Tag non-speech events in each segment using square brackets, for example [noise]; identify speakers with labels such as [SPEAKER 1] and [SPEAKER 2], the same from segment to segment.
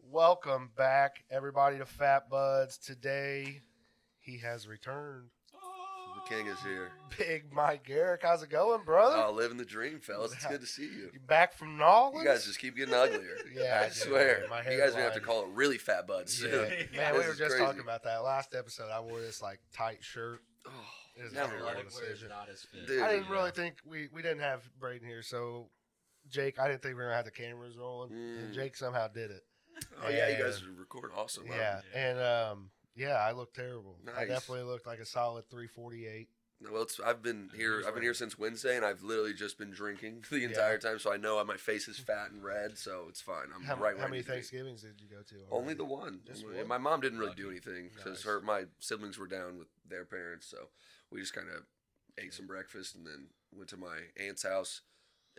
[SPEAKER 1] Welcome back, everybody, to Fat Buds. Today, he has returned. [laughs]
[SPEAKER 2] The king is here. [laughs]
[SPEAKER 1] Big Mike Garrick, how's it going, brother?
[SPEAKER 2] Oh, living the dream, fellas. It's good to see you.
[SPEAKER 1] you back from New Orleans?
[SPEAKER 2] You guys just keep getting uglier.
[SPEAKER 1] [laughs] Yeah, I
[SPEAKER 2] I
[SPEAKER 1] do.
[SPEAKER 2] swear.
[SPEAKER 1] My
[SPEAKER 2] you guys are gonna have
[SPEAKER 1] hairline.
[SPEAKER 2] to call it really fat buds.
[SPEAKER 1] Yeah.
[SPEAKER 2] soon.
[SPEAKER 1] Man, we
[SPEAKER 2] This
[SPEAKER 1] were
[SPEAKER 2] is
[SPEAKER 1] just
[SPEAKER 2] crazy.
[SPEAKER 1] talking about that last episode. I wore this like tight shirt.
[SPEAKER 2] Oh,
[SPEAKER 1] It is a
[SPEAKER 2] never
[SPEAKER 1] terrible
[SPEAKER 2] let
[SPEAKER 3] Athletic
[SPEAKER 2] it.
[SPEAKER 3] wear is
[SPEAKER 1] decision.
[SPEAKER 3] not his fit.
[SPEAKER 2] Dude.
[SPEAKER 1] I didn't
[SPEAKER 3] Yeah.
[SPEAKER 1] really think we we didn't have Braden here, so Jake, I didn't think we were gonna have the cameras rolling, and
[SPEAKER 2] Mm.
[SPEAKER 1] Jake somehow did it.
[SPEAKER 2] Oh yeah, you guys
[SPEAKER 1] Yeah.
[SPEAKER 2] are recording awesome. huh?
[SPEAKER 1] yeah,
[SPEAKER 3] Yeah.
[SPEAKER 1] and um, yeah, I looked terrible. I
[SPEAKER 2] Nice.
[SPEAKER 1] definitely looked like a solid three forty eight.
[SPEAKER 2] Well, it's, I've been here.
[SPEAKER 3] Here's
[SPEAKER 2] I've been
[SPEAKER 3] where-
[SPEAKER 2] here since Wednesday, and I've literally just been drinking [laughs] the
[SPEAKER 1] Yeah.
[SPEAKER 2] entire time. So I know uh, my face is fat and red. So it's fine. I'm
[SPEAKER 1] How,
[SPEAKER 2] right.
[SPEAKER 1] how
[SPEAKER 2] where I
[SPEAKER 1] many
[SPEAKER 2] need to be.
[SPEAKER 1] Thanksgivings did you go to?
[SPEAKER 2] Only
[SPEAKER 1] already?
[SPEAKER 2] the one.
[SPEAKER 1] Just
[SPEAKER 2] Only-
[SPEAKER 1] one?
[SPEAKER 2] My mom didn't really
[SPEAKER 3] Lucky.
[SPEAKER 2] do anything because
[SPEAKER 1] Nice.
[SPEAKER 2] her my siblings were down with their parents, so we just kind of ate some breakfast and then went to my aunt's house.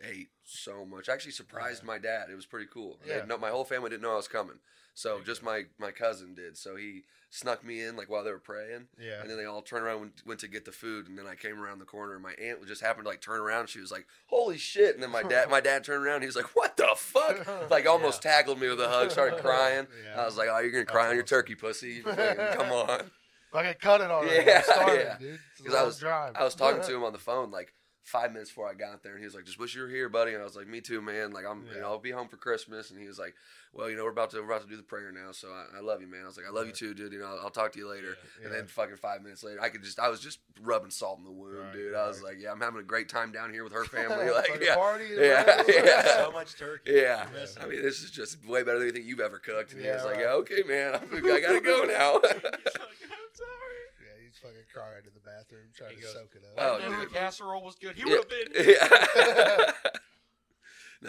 [SPEAKER 2] Ate so much. Actually, surprised
[SPEAKER 1] Yeah.
[SPEAKER 2] my dad. It was pretty cool. They
[SPEAKER 1] Yeah.
[SPEAKER 2] didn't know- my whole family didn't know I was coming, so
[SPEAKER 3] There you
[SPEAKER 2] just
[SPEAKER 3] go.
[SPEAKER 2] my my cousin did. So he snuck me in like while they were praying.
[SPEAKER 1] Yeah.
[SPEAKER 2] And then they all turned around and went to get the food, and then I came around the corner, and my aunt just happened to like turn around. She was like, "Holy shit!" And then my
[SPEAKER 1] [laughs]
[SPEAKER 2] dad, my dad turned around. He was like, "What the fuck?" Like almost tackled me with a hug, started crying.
[SPEAKER 1] [laughs] Yeah.
[SPEAKER 2] I was like, "Oh, you're gonna
[SPEAKER 1] That's
[SPEAKER 2] cry on your
[SPEAKER 1] awesome.
[SPEAKER 2] turkey, pussy! You fucking- Come on!"
[SPEAKER 1] Like I cut it already.
[SPEAKER 2] Yeah,
[SPEAKER 1] I'm starving,
[SPEAKER 2] yeah.
[SPEAKER 1] dude. It's a
[SPEAKER 2] 'Cause I
[SPEAKER 1] long
[SPEAKER 2] was-
[SPEAKER 1] drive.
[SPEAKER 2] I was talking to him on the phone like five minutes before I got there, and he was like, "Just wish you were here, buddy." And I was like, "Me too, man. Like I'm, you
[SPEAKER 1] Yeah.
[SPEAKER 2] know, I'll be home for Christmas." And he was like, "Well, you know, we're about to we're about to do the prayer now, so I, I love you, man." I was like, "I love you too, dude. You know, I'll, I'll talk to you later."
[SPEAKER 3] [laughs]
[SPEAKER 1] Yeah. [laughs]
[SPEAKER 2] And then fucking five minutes later, I could just I was just rubbing salt in the wound,
[SPEAKER 1] Right,
[SPEAKER 2] dude. I was
[SPEAKER 1] right.
[SPEAKER 2] like, "Yeah, I'm having a great time down here with
[SPEAKER 1] [laughs]
[SPEAKER 2] her family."
[SPEAKER 1] It's
[SPEAKER 2] like,
[SPEAKER 1] like a
[SPEAKER 2] yeah,
[SPEAKER 1] party.
[SPEAKER 2] Yeah, yeah.
[SPEAKER 3] so much turkey.
[SPEAKER 2] yeah.
[SPEAKER 3] You're missing
[SPEAKER 2] I
[SPEAKER 3] it.
[SPEAKER 2] mean, this is just way better than anything you've ever cooked. And
[SPEAKER 1] Yeah,
[SPEAKER 2] he was like,
[SPEAKER 1] right.
[SPEAKER 2] "Yeah, okay, man, [laughs] I'm, I gotta
[SPEAKER 1] [laughs]
[SPEAKER 2] go now."
[SPEAKER 3] [laughs] He's like, I'm sorry.
[SPEAKER 1] Yeah, he's fucking crying in the bathroom trying
[SPEAKER 3] He
[SPEAKER 1] to
[SPEAKER 3] goes,
[SPEAKER 1] soak it
[SPEAKER 2] Oh,
[SPEAKER 1] up.
[SPEAKER 3] I knew the
[SPEAKER 2] dude.
[SPEAKER 3] casserole was good. He
[SPEAKER 2] Yeah.
[SPEAKER 3] would have been.
[SPEAKER 2] Yeah. [laughs] no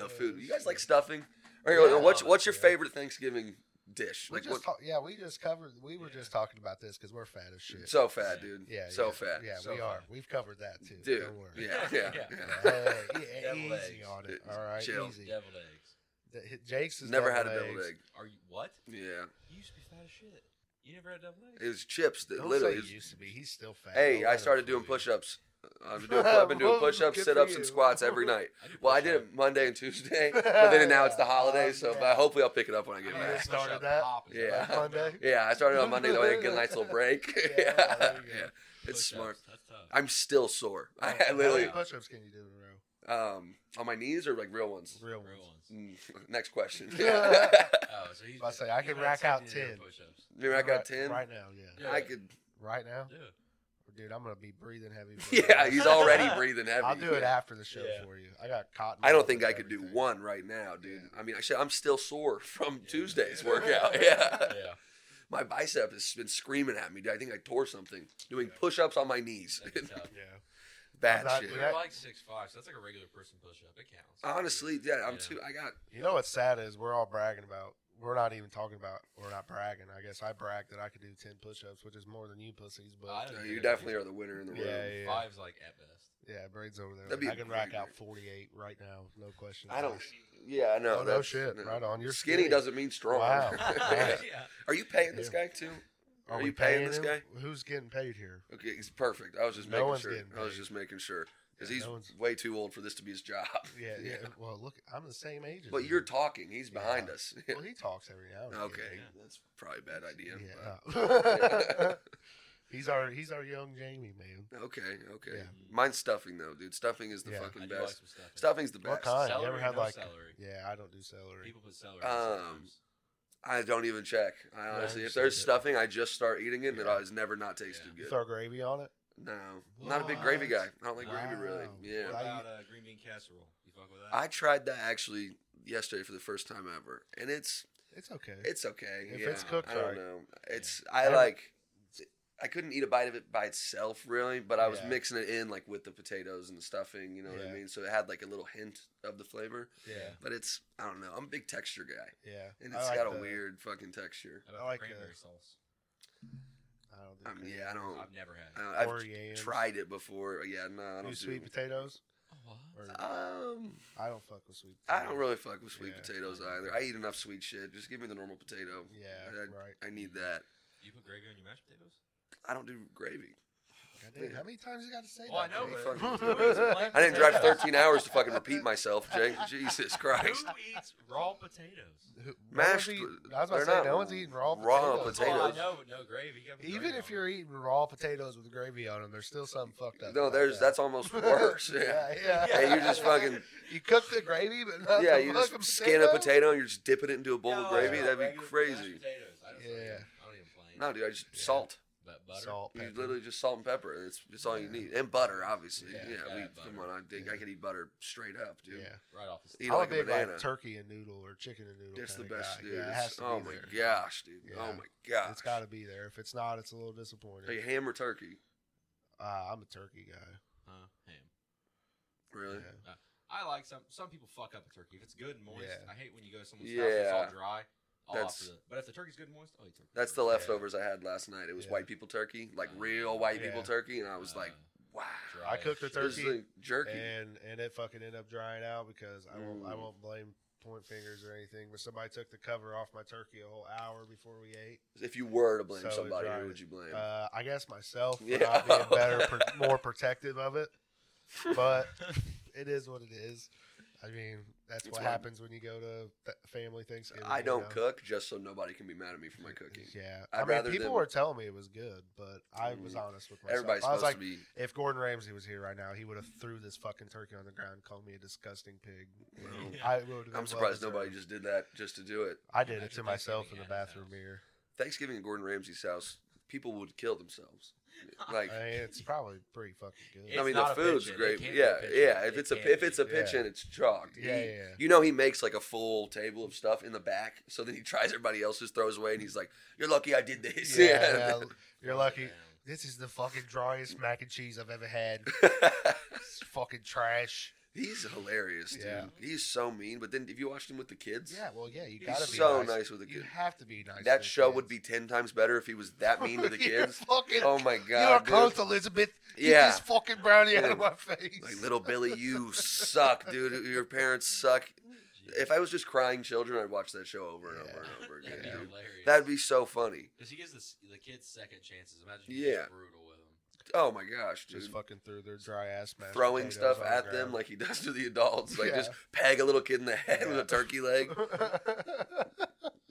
[SPEAKER 1] Oh,
[SPEAKER 2] food. You guys
[SPEAKER 1] shit.
[SPEAKER 2] like stuffing? Or
[SPEAKER 3] Yeah, I
[SPEAKER 2] what's
[SPEAKER 3] love it,
[SPEAKER 2] what's your
[SPEAKER 1] yeah.
[SPEAKER 2] favorite Thanksgiving dish?
[SPEAKER 1] We
[SPEAKER 2] Like
[SPEAKER 1] just
[SPEAKER 2] what?
[SPEAKER 1] talk- yeah, we just covered. We were
[SPEAKER 3] Yeah.
[SPEAKER 1] just talking about this because we're fat as shit.
[SPEAKER 2] So fat, dude.
[SPEAKER 1] yeah,
[SPEAKER 2] so
[SPEAKER 1] yeah,
[SPEAKER 2] fat.
[SPEAKER 1] Yeah,
[SPEAKER 3] So
[SPEAKER 1] we are.
[SPEAKER 3] fat.
[SPEAKER 1] We've covered that too.
[SPEAKER 2] Dude.
[SPEAKER 1] Don't worry.
[SPEAKER 2] Yeah,
[SPEAKER 1] [laughs]
[SPEAKER 2] yeah, yeah.
[SPEAKER 3] Yeah.
[SPEAKER 2] [laughs]
[SPEAKER 1] Hey, yeah,
[SPEAKER 3] Devil
[SPEAKER 1] easy
[SPEAKER 3] eggs.
[SPEAKER 1] on it.
[SPEAKER 2] It's
[SPEAKER 1] All right,
[SPEAKER 2] chill.
[SPEAKER 1] easy.
[SPEAKER 3] Devil eggs.
[SPEAKER 1] The- Jake's is
[SPEAKER 2] Never had a double
[SPEAKER 1] eggs.
[SPEAKER 2] egg.
[SPEAKER 3] Are you what?
[SPEAKER 2] Yeah,
[SPEAKER 3] You used to be fat as shit. You never had double
[SPEAKER 2] it
[SPEAKER 3] eggs.
[SPEAKER 2] was chips. That
[SPEAKER 1] Don't
[SPEAKER 2] literally.
[SPEAKER 1] say
[SPEAKER 2] it was-
[SPEAKER 1] used to be. He's still fat.
[SPEAKER 2] hey,
[SPEAKER 1] Don't
[SPEAKER 2] I
[SPEAKER 1] let him fool
[SPEAKER 2] started doing
[SPEAKER 1] you. [laughs]
[SPEAKER 2] push-ups. I've been doing, I've been doing
[SPEAKER 1] Well,
[SPEAKER 2] push-ups,
[SPEAKER 1] good for
[SPEAKER 2] sit-ups,
[SPEAKER 1] you.
[SPEAKER 2] and squats
[SPEAKER 1] [laughs]
[SPEAKER 2] every night.
[SPEAKER 3] do
[SPEAKER 2] Well, I
[SPEAKER 3] push-ups.
[SPEAKER 2] did it Monday and Tuesday, but then now it's the holidays, so
[SPEAKER 1] Yeah.
[SPEAKER 2] but hopefully I'll pick it up when I
[SPEAKER 3] I
[SPEAKER 2] get
[SPEAKER 3] did
[SPEAKER 1] Yeah. [laughs]
[SPEAKER 3] a
[SPEAKER 2] back.
[SPEAKER 1] Start
[SPEAKER 3] push-up
[SPEAKER 1] of that.
[SPEAKER 3] pop is what I'm
[SPEAKER 2] Yeah. [laughs]
[SPEAKER 3] talking
[SPEAKER 1] Monday?
[SPEAKER 3] about.
[SPEAKER 2] Yeah, I started on Monday, though I did get a nice little break.
[SPEAKER 1] [laughs]
[SPEAKER 2] [laughs]
[SPEAKER 1] Yeah,
[SPEAKER 2] yeah,
[SPEAKER 1] there you go. Oh,
[SPEAKER 2] yeah, it's
[SPEAKER 3] Push-ups,
[SPEAKER 2] smart.
[SPEAKER 3] That's tough.
[SPEAKER 2] I'm still sore. [laughs] I, I
[SPEAKER 1] How many
[SPEAKER 2] literally
[SPEAKER 1] push-ups can you do in a row?
[SPEAKER 2] um on my knees or like real ones.
[SPEAKER 1] Real
[SPEAKER 3] Real
[SPEAKER 1] ones.
[SPEAKER 3] ones.
[SPEAKER 2] Mm, [laughs] Next question.
[SPEAKER 1] [laughs] Yeah.
[SPEAKER 3] Oh, so he's.
[SPEAKER 1] I say, I
[SPEAKER 3] he's
[SPEAKER 1] can
[SPEAKER 3] not
[SPEAKER 1] rack out
[SPEAKER 3] sitting there
[SPEAKER 1] 10.
[SPEAKER 3] doing push-ups.
[SPEAKER 2] [laughs] Maybe I got
[SPEAKER 1] Right-
[SPEAKER 2] ten.
[SPEAKER 1] right now. Yeah,
[SPEAKER 3] Yeah.
[SPEAKER 2] I could.
[SPEAKER 1] right now,
[SPEAKER 3] Yeah.
[SPEAKER 1] dude. I'm gonna be breathing heavy.
[SPEAKER 2] [laughs]
[SPEAKER 1] for the
[SPEAKER 2] Yeah,
[SPEAKER 1] rest
[SPEAKER 2] he's
[SPEAKER 1] of the
[SPEAKER 2] already
[SPEAKER 1] night.
[SPEAKER 2] breathing heavy.
[SPEAKER 1] [laughs] I'll do it
[SPEAKER 2] Yeah.
[SPEAKER 1] after the show
[SPEAKER 3] Yeah.
[SPEAKER 1] for you. I got cotton.
[SPEAKER 2] I don't
[SPEAKER 1] balls
[SPEAKER 2] think
[SPEAKER 1] and
[SPEAKER 2] I could do
[SPEAKER 1] everything.
[SPEAKER 2] one right now, dude.
[SPEAKER 1] Yeah.
[SPEAKER 2] I mean, actually, I'm still sore from
[SPEAKER 3] Yeah.
[SPEAKER 2] Tuesday's workout. Yeah,
[SPEAKER 3] Yeah.
[SPEAKER 2] my bicep has been screaming at me. dude. I think I tore something doing
[SPEAKER 3] Yeah.
[SPEAKER 2] push-ups on my knees.
[SPEAKER 3] That'd be tough.
[SPEAKER 1] Yeah,
[SPEAKER 2] [laughs] Bad
[SPEAKER 1] Not
[SPEAKER 2] shit.
[SPEAKER 1] doing
[SPEAKER 3] You're
[SPEAKER 1] that.
[SPEAKER 3] like six five, so that's like a regular person push up. It counts.
[SPEAKER 2] Honestly, yeah, I'm
[SPEAKER 3] Yeah.
[SPEAKER 2] too. I got.
[SPEAKER 1] you know what's sad is we're all bragging about. We're not even talking about. We're not bragging. I guess I brag that I could do ten push-ups, which is more than you pussies. But
[SPEAKER 3] I don't-
[SPEAKER 2] uh, You definitely are the winner in the room.
[SPEAKER 1] yeah, yeah, yeah.
[SPEAKER 3] five's like at best.
[SPEAKER 1] yeah. Braid's over there.
[SPEAKER 2] That'd be
[SPEAKER 1] I can rack
[SPEAKER 2] pretty
[SPEAKER 1] out
[SPEAKER 2] great.
[SPEAKER 1] forty-eight right now, no question.
[SPEAKER 2] I don't. Yeah, I know.
[SPEAKER 1] Oh, no
[SPEAKER 2] that's-
[SPEAKER 1] shit. Right on. You're
[SPEAKER 2] skinny,
[SPEAKER 1] skinny.
[SPEAKER 2] doesn't mean strong.
[SPEAKER 1] Wow.
[SPEAKER 2] [laughs]
[SPEAKER 3] [laughs]
[SPEAKER 2] [laughs] Yeah. Are you paying this guy too? Are you paying this
[SPEAKER 1] him?
[SPEAKER 2] guy?
[SPEAKER 1] Who's getting paid here?
[SPEAKER 2] Okay, he's perfect. I was just
[SPEAKER 1] No
[SPEAKER 2] making
[SPEAKER 1] one's
[SPEAKER 2] sure.
[SPEAKER 1] getting
[SPEAKER 2] I was
[SPEAKER 1] paid.
[SPEAKER 2] just making sure because
[SPEAKER 1] Yeah,
[SPEAKER 2] he's
[SPEAKER 1] no one's-
[SPEAKER 2] way too old for this to be his job.
[SPEAKER 1] [laughs] Yeah, yeah. Well, look, I'm the same age. as
[SPEAKER 2] But
[SPEAKER 1] him.
[SPEAKER 2] you're talking. He's
[SPEAKER 1] Yeah.
[SPEAKER 2] behind us. [laughs]
[SPEAKER 1] Well, he talks every now and
[SPEAKER 2] okay,
[SPEAKER 1] again.
[SPEAKER 2] that's probably a bad idea.
[SPEAKER 1] Yeah. [laughs]
[SPEAKER 2] [laughs]
[SPEAKER 1] he's our he's our young Jamie man.
[SPEAKER 2] but- Okay, okay.
[SPEAKER 1] Yeah.
[SPEAKER 2] Mine's stuffing though, dude. Stuffing is the
[SPEAKER 1] Yeah.
[SPEAKER 2] fucking
[SPEAKER 3] I do like
[SPEAKER 2] best.
[SPEAKER 3] some stuff.
[SPEAKER 2] Stuffing's the
[SPEAKER 1] What
[SPEAKER 2] best.
[SPEAKER 1] kind?
[SPEAKER 3] Celery,
[SPEAKER 1] you ever had
[SPEAKER 3] no
[SPEAKER 1] like?
[SPEAKER 3] celery.
[SPEAKER 1] Yeah, I don't do celery.
[SPEAKER 3] People put celery.
[SPEAKER 2] Um,
[SPEAKER 3] sometimes.
[SPEAKER 2] I don't even check. I
[SPEAKER 1] No, I
[SPEAKER 2] honestly, if
[SPEAKER 1] understand
[SPEAKER 2] there's
[SPEAKER 1] that.
[SPEAKER 2] stuffing, I just start eating it, and it
[SPEAKER 3] Yeah.
[SPEAKER 2] always never not tasted
[SPEAKER 1] You
[SPEAKER 2] good.
[SPEAKER 1] throw gravy on it.
[SPEAKER 2] No, I'm not a big gravy guy.
[SPEAKER 1] What?
[SPEAKER 2] I don't like gravy really.
[SPEAKER 1] Wow.
[SPEAKER 2] Yeah,
[SPEAKER 3] What
[SPEAKER 1] I-
[SPEAKER 3] about uh, green bean casserole? You fuck with that?
[SPEAKER 2] I tried that actually yesterday for the first time ever, and it's
[SPEAKER 1] It's okay.
[SPEAKER 2] it's okay.
[SPEAKER 1] If
[SPEAKER 2] yeah,
[SPEAKER 1] it's cooked
[SPEAKER 2] I don't
[SPEAKER 1] right.
[SPEAKER 2] know.
[SPEAKER 3] Yeah.
[SPEAKER 2] It's I
[SPEAKER 1] Every-
[SPEAKER 2] like. I couldn't eat a bite of it by itself, really, but I was
[SPEAKER 1] Yeah.
[SPEAKER 2] mixing it in like with the potatoes and the stuffing. You know what
[SPEAKER 1] Yeah.
[SPEAKER 2] I mean? So it had like a little hint of the flavor,
[SPEAKER 1] yeah,
[SPEAKER 2] but it's I don't know. I'm a big texture guy,
[SPEAKER 1] yeah.
[SPEAKER 2] and
[SPEAKER 1] I
[SPEAKER 2] it's
[SPEAKER 1] like
[SPEAKER 2] got a
[SPEAKER 1] the-
[SPEAKER 2] weird fucking texture.
[SPEAKER 3] How about
[SPEAKER 1] I
[SPEAKER 3] the
[SPEAKER 1] like, uh,
[SPEAKER 3] cranberry sauce.
[SPEAKER 1] I don't do
[SPEAKER 2] Um,
[SPEAKER 1] gravy.
[SPEAKER 2] yeah, I don't.
[SPEAKER 3] I've never
[SPEAKER 2] I
[SPEAKER 3] had. it.
[SPEAKER 2] don't I've
[SPEAKER 1] Oreo.
[SPEAKER 2] tried it before. Yeah, no, I don't
[SPEAKER 1] Do
[SPEAKER 2] do
[SPEAKER 1] sweet potatoes? Or,
[SPEAKER 2] Um,
[SPEAKER 1] I don't fuck with sweet.
[SPEAKER 2] I
[SPEAKER 1] potatoes.
[SPEAKER 2] don't really fuck with sweet
[SPEAKER 1] Yeah.
[SPEAKER 2] potatoes either. I eat enough sweet shit. Just give me the normal potato.
[SPEAKER 1] Yeah,
[SPEAKER 2] I-
[SPEAKER 1] right.
[SPEAKER 2] I need that.
[SPEAKER 3] You put gravy on your mashed potatoes?
[SPEAKER 2] I don't do gravy.
[SPEAKER 1] God damn, how many times you got to say
[SPEAKER 3] Well, I
[SPEAKER 1] that?
[SPEAKER 3] know,
[SPEAKER 1] Jake? [laughs]
[SPEAKER 3] but
[SPEAKER 2] fucking-
[SPEAKER 3] who eats blank
[SPEAKER 2] [laughs] I didn't drive
[SPEAKER 3] potatoes?
[SPEAKER 2] 13 hours to fucking repeat myself, Jake. Jesus Christ.
[SPEAKER 3] Who eats raw potatoes?
[SPEAKER 1] Who- no
[SPEAKER 2] Mashed
[SPEAKER 1] one's eating-
[SPEAKER 2] po-
[SPEAKER 1] I was about to
[SPEAKER 2] they're
[SPEAKER 1] say,
[SPEAKER 2] not
[SPEAKER 1] no one's eating raw
[SPEAKER 2] raw
[SPEAKER 1] potatoes.
[SPEAKER 2] potato-
[SPEAKER 3] Well, I
[SPEAKER 2] Potatoes.
[SPEAKER 3] know, no gravy. you gotta put
[SPEAKER 1] Even
[SPEAKER 3] gravy
[SPEAKER 1] if
[SPEAKER 3] on
[SPEAKER 1] you're eating raw potatoes with gravy on them, there's still something fucked up.
[SPEAKER 2] No,
[SPEAKER 1] about
[SPEAKER 2] there's
[SPEAKER 1] that.
[SPEAKER 2] that's [laughs] almost
[SPEAKER 1] [laughs]
[SPEAKER 2] worse. Yeah.
[SPEAKER 1] yeah, yeah.
[SPEAKER 2] Hey, you just fucking
[SPEAKER 1] [laughs]
[SPEAKER 3] [laughs]
[SPEAKER 1] You cook the gravy, but not
[SPEAKER 2] yeah,
[SPEAKER 1] the
[SPEAKER 2] you
[SPEAKER 1] fucking
[SPEAKER 2] just skin a potato and you're just dipping it into a bowl
[SPEAKER 3] it.
[SPEAKER 2] of
[SPEAKER 3] No,
[SPEAKER 2] gravy.
[SPEAKER 3] no,
[SPEAKER 2] That'd be
[SPEAKER 3] regular
[SPEAKER 2] crazy.
[SPEAKER 3] mashed potatoes. I don't
[SPEAKER 1] Yeah.
[SPEAKER 3] fucking- I don't even plan.
[SPEAKER 2] No, dude, I just
[SPEAKER 1] Yeah.
[SPEAKER 2] salt.
[SPEAKER 3] But butter.
[SPEAKER 1] Salt,
[SPEAKER 2] You
[SPEAKER 1] pepper.
[SPEAKER 2] literally just salt and pepper. That's that's all you
[SPEAKER 1] Yeah.
[SPEAKER 2] need, and butter, obviously.
[SPEAKER 1] Yeah,
[SPEAKER 2] Yeah,
[SPEAKER 3] gotta
[SPEAKER 2] we,
[SPEAKER 3] have
[SPEAKER 2] come on.
[SPEAKER 3] butter.
[SPEAKER 2] I think I
[SPEAKER 1] Yeah.
[SPEAKER 2] could eat butter straight up, dude.
[SPEAKER 1] Yeah.
[SPEAKER 3] Right off the stove.
[SPEAKER 2] Eat
[SPEAKER 1] I'm
[SPEAKER 2] like
[SPEAKER 1] a
[SPEAKER 2] a
[SPEAKER 1] big
[SPEAKER 2] banana.
[SPEAKER 1] like turkey and noodle or chicken and noodle.
[SPEAKER 2] It's the
[SPEAKER 1] kinda
[SPEAKER 2] best,
[SPEAKER 1] guy.
[SPEAKER 2] dude.
[SPEAKER 1] Yeah, it
[SPEAKER 2] It's-
[SPEAKER 1] has to
[SPEAKER 2] oh
[SPEAKER 1] be
[SPEAKER 2] my
[SPEAKER 1] there.
[SPEAKER 2] gosh, dude.
[SPEAKER 1] Yeah.
[SPEAKER 2] Oh my gosh.
[SPEAKER 1] It's got to be there. If it's not, it's a little disappointing.
[SPEAKER 2] Hey, ham or turkey?
[SPEAKER 1] Uh, I'm a turkey guy.
[SPEAKER 3] Huh? Ham.
[SPEAKER 2] Really?
[SPEAKER 1] Yeah.
[SPEAKER 3] I like some. Some people fuck up a turkey if it's good and moist.
[SPEAKER 1] Yeah.
[SPEAKER 3] I hate when you go to someone's house and it's
[SPEAKER 2] Yeah.
[SPEAKER 3] all dry. I'll
[SPEAKER 2] That's-
[SPEAKER 3] offer the- but if the turkey's good and moist, I'll eat turkey.
[SPEAKER 2] That's the
[SPEAKER 3] first.
[SPEAKER 2] leftovers I had last night. It was
[SPEAKER 1] Yeah. Uh,
[SPEAKER 2] white people turkey, like real white people
[SPEAKER 1] Yeah.
[SPEAKER 2] turkey, and I was
[SPEAKER 3] Uh,
[SPEAKER 2] like, wow.
[SPEAKER 3] dry
[SPEAKER 1] I
[SPEAKER 3] as
[SPEAKER 1] cooked the
[SPEAKER 3] shit.
[SPEAKER 2] This is
[SPEAKER 1] turkey.
[SPEAKER 2] like jerky.
[SPEAKER 1] And and it fucking ended up drying out because I won't I
[SPEAKER 2] Mm.
[SPEAKER 1] won't blame point fingers or anything. But somebody took the cover off my turkey a whole hour before we ate.
[SPEAKER 2] If you were to blame
[SPEAKER 1] So it
[SPEAKER 2] somebody,
[SPEAKER 1] dried.
[SPEAKER 2] who would you blame?
[SPEAKER 1] Uh, I guess myself for
[SPEAKER 2] Yeah.
[SPEAKER 1] not being better, pro-
[SPEAKER 2] [laughs]
[SPEAKER 1] more protective of it.
[SPEAKER 3] [laughs]
[SPEAKER 1] But it is what it is. I mean, that's
[SPEAKER 2] It's
[SPEAKER 1] what
[SPEAKER 2] my-
[SPEAKER 1] happens when you go to th- family Thanksgiving.
[SPEAKER 2] I
[SPEAKER 1] you
[SPEAKER 2] don't
[SPEAKER 1] know?
[SPEAKER 2] cook just so nobody can be mad at me for my cooking.
[SPEAKER 1] [laughs] Yeah,
[SPEAKER 2] I'd
[SPEAKER 1] I mean,
[SPEAKER 2] rather
[SPEAKER 1] people
[SPEAKER 2] them-
[SPEAKER 1] were telling me it was good, but I was
[SPEAKER 2] Mm.
[SPEAKER 1] honest with myself.
[SPEAKER 2] Everybody's
[SPEAKER 1] I was
[SPEAKER 2] supposed
[SPEAKER 1] like,
[SPEAKER 2] to be.
[SPEAKER 1] if Gordon Ramsay was here right now, he would have threw this fucking turkey on the ground, and called me a disgusting pig.
[SPEAKER 2] Well,
[SPEAKER 1] I would.
[SPEAKER 2] Mm. I'm surprised nobody just did that just to do it.
[SPEAKER 1] I did it
[SPEAKER 3] Imagine
[SPEAKER 1] to myself in
[SPEAKER 3] Thanksgiving
[SPEAKER 1] the
[SPEAKER 3] at his
[SPEAKER 1] bathroom
[SPEAKER 3] house.
[SPEAKER 1] mirror.
[SPEAKER 2] Thanksgiving at Gordon Ramsay's house, people would kill themselves.
[SPEAKER 1] [laughs]
[SPEAKER 2] Like,
[SPEAKER 1] I mean, it's probably pretty fucking good.
[SPEAKER 3] It's
[SPEAKER 2] I mean, the
[SPEAKER 3] not a
[SPEAKER 2] food's
[SPEAKER 3] pigeon. It
[SPEAKER 2] great.
[SPEAKER 3] can't be a
[SPEAKER 2] Yeah,
[SPEAKER 3] pigeon.
[SPEAKER 2] yeah. If
[SPEAKER 3] It
[SPEAKER 2] it's a
[SPEAKER 3] can't
[SPEAKER 2] if it's a
[SPEAKER 3] be.
[SPEAKER 1] Yeah.
[SPEAKER 2] pigeon, it's chalked.
[SPEAKER 1] Yeah,
[SPEAKER 2] He-
[SPEAKER 1] yeah, yeah.
[SPEAKER 2] You know he makes like a full table of stuff in the back, so then he tries everybody else's, throws away, and he's like, "You're lucky I did this."
[SPEAKER 1] Yeah,
[SPEAKER 2] [laughs]
[SPEAKER 1] yeah, you're
[SPEAKER 3] Throw it
[SPEAKER 1] lucky.
[SPEAKER 3] down.
[SPEAKER 1] This is the fucking driest mac and cheese I've ever had.
[SPEAKER 2] [laughs]
[SPEAKER 1] It's fucking trash.
[SPEAKER 2] he's hilarious, dude.
[SPEAKER 1] Yeah.
[SPEAKER 2] He's so mean. But then if you watched him with the kids,
[SPEAKER 1] Yeah, well, yeah, you
[SPEAKER 2] he's
[SPEAKER 1] gotta be
[SPEAKER 2] so
[SPEAKER 1] nice.
[SPEAKER 2] nice with the
[SPEAKER 1] You
[SPEAKER 2] kids.
[SPEAKER 1] have to be nice. to
[SPEAKER 2] That
[SPEAKER 1] the
[SPEAKER 2] show would
[SPEAKER 1] kids.
[SPEAKER 2] be ten times better if he was
[SPEAKER 1] [laughs]
[SPEAKER 2] that mean to the
[SPEAKER 1] You're
[SPEAKER 2] kids.
[SPEAKER 1] fucking,
[SPEAKER 2] Oh
[SPEAKER 1] [laughs]
[SPEAKER 2] my
[SPEAKER 1] you're
[SPEAKER 2] god, dude.
[SPEAKER 1] close, Elizabeth. Get
[SPEAKER 2] Yeah.
[SPEAKER 1] this fucking brownie out of
[SPEAKER 2] Yeah.
[SPEAKER 1] my face.
[SPEAKER 2] Like little Billy, you suck, dude. Your parents suck. If I was just crying children, I'd watch that show over and
[SPEAKER 1] Yeah.
[SPEAKER 2] over and over again.
[SPEAKER 3] That'd be
[SPEAKER 1] Yeah.
[SPEAKER 2] dude.
[SPEAKER 3] hilarious.
[SPEAKER 2] That'd be so funny.
[SPEAKER 3] Because he gives the, s- the kids second chances. Imagine he's
[SPEAKER 2] Yeah.
[SPEAKER 3] brutal with them.
[SPEAKER 2] Oh my gosh, dude.
[SPEAKER 1] just fucking threw their dry ass mashed
[SPEAKER 2] Throwing
[SPEAKER 1] potatoes
[SPEAKER 2] stuff
[SPEAKER 1] on the
[SPEAKER 2] at
[SPEAKER 1] ground.
[SPEAKER 2] them like he does to the adults. Like
[SPEAKER 1] Yeah.
[SPEAKER 2] just peg a little kid in the head with
[SPEAKER 1] Yeah.
[SPEAKER 2] a
[SPEAKER 1] [laughs]
[SPEAKER 2] turkey leg.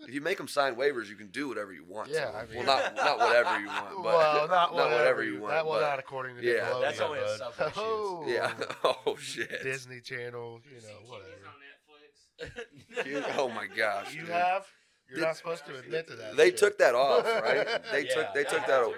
[SPEAKER 2] If you make them sign waivers, you can do whatever you want. to
[SPEAKER 1] Yeah,
[SPEAKER 2] them.
[SPEAKER 1] I mean-
[SPEAKER 2] well, not not whatever
[SPEAKER 1] [laughs]
[SPEAKER 2] you want, but
[SPEAKER 1] well, not whatever,
[SPEAKER 2] you want.
[SPEAKER 1] That well,
[SPEAKER 2] but-
[SPEAKER 1] not according to
[SPEAKER 2] Yeah.
[SPEAKER 1] Nickelodeon.
[SPEAKER 3] That's only a
[SPEAKER 1] bud.
[SPEAKER 3] Subway Shoes.
[SPEAKER 1] Oh,
[SPEAKER 2] [laughs] yeah. Oh shit.
[SPEAKER 1] Disney Channel, you know,
[SPEAKER 3] [laughs]
[SPEAKER 1] whatever.
[SPEAKER 3] whatever.
[SPEAKER 2] You- [laughs] oh my gosh.
[SPEAKER 1] You
[SPEAKER 2] dude.
[SPEAKER 1] have. You're
[SPEAKER 2] Did-
[SPEAKER 1] not supposed to admit to that.
[SPEAKER 2] They
[SPEAKER 1] shit.
[SPEAKER 2] took that off,
[SPEAKER 1] [laughs]
[SPEAKER 2] right? They
[SPEAKER 3] Yeah.
[SPEAKER 2] took they took
[SPEAKER 3] Yeah.
[SPEAKER 2] that off.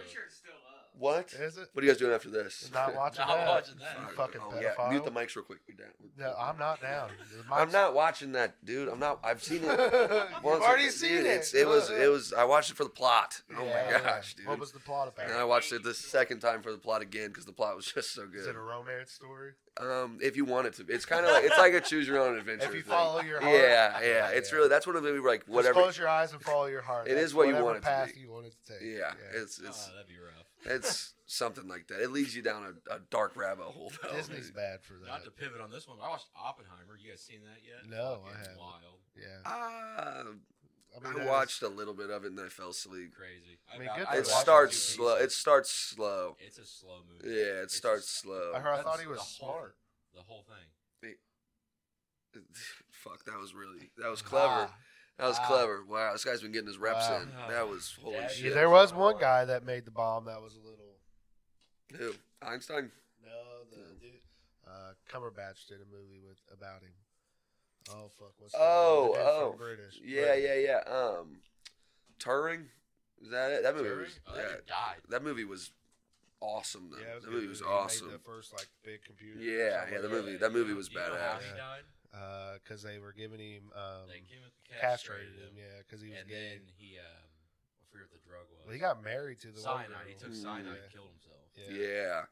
[SPEAKER 2] What?
[SPEAKER 1] Is it?
[SPEAKER 2] What are you guys doing after this? [laughs]
[SPEAKER 1] Not watching
[SPEAKER 3] Not
[SPEAKER 1] that.
[SPEAKER 3] watching that. Ah,
[SPEAKER 1] You
[SPEAKER 2] Fuck.
[SPEAKER 1] fucking
[SPEAKER 2] Oh,
[SPEAKER 1] pedophile.
[SPEAKER 2] Mute the mics real quick. We down.
[SPEAKER 1] No, I'm not down. The
[SPEAKER 2] I'm
[SPEAKER 1] mic's-
[SPEAKER 2] not watching that, dude. I'm not.
[SPEAKER 1] [laughs]
[SPEAKER 2] I've seen it.
[SPEAKER 1] You've
[SPEAKER 2] once.
[SPEAKER 1] already
[SPEAKER 2] Dude,
[SPEAKER 1] seen it.
[SPEAKER 2] It's, it was. It was. I watched it for the plot. Oh
[SPEAKER 1] Yeah.
[SPEAKER 2] my gosh, dude.
[SPEAKER 1] What was the plot about?
[SPEAKER 2] and I watched it the second time for the plot again because the plot was just so
[SPEAKER 1] Is it
[SPEAKER 2] good.
[SPEAKER 1] a romance story?
[SPEAKER 2] Um, if you want it to, it's kind of like it's like a choose your own adventure.
[SPEAKER 1] [laughs] If you
[SPEAKER 2] thing.
[SPEAKER 1] follow your heart.
[SPEAKER 2] yeah, yeah, it's really that's one of the we were like
[SPEAKER 1] Just
[SPEAKER 2] whatever.
[SPEAKER 1] close your eyes and follow your heart.
[SPEAKER 2] It
[SPEAKER 1] That's
[SPEAKER 2] is what you
[SPEAKER 1] whatever
[SPEAKER 2] want it to
[SPEAKER 1] path
[SPEAKER 2] be.
[SPEAKER 1] you want it to take.
[SPEAKER 2] Yeah, it's it's
[SPEAKER 3] Oh, that'd be rough.
[SPEAKER 2] it's something like that. It leads you down a, a dark rabbit hole. Though. [laughs]
[SPEAKER 1] Disney's bad for that.
[SPEAKER 3] Not to pivot on this one, but I watched Oppenheimer. You guys seen that yet?
[SPEAKER 1] No,
[SPEAKER 3] Fucking
[SPEAKER 1] I haven't.
[SPEAKER 3] Wild,
[SPEAKER 1] yeah.
[SPEAKER 2] Uh,
[SPEAKER 1] mean, that
[SPEAKER 2] I
[SPEAKER 1] is-
[SPEAKER 2] watched a little bit of it and I fell asleep.
[SPEAKER 3] crazy.
[SPEAKER 1] I mean,
[SPEAKER 3] about-
[SPEAKER 1] good
[SPEAKER 3] I
[SPEAKER 1] for
[SPEAKER 2] It
[SPEAKER 1] watching
[SPEAKER 3] watched
[SPEAKER 2] starts
[SPEAKER 3] two
[SPEAKER 2] slow. It
[SPEAKER 3] pieces.
[SPEAKER 2] starts slow.
[SPEAKER 3] It's a slow movie.
[SPEAKER 2] Yeah, it
[SPEAKER 3] It's
[SPEAKER 2] starts
[SPEAKER 3] just-
[SPEAKER 2] slow.
[SPEAKER 1] I heard. I
[SPEAKER 3] That's
[SPEAKER 1] thought he
[SPEAKER 3] the
[SPEAKER 1] was
[SPEAKER 3] whole-
[SPEAKER 1] smart.
[SPEAKER 3] The whole thing.
[SPEAKER 2] [laughs] Fuck, that was really that was clever.
[SPEAKER 1] Ah.
[SPEAKER 2] That was
[SPEAKER 1] Ah.
[SPEAKER 2] clever. Wow, this guy's been getting his reps
[SPEAKER 1] Wow.
[SPEAKER 2] in. That was holy
[SPEAKER 3] Yeah,
[SPEAKER 1] Yeah,
[SPEAKER 2] shit.
[SPEAKER 1] there was one guy that made the bomb that was a little.
[SPEAKER 2] Who? Einstein.
[SPEAKER 1] No, the dude. Uh, Cumberbatch did a movie with about him. Oh fuck! What's the-
[SPEAKER 2] Oh,
[SPEAKER 1] the dude from
[SPEAKER 2] oh.
[SPEAKER 1] British.
[SPEAKER 2] Yeah,
[SPEAKER 1] Brit-
[SPEAKER 2] yeah, yeah. Um, Turing. Is that it? That movie was.
[SPEAKER 3] Oh,
[SPEAKER 2] Yeah,
[SPEAKER 3] that dude died.
[SPEAKER 2] that movie was awesome. Though
[SPEAKER 1] Yeah, it was a
[SPEAKER 2] that
[SPEAKER 1] good
[SPEAKER 2] movie was
[SPEAKER 1] He made
[SPEAKER 2] awesome.
[SPEAKER 1] The first like big computer.
[SPEAKER 2] Yeah, yeah. The movie. That movie was
[SPEAKER 3] Do you know how
[SPEAKER 2] badass.
[SPEAKER 3] he
[SPEAKER 1] Yeah.
[SPEAKER 3] died?
[SPEAKER 1] Because uh, they were giving him um,
[SPEAKER 3] They chemically
[SPEAKER 1] castrated
[SPEAKER 3] castrated
[SPEAKER 1] him.
[SPEAKER 3] him.
[SPEAKER 1] Yeah, because he was
[SPEAKER 3] and
[SPEAKER 1] gay.
[SPEAKER 3] then he, um, I forget what the drug was.
[SPEAKER 1] Well, he got married to the
[SPEAKER 3] cyanide.
[SPEAKER 1] One girl.
[SPEAKER 3] He took
[SPEAKER 2] Mm.
[SPEAKER 3] cyanide
[SPEAKER 1] Yeah.
[SPEAKER 3] and killed himself.
[SPEAKER 2] Yeah.
[SPEAKER 1] Yeah.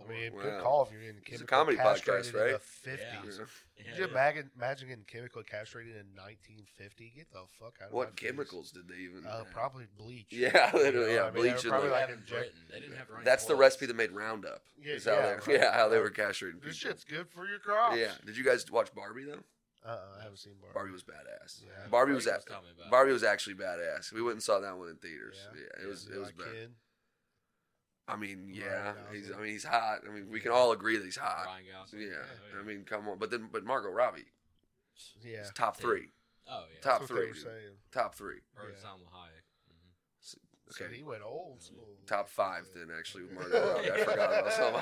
[SPEAKER 1] I mean, good
[SPEAKER 2] Wow.
[SPEAKER 1] call if you're getting
[SPEAKER 2] It's a
[SPEAKER 1] chemically
[SPEAKER 2] comedy podcast,
[SPEAKER 1] castrated in
[SPEAKER 2] right?
[SPEAKER 1] the 50s.
[SPEAKER 2] Yeah.
[SPEAKER 1] Could you imagine, imagine getting chemically castrated in 1950? Get the fuck out of my
[SPEAKER 2] What
[SPEAKER 1] face.
[SPEAKER 2] chemicals did they even?
[SPEAKER 1] Uh,
[SPEAKER 2] have?
[SPEAKER 1] probably bleach.
[SPEAKER 2] Yeah, literally.
[SPEAKER 1] You know,
[SPEAKER 2] Yeah,
[SPEAKER 1] I mean, they
[SPEAKER 2] bleach.
[SPEAKER 1] were
[SPEAKER 2] and
[SPEAKER 1] probably
[SPEAKER 2] like-
[SPEAKER 1] like
[SPEAKER 3] in
[SPEAKER 1] inject-
[SPEAKER 3] Britain. They didn't have Ryan
[SPEAKER 2] That's the
[SPEAKER 3] Close.
[SPEAKER 2] recipe that made Roundup.
[SPEAKER 1] Yeah,
[SPEAKER 2] is how
[SPEAKER 1] yeah,
[SPEAKER 2] they
[SPEAKER 1] right.
[SPEAKER 2] yeah how they were castrating
[SPEAKER 1] This
[SPEAKER 2] people.
[SPEAKER 1] shit's good for your crops.
[SPEAKER 2] Yeah. Did you guys watch Barbie though?
[SPEAKER 1] Uh-uh, I haven't seen Barbie.
[SPEAKER 2] Barbie was badass.
[SPEAKER 1] Yeah.
[SPEAKER 2] Barbie was at
[SPEAKER 3] telling me about it.
[SPEAKER 2] Barbie was actually badass. We went and saw that one in theaters. Yeah, it was
[SPEAKER 1] You
[SPEAKER 2] it was
[SPEAKER 1] like
[SPEAKER 2] bad.
[SPEAKER 1] Ken?
[SPEAKER 2] I mean, yeah,
[SPEAKER 1] Ryan Gosling.
[SPEAKER 2] he's. I mean, he's hot. I mean, we can all agree that he's hot.
[SPEAKER 3] Ryan Gosling.
[SPEAKER 2] Yeah,
[SPEAKER 3] Oh,
[SPEAKER 2] I mean, come on. But then, but Margot Robbie,
[SPEAKER 1] Yeah.
[SPEAKER 2] is top
[SPEAKER 3] Yeah.
[SPEAKER 2] three,
[SPEAKER 3] oh yeah.
[SPEAKER 2] top
[SPEAKER 1] That's what they
[SPEAKER 2] three,
[SPEAKER 1] were
[SPEAKER 2] dude.
[SPEAKER 1] saying.
[SPEAKER 2] top three,
[SPEAKER 3] Or
[SPEAKER 1] yeah.
[SPEAKER 3] Salma Hayek. Mhm.
[SPEAKER 1] So
[SPEAKER 2] Okay. Mm.
[SPEAKER 1] he went old school.
[SPEAKER 2] top five. Then actually, with Margot Robbie. I forgot about some.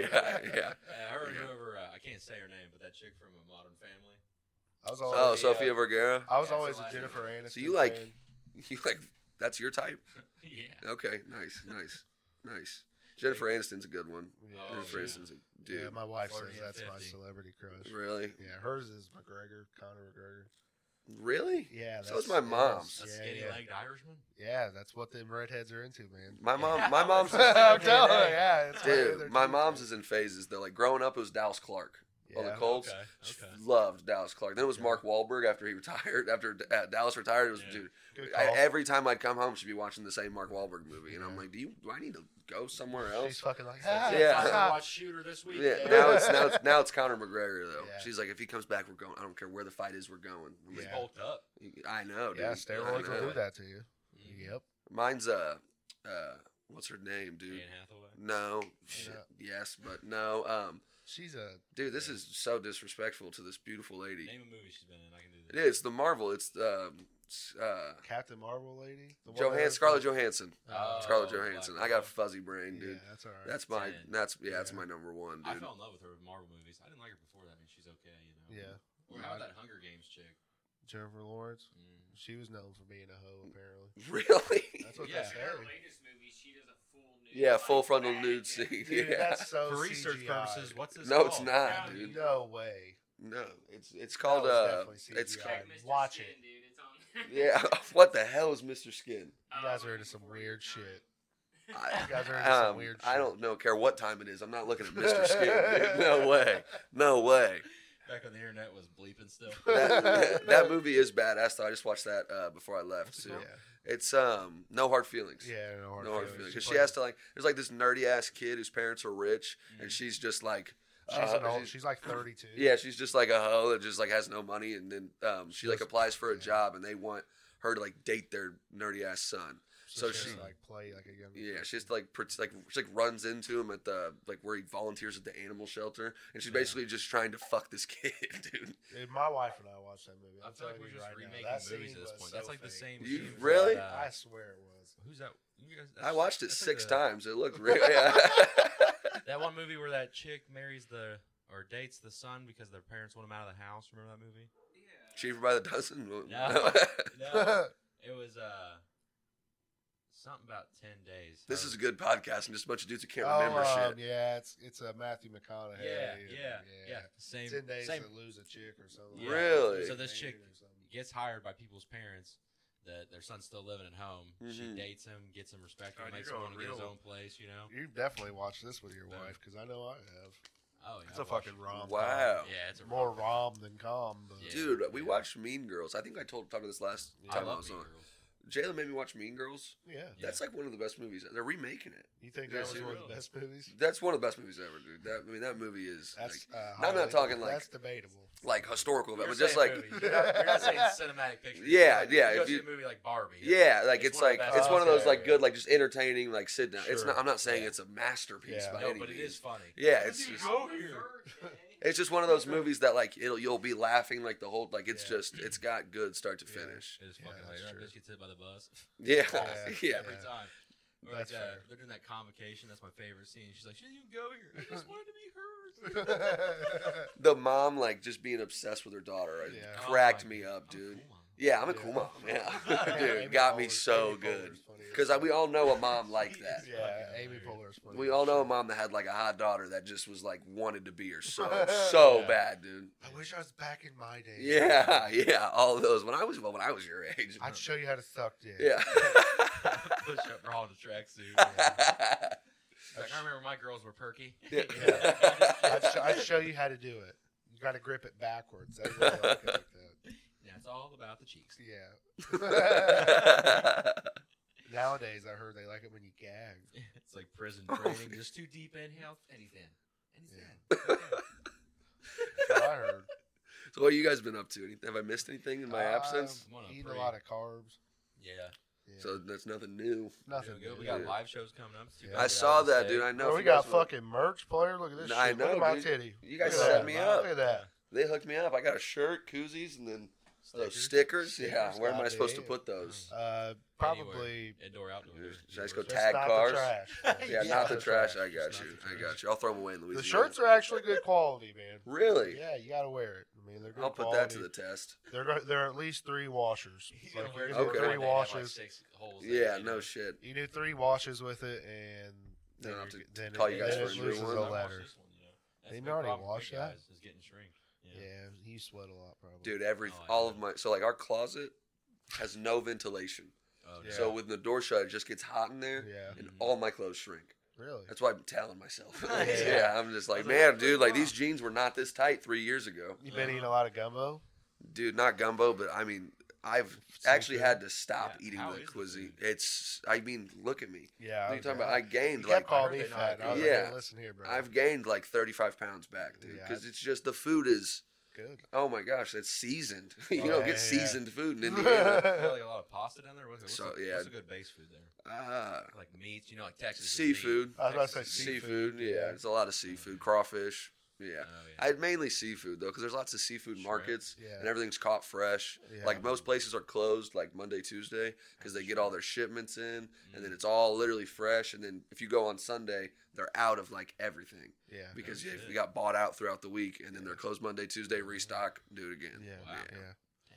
[SPEAKER 2] yeah, yeah.
[SPEAKER 3] Uh, her and
[SPEAKER 2] Yeah.
[SPEAKER 3] whoever uh, I can't say her name, but that chick from a Modern Family. [laughs]
[SPEAKER 1] I was always,
[SPEAKER 2] Oh,
[SPEAKER 3] yeah.
[SPEAKER 2] Sofia Vergara.
[SPEAKER 1] I was
[SPEAKER 3] Yeah,
[SPEAKER 1] always
[SPEAKER 3] so
[SPEAKER 1] a
[SPEAKER 3] I-
[SPEAKER 1] Jennifer Aniston.
[SPEAKER 2] So you like-
[SPEAKER 1] fan.
[SPEAKER 2] You like? That's your type.
[SPEAKER 3] yeah.
[SPEAKER 2] Okay, nice, nice, nice. Jennifer Aniston's a good one.
[SPEAKER 1] Yeah.
[SPEAKER 3] Oh,
[SPEAKER 2] Jennifer
[SPEAKER 3] yeah.
[SPEAKER 2] Aniston's a
[SPEAKER 1] Yeah,
[SPEAKER 2] dude.
[SPEAKER 1] my wife says
[SPEAKER 3] Flirty at
[SPEAKER 1] that's my
[SPEAKER 3] 50.
[SPEAKER 1] celebrity crush.
[SPEAKER 2] Really,
[SPEAKER 1] Yeah, hers is McGregor, Conor McGregor.
[SPEAKER 2] really.
[SPEAKER 1] Yeah,
[SPEAKER 2] So is
[SPEAKER 1] that's-
[SPEAKER 2] my
[SPEAKER 1] yeah,
[SPEAKER 2] mom's.
[SPEAKER 3] A
[SPEAKER 1] that's- Yeah,
[SPEAKER 3] skinny
[SPEAKER 1] yeah,
[SPEAKER 3] legged Irishman.
[SPEAKER 1] yeah, that's what them redheads are into,
[SPEAKER 2] [laughs]
[SPEAKER 1] man.
[SPEAKER 2] My mom,
[SPEAKER 3] Yeah. [laughs]
[SPEAKER 2] my mom's,
[SPEAKER 1] I'm
[SPEAKER 3] Every
[SPEAKER 1] telling you,
[SPEAKER 3] day.
[SPEAKER 1] yeah, it's what they're
[SPEAKER 2] dude. My
[SPEAKER 1] doing,
[SPEAKER 2] mom's
[SPEAKER 1] man.
[SPEAKER 2] is in phases. They're like growing up, it was Dallas Clark on the
[SPEAKER 1] Yeah.
[SPEAKER 2] Colts.
[SPEAKER 3] Okay.
[SPEAKER 2] She
[SPEAKER 3] Okay.
[SPEAKER 2] Loved Dallas Clark. Then it was
[SPEAKER 1] Yeah.
[SPEAKER 2] Mark Wahlberg after he [laughs] retired. After uh, Dallas retired, it was
[SPEAKER 3] Yeah.
[SPEAKER 2] dude.
[SPEAKER 1] Good
[SPEAKER 2] I,
[SPEAKER 1] call.
[SPEAKER 2] every time I'd come home, she'd be watching the same Mark Wahlberg movie, and I'm
[SPEAKER 1] Yeah.
[SPEAKER 2] like, do you? Do I need to go somewhere
[SPEAKER 1] She's
[SPEAKER 2] else?
[SPEAKER 1] fucking like,
[SPEAKER 3] Yeah.
[SPEAKER 1] ah, [laughs]
[SPEAKER 2] Yeah.
[SPEAKER 3] I
[SPEAKER 1] ah,
[SPEAKER 3] gotta
[SPEAKER 1] ah.
[SPEAKER 3] watch Shooter this week.
[SPEAKER 2] Yeah.
[SPEAKER 1] Yeah.
[SPEAKER 2] Now
[SPEAKER 1] [laughs]
[SPEAKER 2] it's now it's now it's Conor McGregor though.
[SPEAKER 1] Yeah.
[SPEAKER 2] She's like, if he comes back, we're going. I don't care where the fight is, we're going. I'm
[SPEAKER 3] He's
[SPEAKER 2] like,
[SPEAKER 1] Yeah.
[SPEAKER 3] bulked up.
[SPEAKER 2] I know, dude.
[SPEAKER 1] yeah,
[SPEAKER 2] I
[SPEAKER 1] steroids will
[SPEAKER 2] know.
[SPEAKER 1] do that to you.
[SPEAKER 3] Mhm.
[SPEAKER 1] Yep.
[SPEAKER 2] Mine's uh, uh, what's her name, dude?
[SPEAKER 3] Anne Hathaway.
[SPEAKER 2] No, shit, yes, but no. Um,
[SPEAKER 1] She's a
[SPEAKER 2] dude, this is so disrespectful to this beautiful lady.
[SPEAKER 3] Name a movie she's been in. I can do
[SPEAKER 2] It
[SPEAKER 3] this.
[SPEAKER 2] is the Marvel. It's um, s- uh,
[SPEAKER 1] Captain Marvel lady. The one
[SPEAKER 2] Johan
[SPEAKER 1] that-
[SPEAKER 2] Scarlett Johansson.
[SPEAKER 1] Oh,
[SPEAKER 2] Scarlett
[SPEAKER 3] Black
[SPEAKER 2] Johansson. I
[SPEAKER 3] Widow.
[SPEAKER 2] got fuzzy brain, dude.
[SPEAKER 1] Yeah, that's all right.
[SPEAKER 2] That's my.
[SPEAKER 3] Ten.
[SPEAKER 2] That's yeah, That's
[SPEAKER 1] Yeah.
[SPEAKER 2] my number one,
[SPEAKER 3] I
[SPEAKER 2] dude.
[SPEAKER 3] fell in love with her with Marvel movies. I didn't like her before that. I mean, she's okay, you know.
[SPEAKER 1] yeah.
[SPEAKER 3] Or how about that Hunger Games chick?
[SPEAKER 1] Jennifer Lawrence.
[SPEAKER 3] Mm.
[SPEAKER 1] She was known for being a hoe, apparently.
[SPEAKER 2] [laughs] Really?
[SPEAKER 1] That's what
[SPEAKER 3] Yeah.
[SPEAKER 1] they
[SPEAKER 4] In
[SPEAKER 1] say.
[SPEAKER 4] her latest movie, she does a full nude.
[SPEAKER 2] Yeah,
[SPEAKER 4] like,
[SPEAKER 2] full frontal
[SPEAKER 4] bag
[SPEAKER 2] nude
[SPEAKER 4] [laughs] and-
[SPEAKER 2] scene. [laughs]
[SPEAKER 1] Dude,
[SPEAKER 2] yeah.
[SPEAKER 1] that's so
[SPEAKER 3] For research
[SPEAKER 1] CGI.
[SPEAKER 3] purposes, what's this?
[SPEAKER 2] no, it's
[SPEAKER 3] called?
[SPEAKER 2] not,
[SPEAKER 4] Yeah,
[SPEAKER 2] dude.
[SPEAKER 1] No way.
[SPEAKER 2] No, it's it's
[SPEAKER 1] That
[SPEAKER 2] called
[SPEAKER 1] was
[SPEAKER 2] uh,
[SPEAKER 1] definitely
[SPEAKER 2] it's
[SPEAKER 1] CGI.
[SPEAKER 4] Check Mr.
[SPEAKER 1] Watch
[SPEAKER 4] Skin,
[SPEAKER 1] it.
[SPEAKER 4] dude. It's on.
[SPEAKER 2] [laughs]
[SPEAKER 4] [laughs]
[SPEAKER 2] yeah. [laughs] What the hell is Mr. Skin?
[SPEAKER 1] You guys are into some weird shit.
[SPEAKER 2] I, um,
[SPEAKER 1] You guys are into some weird
[SPEAKER 2] I
[SPEAKER 1] shit.
[SPEAKER 2] don't know care what time it is. I'm not looking at Mr. Skin. dude. No way. No way.
[SPEAKER 3] Back on the internet was bleeping still.
[SPEAKER 2] [laughs]
[SPEAKER 3] [laughs]
[SPEAKER 1] [laughs]
[SPEAKER 2] That, that, that movie is badass though. I just watched that uh, before I left.
[SPEAKER 1] What's it
[SPEAKER 2] too.
[SPEAKER 1] called?
[SPEAKER 2] It's um no hard feelings.
[SPEAKER 1] Yeah, yeah, no hard,
[SPEAKER 2] No hard
[SPEAKER 1] feelings.
[SPEAKER 2] feelings.
[SPEAKER 1] She
[SPEAKER 2] Because she
[SPEAKER 1] plays-
[SPEAKER 2] has to like there's like this nerdy ass kid whose parents are rich
[SPEAKER 3] Mhm.
[SPEAKER 2] and she's just like
[SPEAKER 1] She's
[SPEAKER 2] uh,
[SPEAKER 1] an old.
[SPEAKER 2] she's-
[SPEAKER 1] She's like 32.
[SPEAKER 2] Yeah, she's just like a hoe that just like has no money, and then um, she like
[SPEAKER 1] Just-
[SPEAKER 2] applies for a
[SPEAKER 1] yeah.
[SPEAKER 2] job, and they want her to like date their nerdy ass son.
[SPEAKER 1] So,
[SPEAKER 2] so
[SPEAKER 1] she has
[SPEAKER 2] she-
[SPEAKER 1] to, like play like a young.
[SPEAKER 2] Yeah,
[SPEAKER 1] person.
[SPEAKER 2] she just like pret- like she like runs into him at the like where he volunteers at the animal shelter, and she's
[SPEAKER 3] Yeah.
[SPEAKER 2] basically just trying to fuck this [laughs] kid, dude.
[SPEAKER 1] Dude, my wife and I watched that movie.
[SPEAKER 3] I
[SPEAKER 1] I'm
[SPEAKER 3] feel like
[SPEAKER 1] telling
[SPEAKER 3] we're
[SPEAKER 1] you
[SPEAKER 3] just
[SPEAKER 1] right now,
[SPEAKER 3] remaking
[SPEAKER 1] that
[SPEAKER 3] movies
[SPEAKER 1] scene
[SPEAKER 3] at this
[SPEAKER 1] was
[SPEAKER 3] point.
[SPEAKER 1] so
[SPEAKER 3] That's like the
[SPEAKER 1] fake.
[SPEAKER 3] same.
[SPEAKER 2] You-
[SPEAKER 3] she was
[SPEAKER 2] really?
[SPEAKER 3] at, uh,
[SPEAKER 1] I swear it was.
[SPEAKER 3] who's that? You guys,
[SPEAKER 2] I
[SPEAKER 3] that's-
[SPEAKER 2] watched it
[SPEAKER 3] that's like
[SPEAKER 2] six
[SPEAKER 3] the-
[SPEAKER 2] times. It
[SPEAKER 3] [laughs]
[SPEAKER 2] looked real. Yeah.
[SPEAKER 3] That one movie where that chick marries the or dates the son because their parents want him out of the house. Remember that movie?
[SPEAKER 2] Cheaper by the dozen. [laughs]
[SPEAKER 3] No. No, [laughs] it was uh something about ten days.
[SPEAKER 2] this
[SPEAKER 3] Or-
[SPEAKER 2] is a good podcast, and just a bunch of dudes who can't
[SPEAKER 1] oh,
[SPEAKER 2] remember
[SPEAKER 1] um,
[SPEAKER 2] shit.
[SPEAKER 1] yeah, it's it's a Matthew McConaughey.
[SPEAKER 3] yeah, yeah, yeah, Same,
[SPEAKER 1] Ten days
[SPEAKER 3] same.
[SPEAKER 1] to lose a chick or something.
[SPEAKER 3] Yeah.
[SPEAKER 2] Really?
[SPEAKER 3] So this chick-
[SPEAKER 1] Or something.
[SPEAKER 3] Gets hired by people's parents. That their son's still living at home. She
[SPEAKER 2] Mhm.
[SPEAKER 3] dates him, gets him respect,
[SPEAKER 2] God,
[SPEAKER 3] and makes
[SPEAKER 2] you're
[SPEAKER 3] him want
[SPEAKER 2] going
[SPEAKER 3] to get his
[SPEAKER 2] real.
[SPEAKER 3] own place. You know?
[SPEAKER 1] You've definitely watched this with your
[SPEAKER 3] No.
[SPEAKER 1] wife because I know I have.
[SPEAKER 3] Oh yeah.
[SPEAKER 1] It's a
[SPEAKER 3] I've watched
[SPEAKER 1] fucking
[SPEAKER 3] it.
[SPEAKER 1] rom.
[SPEAKER 2] Wow.
[SPEAKER 3] Yeah, it's a
[SPEAKER 1] more
[SPEAKER 3] rom-
[SPEAKER 1] rom than com. But
[SPEAKER 3] Yeah.
[SPEAKER 2] Dude, we
[SPEAKER 3] Yeah.
[SPEAKER 2] watched Mean Girls. I think I told talked about this last
[SPEAKER 1] Yeah.
[SPEAKER 3] I
[SPEAKER 2] time I,
[SPEAKER 3] love
[SPEAKER 2] was
[SPEAKER 3] Mean
[SPEAKER 2] on.
[SPEAKER 3] Girls.
[SPEAKER 2] Jalen made me watch Mean Girls.
[SPEAKER 1] yeah,
[SPEAKER 3] Yeah.
[SPEAKER 2] That's like one of the best movies. They're remaking it.
[SPEAKER 1] you think
[SPEAKER 2] Yeah,
[SPEAKER 1] that was
[SPEAKER 2] she
[SPEAKER 1] one of
[SPEAKER 3] will.
[SPEAKER 1] the best movies?
[SPEAKER 2] That's one of the best movies ever, dude. That I mean, that movie is
[SPEAKER 1] That's uh,
[SPEAKER 2] No, I'm not
[SPEAKER 1] highly-
[SPEAKER 2] talking, like-
[SPEAKER 1] that's
[SPEAKER 2] [laughs]
[SPEAKER 1] debatable.
[SPEAKER 2] like, like historical,
[SPEAKER 3] You're
[SPEAKER 2] but just
[SPEAKER 3] saying
[SPEAKER 2] like
[SPEAKER 3] movie. [laughs] You're not, you're not saying cinematic picture.
[SPEAKER 2] Yeah,
[SPEAKER 3] Like,
[SPEAKER 2] yeah,
[SPEAKER 3] You go
[SPEAKER 2] if
[SPEAKER 3] see
[SPEAKER 2] you-
[SPEAKER 3] a movie like Barbie.
[SPEAKER 2] yeah, like
[SPEAKER 3] It's
[SPEAKER 2] it's,
[SPEAKER 3] one
[SPEAKER 2] like
[SPEAKER 3] of the
[SPEAKER 2] it's
[SPEAKER 3] best.
[SPEAKER 2] one of those
[SPEAKER 1] Okay.
[SPEAKER 2] like good, like just entertaining, like sit down. It's
[SPEAKER 1] Sure.
[SPEAKER 2] not. I'm not saying
[SPEAKER 3] Yeah.
[SPEAKER 2] it's a masterpiece
[SPEAKER 1] Yeah.
[SPEAKER 2] by
[SPEAKER 3] No,
[SPEAKER 2] any
[SPEAKER 3] but it
[SPEAKER 2] means.
[SPEAKER 3] is funny.
[SPEAKER 2] Yeah, it's just,
[SPEAKER 3] go
[SPEAKER 1] [laughs]
[SPEAKER 4] eh?
[SPEAKER 2] it's just one of those movies that like it'll you'll be laughing like the whole like it's
[SPEAKER 1] Yeah.
[SPEAKER 2] just it's got good start to
[SPEAKER 1] Yeah.
[SPEAKER 2] finish.
[SPEAKER 3] It is
[SPEAKER 1] Yeah,
[SPEAKER 3] fucking
[SPEAKER 1] that's
[SPEAKER 3] hilarious. That
[SPEAKER 1] true.
[SPEAKER 3] bitch gets hit by the bus [laughs]
[SPEAKER 2] Yeah,
[SPEAKER 1] Yeah.
[SPEAKER 2] [laughs] yeah.
[SPEAKER 3] every
[SPEAKER 1] Yeah.
[SPEAKER 3] time. Or
[SPEAKER 1] That's
[SPEAKER 3] like, uh,
[SPEAKER 1] fair.
[SPEAKER 3] they're doing that convocation. That's my favorite scene. She's like, "She didn't even go here. I
[SPEAKER 1] [laughs]
[SPEAKER 3] just wanted to be heard."
[SPEAKER 2] The mom like just being obsessed with her daughter right?
[SPEAKER 1] Yeah.
[SPEAKER 2] cracked
[SPEAKER 3] Oh my
[SPEAKER 2] me
[SPEAKER 3] God.
[SPEAKER 2] up,
[SPEAKER 3] I'm a
[SPEAKER 2] dude.
[SPEAKER 3] cool mom. [laughs]
[SPEAKER 2] Yeah, I'm a
[SPEAKER 1] Yeah.
[SPEAKER 2] cool mom. [laughs] Yeah,
[SPEAKER 3] Yeah,
[SPEAKER 2] dude,
[SPEAKER 1] Amy
[SPEAKER 2] got me
[SPEAKER 1] Poehler's-
[SPEAKER 2] so
[SPEAKER 1] Amy
[SPEAKER 2] good
[SPEAKER 1] Poehler's funny as
[SPEAKER 2] because
[SPEAKER 1] fuck.
[SPEAKER 2] we all know a mom like that.
[SPEAKER 1] yeah,
[SPEAKER 3] fucking
[SPEAKER 1] Amy
[SPEAKER 3] hilarious.
[SPEAKER 1] Poehler's funny.
[SPEAKER 2] We
[SPEAKER 1] as
[SPEAKER 2] all know a
[SPEAKER 1] shit.
[SPEAKER 2] mom that had like a hot daughter that just was like wanted to be her so
[SPEAKER 1] [laughs]
[SPEAKER 2] so
[SPEAKER 3] Yeah.
[SPEAKER 2] bad, dude.
[SPEAKER 1] I wish I was back in my day.
[SPEAKER 2] Yeah, [laughs] yeah, all those when I was well, when I was your age.
[SPEAKER 1] I'd show you how to suck dick.
[SPEAKER 2] yeah.
[SPEAKER 3] Push up bra in a
[SPEAKER 2] [laughs]
[SPEAKER 3] tracksuit. She's like, I remember my girls were perky.
[SPEAKER 2] [laughs] Yeah.
[SPEAKER 1] I'd, sh- I'd show you how to do it. You got to grip it backwards. That's what I like about that.
[SPEAKER 3] Yeah, it's all about
[SPEAKER 1] [laughs]
[SPEAKER 3] the cheeks. [laughs]
[SPEAKER 1] Yeah. [laughs] Nowadays, I heard they like it when you gag.
[SPEAKER 3] It's like prison
[SPEAKER 2] Oh,
[SPEAKER 3] training. Just too deep inhale. Anything. Anything.
[SPEAKER 1] That's what I
[SPEAKER 2] [laughs]
[SPEAKER 1] heard.
[SPEAKER 2] [laughs] so what you guys been up to? Any- Have I missed anything in my absence?
[SPEAKER 1] Um, eating a lot of carbs.
[SPEAKER 3] Yeah.
[SPEAKER 1] Yeah, Yeah.
[SPEAKER 2] So that's nothing new.
[SPEAKER 1] Nothing.
[SPEAKER 3] Doing good. We
[SPEAKER 1] yeah.
[SPEAKER 3] got
[SPEAKER 2] dude.
[SPEAKER 3] live shows coming up. It's too
[SPEAKER 1] Yeah.
[SPEAKER 3] bad
[SPEAKER 2] I
[SPEAKER 3] we're
[SPEAKER 2] saw
[SPEAKER 3] out of
[SPEAKER 2] that,
[SPEAKER 3] state.
[SPEAKER 2] dude. I know.
[SPEAKER 1] Bro,
[SPEAKER 2] if
[SPEAKER 1] we
[SPEAKER 2] you guys
[SPEAKER 1] got
[SPEAKER 2] want-
[SPEAKER 1] fucking merch player. Look at this.
[SPEAKER 2] I
[SPEAKER 1] shit.
[SPEAKER 2] know,
[SPEAKER 1] Look at my
[SPEAKER 2] dude.
[SPEAKER 1] titty.
[SPEAKER 2] You guys
[SPEAKER 1] Look at
[SPEAKER 2] set
[SPEAKER 1] that.
[SPEAKER 2] me up.
[SPEAKER 1] Look at that.
[SPEAKER 2] They hooked me up. I got a shirt, koozies, and then those
[SPEAKER 3] Stickers.
[SPEAKER 2] stickers. Yeah,
[SPEAKER 1] Stickers,
[SPEAKER 2] where am I
[SPEAKER 1] goddamn.
[SPEAKER 2] supposed to put those?
[SPEAKER 1] Uh, probably
[SPEAKER 3] Mm. Indoor, outdoor.
[SPEAKER 2] Should I
[SPEAKER 3] Universal.
[SPEAKER 2] just go
[SPEAKER 1] just
[SPEAKER 3] [laughs]
[SPEAKER 2] tag
[SPEAKER 1] not
[SPEAKER 2] cars.
[SPEAKER 1] The trash.
[SPEAKER 2] Yeah,
[SPEAKER 1] Just
[SPEAKER 2] not the
[SPEAKER 3] Just
[SPEAKER 2] trash. I got
[SPEAKER 3] not
[SPEAKER 2] you.
[SPEAKER 3] the
[SPEAKER 2] I
[SPEAKER 3] trash.
[SPEAKER 2] got you. I'll throw them away in Louisiana.
[SPEAKER 1] The shirts are actually good quality, man.
[SPEAKER 2] really.
[SPEAKER 1] Yeah, you gotta wear it. I mean, they're good
[SPEAKER 2] I'll put
[SPEAKER 1] quality.
[SPEAKER 2] that to the test.
[SPEAKER 1] They're go- there are at least three washers.
[SPEAKER 3] He's
[SPEAKER 1] Like,
[SPEAKER 3] gonna wear
[SPEAKER 1] you
[SPEAKER 3] it
[SPEAKER 1] do
[SPEAKER 3] to work
[SPEAKER 2] Okay.
[SPEAKER 1] three
[SPEAKER 3] and they have, like,
[SPEAKER 1] washes.
[SPEAKER 3] six holes in it,
[SPEAKER 2] Yeah,
[SPEAKER 3] you know?
[SPEAKER 2] no shit.
[SPEAKER 1] You do three washes with it, and then,
[SPEAKER 2] Then I'll
[SPEAKER 1] you're
[SPEAKER 2] have
[SPEAKER 1] g- then
[SPEAKER 2] call
[SPEAKER 1] it,
[SPEAKER 2] you guys
[SPEAKER 1] then
[SPEAKER 2] for
[SPEAKER 1] it
[SPEAKER 2] a new
[SPEAKER 1] loses
[SPEAKER 2] one.
[SPEAKER 1] the
[SPEAKER 2] I'll
[SPEAKER 1] letter. They
[SPEAKER 3] They've
[SPEAKER 1] already washed that?
[SPEAKER 3] Is getting shrink.
[SPEAKER 1] Yeah. you sweat a lot, probably.
[SPEAKER 2] Dude, every
[SPEAKER 3] Oh, I
[SPEAKER 2] all
[SPEAKER 3] know.
[SPEAKER 2] of my so like our closet has no ventilation.
[SPEAKER 3] Oh,
[SPEAKER 1] Yeah.
[SPEAKER 2] So when the door shut, it just gets hot in there,
[SPEAKER 1] Yeah,
[SPEAKER 2] and all my clothes shrink.
[SPEAKER 1] really.
[SPEAKER 2] That's why I'm
[SPEAKER 1] [laughs]
[SPEAKER 2] telling myself.
[SPEAKER 3] Yeah.
[SPEAKER 2] [laughs] yeah, I'm just like,
[SPEAKER 3] I was like,
[SPEAKER 2] man, dude, like these jeans were not this tight three years ago.
[SPEAKER 1] You've been eating a lot of gumbo.
[SPEAKER 2] Dude, not gumbo, but I mean, I've actually
[SPEAKER 1] good.
[SPEAKER 2] had to stop
[SPEAKER 3] Yeah,
[SPEAKER 2] eating
[SPEAKER 3] how
[SPEAKER 2] the
[SPEAKER 3] is the
[SPEAKER 2] cuisine.
[SPEAKER 3] food?
[SPEAKER 2] It's, I mean, look at me.
[SPEAKER 1] Yeah,
[SPEAKER 2] What are
[SPEAKER 1] I
[SPEAKER 2] you
[SPEAKER 1] was
[SPEAKER 2] talking
[SPEAKER 1] like-
[SPEAKER 2] about? I
[SPEAKER 1] You
[SPEAKER 2] gained
[SPEAKER 1] kept
[SPEAKER 2] like
[SPEAKER 1] calling me
[SPEAKER 3] heard they not
[SPEAKER 1] fat. and I was
[SPEAKER 2] Yeah.
[SPEAKER 1] like, hey, listen here, bro.
[SPEAKER 2] I've gained like 35 pounds back, dude,
[SPEAKER 1] Yeah,
[SPEAKER 2] because it's just the food is
[SPEAKER 1] good.
[SPEAKER 2] oh my gosh, it's seasoned. [laughs] you
[SPEAKER 1] Oh,
[SPEAKER 2] don't
[SPEAKER 1] yeah,
[SPEAKER 2] get
[SPEAKER 1] yeah.
[SPEAKER 2] seasoned food
[SPEAKER 1] [laughs]
[SPEAKER 2] in Indiana.
[SPEAKER 3] Got, like a lot of pasta down there. What's, what's,
[SPEAKER 2] So,
[SPEAKER 3] a,
[SPEAKER 2] yeah.
[SPEAKER 3] what's a good base food there?
[SPEAKER 2] ah,
[SPEAKER 3] Like meats, you know, like Texas. is meat.
[SPEAKER 2] seafood,
[SPEAKER 1] I was about to say
[SPEAKER 3] Texas is meat.
[SPEAKER 2] seafood. Yeah, it's a lot of seafood,
[SPEAKER 1] Mm-hmm.
[SPEAKER 2] crawfish. Yeah,
[SPEAKER 3] Oh, yeah.
[SPEAKER 2] I mainly seafood though, because there's lots of seafood
[SPEAKER 3] Shrimp.
[SPEAKER 2] markets
[SPEAKER 1] Yeah.
[SPEAKER 2] and everything's caught fresh.
[SPEAKER 1] Yeah.
[SPEAKER 2] Like most places are closed like Monday, Tuesday, because they get all their shipments in, and
[SPEAKER 1] Mm.
[SPEAKER 2] then it's all literally fresh. And then if you go on Sunday, they're out of like everything.
[SPEAKER 1] yeah,
[SPEAKER 2] because
[SPEAKER 3] Yeah.
[SPEAKER 2] yeah, we got bought out throughout the week, and then they're closed Monday, Tuesday, restock, do it again.
[SPEAKER 1] yeah,
[SPEAKER 3] Wow.
[SPEAKER 1] yeah,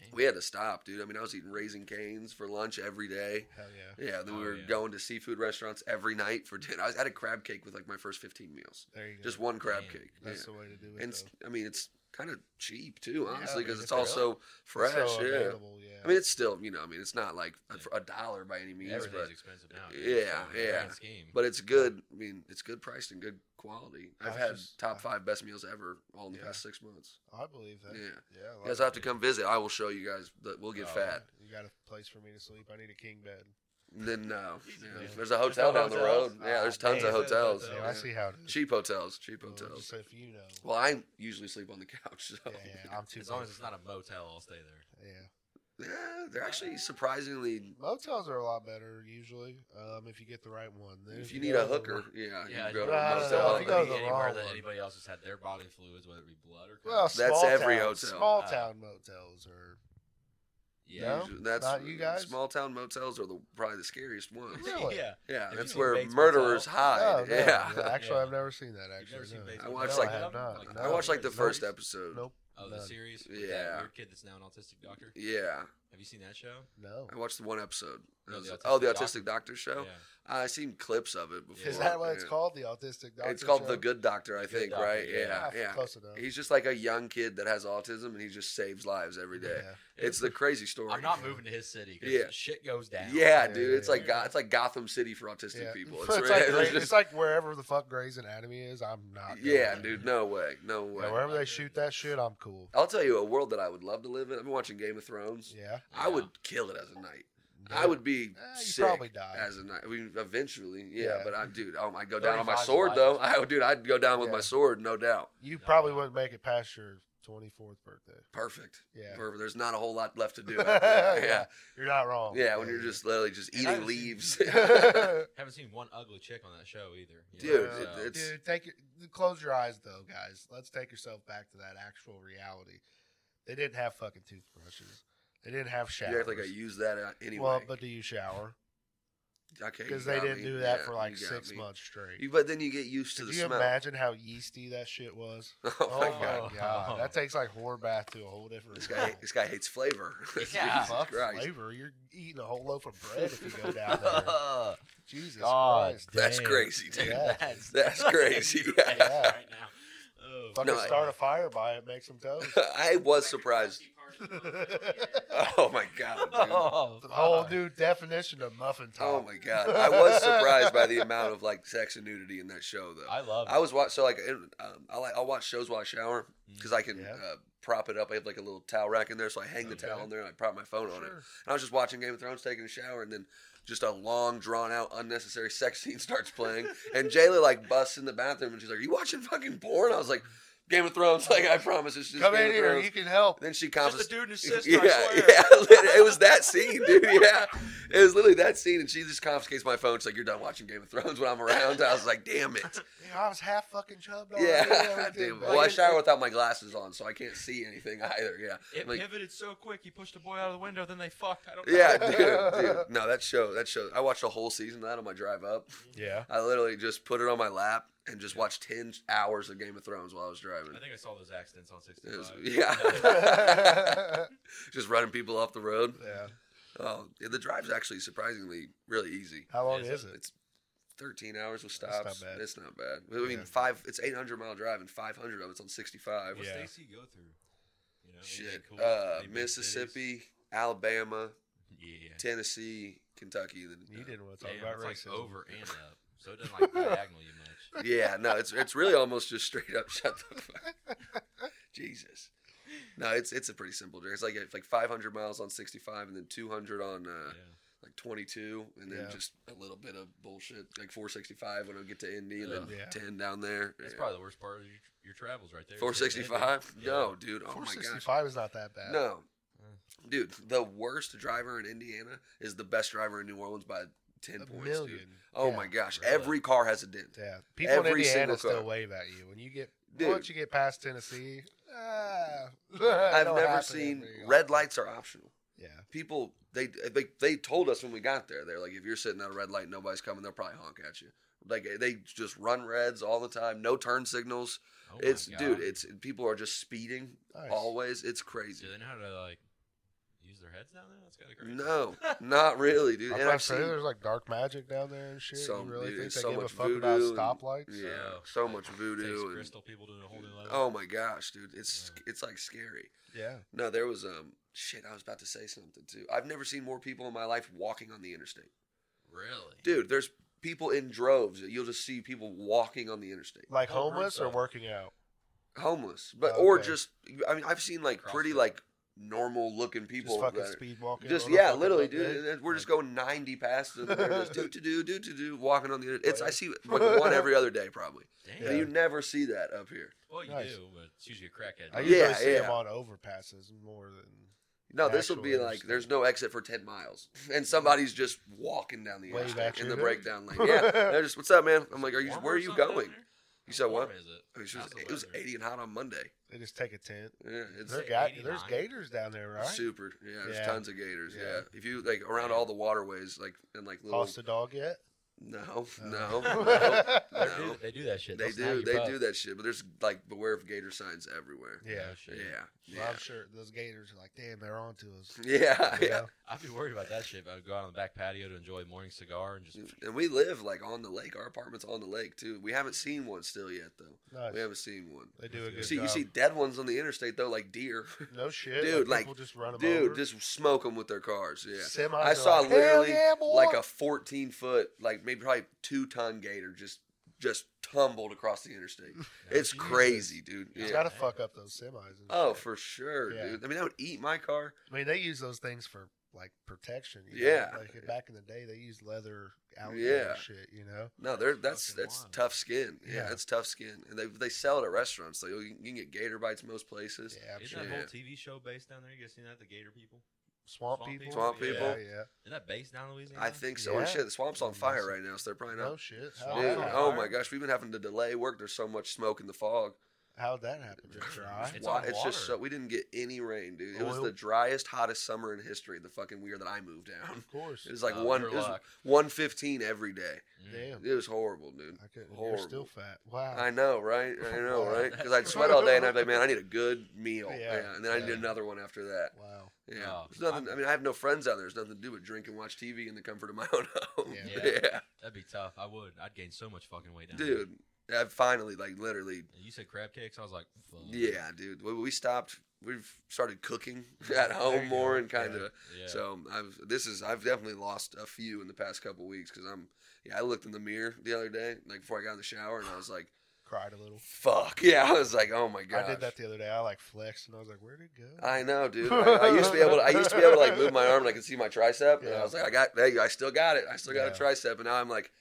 [SPEAKER 3] Dang.
[SPEAKER 2] We had to stop, dude. I mean, I was eating raisin canes for lunch every day.
[SPEAKER 1] hell yeah.
[SPEAKER 2] Yeah, then we
[SPEAKER 3] Oh,
[SPEAKER 2] were
[SPEAKER 3] yeah.
[SPEAKER 2] going to seafood restaurants every night for dinner. I was- had a crab cake with like my first 15 meals,
[SPEAKER 1] There you go.
[SPEAKER 2] just one crab
[SPEAKER 3] Damn.
[SPEAKER 2] cake.
[SPEAKER 1] That's
[SPEAKER 2] yeah.
[SPEAKER 1] the way to do it.
[SPEAKER 2] And it's, I mean, it's kind of cheap too, honestly,
[SPEAKER 1] mean,
[SPEAKER 2] because
[SPEAKER 1] if
[SPEAKER 2] it's
[SPEAKER 1] they're
[SPEAKER 2] also
[SPEAKER 1] though.
[SPEAKER 2] fresh.
[SPEAKER 1] It's so
[SPEAKER 2] yeah,
[SPEAKER 1] available, yeah.
[SPEAKER 2] I mean, it's still you know, I mean, it's not like a,
[SPEAKER 3] Yeah.
[SPEAKER 2] for a dollar by any means,
[SPEAKER 3] Everything's
[SPEAKER 2] but
[SPEAKER 3] expensive now.
[SPEAKER 2] yeah,
[SPEAKER 3] in the
[SPEAKER 2] yeah.
[SPEAKER 3] grand Scheme.
[SPEAKER 2] but it's good. I mean, it's good priced and good quality. I've
[SPEAKER 1] I've
[SPEAKER 2] had
[SPEAKER 1] just-
[SPEAKER 2] top
[SPEAKER 1] I-
[SPEAKER 2] five best meals ever all in the
[SPEAKER 1] Yeah.
[SPEAKER 2] past six months.
[SPEAKER 1] I believe that.
[SPEAKER 2] Yeah.
[SPEAKER 1] yeah. I
[SPEAKER 2] You guys
[SPEAKER 1] like
[SPEAKER 2] have to come visit. I will show you guys. That we'll get
[SPEAKER 3] Oh,
[SPEAKER 2] fat.
[SPEAKER 1] it. You got a place for me to sleep? I need a king bed.
[SPEAKER 2] And then no,
[SPEAKER 3] Easy,
[SPEAKER 2] yeah.
[SPEAKER 3] man.
[SPEAKER 2] there's a hotel
[SPEAKER 3] There's
[SPEAKER 2] down
[SPEAKER 3] no
[SPEAKER 2] the road.
[SPEAKER 3] hotels?
[SPEAKER 2] Yeah, there's
[SPEAKER 3] Ah,
[SPEAKER 2] tons
[SPEAKER 3] man,
[SPEAKER 2] of
[SPEAKER 3] there's no
[SPEAKER 2] hotels.
[SPEAKER 1] Yeah, I
[SPEAKER 3] hotels.
[SPEAKER 2] Yeah.
[SPEAKER 1] see how it is.
[SPEAKER 2] Cheap hotels. Cheap
[SPEAKER 1] Well,
[SPEAKER 2] hotels.
[SPEAKER 1] Just if you know.
[SPEAKER 2] Well, I usually sleep on the couch. So.
[SPEAKER 1] yeah,
[SPEAKER 2] [laughs]
[SPEAKER 1] yeah, I'm too.
[SPEAKER 3] as long as
[SPEAKER 1] big.
[SPEAKER 3] it's not a motel, I'll stay there.
[SPEAKER 1] yeah,
[SPEAKER 2] Yeah, they're actually surprisingly.
[SPEAKER 1] motels are a lot better usually. Um, if you get the right one. Then
[SPEAKER 2] If you need a
[SPEAKER 1] go to the-
[SPEAKER 2] hooker, yeah,
[SPEAKER 3] Yeah,
[SPEAKER 2] you go to
[SPEAKER 1] I
[SPEAKER 2] a
[SPEAKER 1] don't
[SPEAKER 2] motel.
[SPEAKER 1] know.
[SPEAKER 2] all
[SPEAKER 1] If you
[SPEAKER 2] day.
[SPEAKER 1] go to the
[SPEAKER 3] anywhere
[SPEAKER 1] wrong
[SPEAKER 3] that
[SPEAKER 1] one.
[SPEAKER 3] anybody else has had their bodily fluids, whether it be blood or
[SPEAKER 1] Well,
[SPEAKER 3] cum.
[SPEAKER 2] That's
[SPEAKER 1] small
[SPEAKER 2] every
[SPEAKER 1] towns-
[SPEAKER 2] hotel.
[SPEAKER 1] Small
[SPEAKER 3] Ah.
[SPEAKER 1] town motels are.
[SPEAKER 3] yeah,
[SPEAKER 1] no?
[SPEAKER 2] Usually- that's
[SPEAKER 1] Not you guys?
[SPEAKER 2] Small town motels are the probably the scariest ones.
[SPEAKER 1] Really? Oh,
[SPEAKER 3] yeah.
[SPEAKER 2] Yeah,
[SPEAKER 3] Have you
[SPEAKER 2] that's
[SPEAKER 3] seen
[SPEAKER 2] where
[SPEAKER 3] Bates
[SPEAKER 2] murderers
[SPEAKER 3] Motel?
[SPEAKER 2] hide.
[SPEAKER 1] no, no,
[SPEAKER 2] Ah, yeah.
[SPEAKER 1] no, Actually,
[SPEAKER 3] Yeah.
[SPEAKER 1] I've never seen that.
[SPEAKER 3] You've never
[SPEAKER 1] Actually,
[SPEAKER 3] seen
[SPEAKER 1] no.
[SPEAKER 3] Bates
[SPEAKER 2] I
[SPEAKER 3] Motel?
[SPEAKER 2] watched,
[SPEAKER 1] No,
[SPEAKER 2] like,
[SPEAKER 1] I have
[SPEAKER 3] them?
[SPEAKER 1] not.
[SPEAKER 3] Like,
[SPEAKER 1] no.
[SPEAKER 2] I watched like the
[SPEAKER 1] Nope.
[SPEAKER 2] first episode.
[SPEAKER 1] Nope.
[SPEAKER 3] Oh, the
[SPEAKER 1] None.
[SPEAKER 3] series. with that
[SPEAKER 2] Yeah.
[SPEAKER 3] weird kid that's now an autistic doctor.
[SPEAKER 2] Yeah,
[SPEAKER 3] Have you seen that show?
[SPEAKER 1] No.
[SPEAKER 2] I watched the one episode. That
[SPEAKER 3] No,
[SPEAKER 2] was-
[SPEAKER 3] the
[SPEAKER 2] oh, the
[SPEAKER 3] Autistic
[SPEAKER 2] autistic doctor show.
[SPEAKER 3] Yeah.
[SPEAKER 2] I seen clips of it before.
[SPEAKER 1] [laughs] Is that what it's
[SPEAKER 2] Yeah.
[SPEAKER 1] called? The autistic doctor.
[SPEAKER 2] it's called
[SPEAKER 1] show?
[SPEAKER 2] the Good Doctor, I
[SPEAKER 3] The Good
[SPEAKER 2] think,
[SPEAKER 3] Doctor,
[SPEAKER 2] right? Yeah,
[SPEAKER 3] yeah.
[SPEAKER 2] yeah.
[SPEAKER 1] Close enough.
[SPEAKER 2] He's just like a young kid that has autism, and he just saves lives every day.
[SPEAKER 1] Yeah.
[SPEAKER 2] It's the crazy story.
[SPEAKER 3] I'm not moving to his city because
[SPEAKER 2] Yeah.
[SPEAKER 3] shit goes down.
[SPEAKER 2] Yeah,
[SPEAKER 1] Yeah,
[SPEAKER 2] dude,
[SPEAKER 1] yeah,
[SPEAKER 2] it's like
[SPEAKER 3] yeah.
[SPEAKER 2] Go- it's like Gotham City for autistic
[SPEAKER 1] Yeah. [laughs]
[SPEAKER 2] people.
[SPEAKER 1] It's,
[SPEAKER 2] It's,
[SPEAKER 1] like,
[SPEAKER 2] it's [laughs]
[SPEAKER 1] Grey- it's
[SPEAKER 2] just,
[SPEAKER 1] like wherever the fuck Grey's Anatomy is, I'm not. going
[SPEAKER 2] yeah,
[SPEAKER 1] there.
[SPEAKER 2] dude, no way, no
[SPEAKER 1] Yeah,
[SPEAKER 2] way.
[SPEAKER 1] wherever they shoot that shit, I'm cool.
[SPEAKER 2] I'll tell you a world that I would love to live in. I've been watching Game of Thrones.
[SPEAKER 1] Yeah.
[SPEAKER 2] I would kill it as a knight. I would be
[SPEAKER 1] Eh, you
[SPEAKER 2] sick
[SPEAKER 1] probably die.
[SPEAKER 2] as a knight. I mean, eventually, yeah.
[SPEAKER 1] Yeah.
[SPEAKER 2] But I, dude, um, I'd go down on my
[SPEAKER 3] 35 is
[SPEAKER 2] sword
[SPEAKER 3] life.
[SPEAKER 2] though. [laughs] I would, dude, I'd go down with my
[SPEAKER 1] Yeah.
[SPEAKER 2] sword, no doubt.
[SPEAKER 1] you probably wouldn't make it past your 24th birthday.
[SPEAKER 2] Perfect.
[SPEAKER 1] Yeah.
[SPEAKER 2] Perfect. There's not a whole lot left to
[SPEAKER 1] [laughs]
[SPEAKER 2] do. after that. Yeah.
[SPEAKER 1] You're not wrong.
[SPEAKER 2] Yeah, when
[SPEAKER 1] [laughs]
[SPEAKER 2] you're just literally just
[SPEAKER 3] And I
[SPEAKER 2] eating
[SPEAKER 3] haven't seen-
[SPEAKER 2] leaves.
[SPEAKER 1] dude,
[SPEAKER 3] Haven't seen one ugly chick on that show either. you
[SPEAKER 2] Dude,
[SPEAKER 3] know,
[SPEAKER 2] it-
[SPEAKER 3] so-
[SPEAKER 1] [laughs]
[SPEAKER 2] it's-
[SPEAKER 1] take your, close your eyes though, guys. Let's take yourself back to that actual reality. They didn't have fucking toothbrushes. They didn't have showers.
[SPEAKER 2] you act like I use that out anyway.
[SPEAKER 1] Well, but do you shower?
[SPEAKER 2] okay, you
[SPEAKER 1] Because they
[SPEAKER 2] got
[SPEAKER 1] didn't
[SPEAKER 2] me.
[SPEAKER 1] do that
[SPEAKER 2] Yeah,
[SPEAKER 1] for like
[SPEAKER 2] you got
[SPEAKER 1] six
[SPEAKER 2] me.
[SPEAKER 1] months straight.
[SPEAKER 2] You- but then you get used to
[SPEAKER 1] Could
[SPEAKER 2] the
[SPEAKER 1] you
[SPEAKER 2] smell.
[SPEAKER 1] imagine how yeasty that shit was?
[SPEAKER 2] [laughs] oh,
[SPEAKER 1] Oh
[SPEAKER 2] my
[SPEAKER 1] my
[SPEAKER 2] god,
[SPEAKER 1] god.
[SPEAKER 3] God.
[SPEAKER 1] that takes like whore bath to a whole different.
[SPEAKER 2] this guy,
[SPEAKER 1] level.
[SPEAKER 2] this guy hates flavor. [laughs]
[SPEAKER 3] Yeah.
[SPEAKER 2] Jesus
[SPEAKER 1] Fuck
[SPEAKER 2] Christ.
[SPEAKER 1] flavor. You're eating a whole loaf of bread if you go down
[SPEAKER 2] [laughs]
[SPEAKER 1] there.
[SPEAKER 3] [laughs] Ugh,
[SPEAKER 1] Jesus
[SPEAKER 3] God
[SPEAKER 1] Christ.
[SPEAKER 2] That's
[SPEAKER 3] damn.
[SPEAKER 2] crazy, dude.
[SPEAKER 1] Yeah.
[SPEAKER 3] That's
[SPEAKER 2] [laughs] That's crazy.
[SPEAKER 3] [laughs]
[SPEAKER 1] Yeah.
[SPEAKER 3] right now. Oh, [laughs]
[SPEAKER 1] Fucking
[SPEAKER 2] No, I-
[SPEAKER 1] start a fire by it, make some toast.
[SPEAKER 2] [laughs] I was surprised.
[SPEAKER 1] [laughs]
[SPEAKER 2] Oh my god, dude.
[SPEAKER 3] Oh,
[SPEAKER 1] The whole
[SPEAKER 3] fuck.
[SPEAKER 1] new definition of muffin top.
[SPEAKER 2] Oh my
[SPEAKER 1] [laughs]
[SPEAKER 2] god, I was surprised by the amount of like sex and nudity in that show, though.
[SPEAKER 3] I love.
[SPEAKER 2] I was watch so like it, um, I like I'll watch shows while I shower because I can
[SPEAKER 1] Mm-hmm. Yeah.
[SPEAKER 2] uh, prop it up. I have like a little towel rack in there, so I hang the
[SPEAKER 1] Okay.
[SPEAKER 2] towel in there and I prop my phone on it. And
[SPEAKER 1] Sure.
[SPEAKER 2] I was just watching Game of Thrones, taking a shower, and then just a long, drawn out, unnecessary sex scene [laughs] starts playing. and Jayla like busts in the bathroom and she's like, "Are you watching fucking porn?" I was like, "Game of Thrones." Like I promise, it's just
[SPEAKER 1] Come
[SPEAKER 2] Game
[SPEAKER 1] in
[SPEAKER 2] of
[SPEAKER 1] here,
[SPEAKER 2] Thrones.
[SPEAKER 1] you can help.
[SPEAKER 2] then she
[SPEAKER 3] Just a
[SPEAKER 2] [laughs] confiscates.
[SPEAKER 3] dude and his
[SPEAKER 2] Yeah,
[SPEAKER 3] sister. I
[SPEAKER 2] yeah,
[SPEAKER 3] swear.
[SPEAKER 2] it was that scene, dude. [laughs] Yeah, It was literally that scene, and she just confiscates my phone. She's like, "You're done watching Game of Thrones when I'm around." I was like, "Damn it!"
[SPEAKER 1] Dude, I was half fucking chubbed. already.
[SPEAKER 2] Oh, Yeah, [laughs]
[SPEAKER 1] I did,
[SPEAKER 2] dude.
[SPEAKER 1] bro.
[SPEAKER 2] Well, I shower without my glasses on, so I can't see anything [laughs] either. Yeah,
[SPEAKER 3] It
[SPEAKER 2] Like-
[SPEAKER 3] pivoted so quick. He pushed a boy out of the window, then they fucked. I don't. know.
[SPEAKER 2] yeah, dude, dude. No, that show, that show. I watched the whole season of that on my drive up.
[SPEAKER 1] Yeah.
[SPEAKER 3] [laughs]
[SPEAKER 1] [laughs]
[SPEAKER 2] I literally just put it on my lap and just watched ten hours of Game of Thrones while I was driving.
[SPEAKER 3] I think I saw those accidents on 65.
[SPEAKER 2] It was- yeah,
[SPEAKER 1] yeah.
[SPEAKER 2] [laughs] just running people off the road. Oh, yeah, the drive's actually surprisingly really easy.
[SPEAKER 1] How long
[SPEAKER 3] Is
[SPEAKER 1] is it?
[SPEAKER 2] It's 13 hours with
[SPEAKER 1] That's not
[SPEAKER 2] stops.
[SPEAKER 1] bad.
[SPEAKER 2] It's not bad. I mean,
[SPEAKER 1] Yeah.
[SPEAKER 2] five. It's 800 mile drive, and 500 of it's on 65.
[SPEAKER 3] What's
[SPEAKER 1] Yeah.
[SPEAKER 3] AC go through? You know, isn't it
[SPEAKER 2] Shit.
[SPEAKER 3] cool?
[SPEAKER 2] Uh,
[SPEAKER 3] Any big cities?
[SPEAKER 2] Mississippi, Alabama,
[SPEAKER 3] Yeah.
[SPEAKER 2] Tennessee, Kentucky. and then-
[SPEAKER 1] You didn't want to
[SPEAKER 3] Damn,
[SPEAKER 1] talk about
[SPEAKER 3] it's
[SPEAKER 1] racism.
[SPEAKER 3] like over and up, so it doesn't like diagonal you
[SPEAKER 2] [laughs]
[SPEAKER 3] much.
[SPEAKER 2] Yeah, no, it's it's really almost just straight up [laughs] shut the fuck. Jesus. No, it's it's a pretty simple drive. It's like it's like 500 miles on 65, and then 200 on uh,
[SPEAKER 3] Yeah.
[SPEAKER 2] like 22, and then
[SPEAKER 1] Yeah.
[SPEAKER 2] just a little bit of bullshit like 465 when I get to Indy, and then
[SPEAKER 1] Yeah.
[SPEAKER 2] 10 down there.
[SPEAKER 3] That's
[SPEAKER 2] Yeah.
[SPEAKER 3] probably the worst part of your, your travels right there.
[SPEAKER 2] 465?
[SPEAKER 3] Yeah.
[SPEAKER 2] No, dude. Oh my gosh.
[SPEAKER 1] 465 is not that bad.
[SPEAKER 2] No.
[SPEAKER 3] Mm.
[SPEAKER 2] Dude, the worst driver in Indiana is the best driver in New Orleans by 10
[SPEAKER 1] a
[SPEAKER 2] points.
[SPEAKER 1] million.
[SPEAKER 2] Dude. Oh
[SPEAKER 1] Yeah.
[SPEAKER 2] my gosh.
[SPEAKER 3] Really?
[SPEAKER 2] Every car has a dent.
[SPEAKER 1] Yeah, people
[SPEAKER 2] Every
[SPEAKER 1] in Indiana
[SPEAKER 2] single car.
[SPEAKER 1] still wave at you when you get
[SPEAKER 2] Dude.
[SPEAKER 1] once you get past
[SPEAKER 2] [laughs]
[SPEAKER 1] Tennessee. ah,
[SPEAKER 2] I've
[SPEAKER 1] don't
[SPEAKER 2] never
[SPEAKER 1] happen
[SPEAKER 2] seen
[SPEAKER 1] every
[SPEAKER 2] red
[SPEAKER 1] often.
[SPEAKER 2] lights are optional.
[SPEAKER 1] Yeah,
[SPEAKER 2] People, they, they they told us when we got there, they're like, if you're sitting at a red light, nobody's coming, they'll probably honk at you. Like they just run reds all the time, no turn signals.
[SPEAKER 3] Oh my
[SPEAKER 2] it's
[SPEAKER 3] God.
[SPEAKER 2] dude, it's people are just speeding
[SPEAKER 1] nice.
[SPEAKER 2] always. It's crazy.
[SPEAKER 3] Do they know how to like use their heads down there? That's kind of crazy.
[SPEAKER 2] No, not really, dude.
[SPEAKER 1] I'm
[SPEAKER 2] And
[SPEAKER 1] not
[SPEAKER 2] I've
[SPEAKER 1] sure,
[SPEAKER 2] seen
[SPEAKER 1] there's like dark magic down there and shit.
[SPEAKER 2] Some-
[SPEAKER 1] you really
[SPEAKER 2] dude,
[SPEAKER 1] think
[SPEAKER 2] it's
[SPEAKER 1] they
[SPEAKER 2] so
[SPEAKER 1] give a
[SPEAKER 2] much
[SPEAKER 1] fuck about
[SPEAKER 2] voodoo and-
[SPEAKER 1] stoplights?
[SPEAKER 2] Yeah,
[SPEAKER 3] So,
[SPEAKER 2] so much
[SPEAKER 3] Takes
[SPEAKER 2] voodoo. And,
[SPEAKER 3] crystal people to a whole new level.
[SPEAKER 2] oh my gosh, dude, it's
[SPEAKER 3] Yeah.
[SPEAKER 2] it's like scary.
[SPEAKER 1] Yeah,
[SPEAKER 2] No, there was um shit. I was about to say something too. I've never seen more people in my life walking on the interstate,
[SPEAKER 3] really?
[SPEAKER 2] dude. There's people in droves. You'll just see people walking on the interstate,
[SPEAKER 1] like
[SPEAKER 3] Oh,
[SPEAKER 1] homeless or
[SPEAKER 3] Russo.
[SPEAKER 1] working out.
[SPEAKER 2] homeless, but or
[SPEAKER 1] Okay.
[SPEAKER 2] just. I mean, I've seen like pretty
[SPEAKER 3] CrossFit.
[SPEAKER 2] like normal looking people.
[SPEAKER 1] just fucking
[SPEAKER 2] that-
[SPEAKER 1] speed walking.
[SPEAKER 2] just
[SPEAKER 1] on a
[SPEAKER 2] yeah,
[SPEAKER 1] fucking
[SPEAKER 2] literally,
[SPEAKER 1] road,
[SPEAKER 2] dude. And then We're just going ninety past them. They're
[SPEAKER 1] [laughs]
[SPEAKER 2] just do to do do to do walking on the. inter- It's I see like one every other day probably.
[SPEAKER 1] [laughs]
[SPEAKER 3] Damn.
[SPEAKER 1] Yeah.
[SPEAKER 2] And you never see that up here.
[SPEAKER 3] Well, you
[SPEAKER 1] Nice.
[SPEAKER 3] do, but it's usually a crackhead.
[SPEAKER 1] I
[SPEAKER 2] Yeah,
[SPEAKER 1] usually see
[SPEAKER 2] yeah.
[SPEAKER 1] them on overpasses more than
[SPEAKER 2] No, this will
[SPEAKER 1] Actual
[SPEAKER 2] be like
[SPEAKER 1] interstate.
[SPEAKER 2] there's no exit for ten miles, and somebody's just walking down the
[SPEAKER 1] Wave at
[SPEAKER 2] interstate in
[SPEAKER 1] you.
[SPEAKER 2] the
[SPEAKER 1] [laughs]
[SPEAKER 2] breakdown lane. [laughs] Yeah, they're just what's up, man? I'm like, are you?
[SPEAKER 3] Warm
[SPEAKER 2] Where
[SPEAKER 3] or
[SPEAKER 2] are you
[SPEAKER 3] something down
[SPEAKER 2] going?
[SPEAKER 3] there?
[SPEAKER 2] You said
[SPEAKER 3] How warm
[SPEAKER 2] what?
[SPEAKER 3] is it?
[SPEAKER 2] It was,
[SPEAKER 3] How's
[SPEAKER 2] just,
[SPEAKER 3] the
[SPEAKER 2] it was
[SPEAKER 3] weather?
[SPEAKER 2] 80 and hot on Monday.
[SPEAKER 1] they just take a tent.
[SPEAKER 2] Yeah, it's
[SPEAKER 1] There
[SPEAKER 3] like
[SPEAKER 1] got-
[SPEAKER 3] 89.
[SPEAKER 1] there's gators down there, right?
[SPEAKER 2] super. Yeah, there's
[SPEAKER 1] Yeah.
[SPEAKER 2] tons of gators.
[SPEAKER 1] Yeah.
[SPEAKER 2] Yeah. if you like around all the waterways, like and like little.
[SPEAKER 1] Lost a dog yet?
[SPEAKER 2] No,
[SPEAKER 1] No.
[SPEAKER 2] no, no.
[SPEAKER 1] [laughs]
[SPEAKER 3] They
[SPEAKER 2] No.
[SPEAKER 3] do- They do that shit.
[SPEAKER 2] They
[SPEAKER 3] They'll
[SPEAKER 2] do.
[SPEAKER 3] snag
[SPEAKER 2] They
[SPEAKER 3] your
[SPEAKER 2] do
[SPEAKER 3] butt.
[SPEAKER 2] that shit. But there's like beware of gator signs everywhere.
[SPEAKER 1] Yeah.
[SPEAKER 3] Oh, shit.
[SPEAKER 2] Yeah.
[SPEAKER 1] I'm sure those gators are like, damn, they're on to
[SPEAKER 2] [laughs]
[SPEAKER 1] us.
[SPEAKER 2] Yeah. Yeah.
[SPEAKER 1] You
[SPEAKER 2] yeah.
[SPEAKER 1] know?
[SPEAKER 3] I'd be worried about that shit. If I would go out on the back patio to enjoy a morning cigar and just.
[SPEAKER 2] And we live like on the lake. Our apartment's on the lake too. We haven't seen one still yet though.
[SPEAKER 1] Nice.
[SPEAKER 2] We haven't seen one.
[SPEAKER 1] They do a
[SPEAKER 3] You
[SPEAKER 1] good
[SPEAKER 2] You see,
[SPEAKER 1] job.
[SPEAKER 2] you see dead ones on the interstate though, like deer.
[SPEAKER 1] no shit,
[SPEAKER 2] Dude,
[SPEAKER 1] Like, people
[SPEAKER 2] like,
[SPEAKER 1] just run 'em
[SPEAKER 2] [laughs] Dude,
[SPEAKER 1] over.
[SPEAKER 2] just smoke them with their cars. Yeah.
[SPEAKER 1] Semis
[SPEAKER 2] I
[SPEAKER 1] are
[SPEAKER 2] saw
[SPEAKER 1] like, "Hell
[SPEAKER 2] literally
[SPEAKER 1] yeah, boy."
[SPEAKER 2] like a 14 foot, like maybe probably two ton gator just just tumbled across the interstate. It's
[SPEAKER 3] Jesus.
[SPEAKER 2] crazy, dude.
[SPEAKER 1] It's
[SPEAKER 2] Yeah.
[SPEAKER 1] gotta fuck up those semis. And
[SPEAKER 2] Oh,
[SPEAKER 1] shit.
[SPEAKER 2] for sure,
[SPEAKER 1] Yeah.
[SPEAKER 2] dude. I mean, that would eat my car.
[SPEAKER 1] I mean, they use those things for like protection. you know?
[SPEAKER 2] Yeah.
[SPEAKER 1] like back in the day, they used leather out
[SPEAKER 2] Yeah.
[SPEAKER 1] shit. You know,
[SPEAKER 2] No, they're that's
[SPEAKER 3] Fucking
[SPEAKER 2] that's
[SPEAKER 3] wild.
[SPEAKER 2] tough skin. Yeah,
[SPEAKER 1] Yeah.
[SPEAKER 2] that's tough skin, and they they sell it at restaurants. So you can you can get gator bites most places.
[SPEAKER 1] yeah, I'm
[SPEAKER 3] Isn't
[SPEAKER 1] sure.
[SPEAKER 3] that
[SPEAKER 2] Yeah.
[SPEAKER 3] whole TV show based down there? You guys seen that? The Gator people?
[SPEAKER 1] Swamp,
[SPEAKER 3] Swamp
[SPEAKER 1] people,
[SPEAKER 3] people?
[SPEAKER 2] Swamp
[SPEAKER 1] Yeah,
[SPEAKER 2] people?
[SPEAKER 1] yeah.
[SPEAKER 3] Isn't that based down in Louisiana?
[SPEAKER 2] I think so. And
[SPEAKER 1] Yeah.
[SPEAKER 2] shit, the swamp's on fire right now, so they're probably
[SPEAKER 1] No
[SPEAKER 2] not.
[SPEAKER 1] shit. How,
[SPEAKER 3] Swamp
[SPEAKER 2] Dude,
[SPEAKER 3] people.
[SPEAKER 2] oh my gosh, we've been having to delay work. There's so much smoke in the fog.
[SPEAKER 1] How'd that happen? Just dry?
[SPEAKER 3] It's
[SPEAKER 2] Wa-
[SPEAKER 3] on
[SPEAKER 2] it's just
[SPEAKER 3] water.
[SPEAKER 2] so we didn't get any rain, dude. It was
[SPEAKER 1] Oil.
[SPEAKER 2] the driest, hottest summer in history. The fucking year that I moved down. [laughs]
[SPEAKER 1] Of course.
[SPEAKER 2] It was like
[SPEAKER 3] Oh,
[SPEAKER 2] one,
[SPEAKER 3] your
[SPEAKER 2] it was
[SPEAKER 3] luck.
[SPEAKER 2] one fifteen every day.
[SPEAKER 3] Mm.
[SPEAKER 1] Damn,
[SPEAKER 2] It was horrible, dude.
[SPEAKER 1] I couldn't. You're
[SPEAKER 2] Horrible.
[SPEAKER 1] still fat. Wow.
[SPEAKER 2] I know, right? I
[SPEAKER 1] [laughs]
[SPEAKER 2] know,
[SPEAKER 1] Wow.
[SPEAKER 2] right? Because I'd sweat all day and I'd be like, man, I need a good meal.
[SPEAKER 1] Yeah.
[SPEAKER 2] Yeah. And then I need
[SPEAKER 1] Yeah.
[SPEAKER 2] another one after that.
[SPEAKER 1] Wow.
[SPEAKER 2] Yeah.
[SPEAKER 3] Oh,
[SPEAKER 2] There's nothing,
[SPEAKER 3] I'm-
[SPEAKER 2] I mean, I have no friends out there. There's nothing to do but drink and watch TV in the comfort of my [laughs] own home.
[SPEAKER 1] Yeah.
[SPEAKER 2] Yeah.
[SPEAKER 3] Yeah. That'd be tough. I would. I'd gain so much fucking weight down there.
[SPEAKER 2] [laughs] Dude, I finally, like, literally,
[SPEAKER 3] You said crab cakes. I was like, fuck.
[SPEAKER 2] yeah, dude. We, we stopped. We've started cooking [laughs]
[SPEAKER 1] There
[SPEAKER 2] at
[SPEAKER 1] you
[SPEAKER 2] home more
[SPEAKER 1] go.
[SPEAKER 2] and kind of.
[SPEAKER 3] Yeah.
[SPEAKER 2] So I've this is I've definitely lost a few in the past couple weeks because I'm yeah I looked in the mirror the other day like before I got in the shower and I was like
[SPEAKER 1] Cried a little.
[SPEAKER 2] fuck [laughs] yeah I was like oh my god
[SPEAKER 1] I did that the other day. I like flexed and I was like, where'd it go?
[SPEAKER 2] I know, dude. I, I used to be able. To, I used to be able to like move my arm, and I could see my tricep, and
[SPEAKER 1] Yeah.
[SPEAKER 2] I was like, I got, hey, I still got it. I still got
[SPEAKER 1] Yeah.
[SPEAKER 2] a tricep, and now I'm like,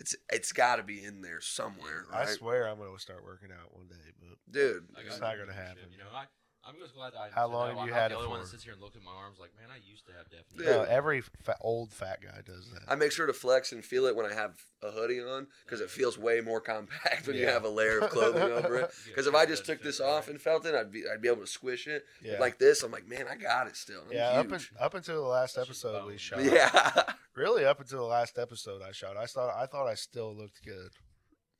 [SPEAKER 2] it's it's got to be in there somewhere,
[SPEAKER 1] I
[SPEAKER 2] right?
[SPEAKER 1] swear I'm gonna start working out one day, but
[SPEAKER 2] dude.
[SPEAKER 3] I
[SPEAKER 1] It's
[SPEAKER 3] got
[SPEAKER 1] not gonna
[SPEAKER 3] shit,
[SPEAKER 1] happen.
[SPEAKER 3] You know, I, I'm just glad I.
[SPEAKER 1] How
[SPEAKER 3] said
[SPEAKER 1] long
[SPEAKER 3] that.
[SPEAKER 1] have
[SPEAKER 3] I'm
[SPEAKER 1] you
[SPEAKER 3] not
[SPEAKER 1] had
[SPEAKER 3] the
[SPEAKER 1] it
[SPEAKER 3] only one
[SPEAKER 1] for?
[SPEAKER 3] that sits here and looks at my arms like, man, I used to have definitely.
[SPEAKER 1] No,
[SPEAKER 2] Yeah.
[SPEAKER 1] every fa- old fat guy does that.
[SPEAKER 2] I make sure to flex and feel it when I have a hoodie on because it feels way more compact when you
[SPEAKER 1] Yeah.
[SPEAKER 2] have a layer of
[SPEAKER 1] [laughs]
[SPEAKER 2] clothing over it. Because if I just took this off and felt it, I'd be I'd be able to squish it.
[SPEAKER 1] Yeah,
[SPEAKER 2] Like this, I'm like, man, I got it still. I'm
[SPEAKER 1] yeah. Up,
[SPEAKER 2] huge.
[SPEAKER 1] in, [laughs] up until the last
[SPEAKER 3] That's your
[SPEAKER 1] episode we
[SPEAKER 3] bone.
[SPEAKER 1] shot.
[SPEAKER 2] yeah.
[SPEAKER 1] Really, up until the last episode I shot, I thought I thought I still looked good.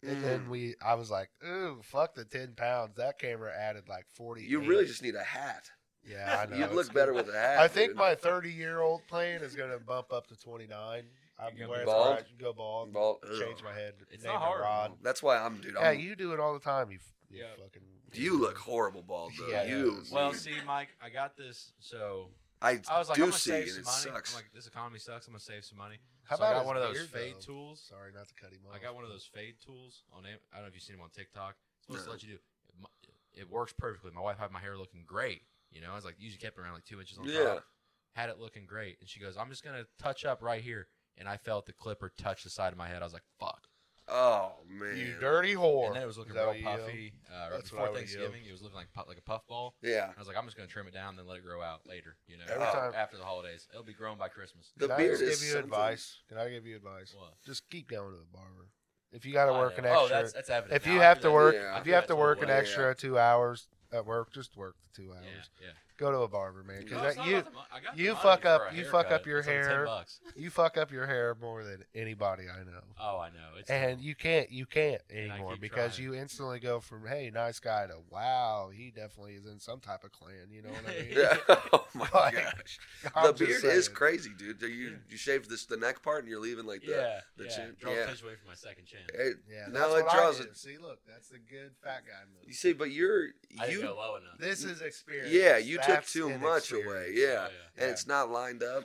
[SPEAKER 1] And then
[SPEAKER 2] Mm.
[SPEAKER 1] we, I was like, ooh, fuck the ten pounds. That camera added like forty.
[SPEAKER 2] You really just need a hat.
[SPEAKER 1] yeah, I know.
[SPEAKER 2] [laughs] You'd
[SPEAKER 1] it's
[SPEAKER 2] look
[SPEAKER 1] good.
[SPEAKER 2] better with a hat.
[SPEAKER 1] I think
[SPEAKER 2] dude.
[SPEAKER 1] my thirty-year-old plane is gonna bump up to twenty-nine. I'm
[SPEAKER 3] You're gonna
[SPEAKER 1] wearing
[SPEAKER 3] be
[SPEAKER 2] bald?
[SPEAKER 1] I go bald.
[SPEAKER 2] Bald-
[SPEAKER 1] Change
[SPEAKER 2] ugh.
[SPEAKER 1] my head.
[SPEAKER 3] It's
[SPEAKER 1] name
[SPEAKER 3] not
[SPEAKER 1] it
[SPEAKER 3] hard.
[SPEAKER 1] Rod.
[SPEAKER 2] That's why I'm, dude.
[SPEAKER 1] Yeah,
[SPEAKER 2] I'm,
[SPEAKER 1] you do it all the time. You, f- you
[SPEAKER 3] Yeah.
[SPEAKER 1] fucking.
[SPEAKER 2] you look horrible bald though.
[SPEAKER 1] Yeah,
[SPEAKER 2] you.
[SPEAKER 1] yeah.
[SPEAKER 3] [laughs]
[SPEAKER 2] [laughs]
[SPEAKER 3] Well, see, Mike, I got this. So
[SPEAKER 2] I,
[SPEAKER 3] I was like,
[SPEAKER 2] do
[SPEAKER 3] I'm gonna
[SPEAKER 2] see,
[SPEAKER 3] save some
[SPEAKER 2] and it
[SPEAKER 3] money.
[SPEAKER 2] sucks.
[SPEAKER 3] I'm like, this economy sucks. I'm gonna save some money.
[SPEAKER 1] How
[SPEAKER 3] so I
[SPEAKER 1] about
[SPEAKER 3] got
[SPEAKER 1] his
[SPEAKER 3] one of those
[SPEAKER 1] beard,
[SPEAKER 3] fade
[SPEAKER 1] though?
[SPEAKER 3] tools.
[SPEAKER 1] Sorry, not to cut him off.
[SPEAKER 3] I got one of those fade tools on. Am- I don't know if you've seen them on TikTok. It's supposed to let you do. It, mu- it works perfectly. My wife had my hair looking great. You know, I was like usually kept it around like two inches on
[SPEAKER 2] Yeah.
[SPEAKER 3] top. Had it looking great, and she goes, "I'm just gonna touch up right here." And I felt the clipper touch the side of my head. I was like, "Fuck!"
[SPEAKER 2] oh man.
[SPEAKER 1] You dirty whore.
[SPEAKER 3] And then it was looking
[SPEAKER 1] Is that
[SPEAKER 3] real
[SPEAKER 1] what you yelled?
[SPEAKER 3] puffy. Uh, right
[SPEAKER 1] That's what I
[SPEAKER 3] before
[SPEAKER 1] would've
[SPEAKER 3] Thanksgiving, it was looking like pu- like a puff ball.
[SPEAKER 2] yeah.
[SPEAKER 3] I was like, "I'm just gonna trim it down, then let it grow out later." You know,
[SPEAKER 1] Every
[SPEAKER 3] after-
[SPEAKER 1] time-
[SPEAKER 3] after the holidays, it'll be grown by Christmas.
[SPEAKER 2] The
[SPEAKER 1] Can I
[SPEAKER 2] beard
[SPEAKER 1] just
[SPEAKER 2] is
[SPEAKER 1] give you
[SPEAKER 2] something.
[SPEAKER 1] advice? Can I give you advice?
[SPEAKER 3] What?
[SPEAKER 1] Just keep going to the barber. If you got to work an
[SPEAKER 3] Oh,
[SPEAKER 1] extra,
[SPEAKER 3] that's, that's evident.
[SPEAKER 1] if
[SPEAKER 3] now.
[SPEAKER 1] you
[SPEAKER 3] I
[SPEAKER 1] have
[SPEAKER 3] do
[SPEAKER 1] to
[SPEAKER 3] that-
[SPEAKER 1] work,
[SPEAKER 2] Yeah.
[SPEAKER 1] if you have to work an
[SPEAKER 2] Yeah.
[SPEAKER 1] extra two hours at work, just work the two hours.
[SPEAKER 3] yeah, yeah.
[SPEAKER 1] Go to a barber, man,
[SPEAKER 2] No,
[SPEAKER 1] because
[SPEAKER 3] No, it's
[SPEAKER 1] that
[SPEAKER 3] not
[SPEAKER 1] you
[SPEAKER 3] about the mo- I got the
[SPEAKER 1] you
[SPEAKER 3] money
[SPEAKER 1] fuck
[SPEAKER 3] for
[SPEAKER 1] up-
[SPEAKER 3] a
[SPEAKER 1] you fuck
[SPEAKER 3] haircut.
[SPEAKER 1] up your
[SPEAKER 3] It's only 10
[SPEAKER 1] hair.
[SPEAKER 3] bucks.
[SPEAKER 1] you fuck up your hair more than anybody I know.
[SPEAKER 3] Oh, I know. It's
[SPEAKER 1] And you can't you can't
[SPEAKER 3] I
[SPEAKER 1] anymore
[SPEAKER 3] keep
[SPEAKER 1] because
[SPEAKER 3] trying.
[SPEAKER 1] you instantly go from hey nice guy to wow he definitely is in some type of clan you know what
[SPEAKER 3] [laughs]
[SPEAKER 1] I mean
[SPEAKER 2] [laughs] Yeah. [laughs] Oh my
[SPEAKER 1] Like,
[SPEAKER 2] gosh.
[SPEAKER 1] [laughs] I'm
[SPEAKER 2] the
[SPEAKER 1] just
[SPEAKER 2] beard is
[SPEAKER 1] saying.
[SPEAKER 2] crazy, dude. Do You
[SPEAKER 3] Yeah.
[SPEAKER 2] you shave this the neck part and you're leaving like that.
[SPEAKER 3] yeah,
[SPEAKER 2] the
[SPEAKER 3] yeah.
[SPEAKER 2] chin-
[SPEAKER 3] Draws
[SPEAKER 2] yeah.
[SPEAKER 3] attention away from my second chin.
[SPEAKER 2] Hey,
[SPEAKER 1] yeah
[SPEAKER 2] No,
[SPEAKER 1] that's
[SPEAKER 2] it
[SPEAKER 1] what I
[SPEAKER 2] draws
[SPEAKER 1] did.
[SPEAKER 2] it.
[SPEAKER 1] see look that's the good fat guy
[SPEAKER 2] you
[SPEAKER 1] move
[SPEAKER 2] see, but you're
[SPEAKER 3] I didn't go
[SPEAKER 2] you.
[SPEAKER 3] low enough.
[SPEAKER 1] this is experience
[SPEAKER 2] Yeah, you took
[SPEAKER 1] That's
[SPEAKER 2] too
[SPEAKER 1] an
[SPEAKER 2] much away.
[SPEAKER 1] experience.
[SPEAKER 2] Yeah,
[SPEAKER 1] Yeah.
[SPEAKER 2] and it's not lined up.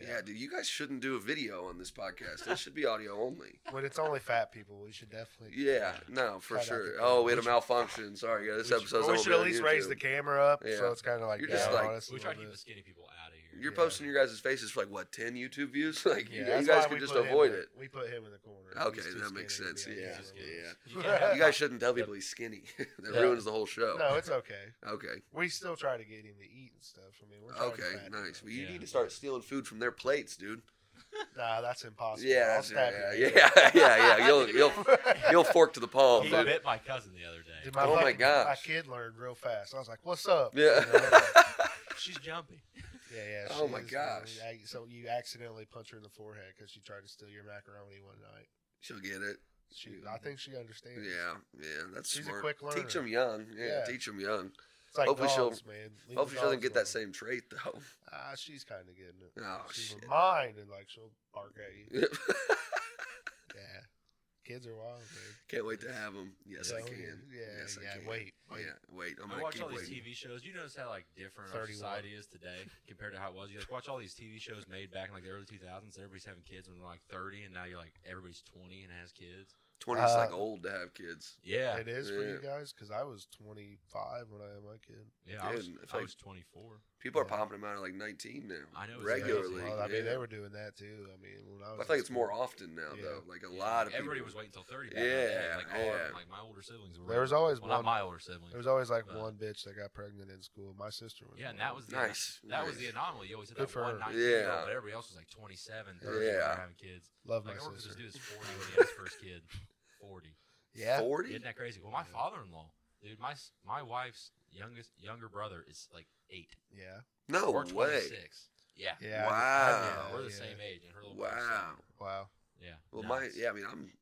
[SPEAKER 2] Yeah.
[SPEAKER 1] Yeah.
[SPEAKER 2] dude, you guys shouldn't do a video on this podcast. It should be audio only.
[SPEAKER 1] when it's only fat people we should definitely
[SPEAKER 2] Yeah,
[SPEAKER 1] [laughs]
[SPEAKER 2] no, for
[SPEAKER 1] Cut out
[SPEAKER 2] sure.
[SPEAKER 1] the-
[SPEAKER 2] Oh, we
[SPEAKER 1] we
[SPEAKER 2] had a
[SPEAKER 1] should-
[SPEAKER 2] malfunction. Sorry, guys. This
[SPEAKER 1] we should,
[SPEAKER 2] episode's
[SPEAKER 1] or we
[SPEAKER 2] only
[SPEAKER 1] should at least raise the camera up
[SPEAKER 2] Yeah.
[SPEAKER 1] so it's kind of like
[SPEAKER 2] You're
[SPEAKER 1] down
[SPEAKER 2] just like-
[SPEAKER 1] on us a
[SPEAKER 3] we try to
[SPEAKER 1] little
[SPEAKER 3] keep the
[SPEAKER 1] bit.
[SPEAKER 3] skinny people out of here.
[SPEAKER 2] You're
[SPEAKER 1] Yeah.
[SPEAKER 2] posting your guys' faces for like what ten YouTube views? [laughs] Like
[SPEAKER 1] Yeah,
[SPEAKER 2] you,
[SPEAKER 1] that's
[SPEAKER 2] you
[SPEAKER 1] why
[SPEAKER 2] guys could
[SPEAKER 1] we
[SPEAKER 2] just
[SPEAKER 1] put him
[SPEAKER 2] avoid
[SPEAKER 1] in-
[SPEAKER 2] it.
[SPEAKER 1] we put him in the corner
[SPEAKER 2] Okay,
[SPEAKER 1] He's too
[SPEAKER 2] that makes
[SPEAKER 1] skinny to
[SPEAKER 2] sense.
[SPEAKER 1] be
[SPEAKER 2] Yeah,
[SPEAKER 1] out here.
[SPEAKER 2] yeah.
[SPEAKER 3] [laughs] You can't have
[SPEAKER 2] You guys
[SPEAKER 3] my-
[SPEAKER 2] shouldn't tell
[SPEAKER 3] Yeah.
[SPEAKER 2] people he's skinny. [laughs] that
[SPEAKER 3] Yeah.
[SPEAKER 2] ruins the whole show.
[SPEAKER 1] no it's okay
[SPEAKER 2] Okay.
[SPEAKER 1] we still try to get him to eat and stuff I mean we're trying to
[SPEAKER 2] Okay.
[SPEAKER 1] fatten him
[SPEAKER 2] Nice.
[SPEAKER 1] up.
[SPEAKER 2] Well, you
[SPEAKER 3] Yeah.
[SPEAKER 2] need to start stealing food from their plates, dude.
[SPEAKER 1] Nah, that's impossible.
[SPEAKER 2] Yeah.
[SPEAKER 1] I'll
[SPEAKER 2] That's,
[SPEAKER 1] stab
[SPEAKER 2] yeah,
[SPEAKER 1] you.
[SPEAKER 2] yeah. [laughs] Yeah.
[SPEAKER 1] [laughs]
[SPEAKER 2] Yeah. You'll you'll you'll fork to the palm.
[SPEAKER 3] He
[SPEAKER 2] dude.
[SPEAKER 3] bit my cousin the other
[SPEAKER 1] Dude,
[SPEAKER 3] day.
[SPEAKER 1] my
[SPEAKER 2] Oh my
[SPEAKER 1] fucking- My
[SPEAKER 2] gosh.
[SPEAKER 1] kid learned real fast. I was like, "What's
[SPEAKER 2] [laughs]
[SPEAKER 1] up?"
[SPEAKER 2] Yeah.
[SPEAKER 1] You know, like,
[SPEAKER 3] She's jumping.
[SPEAKER 1] yeah, yeah.
[SPEAKER 2] Oh
[SPEAKER 1] she
[SPEAKER 2] my
[SPEAKER 1] is, you know,
[SPEAKER 2] gosh.
[SPEAKER 1] ac- so you accidentally punch her in the forehead because she tried to steal your macaroni one night.
[SPEAKER 2] She'll get it.
[SPEAKER 1] She, I think she understands.
[SPEAKER 2] Yeah. Yeah. That's
[SPEAKER 1] She's a
[SPEAKER 2] smart.
[SPEAKER 1] quick learner.
[SPEAKER 2] Teach them young. Yeah.
[SPEAKER 1] Yeah.
[SPEAKER 2] Teach them young.
[SPEAKER 1] It's like
[SPEAKER 2] Hopefully she'll-
[SPEAKER 1] dogs, man. Leave the
[SPEAKER 2] Hopefully she doesn't
[SPEAKER 1] dogs
[SPEAKER 2] get that
[SPEAKER 1] alone.
[SPEAKER 2] same trait though.
[SPEAKER 1] Ah, she's kind of getting it.
[SPEAKER 2] Oh
[SPEAKER 1] she's
[SPEAKER 2] shit.
[SPEAKER 1] mine, and like she'll bark at you. Yeah, kids are wild, dude.
[SPEAKER 2] [laughs] Can't wait to have them. Yes, I
[SPEAKER 1] So,
[SPEAKER 2] can.
[SPEAKER 1] Yeah,
[SPEAKER 2] Yes, I
[SPEAKER 1] yeah.
[SPEAKER 2] can.
[SPEAKER 1] Wait, wait.
[SPEAKER 2] Yeah. Wait. I'm
[SPEAKER 3] I
[SPEAKER 2] gonna
[SPEAKER 3] watch all
[SPEAKER 2] keep
[SPEAKER 3] these
[SPEAKER 2] waiting.
[SPEAKER 3] TV shows. You notice how like different our
[SPEAKER 1] 31.
[SPEAKER 3] society is today compared to how it was. You like watch all these TV shows made back in like the early 2000s. Everybody's having kids when they're like 30, and now you're like everybody's 20 and has kids.
[SPEAKER 2] Twenty's like
[SPEAKER 1] Uh,
[SPEAKER 2] old to have kids.
[SPEAKER 3] Yeah,
[SPEAKER 1] It is for you
[SPEAKER 2] Yeah.
[SPEAKER 1] guys because I was 25 when I had my kid.
[SPEAKER 3] yeah. I
[SPEAKER 2] Dude,
[SPEAKER 3] was,
[SPEAKER 2] if
[SPEAKER 3] I
[SPEAKER 2] I-
[SPEAKER 3] was 24.
[SPEAKER 2] People are
[SPEAKER 1] Yeah.
[SPEAKER 2] popping them out at like 19 now.
[SPEAKER 3] I know, it's crazy.
[SPEAKER 2] regularly.
[SPEAKER 1] Well, I mean,
[SPEAKER 2] yeah.
[SPEAKER 1] they were doing that too. I mean, when I was
[SPEAKER 2] I
[SPEAKER 1] in
[SPEAKER 2] think it's
[SPEAKER 1] school.
[SPEAKER 2] more often now,
[SPEAKER 1] Yeah.
[SPEAKER 2] though. Like a
[SPEAKER 3] Yeah,
[SPEAKER 2] lot of
[SPEAKER 3] everybody was
[SPEAKER 2] people.
[SPEAKER 3] waiting till 30. back in the day.
[SPEAKER 2] Yeah,
[SPEAKER 3] like, all our-
[SPEAKER 2] yeah.
[SPEAKER 3] like my older siblings were.
[SPEAKER 1] There was always
[SPEAKER 3] well,
[SPEAKER 1] one.
[SPEAKER 3] not my older siblings.
[SPEAKER 1] There was always like
[SPEAKER 3] but-
[SPEAKER 1] one bitch that got pregnant in school. My sister was.
[SPEAKER 3] yeah, and
[SPEAKER 1] one.
[SPEAKER 3] that was the,
[SPEAKER 2] nice.
[SPEAKER 3] That
[SPEAKER 2] nice.
[SPEAKER 3] was the anomaly. You always had
[SPEAKER 1] Good
[SPEAKER 3] that
[SPEAKER 1] for
[SPEAKER 3] one
[SPEAKER 1] her.
[SPEAKER 3] 19 year
[SPEAKER 2] Yeah.
[SPEAKER 3] old, but everybody else was like 27, 30 when they were
[SPEAKER 2] Yeah.
[SPEAKER 3] having kids.
[SPEAKER 1] love my
[SPEAKER 3] Like, I worked with
[SPEAKER 1] sister.
[SPEAKER 3] this dude that's 40 when he had his first kid.
[SPEAKER 2] [laughs]
[SPEAKER 3] 40.
[SPEAKER 1] Yeah,
[SPEAKER 2] 40?
[SPEAKER 3] Isn't that crazy? Well, my father-in-law, dude, my s- my wife's youngest younger brother is like eight
[SPEAKER 1] yeah,
[SPEAKER 2] No
[SPEAKER 3] or
[SPEAKER 2] way.
[SPEAKER 3] 26. Yeah.
[SPEAKER 1] yeah.
[SPEAKER 3] Yeah,
[SPEAKER 2] Wow.
[SPEAKER 3] we're the
[SPEAKER 1] yeah.
[SPEAKER 3] same age, and her little brother's
[SPEAKER 2] Wow.
[SPEAKER 3] seven.
[SPEAKER 1] Wow.
[SPEAKER 3] Yeah.
[SPEAKER 2] Well, my
[SPEAKER 3] nuts.
[SPEAKER 2] yeah. I mean, I'm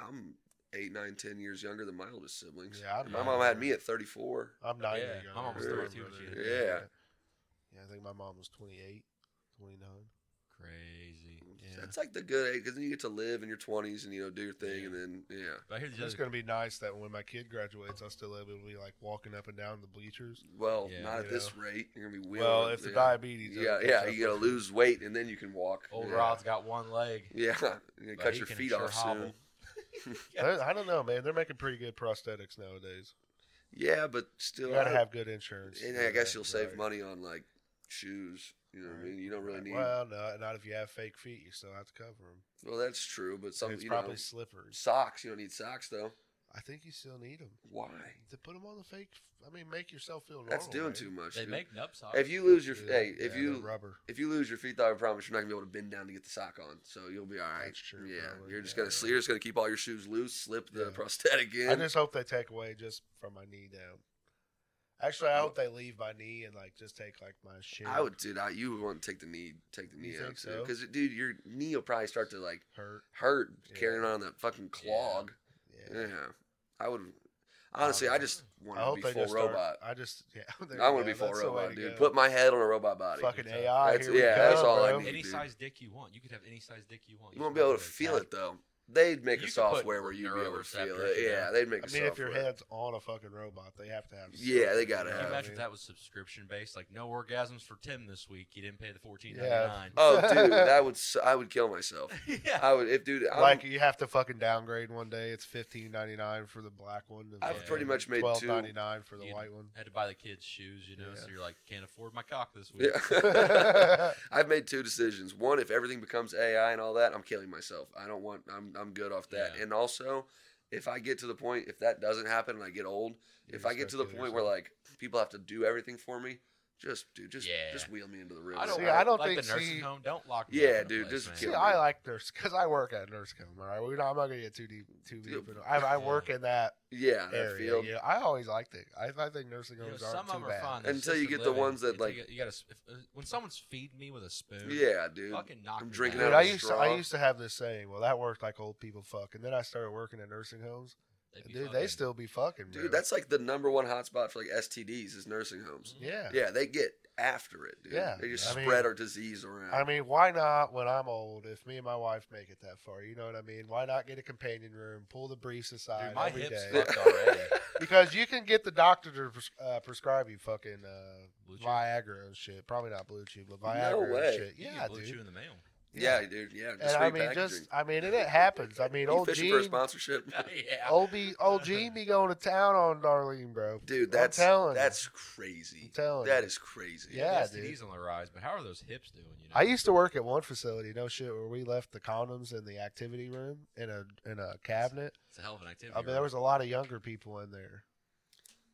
[SPEAKER 2] I'm eight, nine, ten years younger than my oldest siblings.
[SPEAKER 1] Yeah, I'm
[SPEAKER 2] And my
[SPEAKER 1] nine
[SPEAKER 2] mom had
[SPEAKER 1] years
[SPEAKER 2] me at 34.
[SPEAKER 1] I'm nine
[SPEAKER 3] Yeah,
[SPEAKER 1] years
[SPEAKER 3] my
[SPEAKER 1] younger.
[SPEAKER 3] mom
[SPEAKER 2] was
[SPEAKER 1] than
[SPEAKER 3] 32 when she
[SPEAKER 1] brother.
[SPEAKER 2] had me. Yeah.
[SPEAKER 1] Yeah, I think my mom was 28, 29.
[SPEAKER 3] Crazy.
[SPEAKER 1] Yeah.
[SPEAKER 2] That's like the good age because then you get to live in your 20s and you know do your thing
[SPEAKER 3] Yeah.
[SPEAKER 2] and then yeah.
[SPEAKER 3] But I hear the
[SPEAKER 1] It's
[SPEAKER 3] other,
[SPEAKER 1] gonna be nice that when my kid graduates, I'll still able to be like walking up and down the bleachers.
[SPEAKER 2] Well,
[SPEAKER 3] Yeah.
[SPEAKER 2] not at
[SPEAKER 1] You
[SPEAKER 2] this
[SPEAKER 1] know.
[SPEAKER 2] rate. You're gonna be wheeling.
[SPEAKER 1] Well, if the
[SPEAKER 2] yeah.
[SPEAKER 1] diabetes.
[SPEAKER 2] Yeah, yeah. You gotta lose weight and then you can walk.
[SPEAKER 3] old
[SPEAKER 2] yeah.
[SPEAKER 3] Rod's got one leg.
[SPEAKER 2] [laughs] Yeah, you're gonna
[SPEAKER 3] but
[SPEAKER 2] cut
[SPEAKER 3] he
[SPEAKER 2] your
[SPEAKER 3] can
[SPEAKER 2] feet
[SPEAKER 3] sure
[SPEAKER 2] off soon.
[SPEAKER 3] hobble.
[SPEAKER 1] I I don't know, man. [laughs] They're making pretty good prosthetics nowadays.
[SPEAKER 2] Yeah, but still,
[SPEAKER 1] You gotta
[SPEAKER 2] I-
[SPEAKER 1] have good insurance. to
[SPEAKER 2] And
[SPEAKER 1] do
[SPEAKER 2] I guess
[SPEAKER 1] that,
[SPEAKER 2] you'll save
[SPEAKER 1] right.
[SPEAKER 2] money on like shoes. You know what I
[SPEAKER 1] Right.
[SPEAKER 2] mean? You don't really need. Well,
[SPEAKER 1] Well, no, not if you have fake feet. You still have to cover them.
[SPEAKER 2] that's true, but some
[SPEAKER 1] it's
[SPEAKER 2] you
[SPEAKER 1] probably
[SPEAKER 2] know
[SPEAKER 1] slippers.
[SPEAKER 2] socks. You don't need socks though.
[SPEAKER 1] I think you still need them.
[SPEAKER 2] Why?
[SPEAKER 1] To put them on the fake, I mean, make yourself feel normal.
[SPEAKER 2] That's doing
[SPEAKER 1] man.
[SPEAKER 2] too much.
[SPEAKER 3] They
[SPEAKER 2] dude.
[SPEAKER 3] make nub socks.
[SPEAKER 2] if you lose your
[SPEAKER 1] Yeah,
[SPEAKER 2] hey, if
[SPEAKER 1] yeah, they're
[SPEAKER 2] you
[SPEAKER 1] rubber,
[SPEAKER 2] if you lose your feet, though, I promise you're not gonna be able to bend down to get the sock on. So you'll be all right.
[SPEAKER 1] That's true,
[SPEAKER 2] Yeah,
[SPEAKER 1] probably.
[SPEAKER 2] you're just
[SPEAKER 1] Yeah,
[SPEAKER 2] gonna
[SPEAKER 1] yeah.
[SPEAKER 2] you're just gonna keep all your shoes loose, slip the
[SPEAKER 1] Yeah.
[SPEAKER 2] prosthetic in.
[SPEAKER 1] I just hope they take away just from my knee down. Actually, I hope they leave my knee and like just take like my shin.
[SPEAKER 2] I would, dude. I, you would want to take the knee, take the
[SPEAKER 1] You
[SPEAKER 2] knee
[SPEAKER 1] think
[SPEAKER 2] out,
[SPEAKER 1] so?
[SPEAKER 2] because dude, your knee will probably start to like
[SPEAKER 1] hurt.
[SPEAKER 2] hurt
[SPEAKER 1] Yeah.
[SPEAKER 2] carrying on that fucking clog. Yeah,
[SPEAKER 1] Yeah.
[SPEAKER 2] I would. Honestly, I just want
[SPEAKER 1] I
[SPEAKER 2] to
[SPEAKER 1] hope
[SPEAKER 2] be
[SPEAKER 1] they
[SPEAKER 2] full
[SPEAKER 1] just start-
[SPEAKER 2] robot.
[SPEAKER 1] I just [laughs] yeah. there
[SPEAKER 2] I
[SPEAKER 1] you
[SPEAKER 2] want to
[SPEAKER 1] go.
[SPEAKER 2] be full
[SPEAKER 1] That's the way
[SPEAKER 2] robot,
[SPEAKER 1] to
[SPEAKER 2] dude.
[SPEAKER 1] go.
[SPEAKER 2] Put my head on a robot body.
[SPEAKER 1] fucking
[SPEAKER 3] That's-
[SPEAKER 1] AI.
[SPEAKER 2] that's-
[SPEAKER 1] here we
[SPEAKER 2] yeah,
[SPEAKER 1] go,
[SPEAKER 2] that's all I
[SPEAKER 1] bro.
[SPEAKER 2] need.
[SPEAKER 3] any
[SPEAKER 2] dude.
[SPEAKER 3] size dick you want. You could have any size dick you want.
[SPEAKER 2] you won't be able to feel it though. They'd make
[SPEAKER 3] You
[SPEAKER 2] a
[SPEAKER 3] could put
[SPEAKER 2] software where you'd be able to feel
[SPEAKER 3] neuroreceptors
[SPEAKER 2] it.
[SPEAKER 3] in
[SPEAKER 2] Yeah,
[SPEAKER 3] there.
[SPEAKER 2] they'd make.
[SPEAKER 1] I
[SPEAKER 2] a
[SPEAKER 1] mean, if your
[SPEAKER 2] software.
[SPEAKER 1] head's on a fucking robot, they have to have.
[SPEAKER 2] Yeah, they
[SPEAKER 1] something,
[SPEAKER 2] gotta
[SPEAKER 1] you know
[SPEAKER 3] Can
[SPEAKER 2] have
[SPEAKER 1] what
[SPEAKER 3] you
[SPEAKER 1] I
[SPEAKER 3] imagine
[SPEAKER 1] mean?
[SPEAKER 3] if that was subscription based? Like no orgasms for Tim this week. You didn't pay the fourteen ninety
[SPEAKER 1] Yeah.
[SPEAKER 3] nine.
[SPEAKER 1] [laughs]
[SPEAKER 2] Oh, dude, that would. s- I would kill myself.
[SPEAKER 3] [laughs] yeah.
[SPEAKER 2] I would if, dude. I'm,
[SPEAKER 1] Like you have to fucking downgrade one day. It's fifteen ninety nine for the black one. and
[SPEAKER 2] I've
[SPEAKER 1] fucking
[SPEAKER 2] pretty much made
[SPEAKER 1] $12.99
[SPEAKER 2] two.
[SPEAKER 1] for the
[SPEAKER 3] You-
[SPEAKER 1] white one.
[SPEAKER 3] had to buy the kids shoes, you know.
[SPEAKER 1] Yeah.
[SPEAKER 3] So you're like, can't afford my cock this week.
[SPEAKER 1] [laughs]
[SPEAKER 3] [laughs]
[SPEAKER 2] Yeah. I've made two decisions. One, if everything becomes AI and all that, I'm killing myself. I don't want. I'm I'm good off that.
[SPEAKER 3] Yeah.
[SPEAKER 2] And also, if I get to the point, if that doesn't happen and I get old, if I get to the point where like people have to do everything for me, just dude, just
[SPEAKER 3] Yeah.
[SPEAKER 2] just wheel me into the room.
[SPEAKER 3] I don't.
[SPEAKER 1] See,
[SPEAKER 3] like,
[SPEAKER 1] I don't
[SPEAKER 3] like
[SPEAKER 1] think-
[SPEAKER 3] the nursing
[SPEAKER 1] see-
[SPEAKER 3] home. Don't lock. Me
[SPEAKER 2] Yeah,
[SPEAKER 3] up in a
[SPEAKER 2] dude,
[SPEAKER 3] Place,
[SPEAKER 2] just
[SPEAKER 3] man.
[SPEAKER 1] See,
[SPEAKER 2] kill me.
[SPEAKER 1] I like nurse because I work at nurse home. All right, we're not, I'm not gonna get too deep, too deep.
[SPEAKER 2] Dude,
[SPEAKER 1] in- I, I work in that
[SPEAKER 2] yeah, that
[SPEAKER 1] area.
[SPEAKER 2] field.
[SPEAKER 1] Yeah, I always liked it. I, I think nursing
[SPEAKER 3] You know,
[SPEAKER 1] homes
[SPEAKER 3] some
[SPEAKER 1] aren't
[SPEAKER 3] of
[SPEAKER 1] too
[SPEAKER 3] them are
[SPEAKER 1] bad.
[SPEAKER 3] fun.
[SPEAKER 2] Until you
[SPEAKER 3] assisted
[SPEAKER 2] get the
[SPEAKER 3] living,
[SPEAKER 2] ones that,
[SPEAKER 3] until you
[SPEAKER 2] like-
[SPEAKER 3] get- you gotta. s- if- uh, When someone's feeding me with a spoon,
[SPEAKER 2] Yeah, dude.
[SPEAKER 3] fucking knock.
[SPEAKER 2] I'm
[SPEAKER 3] me
[SPEAKER 2] drinking
[SPEAKER 3] down.
[SPEAKER 1] Dude,
[SPEAKER 2] out
[SPEAKER 1] I
[SPEAKER 2] of a
[SPEAKER 1] used to,
[SPEAKER 2] straw.
[SPEAKER 1] I used to have this saying. Well, that worked like old people fuck, and then I started working at nursing homes.
[SPEAKER 3] They'd be
[SPEAKER 1] Dude, they
[SPEAKER 3] fucking-
[SPEAKER 1] still be fucking. bro.
[SPEAKER 2] Dude, that's like the number one hotspot for like STDs is nursing homes.
[SPEAKER 1] yeah.
[SPEAKER 2] Yeah, they get after it, dude.
[SPEAKER 1] Yeah,
[SPEAKER 2] they just
[SPEAKER 1] I mean-
[SPEAKER 2] spread our disease around.
[SPEAKER 1] I mean, why not when I'm old? If me and my wife make it that far, you know what I mean. Why not get a companion room, pull the briefs aside
[SPEAKER 3] Dude, my
[SPEAKER 1] every
[SPEAKER 3] hips
[SPEAKER 1] day?
[SPEAKER 2] [laughs]
[SPEAKER 3] fucked already.
[SPEAKER 1] because you can get the doctor to pres- uh, prescribe you fucking uh,
[SPEAKER 3] Blue Chew?
[SPEAKER 1] Viagra and shit. Probably not Blue Chew, but
[SPEAKER 2] No
[SPEAKER 1] Viagra
[SPEAKER 2] way.
[SPEAKER 1] and shit.
[SPEAKER 3] You can
[SPEAKER 1] Yeah,
[SPEAKER 3] get Blue
[SPEAKER 1] dude.
[SPEAKER 3] Chew in the [laughs] mail.
[SPEAKER 2] yeah, dude. Yeah, just
[SPEAKER 1] And I mean,
[SPEAKER 2] repackaging.
[SPEAKER 1] just I mean, and it happens. I mean,
[SPEAKER 2] [laughs] You
[SPEAKER 1] old
[SPEAKER 2] fishing for a
[SPEAKER 1] Gene,
[SPEAKER 2] sponsorship?
[SPEAKER 3] yeah.
[SPEAKER 1] old B, old
[SPEAKER 2] [laughs]
[SPEAKER 1] Gene be going to town on Darlene, bro.
[SPEAKER 2] Dude, that's
[SPEAKER 1] telling you.
[SPEAKER 2] that's
[SPEAKER 1] I'm
[SPEAKER 2] crazy.
[SPEAKER 1] telling
[SPEAKER 2] That
[SPEAKER 1] you.
[SPEAKER 2] is crazy.
[SPEAKER 1] Yeah,
[SPEAKER 3] The
[SPEAKER 1] dude.
[SPEAKER 3] STDs on the rise, but how are those hips doing? You know,
[SPEAKER 1] I used to work at one facility, no shit, where we left the condoms in the activity room in a in a cabinet.
[SPEAKER 3] it's a hell of an activity.
[SPEAKER 1] I mean, there
[SPEAKER 3] right?
[SPEAKER 1] was a lot of younger people in there.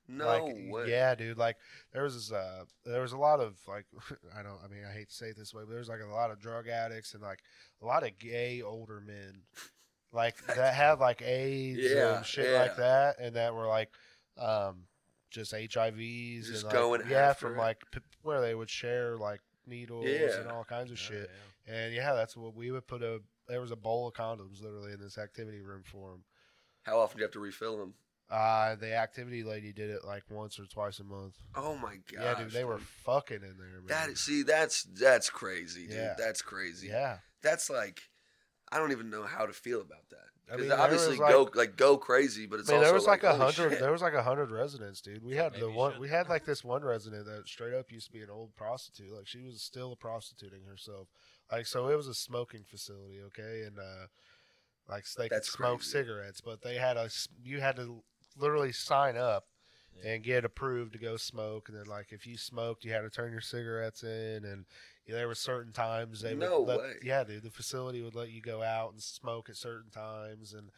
[SPEAKER 2] No
[SPEAKER 1] like,
[SPEAKER 2] way.
[SPEAKER 1] Yeah, dude. Like there was this, uh, there was a lot of like [laughs] I don't I mean I hate to say it this way, but there's like a lot of drug addicts and like a lot of gay older men,
[SPEAKER 2] [laughs]
[SPEAKER 1] like that had like AIDS
[SPEAKER 2] Yeah,
[SPEAKER 1] and shit
[SPEAKER 2] yeah.
[SPEAKER 1] like that, and that were like, um, just HIVs
[SPEAKER 2] Just
[SPEAKER 1] and like,
[SPEAKER 2] going
[SPEAKER 1] yeah
[SPEAKER 2] after
[SPEAKER 1] from
[SPEAKER 2] it.
[SPEAKER 1] like p- where they would share like needles
[SPEAKER 2] Yeah.
[SPEAKER 1] and all kinds of
[SPEAKER 3] Oh,
[SPEAKER 1] shit,
[SPEAKER 3] yeah.
[SPEAKER 1] and yeah, that's what we would put a there was a bowl of condoms literally in this activity room for them.
[SPEAKER 2] How often do you have to refill them?
[SPEAKER 1] Uh, the activity lady did it like once or twice a month.
[SPEAKER 2] Oh my god.
[SPEAKER 1] Yeah, dude, they were fucking in there, man.
[SPEAKER 2] That is, see, that's that's crazy, dude.
[SPEAKER 1] Yeah.
[SPEAKER 2] That's crazy.
[SPEAKER 1] yeah.
[SPEAKER 2] That's like, I don't even know how to feel about that.
[SPEAKER 1] I
[SPEAKER 2] 'Cause
[SPEAKER 1] mean, there
[SPEAKER 2] obviously,
[SPEAKER 1] was, like-
[SPEAKER 2] go like go crazy, but it's
[SPEAKER 1] Man,
[SPEAKER 2] also
[SPEAKER 1] there was like a
[SPEAKER 2] holy
[SPEAKER 1] hundred.
[SPEAKER 2] shit.
[SPEAKER 1] There was like a hundred residents, dude. We
[SPEAKER 3] So
[SPEAKER 1] had the
[SPEAKER 3] maybe you
[SPEAKER 1] one.
[SPEAKER 3] should.
[SPEAKER 1] We had like this one resident that straight up used to be an old prostitute. Like she was still prostituting herself. Like so, it was a smoking facility, okay, and uh, like so they
[SPEAKER 2] That's
[SPEAKER 1] could smoke
[SPEAKER 2] crazy.
[SPEAKER 1] cigarettes, but they had a. s- You had to literally sign up.
[SPEAKER 3] Yeah.
[SPEAKER 1] And get approved to go smoke, and then like if you smoked, you had to turn your cigarettes in, and yeah, there were certain times they
[SPEAKER 2] No
[SPEAKER 1] would let,
[SPEAKER 2] way.
[SPEAKER 1] yeah, dude, the facility would let you go out and smoke at certain times, and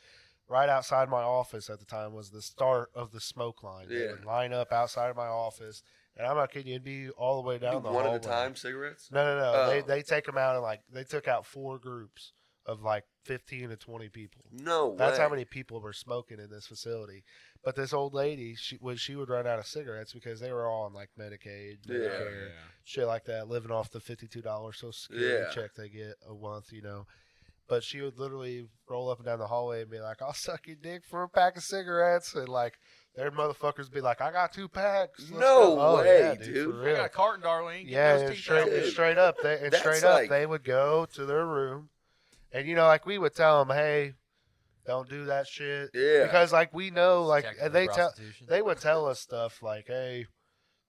[SPEAKER 1] right outside my office at the time was the start of the smoke line. They
[SPEAKER 2] Yeah.
[SPEAKER 1] would line up outside of my office, and I'm not kidding you, it'd be all the way down
[SPEAKER 2] You
[SPEAKER 1] the
[SPEAKER 2] one at
[SPEAKER 1] hallway.
[SPEAKER 2] a time cigarettes.
[SPEAKER 1] No, no, no. They
[SPEAKER 2] Oh.
[SPEAKER 1] they take them out and like they took out four groups of like 15 to 20 people.
[SPEAKER 2] No,
[SPEAKER 1] That's
[SPEAKER 2] way.
[SPEAKER 1] how many people were smoking in this facility. But this old lady, she when she would run out of cigarettes because they were all on like Medicaid,
[SPEAKER 2] Yeah.
[SPEAKER 1] Medicare,
[SPEAKER 3] Yeah.
[SPEAKER 1] shit like that, living off the fifty-two dollars social security
[SPEAKER 2] Yeah.
[SPEAKER 1] check they get a month, you know. But she would literally roll up and down the hallway and be like, "I'll suck your dick for a pack of cigarettes," and like their motherfuckers be like, "I got two packs." Let's
[SPEAKER 2] No
[SPEAKER 1] go." Oh,
[SPEAKER 2] way,
[SPEAKER 1] yeah,
[SPEAKER 2] dude.
[SPEAKER 1] For
[SPEAKER 3] I got
[SPEAKER 1] real.
[SPEAKER 3] a carton, darling. Get
[SPEAKER 1] Yeah,
[SPEAKER 3] those
[SPEAKER 1] and
[SPEAKER 3] teeth
[SPEAKER 1] straight,
[SPEAKER 3] out.
[SPEAKER 1] and straight up, they and
[SPEAKER 2] That's
[SPEAKER 1] straight up,
[SPEAKER 2] like-
[SPEAKER 1] they would go to their room, and you know, like we would tell them, "Hey, don't do that shit,"
[SPEAKER 2] Yeah.
[SPEAKER 1] because like we know, like
[SPEAKER 3] Technical
[SPEAKER 1] they tell
[SPEAKER 3] prostitution.
[SPEAKER 1] they would tell us stuff like, "Hey,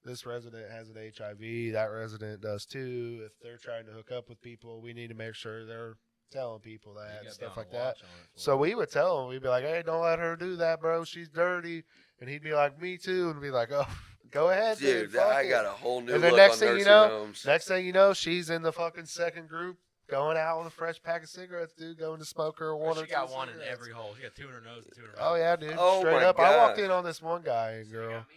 [SPEAKER 1] this resident has an HIV. That resident does too. If they're trying to hook up with people, we need to make sure they're telling people
[SPEAKER 3] You
[SPEAKER 1] that
[SPEAKER 3] gotta
[SPEAKER 1] and
[SPEAKER 3] be
[SPEAKER 1] stuff
[SPEAKER 3] on
[SPEAKER 1] like
[SPEAKER 3] the
[SPEAKER 1] that."
[SPEAKER 3] watch on it for
[SPEAKER 1] So
[SPEAKER 3] it.
[SPEAKER 1] we would tell him, we'd be like, "Hey, don't let her do that, bro. She's dirty." And he'd be like, "Me too," and be like, "Oh, [laughs] go ahead, dude.
[SPEAKER 2] dude. that-
[SPEAKER 1] fuck
[SPEAKER 2] I
[SPEAKER 1] it."
[SPEAKER 2] got a whole new
[SPEAKER 1] And
[SPEAKER 2] look
[SPEAKER 1] the next
[SPEAKER 2] on
[SPEAKER 1] thing you
[SPEAKER 2] [laughs] nursing
[SPEAKER 1] know-
[SPEAKER 2] homes.
[SPEAKER 1] Next thing you know, she's in the fucking second group Going out with a fresh pack of cigarettes, dude. Going to smoke her one
[SPEAKER 3] she
[SPEAKER 1] or two
[SPEAKER 3] got one in
[SPEAKER 1] cigarettes.
[SPEAKER 3] every hole. She got two in her nose and two in her
[SPEAKER 1] Oh
[SPEAKER 3] mouth.
[SPEAKER 1] yeah, dude.
[SPEAKER 2] Oh,
[SPEAKER 1] Straight
[SPEAKER 2] my
[SPEAKER 1] up, I walked
[SPEAKER 2] gosh.
[SPEAKER 1] in on this one guy and
[SPEAKER 4] So you
[SPEAKER 1] girl.
[SPEAKER 4] got me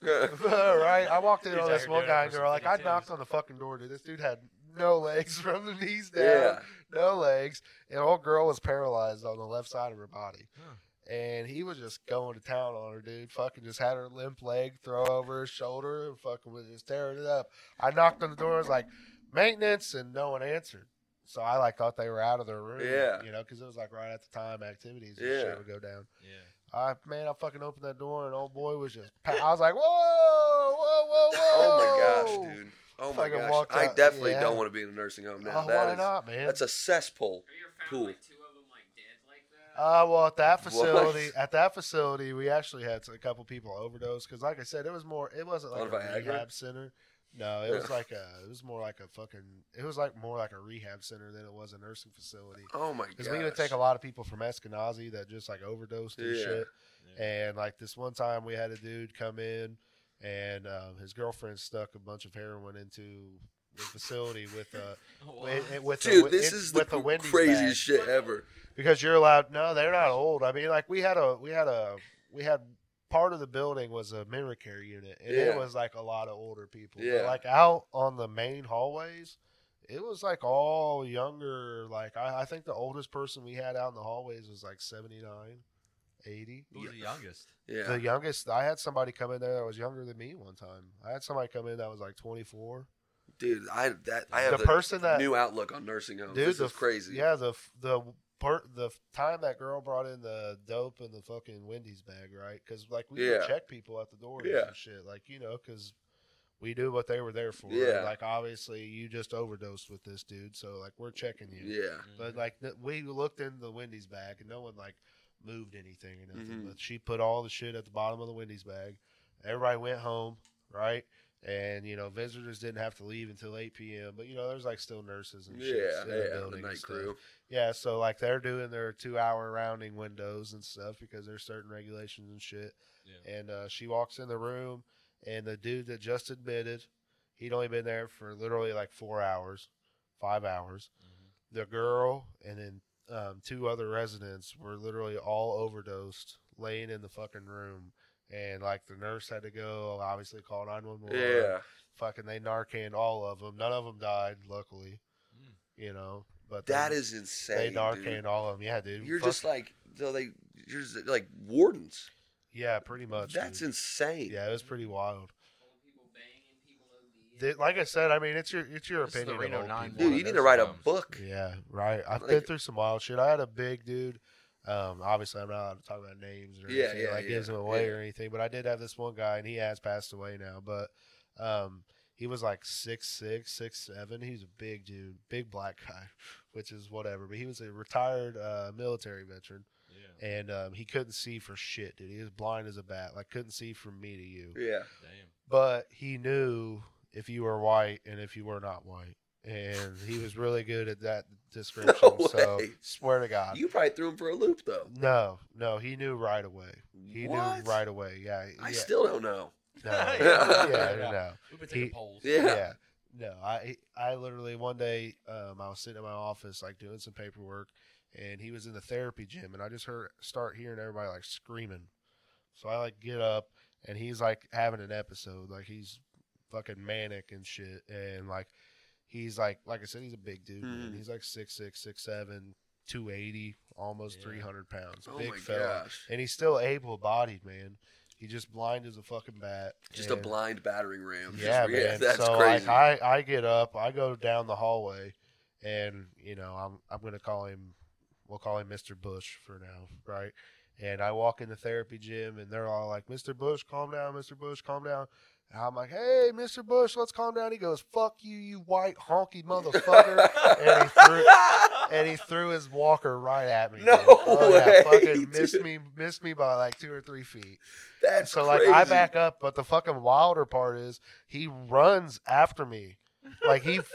[SPEAKER 4] to
[SPEAKER 1] [laughs]
[SPEAKER 4] 100s.
[SPEAKER 1] right, I walked in
[SPEAKER 3] He's
[SPEAKER 1] on
[SPEAKER 3] out
[SPEAKER 1] this
[SPEAKER 3] here
[SPEAKER 1] one
[SPEAKER 3] doing it
[SPEAKER 1] guy
[SPEAKER 3] for
[SPEAKER 1] and girl. Like
[SPEAKER 3] some
[SPEAKER 1] I
[SPEAKER 3] fifty
[SPEAKER 1] knocked
[SPEAKER 3] twos.
[SPEAKER 1] on the fucking door, dude. This dude had no legs [laughs] from the knees down,
[SPEAKER 2] yeah.
[SPEAKER 1] no legs, and old girl was paralyzed on the left side of her body.
[SPEAKER 3] Huh.
[SPEAKER 1] And he was just going to town on her, dude. Fucking just had her limp leg throw over her shoulder and fucking was just tearing it up. I knocked on the door. I was like, maintenance, and no one answered. So I like thought they were out of their room.
[SPEAKER 2] Yeah.
[SPEAKER 1] you know, because it was like right at the time activities and
[SPEAKER 2] Yeah.
[SPEAKER 1] shit would go down.
[SPEAKER 3] [laughs] Yeah.
[SPEAKER 1] I man, I fucking opened that door and old boy was just. Pa- I was like, whoa, whoa, whoa, whoa.
[SPEAKER 2] [laughs] Oh my gosh, dude. Oh my
[SPEAKER 1] Fucking
[SPEAKER 2] gosh.
[SPEAKER 1] walked
[SPEAKER 2] I
[SPEAKER 1] out,
[SPEAKER 2] definitely
[SPEAKER 1] yeah.
[SPEAKER 2] don't want to be in a nursing home now.
[SPEAKER 1] Oh,
[SPEAKER 2] that
[SPEAKER 1] why
[SPEAKER 2] is,
[SPEAKER 1] not, man?
[SPEAKER 2] that's a cesspool.
[SPEAKER 4] Have you ever found
[SPEAKER 2] Cool.
[SPEAKER 4] like two of them like dead like that?
[SPEAKER 1] uh, well, at that
[SPEAKER 2] What?
[SPEAKER 1] facility, at that facility, we actually had a couple people overdose because, like I said, it was more. It wasn't like
[SPEAKER 2] On
[SPEAKER 1] a
[SPEAKER 2] Viagra?
[SPEAKER 1] rehab center. No, it
[SPEAKER 2] Yeah.
[SPEAKER 1] was like a. It was more like a fucking. It was like more like a rehab center than it was a nursing facility.
[SPEAKER 2] Oh my gosh.
[SPEAKER 1] Because we would take a lot of people from Eskenazi that just like overdosed and
[SPEAKER 2] Yeah.
[SPEAKER 1] shit.
[SPEAKER 3] yeah.
[SPEAKER 1] And like this one time, we had a dude come in, and um, his girlfriend stuck a bunch of heroin into the facility with
[SPEAKER 2] [laughs]
[SPEAKER 1] a with,
[SPEAKER 3] What?
[SPEAKER 1] with a,
[SPEAKER 2] Dude,
[SPEAKER 1] wi-
[SPEAKER 2] this
[SPEAKER 1] in-
[SPEAKER 2] is
[SPEAKER 1] with
[SPEAKER 2] the
[SPEAKER 1] a Wendy's
[SPEAKER 2] craziest
[SPEAKER 1] bag.
[SPEAKER 2] shit ever.
[SPEAKER 1] because you're allowed. No, they're not old. I mean, like we had a we had a we had part of the building was a memory care unit, and it
[SPEAKER 2] Yeah.
[SPEAKER 1] was like a lot of older people. But,
[SPEAKER 2] Yeah.
[SPEAKER 1] like out on the main hallways. It was like all younger. Like I, I think the oldest person we had out in the hallways was like 79, 80.
[SPEAKER 3] Who's the youngest?
[SPEAKER 2] Yeah.
[SPEAKER 1] The youngest, I had somebody come in there that was younger than me one time. I had somebody come in that was like 24.
[SPEAKER 2] Dude, I that I have
[SPEAKER 1] the person that
[SPEAKER 2] new outlook on nursing homes.
[SPEAKER 1] dude,
[SPEAKER 2] this
[SPEAKER 1] the
[SPEAKER 2] is
[SPEAKER 1] f-
[SPEAKER 2] crazy.
[SPEAKER 1] Yeah, the f- the per, the f- time that girl brought in the dope and the fucking Wendy's bag, right? Because like we would
[SPEAKER 2] Yeah.
[SPEAKER 1] check people at the doors
[SPEAKER 2] Yeah.
[SPEAKER 1] and shit, like you know, because we knew what they were there for.
[SPEAKER 2] Yeah.
[SPEAKER 1] like obviously you just overdosed with this dude, so like we're checking you.
[SPEAKER 2] Yeah.
[SPEAKER 3] Mm-hmm.
[SPEAKER 1] But like th- we looked in the Wendy's bag and no one like moved anything or nothing.
[SPEAKER 2] Mhm.
[SPEAKER 1] But she put all the shit at the bottom of the Wendy's bag. Everybody went home, right? And you know, visitors didn't have to leave until eight p.m. But you know, there's like still nurses and
[SPEAKER 2] Yeah,
[SPEAKER 1] shit
[SPEAKER 2] yeah,
[SPEAKER 1] in the
[SPEAKER 2] the
[SPEAKER 1] building and
[SPEAKER 2] night
[SPEAKER 1] stuff.
[SPEAKER 2] crew.
[SPEAKER 1] Yeah, so like they're doing their two-hour rounding windows and stuff because there's certain regulations and shit
[SPEAKER 3] Yeah.
[SPEAKER 1] and uh, she walks in the room, and the dude that just admitted, he'd only been there for literally like four hours, five hours.
[SPEAKER 3] Mm-hmm.
[SPEAKER 1] The girl and then um, two other residents were literally all overdosed, laying in the fucking room, and like the nurse had to go, obviously call nine one one.
[SPEAKER 2] Yeah.
[SPEAKER 1] fucking they Narcaned all of them. None of them died, luckily,
[SPEAKER 3] Mm.
[SPEAKER 1] you know. But
[SPEAKER 2] That
[SPEAKER 1] they,
[SPEAKER 2] is
[SPEAKER 1] they
[SPEAKER 2] insane.
[SPEAKER 1] Narcaned
[SPEAKER 2] dude.
[SPEAKER 1] all of them. Yeah, dude.
[SPEAKER 2] You're
[SPEAKER 1] Fuck-
[SPEAKER 2] just like so they you're just like wardens.
[SPEAKER 1] yeah, pretty much.
[SPEAKER 2] That's
[SPEAKER 1] dude.
[SPEAKER 2] insane.
[SPEAKER 1] yeah, it was pretty wild.
[SPEAKER 4] Old people banging, people OD.
[SPEAKER 1] Th- like I said, I mean, it's your it's your
[SPEAKER 3] This is the
[SPEAKER 1] opinion. of
[SPEAKER 3] Reno
[SPEAKER 1] old
[SPEAKER 3] 9
[SPEAKER 1] people.
[SPEAKER 2] Dude,
[SPEAKER 3] Well,
[SPEAKER 2] you need to
[SPEAKER 3] nursing
[SPEAKER 2] write a
[SPEAKER 3] homes.
[SPEAKER 2] book.
[SPEAKER 1] Yeah, right. I've
[SPEAKER 2] Like-
[SPEAKER 1] been through some wild shit. I had a big dude. Um, obviously, I'm not allowed to talk about names or
[SPEAKER 2] Yeah,
[SPEAKER 1] anything
[SPEAKER 2] yeah,
[SPEAKER 1] like gives
[SPEAKER 2] yeah,
[SPEAKER 1] them away
[SPEAKER 2] yeah.
[SPEAKER 1] or anything. But I did have this one guy, and he has passed away now. But um, he was like six six, six seven. He was a big dude, big black [laughs] guy, which is whatever. But he was a retired uh, military veteran,
[SPEAKER 3] Yeah.
[SPEAKER 1] and um, he couldn't see for shit, dude. He was blind as a bat. Like couldn't see from me to you
[SPEAKER 2] Yeah.
[SPEAKER 3] Damn.
[SPEAKER 1] but he knew if you were white and if you were not white. And he was really good at that description.
[SPEAKER 2] [laughs] No
[SPEAKER 1] so
[SPEAKER 2] way.
[SPEAKER 1] swear to God.
[SPEAKER 2] You probably threw him for a loop though.
[SPEAKER 1] no, no, he knew right away. He
[SPEAKER 2] What?
[SPEAKER 1] knew right away. Yeah.
[SPEAKER 2] I
[SPEAKER 1] yeah,
[SPEAKER 2] still don't know. [laughs]
[SPEAKER 1] no,
[SPEAKER 2] Yeah.
[SPEAKER 1] yeah, no.
[SPEAKER 3] We've been taking
[SPEAKER 1] He-
[SPEAKER 3] polls.
[SPEAKER 2] Yeah.
[SPEAKER 1] Yeah. [laughs] No, I I literally one day um, I was sitting in my office like doing some paperwork, and he was in the therapy gym, and I just heard start hearing everybody like screaming. So I like get up, and he's like having an episode, like he's fucking manic and shit, and like he's like like I said, he's a big dude. man.
[SPEAKER 2] Mhm.
[SPEAKER 1] He's like six six six seven. 280, almost
[SPEAKER 3] Yeah.
[SPEAKER 1] 300 pounds.
[SPEAKER 2] Oh
[SPEAKER 1] big
[SPEAKER 2] my
[SPEAKER 1] fella.
[SPEAKER 2] gosh.
[SPEAKER 1] And he's still able bodied, man. He just blind as a fucking bat.
[SPEAKER 2] Just a
[SPEAKER 1] and-
[SPEAKER 2] blind battering ram.
[SPEAKER 1] yeah,
[SPEAKER 2] Just-
[SPEAKER 1] man.
[SPEAKER 2] that's
[SPEAKER 1] so
[SPEAKER 2] crazy.
[SPEAKER 1] like I, [laughs] I get up, I go down the hallway, and you know I'm I'm gonna call him, we'll call him Mr. Bush for now, right? And I walk in the therapy gym, and they're all like, "Mr. Bush, calm down, Mr. Bush, calm down." And I'm like, "Hey, Mr. Bush, let's calm down." He goes, "Fuck you, you white honky motherfucker," and he threw. And he threw his walker right at me.
[SPEAKER 2] [laughs] No
[SPEAKER 1] dude. Oh, yeah,
[SPEAKER 2] way,
[SPEAKER 1] fucking missed
[SPEAKER 2] [laughs] dude.
[SPEAKER 1] me, missed me by like two or three feet.
[SPEAKER 2] [laughs] that's
[SPEAKER 1] So like
[SPEAKER 2] crazy.
[SPEAKER 1] I back up, but the fucking wilder part is he runs after me, like he
[SPEAKER 2] [laughs]
[SPEAKER 1] f-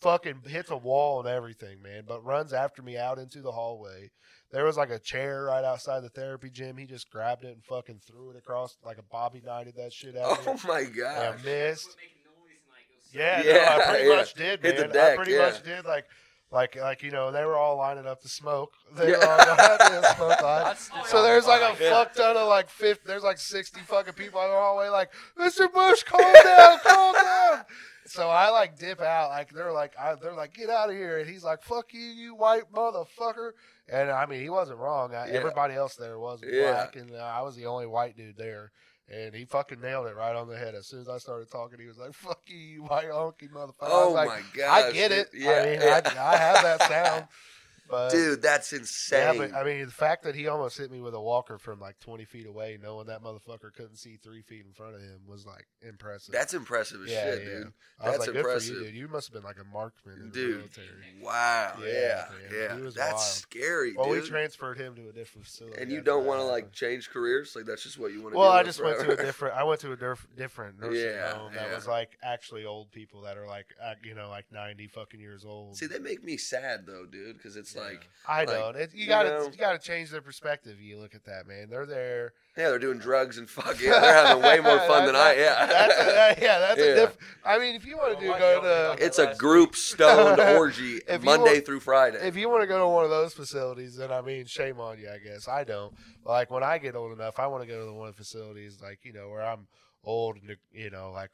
[SPEAKER 1] fucking hits a wall and everything, man. But runs after me out into the hallway. There was like a chair right outside the therapy gym. He just grabbed it and fucking threw it across like a bobby knighted that shit out.
[SPEAKER 2] Oh my
[SPEAKER 1] and I
[SPEAKER 2] gosh.
[SPEAKER 1] missed.
[SPEAKER 4] Quit
[SPEAKER 1] Yeah,
[SPEAKER 4] making noise and like go sit
[SPEAKER 2] Yeah,
[SPEAKER 1] no, I pretty
[SPEAKER 2] yeah.
[SPEAKER 1] much did, man.
[SPEAKER 2] Hit the deck,
[SPEAKER 1] I pretty
[SPEAKER 2] yeah.
[SPEAKER 1] much did. Like, like, like you know, they were all lining up to smoke. They
[SPEAKER 2] Yeah.
[SPEAKER 1] were all [laughs] lining up to
[SPEAKER 2] [laughs]
[SPEAKER 1] smoke line.
[SPEAKER 3] That's-
[SPEAKER 4] Oh,
[SPEAKER 1] So there's like a
[SPEAKER 3] fine.
[SPEAKER 2] Yeah.
[SPEAKER 1] fuck ton of like fifty. There's like sixty fucking people in the hallway. Like, Mr. Bush, calm down,
[SPEAKER 2] [laughs]
[SPEAKER 1] calm down. So I like dip out. Like they're like I, they're like get out of here, and he's like fuck you, you white motherfucker. And I mean he wasn't wrong. I,
[SPEAKER 2] Yeah.
[SPEAKER 1] Everybody else there was
[SPEAKER 2] Yeah.
[SPEAKER 1] black, and uh, I was the only white dude there. And he fucking nailed it right on the head. As soon as I started talking, he was like, "Fuck you, you white honky motherfucker." I
[SPEAKER 2] Oh
[SPEAKER 1] was like,
[SPEAKER 2] my god!
[SPEAKER 1] I get it.
[SPEAKER 2] Yeah,
[SPEAKER 1] I mean, I, I have that
[SPEAKER 2] [laughs]
[SPEAKER 1] sound. But
[SPEAKER 2] dude, that's
[SPEAKER 1] yeah,
[SPEAKER 2] insane.
[SPEAKER 1] but I mean, the fact that he almost hit me with a walker from like 20 feet away, knowing that motherfucker couldn't see three feet in front of him, was like impressive.
[SPEAKER 2] that's impressive as
[SPEAKER 1] Yeah,
[SPEAKER 2] shit,
[SPEAKER 1] yeah. I
[SPEAKER 2] dude.
[SPEAKER 1] was
[SPEAKER 2] that's
[SPEAKER 1] like, Good
[SPEAKER 2] impressive.
[SPEAKER 1] for you, dude. You must have been like a marksman in
[SPEAKER 2] Dude.
[SPEAKER 1] the military.
[SPEAKER 2] Wow.
[SPEAKER 1] Yeah,
[SPEAKER 2] Yeah.
[SPEAKER 1] man,
[SPEAKER 2] Yeah.
[SPEAKER 1] he was
[SPEAKER 2] That's
[SPEAKER 1] wild.
[SPEAKER 2] scary,
[SPEAKER 1] Well, we
[SPEAKER 2] dude.
[SPEAKER 1] transferred him to a different facility.
[SPEAKER 2] and you
[SPEAKER 1] after
[SPEAKER 2] don't
[SPEAKER 1] that
[SPEAKER 2] want to like [laughs]
[SPEAKER 1] happened.
[SPEAKER 2] change careers. Like that's just what you want to.
[SPEAKER 1] Well,
[SPEAKER 2] do
[SPEAKER 1] I
[SPEAKER 2] with
[SPEAKER 1] just went to
[SPEAKER 2] forever.
[SPEAKER 1] a different. I went to a derf,
[SPEAKER 2] [laughs]
[SPEAKER 1] different nursing
[SPEAKER 2] Yeah,
[SPEAKER 1] home that
[SPEAKER 2] yeah.
[SPEAKER 1] was like actually old people that are like, uh, you know, like ninety fucking years old.
[SPEAKER 2] See, they make me sad though, dude, because it's
[SPEAKER 3] Yeah.
[SPEAKER 2] like,
[SPEAKER 1] I
[SPEAKER 2] like,
[SPEAKER 1] know it, you,
[SPEAKER 2] you
[SPEAKER 1] gotta
[SPEAKER 2] know-
[SPEAKER 1] you gotta change their perspective. You look at that man. They're there.
[SPEAKER 2] yeah, they're doing drugs and fuck yeah, they're having
[SPEAKER 1] [laughs]
[SPEAKER 2] way more fun than I. Yeah,
[SPEAKER 1] That's a, that- yeah, that's
[SPEAKER 2] Yeah.
[SPEAKER 1] a diff. I mean, if you want to do
[SPEAKER 3] Well,
[SPEAKER 1] go
[SPEAKER 3] why don't
[SPEAKER 1] to
[SPEAKER 3] you-
[SPEAKER 2] [laughs] it's a group
[SPEAKER 1] [laughs]
[SPEAKER 2] stoned orgy
[SPEAKER 1] If you
[SPEAKER 2] Monday
[SPEAKER 1] were-
[SPEAKER 2] through Friday.
[SPEAKER 1] if you want to go to one of those facilities, then I mean, shame on you. I guess I don't. Like when I get old enough, I want to go to the one of the facilities like you know where I'm old and you know like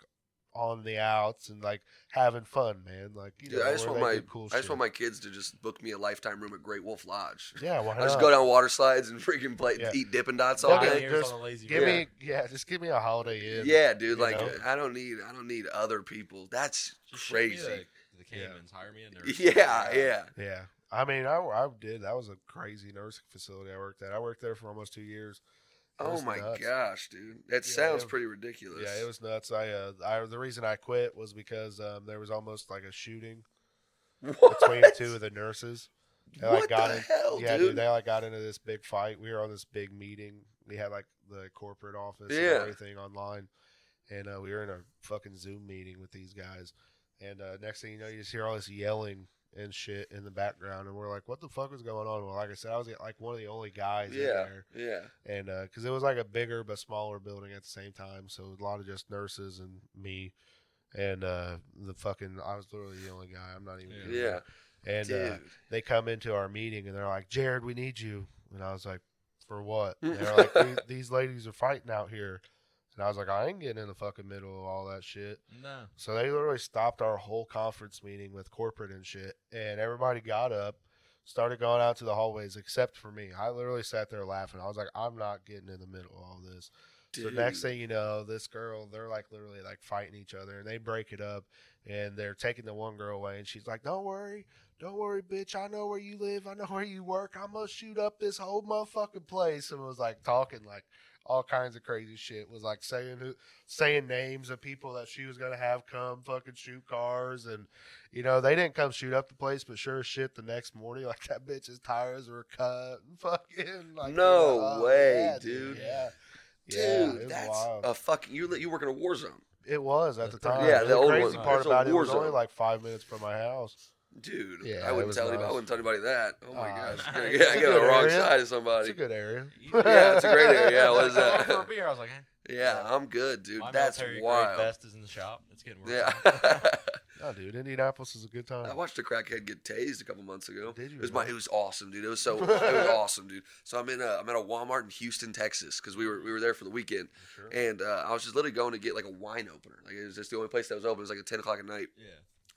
[SPEAKER 1] on the outs and like having fun, man. Like you
[SPEAKER 2] Dude,
[SPEAKER 1] know,
[SPEAKER 2] I just
[SPEAKER 1] where
[SPEAKER 2] want
[SPEAKER 1] they
[SPEAKER 2] my
[SPEAKER 1] do cool
[SPEAKER 2] I just
[SPEAKER 1] shit.
[SPEAKER 2] want my kids to just book me a lifetime room at Great Wolf Lodge.
[SPEAKER 1] yeah. Why
[SPEAKER 2] I just
[SPEAKER 1] not?
[SPEAKER 2] go down water slides and [laughs] freaking play,
[SPEAKER 1] Yeah.
[SPEAKER 2] eat Dippin' Dots all
[SPEAKER 1] Dog
[SPEAKER 3] Nine
[SPEAKER 1] Okay,
[SPEAKER 2] day.
[SPEAKER 3] years
[SPEAKER 1] just
[SPEAKER 3] on the lazy
[SPEAKER 1] Give
[SPEAKER 3] river.
[SPEAKER 1] me yeah, just give me a holiday
[SPEAKER 2] Yeah,
[SPEAKER 1] inn.
[SPEAKER 2] dude.
[SPEAKER 1] you
[SPEAKER 2] Like
[SPEAKER 1] know?
[SPEAKER 2] I don't need I don't need other people. That's
[SPEAKER 3] Just ship me
[SPEAKER 2] [laughs] crazy.
[SPEAKER 3] The, the Caymans hire me a nurse.
[SPEAKER 2] Yeah, yeah.
[SPEAKER 1] [laughs] Yeah. I mean, I, I did. That was a crazy nursing facility I worked at. I worked there for almost two years. It
[SPEAKER 2] Oh
[SPEAKER 1] was
[SPEAKER 2] my
[SPEAKER 1] nuts.
[SPEAKER 2] gosh, dude. That
[SPEAKER 1] Yeah,
[SPEAKER 2] sounds
[SPEAKER 1] it-
[SPEAKER 2] pretty ridiculous.
[SPEAKER 1] Yeah, it
[SPEAKER 2] [laughs]
[SPEAKER 1] was nuts. I, uh, I the reason I quit was because um, there was almost like a shooting
[SPEAKER 2] [laughs] what?
[SPEAKER 1] between two of the nurses. They like
[SPEAKER 2] what
[SPEAKER 1] got
[SPEAKER 2] the
[SPEAKER 1] in-
[SPEAKER 2] hell,
[SPEAKER 1] yeah,
[SPEAKER 2] dude?
[SPEAKER 1] They like got into this big fight. We were on this big meeting. We had like the corporate office
[SPEAKER 2] Yeah.
[SPEAKER 1] and everything online, and uh, we were in a fucking Zoom meeting with these guys. And uh, next thing you know, you just hear all this yelling and shit in the background, and we're like, "What the fuck was going on?" Well, like I said, I was like one of the only guys in
[SPEAKER 2] yeah,
[SPEAKER 1] there,
[SPEAKER 2] yeah.
[SPEAKER 1] and because it was like a bigger but smaller building at the same time, so it was a lot of just nurses and me. And uh, the fucking, I was literally the only guy. I'm not even.
[SPEAKER 3] Yeah.
[SPEAKER 1] kidding.
[SPEAKER 2] Yeah,
[SPEAKER 1] And
[SPEAKER 2] dude.
[SPEAKER 1] uh, they come into our meeting and they're like, Jared, we need you. And I was like, for what? And They're
[SPEAKER 2] [laughs]
[SPEAKER 1] like, "These- these ladies are fighting out here. And I was like, I ain't getting in the fucking middle of all that shit.
[SPEAKER 3] No. [laughs]
[SPEAKER 1] So they literally stopped our whole conference meeting with corporate and shit. And everybody got up, started going out to the hallways, except for me. I literally sat there laughing. I was like, I'm not getting in the middle of all this. So
[SPEAKER 2] Dude.
[SPEAKER 1] next thing you know, this girl, they're like literally like fighting each other and they break it up and they're taking the one girl away and she's like, Don't worry, don't worry, bitch. I know where you live, I know where you work, I must shoot up this whole motherfucking place and was like talking like all kinds of crazy shit. Was like saying who saying names of people that she was gonna have come fucking shoot cars and you know, they didn't come shoot up the place, but sure as shit the next morning, [laughs] like that bitch's tires were cut [laughs] and fucking like you know,
[SPEAKER 2] No
[SPEAKER 1] oh,
[SPEAKER 2] way,
[SPEAKER 1] yeah,
[SPEAKER 2] dude.
[SPEAKER 1] Yeah.
[SPEAKER 2] dude,
[SPEAKER 1] Yeah, it was
[SPEAKER 2] that's
[SPEAKER 1] wild.
[SPEAKER 2] a fucking. You li- you work in a war zone,
[SPEAKER 1] It was at the
[SPEAKER 3] The
[SPEAKER 1] time.
[SPEAKER 3] Yeah,
[SPEAKER 1] And
[SPEAKER 3] the
[SPEAKER 1] the,
[SPEAKER 3] old
[SPEAKER 1] crazy
[SPEAKER 3] one.
[SPEAKER 1] part
[SPEAKER 2] It's a
[SPEAKER 1] about it
[SPEAKER 2] war
[SPEAKER 1] was only
[SPEAKER 2] zone.
[SPEAKER 1] like five minutes from my house.
[SPEAKER 2] dude.
[SPEAKER 1] Yeah, it
[SPEAKER 2] I wouldn't
[SPEAKER 1] was
[SPEAKER 2] tell anybody. I
[SPEAKER 1] nice.
[SPEAKER 2] wouldn't tell anybody that. Oh my
[SPEAKER 1] Ah. [laughs]
[SPEAKER 2] gosh, I'm gonna get, I get on the wrong
[SPEAKER 1] Yeah.
[SPEAKER 2] side of
[SPEAKER 1] It's
[SPEAKER 2] somebody.
[SPEAKER 1] a good area.
[SPEAKER 2] Yeah, it's a great
[SPEAKER 3] [laughs]
[SPEAKER 2] area. Yeah, what is
[SPEAKER 3] I
[SPEAKER 2] that? [laughs]
[SPEAKER 1] [laughs]
[SPEAKER 3] went for a beer. I was like, eh,
[SPEAKER 2] Yeah, I'm good, dude.
[SPEAKER 3] my
[SPEAKER 2] That's
[SPEAKER 3] military grade
[SPEAKER 2] wild.
[SPEAKER 3] vest is in the shop. It's getting worse.
[SPEAKER 2] Yeah.
[SPEAKER 1] No, dude, Indianapolis is a good
[SPEAKER 2] [laughs] I
[SPEAKER 1] time.
[SPEAKER 2] watched a crackhead get tased a couple months ago.
[SPEAKER 1] Did you
[SPEAKER 2] It was my,
[SPEAKER 1] really?
[SPEAKER 2] it was awesome, dude.
[SPEAKER 1] [laughs]
[SPEAKER 2] It was so, it was awesome, dude. So I'm in a, I'm at a Walmart in Houston, Texas, because we were, we were there for the weekend,
[SPEAKER 1] Sure.
[SPEAKER 2] and uh, I was just literally going to get like a wine opener. Like it was just the only place that was open. It was like at 10 o'clock at night.
[SPEAKER 3] yeah.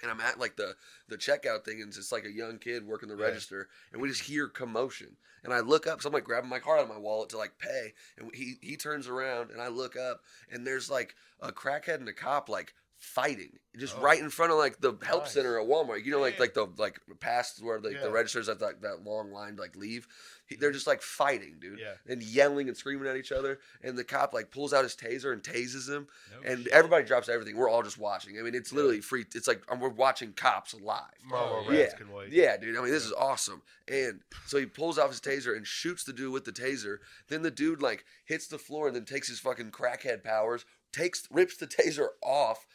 [SPEAKER 2] and I'm at like the the checkout thing, and it's just like a young kid working the
[SPEAKER 1] Yeah.
[SPEAKER 2] register, and we just hear commotion, and I look up, so I'm like grabbing my card out of my wallet to like pay, and he he turns around, and I look up, and there's like a crackhead and a cop like fighting just
[SPEAKER 1] Oh.
[SPEAKER 2] right in front of like the help
[SPEAKER 1] Nice.
[SPEAKER 2] center at Walmart. You know, like
[SPEAKER 3] Yeah.
[SPEAKER 2] like the like past where like
[SPEAKER 1] Yeah.
[SPEAKER 2] the registers at that that long line to, like leave. He, they're just like fighting, dude.
[SPEAKER 1] Yeah.
[SPEAKER 2] And yelling and screaming at each other, and the cop like pulls out his taser and tases him,
[SPEAKER 3] No
[SPEAKER 2] and
[SPEAKER 3] Oh, shit.
[SPEAKER 2] everybody drops everything. We're all just watching. I mean, it's literally free. It's like um, we're watching cops live.
[SPEAKER 1] Marlboro
[SPEAKER 2] Yeah.
[SPEAKER 1] Reds can wait.
[SPEAKER 2] Yeah, dude. I mean, this is awesome. And so he pulls off his taser and shoots the dude with the taser. Then the dude like hits the floor and then takes his fucking crackhead powers, takes rips the taser off.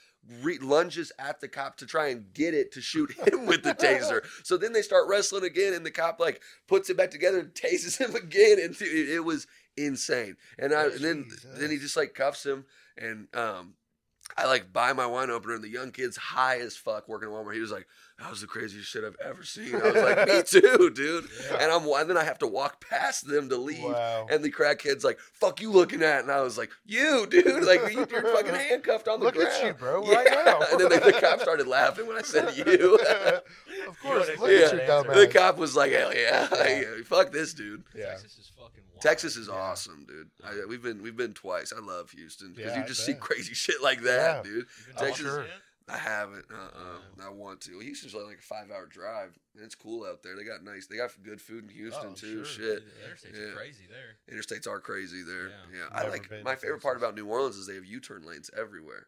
[SPEAKER 2] Re- lunges at the cop to try and get it to shoot him with the taser. So then they start wrestling again, and the cop like puts it back together and tases him again. And dude, it was insane. And I and then
[SPEAKER 1] Jesus.
[SPEAKER 2] then he just like cuffs him, and um, I like buy my wine opener and the young kid's high as fuck working at Walmart. He was like, "That was the craziest shit I've ever seen." I was
[SPEAKER 1] [laughs]
[SPEAKER 2] like, "Me too, dude." [laughs] And I'm and then I have to walk past them to leave.
[SPEAKER 1] Wow.
[SPEAKER 2] And the crackhead's like, "Fuck you looking at?" And I was like, "You, dude! Like you,
[SPEAKER 1] [laughs]
[SPEAKER 2] you're fucking handcuffed on the
[SPEAKER 1] Look
[SPEAKER 2] ground."
[SPEAKER 1] at you, bro, right now.
[SPEAKER 2] [laughs] and then the, the
[SPEAKER 1] [laughs]
[SPEAKER 2] cop started laughing when I said you. [laughs]
[SPEAKER 1] of course,
[SPEAKER 3] would've
[SPEAKER 1] look
[SPEAKER 2] given
[SPEAKER 1] at your
[SPEAKER 3] that
[SPEAKER 1] dumb
[SPEAKER 2] the
[SPEAKER 1] ass.
[SPEAKER 2] cop was like, "Hell yeah, [laughs] Like, fuck this dude."
[SPEAKER 1] Yeah.
[SPEAKER 3] Texas is fucking wild.
[SPEAKER 2] Texas is
[SPEAKER 1] Yeah.
[SPEAKER 2] awesome, dude. I, we've been we've been twice. I love Houston because
[SPEAKER 1] Yeah,
[SPEAKER 2] you
[SPEAKER 1] I
[SPEAKER 2] just see
[SPEAKER 1] bet.
[SPEAKER 2] crazy shit like that,
[SPEAKER 1] Yeah.
[SPEAKER 2] dude.
[SPEAKER 3] You've been to
[SPEAKER 2] Texas-
[SPEAKER 3] Austin yet?
[SPEAKER 2] I haven't. Uh-uh. I want to. Houston's like a five-hour drive, and it's cool out there. They got nice. They got good food in Houston
[SPEAKER 1] Oh, sure.
[SPEAKER 2] too. Shit,
[SPEAKER 3] Dude, the interstate's
[SPEAKER 2] Yeah.
[SPEAKER 3] crazy there.
[SPEAKER 2] interstates are crazy there.
[SPEAKER 3] Yeah.
[SPEAKER 2] Yeah, I
[SPEAKER 1] Never
[SPEAKER 2] like.
[SPEAKER 1] been
[SPEAKER 2] My
[SPEAKER 1] to
[SPEAKER 2] favorite part
[SPEAKER 1] Texas.
[SPEAKER 2] about New Orleans is they have U-turn lanes everywhere.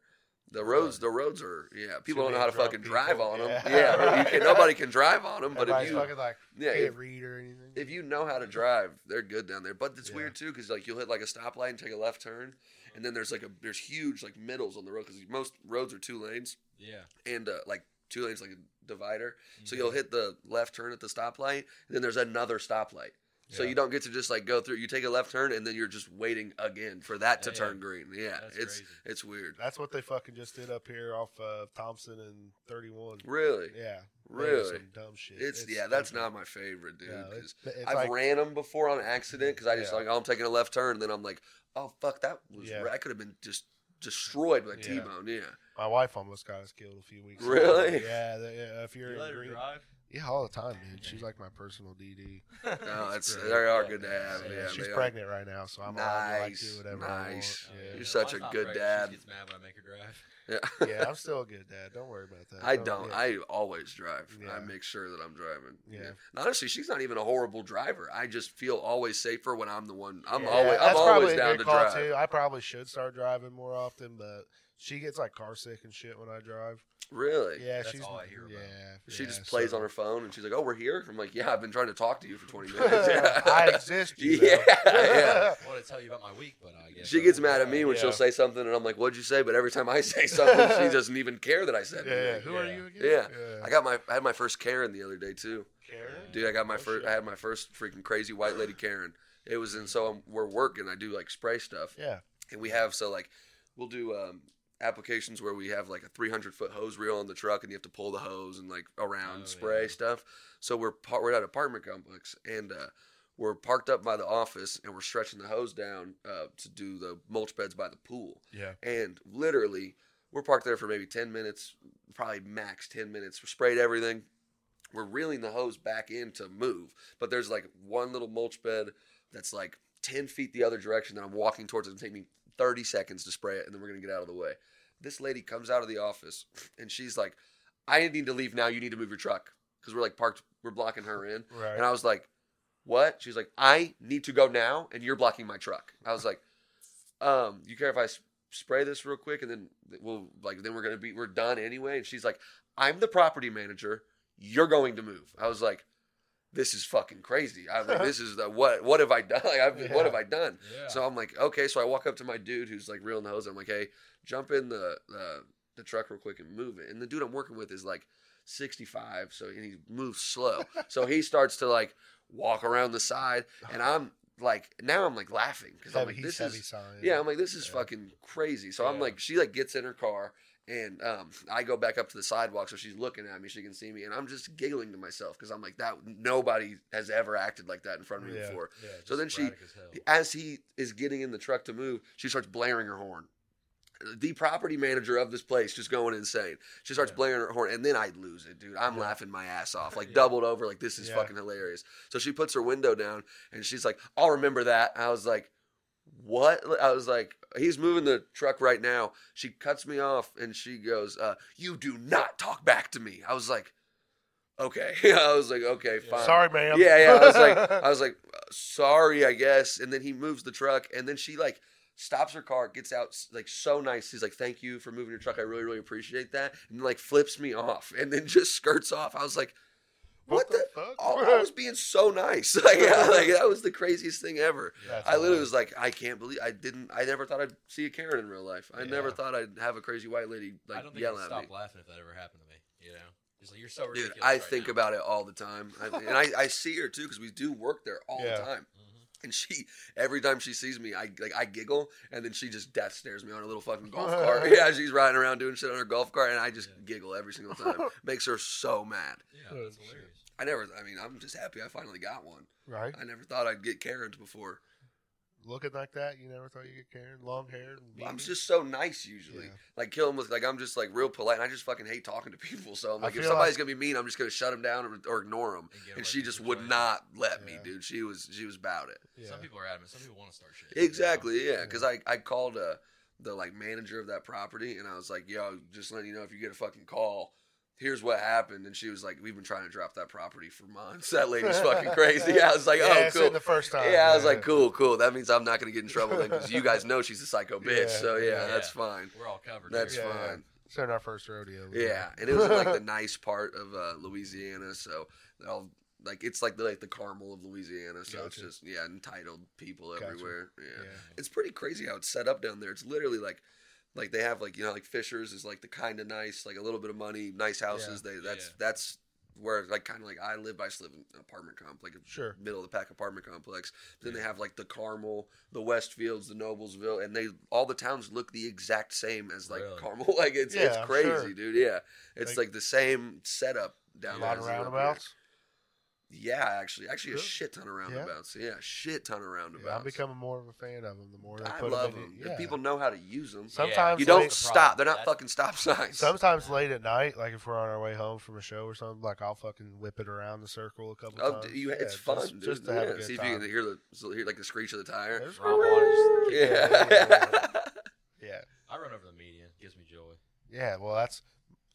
[SPEAKER 2] The roads, the roads are yeah. People don't know
[SPEAKER 1] many
[SPEAKER 2] how to
[SPEAKER 1] drunk
[SPEAKER 2] fucking drive
[SPEAKER 1] people.
[SPEAKER 2] on them. Yeah,
[SPEAKER 1] Yeah.
[SPEAKER 2] you
[SPEAKER 1] [laughs]
[SPEAKER 2] can, nobody can drive on them. But
[SPEAKER 1] Everybody's
[SPEAKER 2] if you
[SPEAKER 1] fucking like
[SPEAKER 2] yeah, if,
[SPEAKER 1] can't read or anything.
[SPEAKER 2] if you know how to drive, they're good down there. But it's
[SPEAKER 1] Yeah.
[SPEAKER 2] weird too, because like you'll hit like a stoplight and take a left turn, and then there's like a there's huge like middles on the road because most roads are two lanes
[SPEAKER 3] Yeah. Mm-hmm.
[SPEAKER 2] and uh, like two lanes like a divider.
[SPEAKER 1] Mm-hmm.
[SPEAKER 2] So you'll hit the left turn at the stoplight, and then there's another stoplight. So
[SPEAKER 1] Yeah.
[SPEAKER 2] you don't get to just like go through. You take a left turn, and then you're just waiting again for that to
[SPEAKER 3] Yeah, yeah.
[SPEAKER 2] turn green. Yeah,
[SPEAKER 3] That's
[SPEAKER 2] it's
[SPEAKER 3] crazy.
[SPEAKER 2] it's weird.
[SPEAKER 1] That's what they fucking just did up here off uh, Thompson and 31.
[SPEAKER 2] Really,
[SPEAKER 1] Yeah, they did
[SPEAKER 2] really.
[SPEAKER 1] some dumb shit.
[SPEAKER 2] It's, yeah, that's
[SPEAKER 1] stupid.
[SPEAKER 2] not my favorite, dude.
[SPEAKER 1] No,
[SPEAKER 2] 'cause
[SPEAKER 1] it's, it's
[SPEAKER 2] I've
[SPEAKER 1] like,
[SPEAKER 2] ran them before on accident because I just
[SPEAKER 1] Yeah.
[SPEAKER 2] like, oh, I'm taking a left turn, and then I'm like, oh fuck, that was
[SPEAKER 1] Yeah.
[SPEAKER 2] I could have been just destroyed by
[SPEAKER 1] Yeah.
[SPEAKER 2] T-bone. Yeah,
[SPEAKER 1] my wife almost got us killed a few weeks. ago.
[SPEAKER 2] Really?
[SPEAKER 1] Yeah. The, yeah, if you're
[SPEAKER 3] You let
[SPEAKER 1] in
[SPEAKER 3] her
[SPEAKER 1] green, [laughs]
[SPEAKER 3] drive?
[SPEAKER 1] yeah, all the time, dude. She's like my personal DD.
[SPEAKER 2] no, it's
[SPEAKER 3] great.
[SPEAKER 2] they are
[SPEAKER 3] Yeah.
[SPEAKER 2] good to have.
[SPEAKER 1] Yeah,
[SPEAKER 2] Yeah,
[SPEAKER 1] she's
[SPEAKER 2] they are.
[SPEAKER 1] pregnant right now, so I'm allowed to like do
[SPEAKER 2] Nice,
[SPEAKER 1] whatever
[SPEAKER 2] nice.
[SPEAKER 3] Oh,
[SPEAKER 1] I want.
[SPEAKER 2] You're
[SPEAKER 1] Yeah.
[SPEAKER 2] such a
[SPEAKER 3] Mine's not
[SPEAKER 2] good
[SPEAKER 3] great. She
[SPEAKER 2] dad.
[SPEAKER 3] gets mad when I make her drive.
[SPEAKER 2] Yeah.
[SPEAKER 1] yeah, I'm still a good dad. Don't worry about that.
[SPEAKER 2] I don't.
[SPEAKER 1] yeah.
[SPEAKER 2] I always drive. I
[SPEAKER 1] Yeah.
[SPEAKER 2] make sure that I'm driving.
[SPEAKER 1] Yeah.
[SPEAKER 2] And honestly, she's not even a horrible driver. I just feel always safer when I'm the one. I'm
[SPEAKER 1] Yeah,
[SPEAKER 2] always. I'm
[SPEAKER 1] that's probably
[SPEAKER 2] always
[SPEAKER 1] a
[SPEAKER 2] down
[SPEAKER 1] good
[SPEAKER 2] to
[SPEAKER 1] call,
[SPEAKER 2] drive.
[SPEAKER 1] I probably should start driving more often, but she gets like car sick and shit when I drive.
[SPEAKER 2] Really.
[SPEAKER 1] Yeah,
[SPEAKER 3] That's
[SPEAKER 1] she's
[SPEAKER 3] all I hear about.
[SPEAKER 1] yeah.
[SPEAKER 2] She
[SPEAKER 1] yeah,
[SPEAKER 2] just plays
[SPEAKER 1] so- [laughs]
[SPEAKER 2] on her phone and she's like, "Oh, we're here." I'm like, "Yeah, I've been trying to talk to you for 20 minutes." Yeah.
[SPEAKER 1] [laughs] I exist. You know.
[SPEAKER 2] [laughs] Yeah,
[SPEAKER 1] [laughs]
[SPEAKER 2] yeah.
[SPEAKER 3] I want to tell you about my week, but I guess
[SPEAKER 2] She
[SPEAKER 3] I
[SPEAKER 2] gets
[SPEAKER 3] won't.
[SPEAKER 2] mad at me when she'll
[SPEAKER 1] Yeah.
[SPEAKER 2] say something, and I'm like, "What'd you say?" But every time I [laughs] say something, she
[SPEAKER 1] [laughs]
[SPEAKER 2] doesn't even care that I said.
[SPEAKER 1] Yeah, yeah.
[SPEAKER 2] it.
[SPEAKER 1] Who are
[SPEAKER 3] Yeah.
[SPEAKER 1] you again?
[SPEAKER 2] Yeah. I got my I had my first Karen the other day too,
[SPEAKER 1] Karen?
[SPEAKER 2] dude. I got my
[SPEAKER 1] Oh,
[SPEAKER 2] first
[SPEAKER 1] shit.
[SPEAKER 2] I had my first freaking crazy white lady Karen. It was in so I'm, we're working. I do like spray stuff,
[SPEAKER 1] Yeah.
[SPEAKER 2] and we have so like we'll do um, applications where we have like a 300 foot hose reel on the truck, and you have to pull the hose and like around
[SPEAKER 3] Oh,
[SPEAKER 2] spray
[SPEAKER 3] yeah.
[SPEAKER 2] stuff. So we're par- we're at an apartment complex, and uh, we're parked up by the office, and we're stretching the hose down uh, to do the mulch beds by the pool.
[SPEAKER 1] Yeah.
[SPEAKER 2] And literally, we're parked there for maybe 10 minutes, probably max 10 minutes. We sprayed everything. We're reeling the hose back in to move. But there's like one little mulch bed that's like 10 feet the other direction that I'm walking towards. It'll take me 30 seconds to spray it, and then we're going to get out of the way. This lady comes out of the office and she's like, I need to leave now. You need to move your truck. Because we're like parked, we're blocking her in.
[SPEAKER 1] Right.
[SPEAKER 2] And I was like, "What?" She was like, "I need to go now, and you're blocking my truck." I was like, "Um, you care if I s- spray this real quick, and then we'll like then we're gonna be we're done anyway?" And she's like, "I'm the property manager. You're going to move." I was like, "This is fucking crazy. I was like, this is the what? What have I done? Like, I've, What have I done?"
[SPEAKER 3] Yeah.
[SPEAKER 2] So I'm like, okay. So I walk up to my dude who's like reeling the hose. I'm like, hey, jump in the uh, the truck real quick and move it. And the dude I'm working with is like 65, so and he
[SPEAKER 1] [laughs]
[SPEAKER 2] moves slow. so he starts to like walk around the side, and I'm like, now I'm like laughing because I'm
[SPEAKER 1] Heavy,
[SPEAKER 2] like,
[SPEAKER 1] he's
[SPEAKER 2] this
[SPEAKER 1] heavy
[SPEAKER 2] is
[SPEAKER 1] sign.
[SPEAKER 2] yeah. I'm like, this is
[SPEAKER 1] Yeah.
[SPEAKER 2] fucking crazy. So I'm
[SPEAKER 3] Yeah.
[SPEAKER 2] like, she like gets in her car. And um, I go back up to the sidewalk, so she's looking at me. She can see me, and I'm just giggling to myself because I'm like, "That nobody has ever acted like that in front of me
[SPEAKER 1] Yeah.
[SPEAKER 2] before."
[SPEAKER 3] Yeah,
[SPEAKER 2] so
[SPEAKER 3] just
[SPEAKER 2] then she-
[SPEAKER 3] erratic as hell.
[SPEAKER 2] as he is getting in the truck to move, she starts blaring her horn. The property manager of this place just going insane. She starts
[SPEAKER 3] Yeah.
[SPEAKER 2] blaring her horn, and then I lose it, dude. I'm
[SPEAKER 1] Yeah.
[SPEAKER 2] laughing my ass off, like
[SPEAKER 3] Yeah.
[SPEAKER 2] doubled over, like this is
[SPEAKER 1] Yeah.
[SPEAKER 2] fucking hilarious. So she puts her window down, and she's like, "I'll remember that." I was like, "What?" I was like, "He's moving the truck right now." She cuts me off, and she goes, uh, "You do not talk back to me." I was like, "Okay." [laughs] I was like, "Okay,
[SPEAKER 3] Yeah.
[SPEAKER 2] fine."
[SPEAKER 1] Sorry, ma'am.
[SPEAKER 2] Yeah, yeah. I was like,
[SPEAKER 1] [laughs]
[SPEAKER 2] I was like, uh, sorry, I guess. And then he moves the truck, and then she like stops her car, gets out s- like so nice. He's like, thank you for moving your truck. I really, really appreciate that. And like flips me off, and then just skirts off. I was like, what, the?
[SPEAKER 1] fuck? [laughs]
[SPEAKER 2] Oh, I was being so nice. [laughs] Like, yeah, like that was the craziest thing ever.
[SPEAKER 1] That's
[SPEAKER 2] I literally
[SPEAKER 1] hilarious.
[SPEAKER 2] was like, I can't believe I didn't. I never thought I'd see a Karen in real life. I never
[SPEAKER 1] Yeah.
[SPEAKER 2] thought I'd have a crazy white lady
[SPEAKER 3] I
[SPEAKER 2] like
[SPEAKER 3] don't think
[SPEAKER 2] yell
[SPEAKER 3] I'd
[SPEAKER 2] at
[SPEAKER 3] stop
[SPEAKER 2] me.
[SPEAKER 3] laughing if that ever happened to me. You know, it's like you're so
[SPEAKER 2] Dude,
[SPEAKER 3] ridiculous.
[SPEAKER 2] I
[SPEAKER 3] right
[SPEAKER 2] think
[SPEAKER 3] now.
[SPEAKER 2] about it all the time, I, and I, I see her too because we do work there all
[SPEAKER 1] Yeah.
[SPEAKER 2] the time.
[SPEAKER 3] Mhm.
[SPEAKER 2] [laughs] And she, every time she sees me, I like I giggle, and then she just death stares me on her little fucking golf
[SPEAKER 1] [laughs]
[SPEAKER 2] cart. yeah, she's riding around doing shit on her golf cart, and I just
[SPEAKER 3] Yeah.
[SPEAKER 2] giggle
[SPEAKER 1] [laughs]
[SPEAKER 2] every single time. Makes her so mad.
[SPEAKER 3] Yeah,
[SPEAKER 1] Oh,
[SPEAKER 3] that's
[SPEAKER 1] shit.
[SPEAKER 3] hilarious.
[SPEAKER 2] I never. I mean, I'm just happy I finally got one.
[SPEAKER 1] Right?
[SPEAKER 2] I never thought I'd get Karens before.
[SPEAKER 1] Looking like that, you never thought you'd get Karen, long hair. And
[SPEAKER 2] I'm
[SPEAKER 1] beanie?
[SPEAKER 2] just so nice usually.
[SPEAKER 1] Yeah.
[SPEAKER 2] Like kill 'em with like I'm just like real polite. And I just fucking hate talking to people. So I'm
[SPEAKER 1] I
[SPEAKER 2] like, if
[SPEAKER 1] feel
[SPEAKER 2] somebody's
[SPEAKER 1] like-
[SPEAKER 2] gonna be mean, I'm just gonna shut them down or, or ignore them.
[SPEAKER 3] And, get away
[SPEAKER 2] And she
[SPEAKER 3] from
[SPEAKER 2] just
[SPEAKER 3] the
[SPEAKER 2] would
[SPEAKER 3] situation.
[SPEAKER 2] not let me,
[SPEAKER 1] Yeah.
[SPEAKER 2] dude. She was she was about it.
[SPEAKER 1] Yeah.
[SPEAKER 3] Some people are adamant. Some people want to start shit. you know?
[SPEAKER 2] Exactly,
[SPEAKER 1] Oh,
[SPEAKER 2] yeah. Because I, I called uh, the like manager of that property, and I was like, "Yo, just letting you know if you get a fucking call, here's what happened." And she was like, "We've been trying to drop that property for months. [laughs] That
[SPEAKER 1] [laughs]
[SPEAKER 2] lady's fucking crazy." I was like,
[SPEAKER 1] Yeah,
[SPEAKER 2] "Oh,
[SPEAKER 1] it's in
[SPEAKER 2] cool."
[SPEAKER 1] The first time.
[SPEAKER 2] yeah, I was like, "Cool, cool. That means I'm not gonna get in trouble then, because
[SPEAKER 1] [laughs]
[SPEAKER 2] you guys know she's a psycho bitch.
[SPEAKER 1] Yeah,
[SPEAKER 2] so yeah,
[SPEAKER 3] yeah.
[SPEAKER 2] that's fine.
[SPEAKER 3] We're all covered.
[SPEAKER 2] That's
[SPEAKER 3] here.
[SPEAKER 1] Yeah, yeah.
[SPEAKER 2] fine.
[SPEAKER 1] It's in our first rodeo.
[SPEAKER 2] Yeah. and it was
[SPEAKER 1] [laughs]
[SPEAKER 2] in, like the nice part of uh, Louisiana, so I'll. Like it's like the like the Carmel of Louisiana, so it's
[SPEAKER 1] Gotcha.
[SPEAKER 2] just yeah entitled people
[SPEAKER 1] Gotcha.
[SPEAKER 2] everywhere. yeah,
[SPEAKER 1] Yeah.
[SPEAKER 2] it's pretty crazy how it's set up down there. It's literally like like they have like you know like Fishers is like the kind of nice like a little bit of money, nice houses. They that's
[SPEAKER 3] Yeah.
[SPEAKER 2] that's where like kind of like I live. I just live in an apartment complex, like a
[SPEAKER 1] Sure.
[SPEAKER 2] middle of the pack apartment complex. Then they
[SPEAKER 3] Yeah.
[SPEAKER 2] have like the Carmel, the Westfields, the Noblesville, and they all the towns look the exact same as like
[SPEAKER 3] Really?
[SPEAKER 2] Carmel. [laughs] Like it's
[SPEAKER 1] Yeah,
[SPEAKER 2] it's
[SPEAKER 1] I'm
[SPEAKER 2] crazy,
[SPEAKER 1] sure.
[SPEAKER 2] dude. Yeah, it's
[SPEAKER 1] Like-
[SPEAKER 2] like the same setup
[SPEAKER 1] A
[SPEAKER 2] down
[SPEAKER 1] lot
[SPEAKER 2] there.
[SPEAKER 1] of
[SPEAKER 2] as it is up here.
[SPEAKER 1] roundabouts.
[SPEAKER 2] Yeah, actually, actually a
[SPEAKER 1] Really?
[SPEAKER 2] shit ton of roundabouts. Yeah, shit ton of roundabouts.
[SPEAKER 1] Yeah, I'm becoming more of a fan of them the more they
[SPEAKER 2] I
[SPEAKER 1] put
[SPEAKER 2] love
[SPEAKER 1] them.
[SPEAKER 2] them.
[SPEAKER 1] in. Yeah.
[SPEAKER 2] If people know how to use them,
[SPEAKER 1] Sometimes
[SPEAKER 2] you
[SPEAKER 1] they-
[SPEAKER 2] don't
[SPEAKER 1] that's
[SPEAKER 3] the
[SPEAKER 2] stop.
[SPEAKER 3] problem.
[SPEAKER 2] They're not
[SPEAKER 3] That's-
[SPEAKER 2] fucking stop signs. [laughs]
[SPEAKER 1] Sometimes late at night, like if we're on our way home from a show or something, like I'll fucking whip it around the circle a couple
[SPEAKER 2] Oh,
[SPEAKER 1] times.
[SPEAKER 2] you,
[SPEAKER 1] Yeah,
[SPEAKER 2] it's fun,
[SPEAKER 1] just,
[SPEAKER 2] dude.
[SPEAKER 1] just to
[SPEAKER 2] yeah.
[SPEAKER 1] have a good
[SPEAKER 2] See if you
[SPEAKER 1] time.
[SPEAKER 2] can hear the so hear like the screech of the tire.
[SPEAKER 1] There's-
[SPEAKER 3] Rob Waters.
[SPEAKER 2] [laughs] Yeah,
[SPEAKER 1] yeah,
[SPEAKER 3] I run over the median. Gives me joy.
[SPEAKER 1] yeah. Well, that's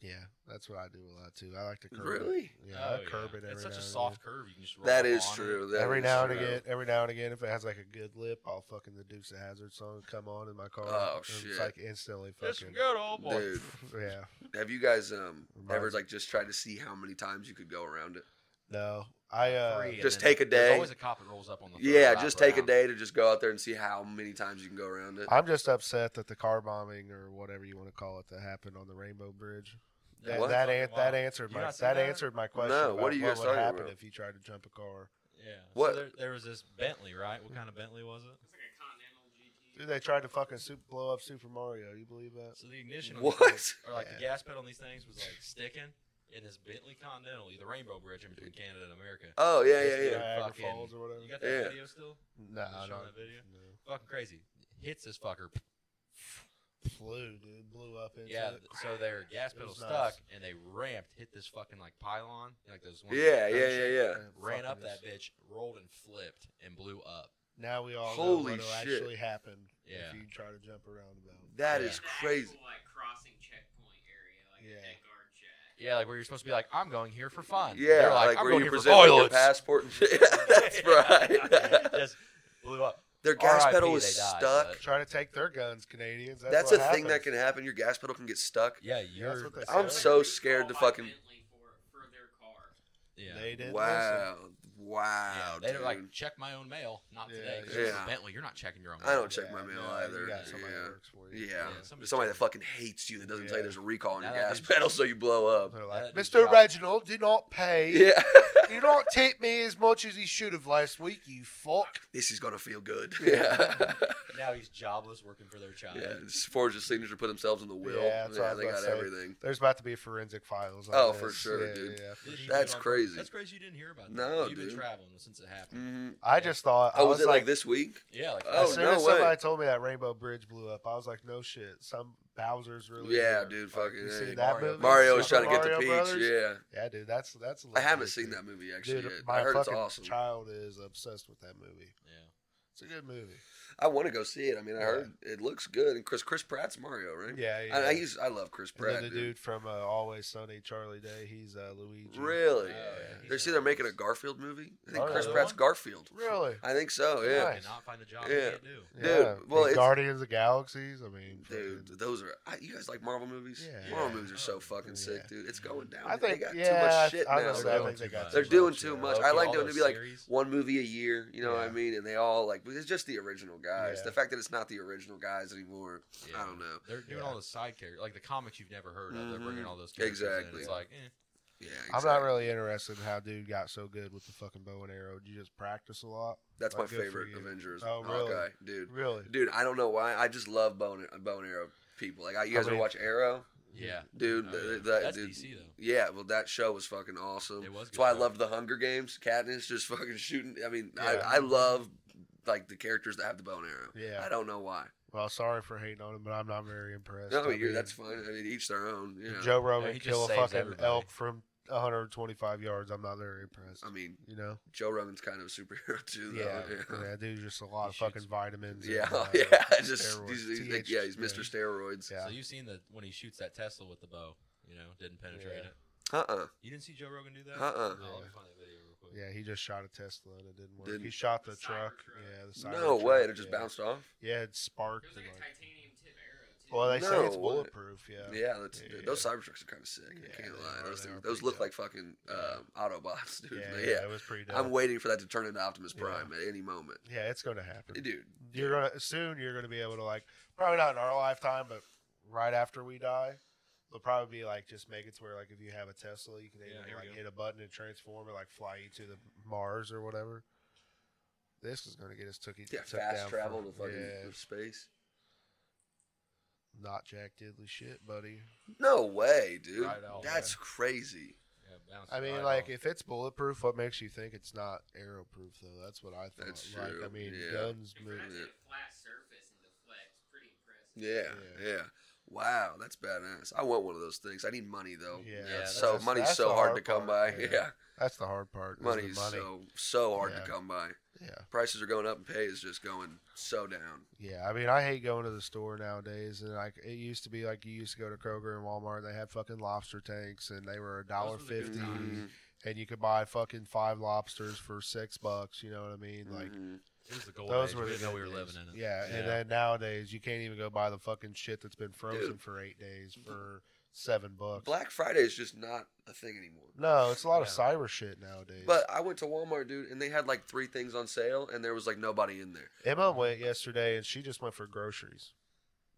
[SPEAKER 1] yeah, that's what I do a lot too. I like to curb. it.
[SPEAKER 2] [laughs] really?
[SPEAKER 1] Yeah,
[SPEAKER 3] Oh,
[SPEAKER 1] I curb it every
[SPEAKER 3] It's such
[SPEAKER 1] now
[SPEAKER 3] a
[SPEAKER 1] and
[SPEAKER 3] soft curve. You can just roll
[SPEAKER 2] That is
[SPEAKER 3] on it.
[SPEAKER 2] true.
[SPEAKER 1] again.
[SPEAKER 2] that
[SPEAKER 1] every
[SPEAKER 2] is
[SPEAKER 1] now and
[SPEAKER 2] true.
[SPEAKER 1] again, every now and again, if it has like a good lip, I'll fucking the Dukes of Hazard song come on in my car.
[SPEAKER 2] Oh,
[SPEAKER 1] and
[SPEAKER 2] shit.
[SPEAKER 1] It's like instantly
[SPEAKER 3] It's some
[SPEAKER 1] fucking.
[SPEAKER 3] good old Oh, boy.
[SPEAKER 2] dude.
[SPEAKER 1] [laughs] Yeah,
[SPEAKER 2] Have you guys um ever
[SPEAKER 1] Reminds-
[SPEAKER 2] like just tried to see how many times you could go around it?
[SPEAKER 1] no, I uh,
[SPEAKER 3] Free, and
[SPEAKER 2] Just
[SPEAKER 3] then
[SPEAKER 2] take a
[SPEAKER 3] There's
[SPEAKER 2] day.
[SPEAKER 3] always a cop that rolls up on the. third
[SPEAKER 2] Yeah,
[SPEAKER 3] lap
[SPEAKER 2] just take a
[SPEAKER 3] around.
[SPEAKER 2] day to just go out there and see how many times you can go around it.
[SPEAKER 1] I'm just upset that the car bombing or whatever you want to call it that happened on the Rainbow Bridge. That
[SPEAKER 2] What?
[SPEAKER 1] that, an-
[SPEAKER 3] Fucking
[SPEAKER 1] that
[SPEAKER 3] wild.
[SPEAKER 1] answered
[SPEAKER 3] You
[SPEAKER 1] my
[SPEAKER 3] not
[SPEAKER 1] that,
[SPEAKER 3] seen that?
[SPEAKER 1] answered my question.
[SPEAKER 2] No,
[SPEAKER 1] about
[SPEAKER 2] what are you guys
[SPEAKER 1] would
[SPEAKER 2] talking
[SPEAKER 1] happen
[SPEAKER 2] about?
[SPEAKER 1] if you tried to jump a car?
[SPEAKER 3] Yeah.
[SPEAKER 2] What-
[SPEAKER 3] So there, there was this Bentley, right? What kind of Bentley was it?
[SPEAKER 4] It's like a Continental GT.
[SPEAKER 1] Dude, they tried to fucking su- blow up Super Mario. You believe that?
[SPEAKER 3] So the ignition, on
[SPEAKER 2] [laughs] What?
[SPEAKER 3] these things- or like
[SPEAKER 1] Yeah.
[SPEAKER 3] the gas pedal on these things was like sticking in this Bentley Continental, the Rainbow Bridge in between Canada and America.
[SPEAKER 2] Oh yeah,
[SPEAKER 3] Just
[SPEAKER 2] yeah,
[SPEAKER 3] go
[SPEAKER 2] yeah.
[SPEAKER 1] Niagara
[SPEAKER 3] fucking-
[SPEAKER 1] Falls or whatever.
[SPEAKER 3] You got that
[SPEAKER 2] Yeah.
[SPEAKER 3] video still?
[SPEAKER 1] No,
[SPEAKER 3] Is it
[SPEAKER 1] I
[SPEAKER 3] showing
[SPEAKER 1] don't-
[SPEAKER 3] that video?
[SPEAKER 1] no.
[SPEAKER 3] Fucking crazy. Hits this fucker.
[SPEAKER 1] Flew, dude. Blew up into
[SPEAKER 3] Yeah.
[SPEAKER 1] it.
[SPEAKER 3] th- So their gas
[SPEAKER 1] It
[SPEAKER 3] pedal
[SPEAKER 1] was
[SPEAKER 3] stuck,
[SPEAKER 1] nice.
[SPEAKER 3] and they ramped, hit this fucking like pylon, like those ones.
[SPEAKER 2] Yeah,
[SPEAKER 3] that
[SPEAKER 2] yeah,
[SPEAKER 3] shit,
[SPEAKER 2] yeah, yeah.
[SPEAKER 1] And
[SPEAKER 3] Ran
[SPEAKER 1] fucking
[SPEAKER 3] up
[SPEAKER 1] just-
[SPEAKER 3] that bitch, rolled and flipped, and blew up.
[SPEAKER 1] Now we all
[SPEAKER 2] Holy
[SPEAKER 1] know what
[SPEAKER 2] shit.
[SPEAKER 1] actually happened
[SPEAKER 3] Yeah.
[SPEAKER 1] if you try to jump around about.
[SPEAKER 2] That
[SPEAKER 3] Yeah.
[SPEAKER 2] is
[SPEAKER 4] The
[SPEAKER 2] crazy.
[SPEAKER 4] Actual, like crossing checkpoint area, like
[SPEAKER 1] Yeah.
[SPEAKER 4] yeah. that guard shack.
[SPEAKER 3] Yeah, like where you're supposed to be like, I'm going here for fun.
[SPEAKER 2] Yeah,
[SPEAKER 3] They're like,
[SPEAKER 2] like,
[SPEAKER 3] I'm
[SPEAKER 2] where
[SPEAKER 3] going
[SPEAKER 2] you
[SPEAKER 3] here for
[SPEAKER 2] present your
[SPEAKER 3] violence.
[SPEAKER 2] [laughs]
[SPEAKER 3] [laughs]
[SPEAKER 2] passport and shit. That's right.
[SPEAKER 3] Just blew up.
[SPEAKER 2] Their gas
[SPEAKER 3] RIP,
[SPEAKER 2] pedal is
[SPEAKER 3] they died,
[SPEAKER 2] stuck.
[SPEAKER 3] but-
[SPEAKER 1] Try to take their guns, Canadians.
[SPEAKER 2] That's,
[SPEAKER 1] That's,
[SPEAKER 2] a
[SPEAKER 1] what
[SPEAKER 2] thing that
[SPEAKER 1] happens.
[SPEAKER 2] can happen. Your gas pedal can get stuck.
[SPEAKER 3] Yeah,
[SPEAKER 1] Yeah, that's
[SPEAKER 3] you're.
[SPEAKER 1] what they
[SPEAKER 2] I'm
[SPEAKER 1] said.
[SPEAKER 2] so
[SPEAKER 4] Literally
[SPEAKER 2] scared to
[SPEAKER 4] called by
[SPEAKER 2] fucking-
[SPEAKER 4] Bentley for, for their car.
[SPEAKER 3] Yeah.
[SPEAKER 1] They did.
[SPEAKER 2] Wow,
[SPEAKER 3] Yeah,
[SPEAKER 2] wow,
[SPEAKER 3] they
[SPEAKER 2] Oh, dude.
[SPEAKER 3] don't like check my own mail. Not
[SPEAKER 1] Yeah,
[SPEAKER 3] today. 'cause
[SPEAKER 2] yeah.
[SPEAKER 3] you're from Bentley, you're not checking your own.
[SPEAKER 2] I
[SPEAKER 3] Mail. [laughs]
[SPEAKER 2] don't check my mail either.
[SPEAKER 1] You got somebody
[SPEAKER 2] Yeah.
[SPEAKER 1] that works for you.
[SPEAKER 2] yeah,
[SPEAKER 3] Yeah,
[SPEAKER 2] somebody,
[SPEAKER 3] somebody's
[SPEAKER 2] that fucking hates you that doesn't tell you
[SPEAKER 1] Yeah.
[SPEAKER 2] there's a recall on your
[SPEAKER 3] Now that
[SPEAKER 2] gas
[SPEAKER 3] dude's-
[SPEAKER 2] pedal, so you blow up.
[SPEAKER 1] [laughs] They're like,
[SPEAKER 3] That is
[SPEAKER 1] Mr.
[SPEAKER 3] job-
[SPEAKER 1] Reginald did not pay.
[SPEAKER 2] Yeah,
[SPEAKER 1] [laughs] You not tip me as much as he should have last week, you fuck.
[SPEAKER 2] [laughs] this is gonna feel good. Yeah,
[SPEAKER 1] Yeah.
[SPEAKER 3] Now he's jobless, working for their child.
[SPEAKER 2] [laughs] yeah. Just forge the signature, put themselves in the will.
[SPEAKER 1] Yeah, that's what I was
[SPEAKER 2] they
[SPEAKER 1] about
[SPEAKER 2] got
[SPEAKER 1] to say.
[SPEAKER 2] everything.
[SPEAKER 1] There's about to be forensic files. on
[SPEAKER 2] Oh, for
[SPEAKER 1] this.
[SPEAKER 2] sure,
[SPEAKER 1] Yeah,
[SPEAKER 2] dude.
[SPEAKER 1] yeah.
[SPEAKER 3] Did you
[SPEAKER 2] That's
[SPEAKER 3] get on-
[SPEAKER 2] crazy.
[SPEAKER 3] That's crazy. You didn't hear about that.
[SPEAKER 2] No,
[SPEAKER 3] you've
[SPEAKER 2] dude.
[SPEAKER 3] been traveling since it happened.
[SPEAKER 2] Mhm.
[SPEAKER 1] I just thought. I
[SPEAKER 2] Oh, was, it like,
[SPEAKER 1] like
[SPEAKER 2] this week?
[SPEAKER 3] Yeah, like
[SPEAKER 2] Oh,
[SPEAKER 1] as soon
[SPEAKER 2] no
[SPEAKER 1] as
[SPEAKER 2] way.
[SPEAKER 1] somebody told me that Rainbow Bridge blew up, I was like, no shit. Some Bowser's really.
[SPEAKER 2] yeah,
[SPEAKER 1] there.
[SPEAKER 2] dude,
[SPEAKER 1] Like,
[SPEAKER 2] fucking
[SPEAKER 1] you
[SPEAKER 2] hey.
[SPEAKER 1] seen that
[SPEAKER 3] Mario-
[SPEAKER 1] movie?
[SPEAKER 2] Mario was
[SPEAKER 1] Super
[SPEAKER 2] trying to get the
[SPEAKER 1] Mario
[SPEAKER 2] peach.
[SPEAKER 1] Brothers?
[SPEAKER 2] Yeah,
[SPEAKER 1] Yeah, dude, that's that's.
[SPEAKER 2] I haven't
[SPEAKER 1] legit,
[SPEAKER 2] seen
[SPEAKER 1] dude.
[SPEAKER 2] that movie actually.
[SPEAKER 1] Dude,
[SPEAKER 2] yet.
[SPEAKER 1] my
[SPEAKER 2] I heard it's
[SPEAKER 1] fucking
[SPEAKER 2] awesome.
[SPEAKER 1] child is obsessed with that movie.
[SPEAKER 3] yeah.
[SPEAKER 1] It's a good movie.
[SPEAKER 2] I want to go see it. I mean, I
[SPEAKER 1] Yeah.
[SPEAKER 2] heard it looks good, and Chris Chris Pratt's Mario, right?
[SPEAKER 1] Yeah, yeah.
[SPEAKER 2] I, I, he's, I love Chris
[SPEAKER 1] and then
[SPEAKER 2] Pratt.
[SPEAKER 1] the
[SPEAKER 2] Dude.
[SPEAKER 1] dude, from uh, Always Sunny, Charlie Day. He's uh, Luigi.
[SPEAKER 2] Really?
[SPEAKER 1] Yeah.
[SPEAKER 2] They see they're making a Garfield movie. I think
[SPEAKER 1] Oh,
[SPEAKER 2] Chris
[SPEAKER 1] yeah.
[SPEAKER 2] Pratt's Garfield.
[SPEAKER 1] Really?
[SPEAKER 2] I think so. Yeah.
[SPEAKER 1] Nice.
[SPEAKER 3] Cannot find a job.
[SPEAKER 2] Yeah.
[SPEAKER 3] Yeah. Can't do.
[SPEAKER 2] Dude, well,
[SPEAKER 1] the
[SPEAKER 2] it's-
[SPEAKER 1] Guardians of the Galaxies. I mean, fucking-
[SPEAKER 2] Dude, those are I, you guys like Marvel movies?
[SPEAKER 1] Yeah. Oh,
[SPEAKER 2] Marvel
[SPEAKER 3] Yeah.
[SPEAKER 2] movies are so fucking
[SPEAKER 1] Yeah.
[SPEAKER 2] sick, dude. It's going down.
[SPEAKER 1] I think
[SPEAKER 2] they got
[SPEAKER 1] yeah,
[SPEAKER 2] too much shit
[SPEAKER 1] I,
[SPEAKER 2] now.
[SPEAKER 1] was gonna
[SPEAKER 3] They're
[SPEAKER 1] say, I
[SPEAKER 3] doing
[SPEAKER 1] think they
[SPEAKER 3] too
[SPEAKER 1] got
[SPEAKER 3] much.
[SPEAKER 2] They're doing
[SPEAKER 1] much,
[SPEAKER 2] too
[SPEAKER 1] yeah.
[SPEAKER 2] much. I like them to be like,
[SPEAKER 3] series.
[SPEAKER 2] One movie a year, you know what I
[SPEAKER 1] Yeah.
[SPEAKER 2] mean? And they all like it's just the original guys.
[SPEAKER 1] Yeah.
[SPEAKER 2] The fact that it's not the original guys anymore, I
[SPEAKER 3] Yeah.
[SPEAKER 2] don't know.
[SPEAKER 3] They're doing
[SPEAKER 1] Yeah.
[SPEAKER 3] all the side characters, like the comics you've never heard of. They're bringing
[SPEAKER 2] Mhm.
[SPEAKER 3] all those characters. In.
[SPEAKER 2] Exactly.
[SPEAKER 3] It's like, eh.
[SPEAKER 2] Yeah,
[SPEAKER 1] I'm not
[SPEAKER 2] exactly.
[SPEAKER 1] really interested in how dude got so good with the fucking bow and arrow. Did you just practice a lot?
[SPEAKER 2] That's
[SPEAKER 1] Like, good
[SPEAKER 2] my
[SPEAKER 1] for
[SPEAKER 2] favorite
[SPEAKER 1] you.
[SPEAKER 2] Avengers.
[SPEAKER 1] Oh, really?
[SPEAKER 2] Hawkeye, dude.
[SPEAKER 1] Really?
[SPEAKER 2] Dude, I don't know why. I just love bow and, bow and arrow people. Like, I, you
[SPEAKER 1] I
[SPEAKER 2] guys ever
[SPEAKER 1] mean-
[SPEAKER 2] watch Arrow?
[SPEAKER 3] Yeah.
[SPEAKER 2] Dude,
[SPEAKER 3] Oh,
[SPEAKER 2] the-
[SPEAKER 3] yeah.
[SPEAKER 2] the-
[SPEAKER 3] That's
[SPEAKER 2] dude-
[SPEAKER 3] DC though.
[SPEAKER 2] Yeah, well, that show was fucking awesome.
[SPEAKER 3] It was
[SPEAKER 2] That's why I
[SPEAKER 3] good, though.
[SPEAKER 2] loved the Hunger Games. Katniss just [laughs] fucking shooting. I mean,
[SPEAKER 1] Yeah.
[SPEAKER 2] I, I love like the characters that have the bow and arrow.
[SPEAKER 1] Yeah.
[SPEAKER 2] I don't know why.
[SPEAKER 1] Well, sorry for hating on him, but I'm not very impressed.
[SPEAKER 2] No,
[SPEAKER 1] I
[SPEAKER 2] you're,
[SPEAKER 1] mean,
[SPEAKER 2] that's fine. I mean, each their own. You know.
[SPEAKER 1] Joe Rogan
[SPEAKER 3] Yeah, he just
[SPEAKER 1] kill a
[SPEAKER 3] saves
[SPEAKER 1] fucking
[SPEAKER 3] everybody.
[SPEAKER 1] elk from 125 yards. I'm not very impressed.
[SPEAKER 2] I mean,
[SPEAKER 1] you know?
[SPEAKER 2] Joe Rogan's kind of a superhero [laughs] too, though.
[SPEAKER 1] Yeah,
[SPEAKER 2] Yeah. [laughs]
[SPEAKER 1] yeah, dude's just a lot
[SPEAKER 3] He
[SPEAKER 1] of fucking
[SPEAKER 3] shoots-
[SPEAKER 1] vitamins.
[SPEAKER 2] Yeah,
[SPEAKER 1] and, uh,
[SPEAKER 2] [laughs] yeah. Just
[SPEAKER 1] steroids.
[SPEAKER 2] he's, he's
[SPEAKER 1] TH,
[SPEAKER 2] like, yeah, he's
[SPEAKER 1] yeah.
[SPEAKER 2] Mr. Steroids.
[SPEAKER 1] Yeah.
[SPEAKER 3] So you've seen the when he shoots that Tesla with the bow, you know, didn't penetrate
[SPEAKER 1] Yeah.
[SPEAKER 3] it.
[SPEAKER 2] Uh uh
[SPEAKER 3] You didn't see Joe Rogan do that?
[SPEAKER 2] Uh-uh.
[SPEAKER 3] Oh, let me
[SPEAKER 1] Yeah.
[SPEAKER 3] find that video real quick.
[SPEAKER 1] Yeah, he just shot a Tesla and it didn't work.
[SPEAKER 2] Didn't-
[SPEAKER 1] He shot the,
[SPEAKER 4] The
[SPEAKER 1] truck.
[SPEAKER 4] Cybertruck.
[SPEAKER 1] Yeah, the
[SPEAKER 2] No
[SPEAKER 1] Cybertruck,
[SPEAKER 2] way, it just
[SPEAKER 1] yeah.
[SPEAKER 2] bounced off.
[SPEAKER 1] Yeah, it
[SPEAKER 4] It
[SPEAKER 1] sparked.
[SPEAKER 4] was
[SPEAKER 1] and,
[SPEAKER 4] like a
[SPEAKER 1] like-
[SPEAKER 4] titanium tip arrow too.
[SPEAKER 1] well, they say
[SPEAKER 2] No
[SPEAKER 1] it's
[SPEAKER 2] way.
[SPEAKER 1] bulletproof. Yeah.
[SPEAKER 2] Yeah, that's,
[SPEAKER 1] Yeah,
[SPEAKER 2] dude,
[SPEAKER 1] yeah.
[SPEAKER 2] those Cybertrucks are kind of sick.
[SPEAKER 1] Yeah,
[SPEAKER 2] I can't
[SPEAKER 1] they
[SPEAKER 2] lie.
[SPEAKER 1] are,
[SPEAKER 2] Those
[SPEAKER 1] they
[SPEAKER 2] things,
[SPEAKER 1] are
[SPEAKER 2] those
[SPEAKER 1] pretty
[SPEAKER 2] look
[SPEAKER 1] dope.
[SPEAKER 2] like fucking um, Autobots,
[SPEAKER 1] Yeah,
[SPEAKER 2] dude. But
[SPEAKER 1] yeah,
[SPEAKER 2] yeah,
[SPEAKER 1] it was pretty dope.
[SPEAKER 2] I'm waiting for that to turn into Optimus
[SPEAKER 1] Yeah.
[SPEAKER 2] Prime at any moment,
[SPEAKER 1] yeah, it's gonna happen.
[SPEAKER 2] dude.
[SPEAKER 1] You're gonna soon. You're gonna be able to like probably not in our lifetime, but right after we die, they'll probably be like just make it to where like if you have a Tesla, you can
[SPEAKER 3] Yeah,
[SPEAKER 1] either,
[SPEAKER 3] here we
[SPEAKER 1] like
[SPEAKER 3] go.
[SPEAKER 1] hit a button and transform or like fly you to the Mars or whatever. This is gonna get us took,
[SPEAKER 2] Yeah,
[SPEAKER 1] took
[SPEAKER 2] fast
[SPEAKER 1] down
[SPEAKER 2] travel
[SPEAKER 1] for-
[SPEAKER 2] to fucking
[SPEAKER 1] yeah,
[SPEAKER 2] space.
[SPEAKER 1] not Jack Diddley shit, buddy.
[SPEAKER 2] No way, dude.
[SPEAKER 3] Right on,
[SPEAKER 2] That's crazy.
[SPEAKER 3] Yeah, bounced
[SPEAKER 1] I mean,
[SPEAKER 3] right
[SPEAKER 1] like,
[SPEAKER 3] off.
[SPEAKER 1] if it's bulletproof, what makes you think it's not arrowproof, though? That's what I thought.
[SPEAKER 2] That's
[SPEAKER 1] like,
[SPEAKER 2] true,
[SPEAKER 1] I mean,
[SPEAKER 2] yeah.
[SPEAKER 1] guns
[SPEAKER 4] And for
[SPEAKER 1] move.
[SPEAKER 4] that to
[SPEAKER 2] Yeah.
[SPEAKER 4] hit a flat surface and deflect, it's pretty impressive.
[SPEAKER 2] Yeah,
[SPEAKER 1] Yeah.
[SPEAKER 2] yeah. Wow, that's badass. I want one of those things. I need money though.
[SPEAKER 1] Yeah,
[SPEAKER 2] It's
[SPEAKER 3] that's-
[SPEAKER 2] so
[SPEAKER 1] that's-
[SPEAKER 2] money's
[SPEAKER 1] that's
[SPEAKER 2] so
[SPEAKER 1] the
[SPEAKER 2] hard,
[SPEAKER 1] hard
[SPEAKER 2] to come
[SPEAKER 1] part,
[SPEAKER 2] by.
[SPEAKER 1] yeah.
[SPEAKER 2] Yeah,
[SPEAKER 1] That's the hard part. is the
[SPEAKER 2] money's
[SPEAKER 1] money.
[SPEAKER 2] so so hard
[SPEAKER 1] Yeah.
[SPEAKER 2] to come by.
[SPEAKER 1] Yeah.
[SPEAKER 2] Prices are going up, and pay is just going so down.
[SPEAKER 1] Yeah, I mean, I hate going to the store nowadays, and like it used to be, like you used to go to Kroger and Walmart, and they had fucking lobster tanks, and they were a dollar
[SPEAKER 3] were the good
[SPEAKER 1] fifty,
[SPEAKER 2] Mhm,
[SPEAKER 3] times.
[SPEAKER 1] and you could buy fucking five lobsters for six bucks. You know what I mean? Like
[SPEAKER 2] mhm.
[SPEAKER 3] it was the gold
[SPEAKER 1] those
[SPEAKER 3] age.
[SPEAKER 1] were
[SPEAKER 3] we
[SPEAKER 1] the
[SPEAKER 3] didn't know we were
[SPEAKER 1] good days.
[SPEAKER 3] living in
[SPEAKER 2] Mm-hmm.
[SPEAKER 3] it.
[SPEAKER 1] Yeah, and then nowadays you can't even go buy the fucking shit that's been frozen
[SPEAKER 2] Dude.
[SPEAKER 1] for eight days for seven bucks.
[SPEAKER 2] Black Friday is just not a thing anymore.
[SPEAKER 1] no, it's a lot of
[SPEAKER 3] Yeah.
[SPEAKER 1] cyber shit nowadays.
[SPEAKER 2] But I went to Walmart, dude, and they had like three things on sale, and there was like nobody in there.
[SPEAKER 1] Emma went yesterday, and she just went for groceries.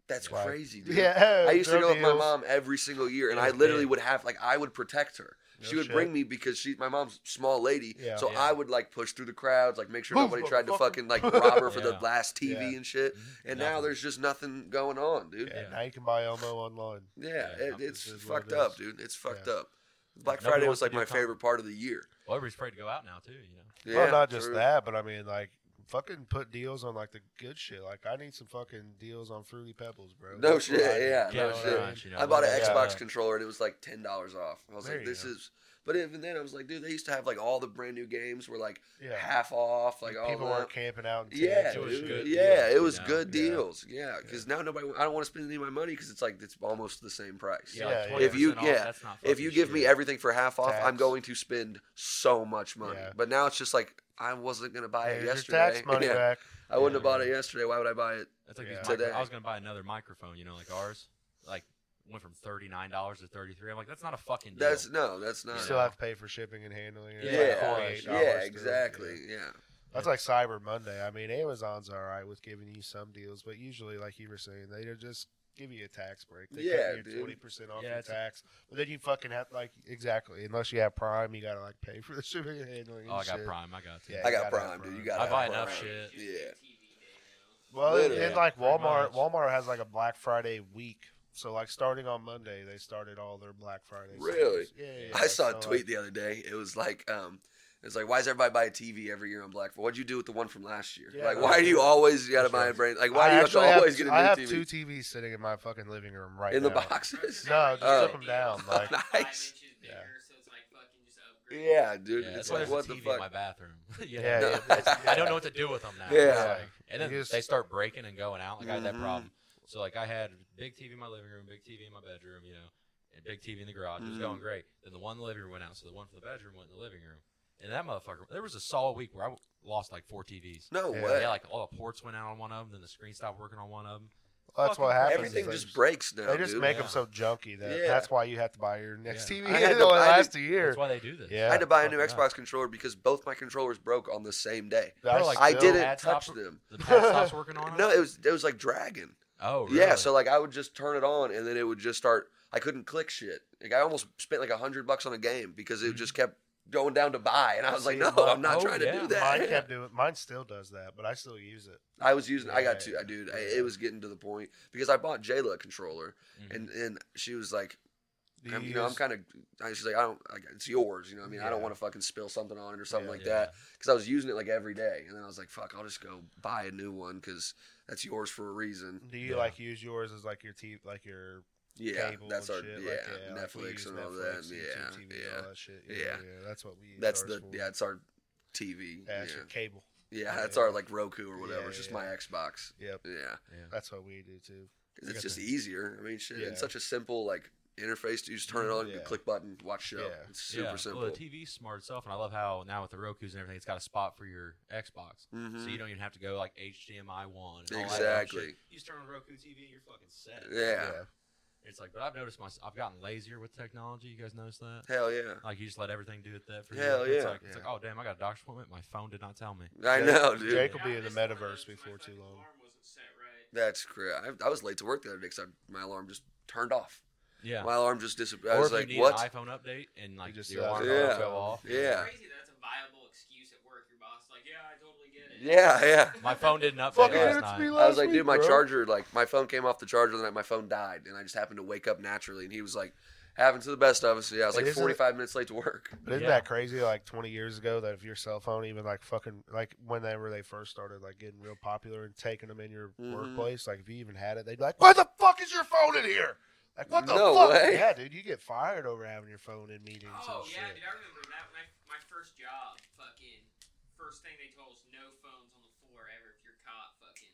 [SPEAKER 2] That's
[SPEAKER 1] Right.
[SPEAKER 2] crazy, dude.
[SPEAKER 1] [laughs] Yeah,
[SPEAKER 2] I used to
[SPEAKER 1] drug
[SPEAKER 2] go with my
[SPEAKER 1] deals.
[SPEAKER 2] mom every single year, and
[SPEAKER 1] Yeah,
[SPEAKER 2] I literally
[SPEAKER 1] man.
[SPEAKER 2] would have like I would protect her.
[SPEAKER 1] No
[SPEAKER 2] she would
[SPEAKER 1] shit.
[SPEAKER 2] bring me because she my mom's a small lady,
[SPEAKER 1] Yeah.
[SPEAKER 2] so
[SPEAKER 3] Yeah.
[SPEAKER 2] I would like push through the crowds, like make sure
[SPEAKER 1] Move,
[SPEAKER 2] nobody tried to
[SPEAKER 1] motherfucker. [laughs]
[SPEAKER 2] fucking like rob her for the
[SPEAKER 3] Yeah.
[SPEAKER 2] last TV
[SPEAKER 1] Yeah.
[SPEAKER 2] and shit. And now
[SPEAKER 3] Nothing.
[SPEAKER 2] there's just nothing going on, dude.
[SPEAKER 1] Yeah,
[SPEAKER 3] Yeah.
[SPEAKER 1] now you can buy Elmo online.
[SPEAKER 2] Yeah,
[SPEAKER 3] Yeah,
[SPEAKER 2] it,
[SPEAKER 3] this
[SPEAKER 2] it's
[SPEAKER 1] is what
[SPEAKER 2] fucked
[SPEAKER 1] it
[SPEAKER 2] up,
[SPEAKER 1] is.
[SPEAKER 2] dude. It's fucked
[SPEAKER 1] Yeah.
[SPEAKER 2] up. Black
[SPEAKER 3] Nobody
[SPEAKER 2] Friday
[SPEAKER 3] wants
[SPEAKER 2] was
[SPEAKER 3] to
[SPEAKER 2] like
[SPEAKER 3] do
[SPEAKER 2] my
[SPEAKER 3] comedy.
[SPEAKER 2] favorite part of the year.
[SPEAKER 3] Well, everybody's afraid to go out now too. You know.
[SPEAKER 2] Yeah,
[SPEAKER 1] well, not just
[SPEAKER 2] true.
[SPEAKER 1] that, but I mean, like, fucking put deals on like the good shit. Like, I need some fucking deals on Fruity Pebbles, bro.
[SPEAKER 2] No
[SPEAKER 1] That's what
[SPEAKER 2] shit,
[SPEAKER 1] I need.
[SPEAKER 2] yeah,
[SPEAKER 1] You know
[SPEAKER 2] no
[SPEAKER 1] what
[SPEAKER 2] shit.
[SPEAKER 1] I mean?
[SPEAKER 3] You know,
[SPEAKER 2] I bought an
[SPEAKER 1] Yeah.
[SPEAKER 2] Xbox controller and it was like ten dollars off. I was
[SPEAKER 1] There
[SPEAKER 2] like,
[SPEAKER 1] you
[SPEAKER 2] this
[SPEAKER 1] go.
[SPEAKER 2] is. But even then, I was like, dude, they used to have like all the brand new games were like
[SPEAKER 1] Yeah.
[SPEAKER 2] half off, like all
[SPEAKER 1] people
[SPEAKER 2] that.
[SPEAKER 1] weren't camping out. In
[SPEAKER 2] Yeah,
[SPEAKER 1] tents.
[SPEAKER 3] It was
[SPEAKER 2] dude.
[SPEAKER 3] good
[SPEAKER 2] yeah,
[SPEAKER 3] deals,
[SPEAKER 2] it was
[SPEAKER 3] you know?
[SPEAKER 2] good
[SPEAKER 1] Yeah.
[SPEAKER 2] deals. Yeah, because now nobody. I don't want to spend any of my money because it's like it's almost the same price.
[SPEAKER 1] Yeah,
[SPEAKER 3] like
[SPEAKER 1] yeah.
[SPEAKER 3] 20%
[SPEAKER 2] If you-
[SPEAKER 3] off,
[SPEAKER 2] yeah,
[SPEAKER 3] that's not
[SPEAKER 2] If you
[SPEAKER 3] fucking
[SPEAKER 2] give me
[SPEAKER 3] shit.
[SPEAKER 2] everything for half off, I'm
[SPEAKER 1] Tax.
[SPEAKER 2] going to spend so much money.
[SPEAKER 1] Yeah.
[SPEAKER 2] But now it's just like I wasn't going to buy
[SPEAKER 1] There's
[SPEAKER 2] it
[SPEAKER 1] your
[SPEAKER 2] yesterday.
[SPEAKER 1] tax money
[SPEAKER 2] [laughs] Yeah,
[SPEAKER 1] back.
[SPEAKER 2] I wouldn't have
[SPEAKER 3] Yeah.
[SPEAKER 2] bought it yesterday. Why would I buy it?
[SPEAKER 3] That's like
[SPEAKER 1] Yeah.
[SPEAKER 3] these micro-
[SPEAKER 2] Today.
[SPEAKER 3] I was gonna buy another microphone, you know, like ours. Like went from thirty nine dollars to thirty three. I'm like, that's not a fucking deal.
[SPEAKER 2] That's no, that's
[SPEAKER 1] You
[SPEAKER 2] not.
[SPEAKER 1] still have to pay for shipping and handling. It's
[SPEAKER 2] Uh, yeah,
[SPEAKER 1] like $48
[SPEAKER 2] yeah,
[SPEAKER 1] still.
[SPEAKER 2] exactly.
[SPEAKER 1] Yeah.
[SPEAKER 2] Yeah.
[SPEAKER 1] That's like Cyber Monday. I mean, Amazon's all right with giving you some deals, but usually, like you were saying, they just give you a tax break. They
[SPEAKER 2] Yeah,
[SPEAKER 1] cut
[SPEAKER 2] dude.
[SPEAKER 1] you twenty percent off
[SPEAKER 3] Yeah,
[SPEAKER 1] your
[SPEAKER 3] it's a-
[SPEAKER 1] tax, but then you fucking have like exactly unless you have Prime, you gotta like pay for the [laughs] shipping and handling. and
[SPEAKER 3] oh, I got
[SPEAKER 1] shit.
[SPEAKER 3] Prime. I got to.
[SPEAKER 1] Yeah.
[SPEAKER 2] I
[SPEAKER 1] you
[SPEAKER 2] got
[SPEAKER 1] gotta
[SPEAKER 2] Prime,
[SPEAKER 1] have
[SPEAKER 2] dude. You
[SPEAKER 1] Prime.
[SPEAKER 2] got.
[SPEAKER 3] I buy enough
[SPEAKER 2] Prime.
[SPEAKER 3] shit.
[SPEAKER 2] Yeah.
[SPEAKER 4] TV day now.
[SPEAKER 1] Well, it,
[SPEAKER 2] Literally.
[SPEAKER 1] it's like
[SPEAKER 3] Pretty
[SPEAKER 1] Walmart.
[SPEAKER 3] much.
[SPEAKER 1] Walmart has like a Black Friday week. So like starting on Monday, they started all their Black Friday. sales.
[SPEAKER 2] Really?
[SPEAKER 1] Yeah, yeah,
[SPEAKER 2] I
[SPEAKER 1] yeah.
[SPEAKER 2] saw
[SPEAKER 1] So,
[SPEAKER 2] a tweet
[SPEAKER 1] Like,
[SPEAKER 2] the other day. It was like, um, it's like, why does everybody buy a TV every year on Black Friday? What'd you do with the one from last year?
[SPEAKER 1] Yeah,
[SPEAKER 2] like,
[SPEAKER 1] no,
[SPEAKER 2] why do you
[SPEAKER 1] yeah.
[SPEAKER 2] always you gotta buy a
[SPEAKER 1] Sure.
[SPEAKER 2] brand? Like, why
[SPEAKER 1] I
[SPEAKER 2] do you have to
[SPEAKER 1] actually have,
[SPEAKER 2] always get
[SPEAKER 1] I
[SPEAKER 2] a
[SPEAKER 1] have
[SPEAKER 2] new
[SPEAKER 1] two
[SPEAKER 2] TV
[SPEAKER 1] TVs sitting in my fucking living room right
[SPEAKER 2] in the
[SPEAKER 1] now.
[SPEAKER 2] boxes?
[SPEAKER 4] [laughs]
[SPEAKER 1] No, just
[SPEAKER 2] Oh.
[SPEAKER 1] took them down. Like,
[SPEAKER 2] Nice.
[SPEAKER 1] Yeah.
[SPEAKER 2] Yeah, dude.
[SPEAKER 3] Yeah,
[SPEAKER 2] it's
[SPEAKER 3] that's why there's
[SPEAKER 2] like, what
[SPEAKER 3] a
[SPEAKER 2] the
[SPEAKER 3] TV in
[SPEAKER 2] fuck?
[SPEAKER 3] my bathroom. [laughs] You know?
[SPEAKER 1] Yeah,
[SPEAKER 2] yeah, that's-
[SPEAKER 3] I don't know what to do with them now.
[SPEAKER 2] Yeah.
[SPEAKER 3] It's like- and then
[SPEAKER 1] You just-
[SPEAKER 3] they start breaking and going out. Like I had that
[SPEAKER 2] Mhm.
[SPEAKER 3] problem. So like I had big TV in my living room, big TV in my bedroom, you know, and big TV in the garage. It was
[SPEAKER 2] Mhm.
[SPEAKER 3] going great. Then the one in the living room went out, so the one from the bedroom went in the living room. And that motherfucker, there was a solid week where I w- lost like four TVs.
[SPEAKER 2] No
[SPEAKER 1] Yeah.
[SPEAKER 2] way.
[SPEAKER 3] Yeah, like all the ports went out on one of them, then the screen stopped working on one of them.
[SPEAKER 1] that's what
[SPEAKER 3] fucking
[SPEAKER 1] happens. is
[SPEAKER 2] Everything
[SPEAKER 1] they
[SPEAKER 2] just breaks now.
[SPEAKER 1] They just
[SPEAKER 2] dude.
[SPEAKER 1] make
[SPEAKER 3] Yeah.
[SPEAKER 1] them so junky that
[SPEAKER 2] Yeah.
[SPEAKER 1] that's why you have to buy your next
[SPEAKER 3] Yeah.
[SPEAKER 1] TV.
[SPEAKER 2] I
[SPEAKER 1] [laughs]
[SPEAKER 2] had
[SPEAKER 1] It
[SPEAKER 2] to-
[SPEAKER 1] only
[SPEAKER 2] I
[SPEAKER 1] lasts a year.
[SPEAKER 3] That's why they do this.
[SPEAKER 1] Yeah.
[SPEAKER 2] I had to buy a new
[SPEAKER 3] Fucking
[SPEAKER 2] Xbox controller because both my controllers broke on the same day.
[SPEAKER 1] That's
[SPEAKER 3] like,
[SPEAKER 2] I
[SPEAKER 1] still-
[SPEAKER 3] did
[SPEAKER 2] didn't
[SPEAKER 3] Ad
[SPEAKER 2] touch
[SPEAKER 3] stop-
[SPEAKER 2] them.
[SPEAKER 3] The pad stops
[SPEAKER 2] [laughs]
[SPEAKER 3] working on it.
[SPEAKER 2] No, it was it was like Dragon.
[SPEAKER 3] Oh,
[SPEAKER 2] Yeah,
[SPEAKER 3] really?
[SPEAKER 2] so like I would just turn it on and then it would just start I couldn't click shit. Like I almost spent like a hundred bucks on a game because it just kept going down to buy, and I was like,
[SPEAKER 1] Mm-hmm. See,
[SPEAKER 2] no,
[SPEAKER 1] my-
[SPEAKER 2] I'm not
[SPEAKER 3] oh,
[SPEAKER 2] trying to
[SPEAKER 3] yeah.
[SPEAKER 2] do that. [laughs]
[SPEAKER 1] Mine kept doing. Mine still does that, but I still use it.
[SPEAKER 2] I was using. I got
[SPEAKER 1] Yeah,
[SPEAKER 2] two. I dude, I,
[SPEAKER 1] yeah. Mm-hmm.
[SPEAKER 2] it was getting to the point because I bought Jayla a controller,
[SPEAKER 3] Mhm.
[SPEAKER 2] and and she was like,
[SPEAKER 1] Do
[SPEAKER 2] I'm, you
[SPEAKER 1] you
[SPEAKER 2] know, I'm
[SPEAKER 1] use-
[SPEAKER 2] kind of. She's like, I don't. I, it's yours. You know, what I mean, I don't
[SPEAKER 1] Yeah.
[SPEAKER 2] want to fucking spill something on it or something
[SPEAKER 1] Yeah.
[SPEAKER 2] like that. Because I was using it like every day, and then I was like, fuck, I'll just go buy a new one because that's yours for a reason.
[SPEAKER 1] do you
[SPEAKER 3] Yeah.
[SPEAKER 1] like use yours as like your t like your
[SPEAKER 2] Yeah,
[SPEAKER 1] cable
[SPEAKER 2] that's
[SPEAKER 1] and
[SPEAKER 2] our
[SPEAKER 1] shit?
[SPEAKER 2] yeah
[SPEAKER 1] like, like, we
[SPEAKER 2] Netflix
[SPEAKER 1] use
[SPEAKER 2] and all
[SPEAKER 1] Netflix,
[SPEAKER 2] that.
[SPEAKER 1] YouTube
[SPEAKER 2] Yeah,
[SPEAKER 1] TV,
[SPEAKER 2] yeah.
[SPEAKER 1] all that shit.
[SPEAKER 2] Yeah.
[SPEAKER 1] That's what we. Use
[SPEAKER 2] That's
[SPEAKER 1] ours
[SPEAKER 2] the
[SPEAKER 1] for.
[SPEAKER 2] yeah, it's our TV. Yeah,
[SPEAKER 1] That's your cable.
[SPEAKER 2] yeah, that's
[SPEAKER 1] yeah.
[SPEAKER 2] our like Roku or whatever.
[SPEAKER 1] Yeah,
[SPEAKER 2] it's just
[SPEAKER 1] yeah.
[SPEAKER 2] my Xbox.
[SPEAKER 1] Yep,
[SPEAKER 2] Yeah.
[SPEAKER 3] Yeah.
[SPEAKER 1] that's what we do too.
[SPEAKER 2] Because
[SPEAKER 1] I
[SPEAKER 2] it's
[SPEAKER 1] got
[SPEAKER 2] just
[SPEAKER 1] that.
[SPEAKER 2] easier. I mean, shit,
[SPEAKER 1] Yeah.
[SPEAKER 2] it's such a simple like interface. You just turn it on, you
[SPEAKER 1] Yeah.
[SPEAKER 2] click button, watch show.
[SPEAKER 1] Yeah.
[SPEAKER 2] It's super
[SPEAKER 3] Yeah.
[SPEAKER 2] simple.
[SPEAKER 3] Well, the TV's smart itself, and I love how now with the Roku's and everything, it's got a spot for your Xbox,
[SPEAKER 2] Mhm.
[SPEAKER 3] so you don't even have to go like HDMI one. And all that other
[SPEAKER 2] Exactly.
[SPEAKER 3] shit. You just turn on Roku TV, and you're fucking set.
[SPEAKER 2] Yeah.
[SPEAKER 3] It's like, but I've noticed my, I've gotten lazier with technology. You guys notice that?
[SPEAKER 2] Hell yeah.
[SPEAKER 3] Like you just let everything do it that for
[SPEAKER 2] Hell
[SPEAKER 3] you. It's
[SPEAKER 2] yeah.
[SPEAKER 3] like, it's like, oh damn, I got a doctor's appointment. My phone did not tell me.
[SPEAKER 2] I
[SPEAKER 1] Jake-
[SPEAKER 2] know, dude.
[SPEAKER 1] Jake will be
[SPEAKER 4] Yeah,
[SPEAKER 1] in the
[SPEAKER 4] this morning,
[SPEAKER 1] metaverse
[SPEAKER 4] my
[SPEAKER 1] before too
[SPEAKER 4] fucking
[SPEAKER 1] long.
[SPEAKER 4] alarm wasn't set right.
[SPEAKER 2] That's crazy. I, I was late to work the other day because my alarm just turned off.
[SPEAKER 3] Yeah.
[SPEAKER 2] My alarm just disappeared. I
[SPEAKER 3] or
[SPEAKER 2] was
[SPEAKER 3] if
[SPEAKER 2] like,
[SPEAKER 3] you need
[SPEAKER 2] what?
[SPEAKER 3] an iPhone update and like
[SPEAKER 1] just
[SPEAKER 3] your
[SPEAKER 1] said-
[SPEAKER 3] alarm
[SPEAKER 2] Yeah.
[SPEAKER 3] fell off.
[SPEAKER 2] Yeah.
[SPEAKER 4] It's crazy that's a viable excuse at work. Your boss is like, yeah, I totally get it.
[SPEAKER 2] Yeah,
[SPEAKER 4] [laughs]
[SPEAKER 2] yeah.
[SPEAKER 3] My phone didn't update
[SPEAKER 1] Fucking
[SPEAKER 3] last
[SPEAKER 1] hits
[SPEAKER 3] night.
[SPEAKER 1] me
[SPEAKER 2] I was
[SPEAKER 1] last
[SPEAKER 2] like, dude,
[SPEAKER 1] week,
[SPEAKER 2] my
[SPEAKER 1] bro.
[SPEAKER 2] charger, like, my phone came off the charger the night my phone died, and I just happened to wake up naturally. And he was like, having to the best of us. Yeah, I was
[SPEAKER 1] But
[SPEAKER 2] like
[SPEAKER 1] isn't it-
[SPEAKER 2] 45 minutes late to work.
[SPEAKER 1] But isn't
[SPEAKER 3] Yeah.
[SPEAKER 1] that crazy? Like twenty years ago, that if your cell phone even like fucking like whenever they first started like getting real popular and taking them in your
[SPEAKER 2] Mhm.
[SPEAKER 1] workplace, like if you even had it, they'd be like, "What the fuck is your phone in here?" Like, what the
[SPEAKER 2] No
[SPEAKER 1] fuck?
[SPEAKER 2] way.
[SPEAKER 1] Yeah, dude, you get fired over having your phone in meetings
[SPEAKER 4] Oh
[SPEAKER 1] and shit.
[SPEAKER 4] yeah, dude, I remember that when I, my first job, fucking first thing they told us, no phones on the floor ever if you're caught, fucking.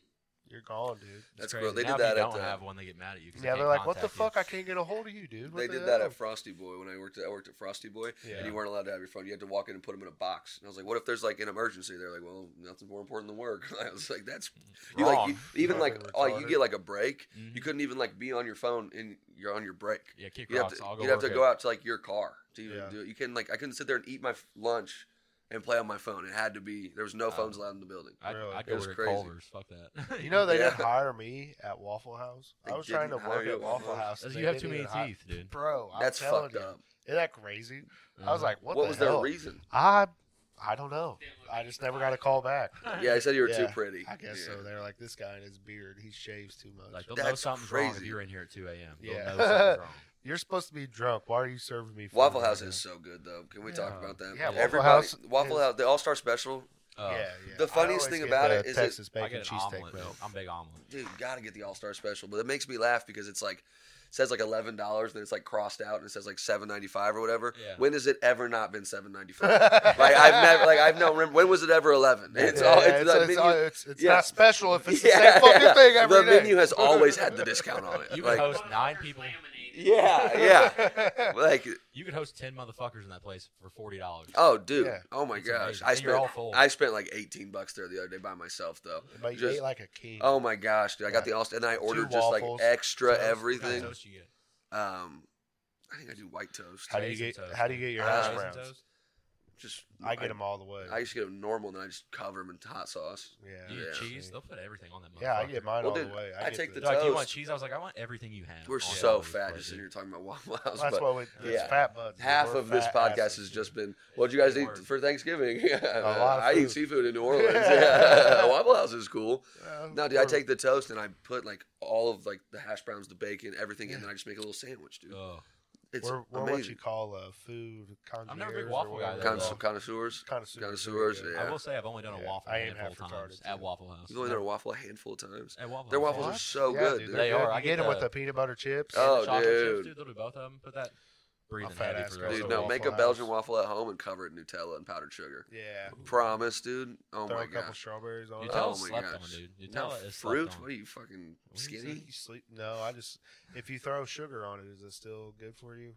[SPEAKER 1] You're gone, dude.
[SPEAKER 3] It's
[SPEAKER 2] That's
[SPEAKER 3] crazy.
[SPEAKER 2] gross. They
[SPEAKER 3] Now
[SPEAKER 2] did
[SPEAKER 3] if
[SPEAKER 2] that
[SPEAKER 3] you
[SPEAKER 2] at
[SPEAKER 3] don't
[SPEAKER 2] the-
[SPEAKER 3] have one. They get mad at you. 'cause they
[SPEAKER 1] Yeah, they're
[SPEAKER 3] can't
[SPEAKER 1] like, "What the
[SPEAKER 3] contact
[SPEAKER 1] fuck?
[SPEAKER 3] You.
[SPEAKER 1] I can't get a hold of you, dude." What
[SPEAKER 2] They
[SPEAKER 1] the
[SPEAKER 2] did that
[SPEAKER 1] hell?"
[SPEAKER 2] at Frosty Boy when I worked. At, I worked at Frosty Boy,
[SPEAKER 1] Yeah.
[SPEAKER 2] and you weren't allowed to have your phone. You had to walk in and put them in a box. And I was like, "What if there's like an emergency?" They're like, "Well, nothing's more important than work." [laughs] I was like, "That's you like
[SPEAKER 3] Wrong.
[SPEAKER 2] you, even like
[SPEAKER 1] Fucking
[SPEAKER 2] oh, you
[SPEAKER 1] retarded. Mm-hmm.
[SPEAKER 2] get like a break.
[SPEAKER 3] Mhm.
[SPEAKER 2] You couldn't even like be on your phone and you're on your break.
[SPEAKER 3] yeah, kick
[SPEAKER 2] You have
[SPEAKER 3] rocks.
[SPEAKER 2] to,
[SPEAKER 3] I'll go
[SPEAKER 2] you'd have to
[SPEAKER 3] work
[SPEAKER 2] go
[SPEAKER 3] it.
[SPEAKER 2] out to like your car to even
[SPEAKER 1] Yeah.
[SPEAKER 2] do it. You can like I couldn't sit there and eat my f- lunch and play on my phone. It had to be there was no
[SPEAKER 3] Oh.
[SPEAKER 2] phones allowed in the building.
[SPEAKER 3] I'd,
[SPEAKER 1] Really?
[SPEAKER 3] I'd
[SPEAKER 2] It
[SPEAKER 3] go
[SPEAKER 2] was
[SPEAKER 3] work at
[SPEAKER 2] crazy.
[SPEAKER 3] Culver's. Fuck that.
[SPEAKER 1] [laughs]
[SPEAKER 3] [laughs]
[SPEAKER 1] You know they
[SPEAKER 2] Yeah.
[SPEAKER 1] didn't hire me at Waffle House.
[SPEAKER 2] They
[SPEAKER 1] I was trying to
[SPEAKER 2] didn't hire
[SPEAKER 1] work
[SPEAKER 2] you
[SPEAKER 1] at Waffle House. and
[SPEAKER 3] you
[SPEAKER 1] they
[SPEAKER 3] have too
[SPEAKER 1] didn't
[SPEAKER 3] many
[SPEAKER 1] even hi-
[SPEAKER 3] teeth, dude.
[SPEAKER 1] bro. I'm
[SPEAKER 2] That's
[SPEAKER 1] telling
[SPEAKER 2] fucked
[SPEAKER 1] you.
[SPEAKER 2] up.
[SPEAKER 1] Isn't that crazy? I
[SPEAKER 3] Mm-hmm.
[SPEAKER 1] was like, "What,
[SPEAKER 2] What
[SPEAKER 1] the
[SPEAKER 2] was
[SPEAKER 1] hell?
[SPEAKER 2] their reason?
[SPEAKER 1] I I don't know. I just never got a call back.
[SPEAKER 2] Yeah, I said you were too
[SPEAKER 1] Yeah,
[SPEAKER 2] pretty.
[SPEAKER 1] I guess
[SPEAKER 2] Yeah.
[SPEAKER 1] so. They're like this guy and his beard. He shaves too much. Oh,
[SPEAKER 3] like they'll know
[SPEAKER 2] That's
[SPEAKER 3] something's wrong if
[SPEAKER 2] crazy.
[SPEAKER 3] you're in here at 2 a.m. They'll
[SPEAKER 1] Yeah.
[SPEAKER 3] know something's
[SPEAKER 1] [laughs]
[SPEAKER 3] wrong.
[SPEAKER 1] You're supposed to be drunk. Why are you serving me? food
[SPEAKER 2] Waffle
[SPEAKER 1] right
[SPEAKER 2] House
[SPEAKER 1] now?
[SPEAKER 2] is so good though. Can we
[SPEAKER 3] Yeah.
[SPEAKER 2] talk about that?
[SPEAKER 1] Yeah, Waffle
[SPEAKER 2] Everybody,
[SPEAKER 1] House
[SPEAKER 2] Waffle
[SPEAKER 1] is-
[SPEAKER 2] House, the All Star Special.
[SPEAKER 3] Uh,
[SPEAKER 1] yeah, yeah.
[SPEAKER 2] The
[SPEAKER 1] I always
[SPEAKER 2] funniest thing
[SPEAKER 1] get
[SPEAKER 2] about
[SPEAKER 1] the
[SPEAKER 2] it is it-
[SPEAKER 1] Texas
[SPEAKER 3] I
[SPEAKER 1] bacon
[SPEAKER 3] get an
[SPEAKER 1] cheesesteak
[SPEAKER 3] omelet.
[SPEAKER 1] melt.
[SPEAKER 3] I'm big omelet.
[SPEAKER 2] Dude, gotta get the All Star Special, but it makes me laugh because it's like says like eleven dollars, then it's like crossed out and it says like seven ninety five or whatever.
[SPEAKER 3] Yeah.
[SPEAKER 2] When has it ever not been seven ninety five? [laughs]
[SPEAKER 1] [laughs]
[SPEAKER 2] like I've never, like I've no. Remember, when was it ever eleven? It's all. It's,
[SPEAKER 1] it's,
[SPEAKER 2] the
[SPEAKER 1] it's,
[SPEAKER 2] menu-
[SPEAKER 1] all- it's- it's
[SPEAKER 2] yeah.
[SPEAKER 1] not special if it's the
[SPEAKER 2] [laughs] Yeah,
[SPEAKER 1] same fucking thing every
[SPEAKER 2] the
[SPEAKER 1] day.
[SPEAKER 2] menu has
[SPEAKER 1] [laughs]
[SPEAKER 2] always had the discount on it.
[SPEAKER 3] You
[SPEAKER 2] like,
[SPEAKER 3] can host nine people.
[SPEAKER 4] Laminated.
[SPEAKER 2] yeah,
[SPEAKER 1] [laughs]
[SPEAKER 2] yeah. Like,
[SPEAKER 3] You could host ten motherfuckers in that place for forty dollars.
[SPEAKER 2] oh, dude.
[SPEAKER 1] Yeah.
[SPEAKER 2] Oh my
[SPEAKER 3] It's
[SPEAKER 2] gosh,
[SPEAKER 3] amazing.
[SPEAKER 2] I
[SPEAKER 3] And you're
[SPEAKER 2] spent
[SPEAKER 3] all full. Mm.
[SPEAKER 2] I spent like eighteen bucks there the other day by myself though.
[SPEAKER 1] but you
[SPEAKER 2] Just-
[SPEAKER 1] ate like a king.
[SPEAKER 2] Oh my gosh, dude! I got
[SPEAKER 1] Yeah.
[SPEAKER 2] the all and I ordered just
[SPEAKER 1] waffles,
[SPEAKER 2] like extra
[SPEAKER 1] toast,
[SPEAKER 2] everything.
[SPEAKER 1] guys.
[SPEAKER 3] Toast you get.
[SPEAKER 2] Um, I think I do white toast.
[SPEAKER 1] how do you
[SPEAKER 3] Raisin
[SPEAKER 1] get?
[SPEAKER 3] toast,
[SPEAKER 1] How do you
[SPEAKER 3] man.
[SPEAKER 1] get your
[SPEAKER 2] Uh,
[SPEAKER 1] hash
[SPEAKER 3] Raisin
[SPEAKER 1] browns?
[SPEAKER 3] toast?
[SPEAKER 2] Just
[SPEAKER 1] I get them all the way.
[SPEAKER 2] I used to get them normal, and then I just cover them in hot sauce.
[SPEAKER 1] yeah,
[SPEAKER 3] You get
[SPEAKER 2] Yeah.
[SPEAKER 3] cheese. They'll put everything on that.
[SPEAKER 1] yeah, I
[SPEAKER 3] motherfucker.
[SPEAKER 1] get mine
[SPEAKER 2] Well,
[SPEAKER 1] all
[SPEAKER 2] dude,
[SPEAKER 1] the way.
[SPEAKER 2] I
[SPEAKER 1] I get
[SPEAKER 2] take the
[SPEAKER 3] They're like, you want
[SPEAKER 2] toast.
[SPEAKER 3] cheese? I was like, I want everything you have.
[SPEAKER 2] We're
[SPEAKER 3] on
[SPEAKER 2] so
[SPEAKER 3] that
[SPEAKER 2] fat
[SPEAKER 3] motherfucker.
[SPEAKER 2] just sitting here talking about [laughs] Waffle House.
[SPEAKER 1] That's
[SPEAKER 2] but
[SPEAKER 1] why we. It's
[SPEAKER 2] yeah.
[SPEAKER 1] fat buds.
[SPEAKER 2] half
[SPEAKER 1] We're
[SPEAKER 2] of this
[SPEAKER 1] fat
[SPEAKER 2] podcast
[SPEAKER 1] asses.
[SPEAKER 2] has just been, "What'd you guys eat
[SPEAKER 3] Word.
[SPEAKER 2] for Thanksgiving?"
[SPEAKER 1] lot of
[SPEAKER 2] [laughs] I eat
[SPEAKER 1] food.
[SPEAKER 2] seafood in New
[SPEAKER 1] [laughs]
[SPEAKER 2] Orleans. Yeah. [laughs] Waffle House is cool.
[SPEAKER 1] Uh,
[SPEAKER 2] No, dude, I
[SPEAKER 1] we're-
[SPEAKER 2] take the toast and I put like all of like the hash browns, the bacon, everything,
[SPEAKER 1] Yeah.
[SPEAKER 2] and then I just make a little sandwich, dude.
[SPEAKER 3] Ugh.
[SPEAKER 2] It's
[SPEAKER 1] We're, we're what you
[SPEAKER 2] amazing.
[SPEAKER 1] call a food connoisseurs.
[SPEAKER 3] never a big
[SPEAKER 1] or
[SPEAKER 3] waffle guy,
[SPEAKER 1] whatever.
[SPEAKER 3] though.
[SPEAKER 2] Connoisse- Connoisseurs.
[SPEAKER 1] Connoisseurs.
[SPEAKER 2] Connoisseurs,
[SPEAKER 1] there you go.
[SPEAKER 2] Yeah.
[SPEAKER 3] I will say I've only done a
[SPEAKER 1] Yeah.
[SPEAKER 3] waffle
[SPEAKER 1] I
[SPEAKER 3] a
[SPEAKER 1] am
[SPEAKER 3] handful of
[SPEAKER 1] half
[SPEAKER 3] times
[SPEAKER 1] retarded,
[SPEAKER 3] at
[SPEAKER 1] too.
[SPEAKER 3] Waffle House.
[SPEAKER 2] You've only done a waffle a handful of times.
[SPEAKER 3] At Waffle
[SPEAKER 2] Their
[SPEAKER 3] House.
[SPEAKER 2] waffles
[SPEAKER 1] What?
[SPEAKER 2] are so
[SPEAKER 1] yeah,
[SPEAKER 2] Oh, good.
[SPEAKER 1] Dude,
[SPEAKER 2] dude.
[SPEAKER 1] they're
[SPEAKER 3] They
[SPEAKER 1] good.
[SPEAKER 3] are.
[SPEAKER 1] You
[SPEAKER 3] I
[SPEAKER 1] get
[SPEAKER 3] get
[SPEAKER 1] them with
[SPEAKER 3] the-
[SPEAKER 1] the peanut butter chips.
[SPEAKER 3] And the
[SPEAKER 2] Oh,
[SPEAKER 3] chocolate chips,
[SPEAKER 2] dude.
[SPEAKER 3] They'll do both of them. Put that breathing
[SPEAKER 1] fat
[SPEAKER 3] heavy
[SPEAKER 1] ass
[SPEAKER 3] for the
[SPEAKER 1] goes
[SPEAKER 3] rest
[SPEAKER 1] to
[SPEAKER 2] Dude,
[SPEAKER 3] of
[SPEAKER 2] no,
[SPEAKER 1] Waffle
[SPEAKER 2] make a
[SPEAKER 1] House.
[SPEAKER 2] Belgian waffle at home and cover it in Nutella and powdered sugar.
[SPEAKER 1] Yeah.
[SPEAKER 2] Promise, dude. Oh
[SPEAKER 1] Throw
[SPEAKER 2] my
[SPEAKER 1] a couple
[SPEAKER 2] gosh.
[SPEAKER 1] strawberries on.
[SPEAKER 3] You
[SPEAKER 1] it.
[SPEAKER 3] tell
[SPEAKER 2] Oh
[SPEAKER 3] us
[SPEAKER 2] my
[SPEAKER 3] slept
[SPEAKER 2] gosh.
[SPEAKER 3] on, dude. You
[SPEAKER 2] No
[SPEAKER 3] tell us
[SPEAKER 2] fruit.
[SPEAKER 3] slept on.
[SPEAKER 2] What are you fucking
[SPEAKER 3] What is
[SPEAKER 1] You
[SPEAKER 2] skinny?
[SPEAKER 1] sleep? No, I just if you throw sugar on it, is it still good for you?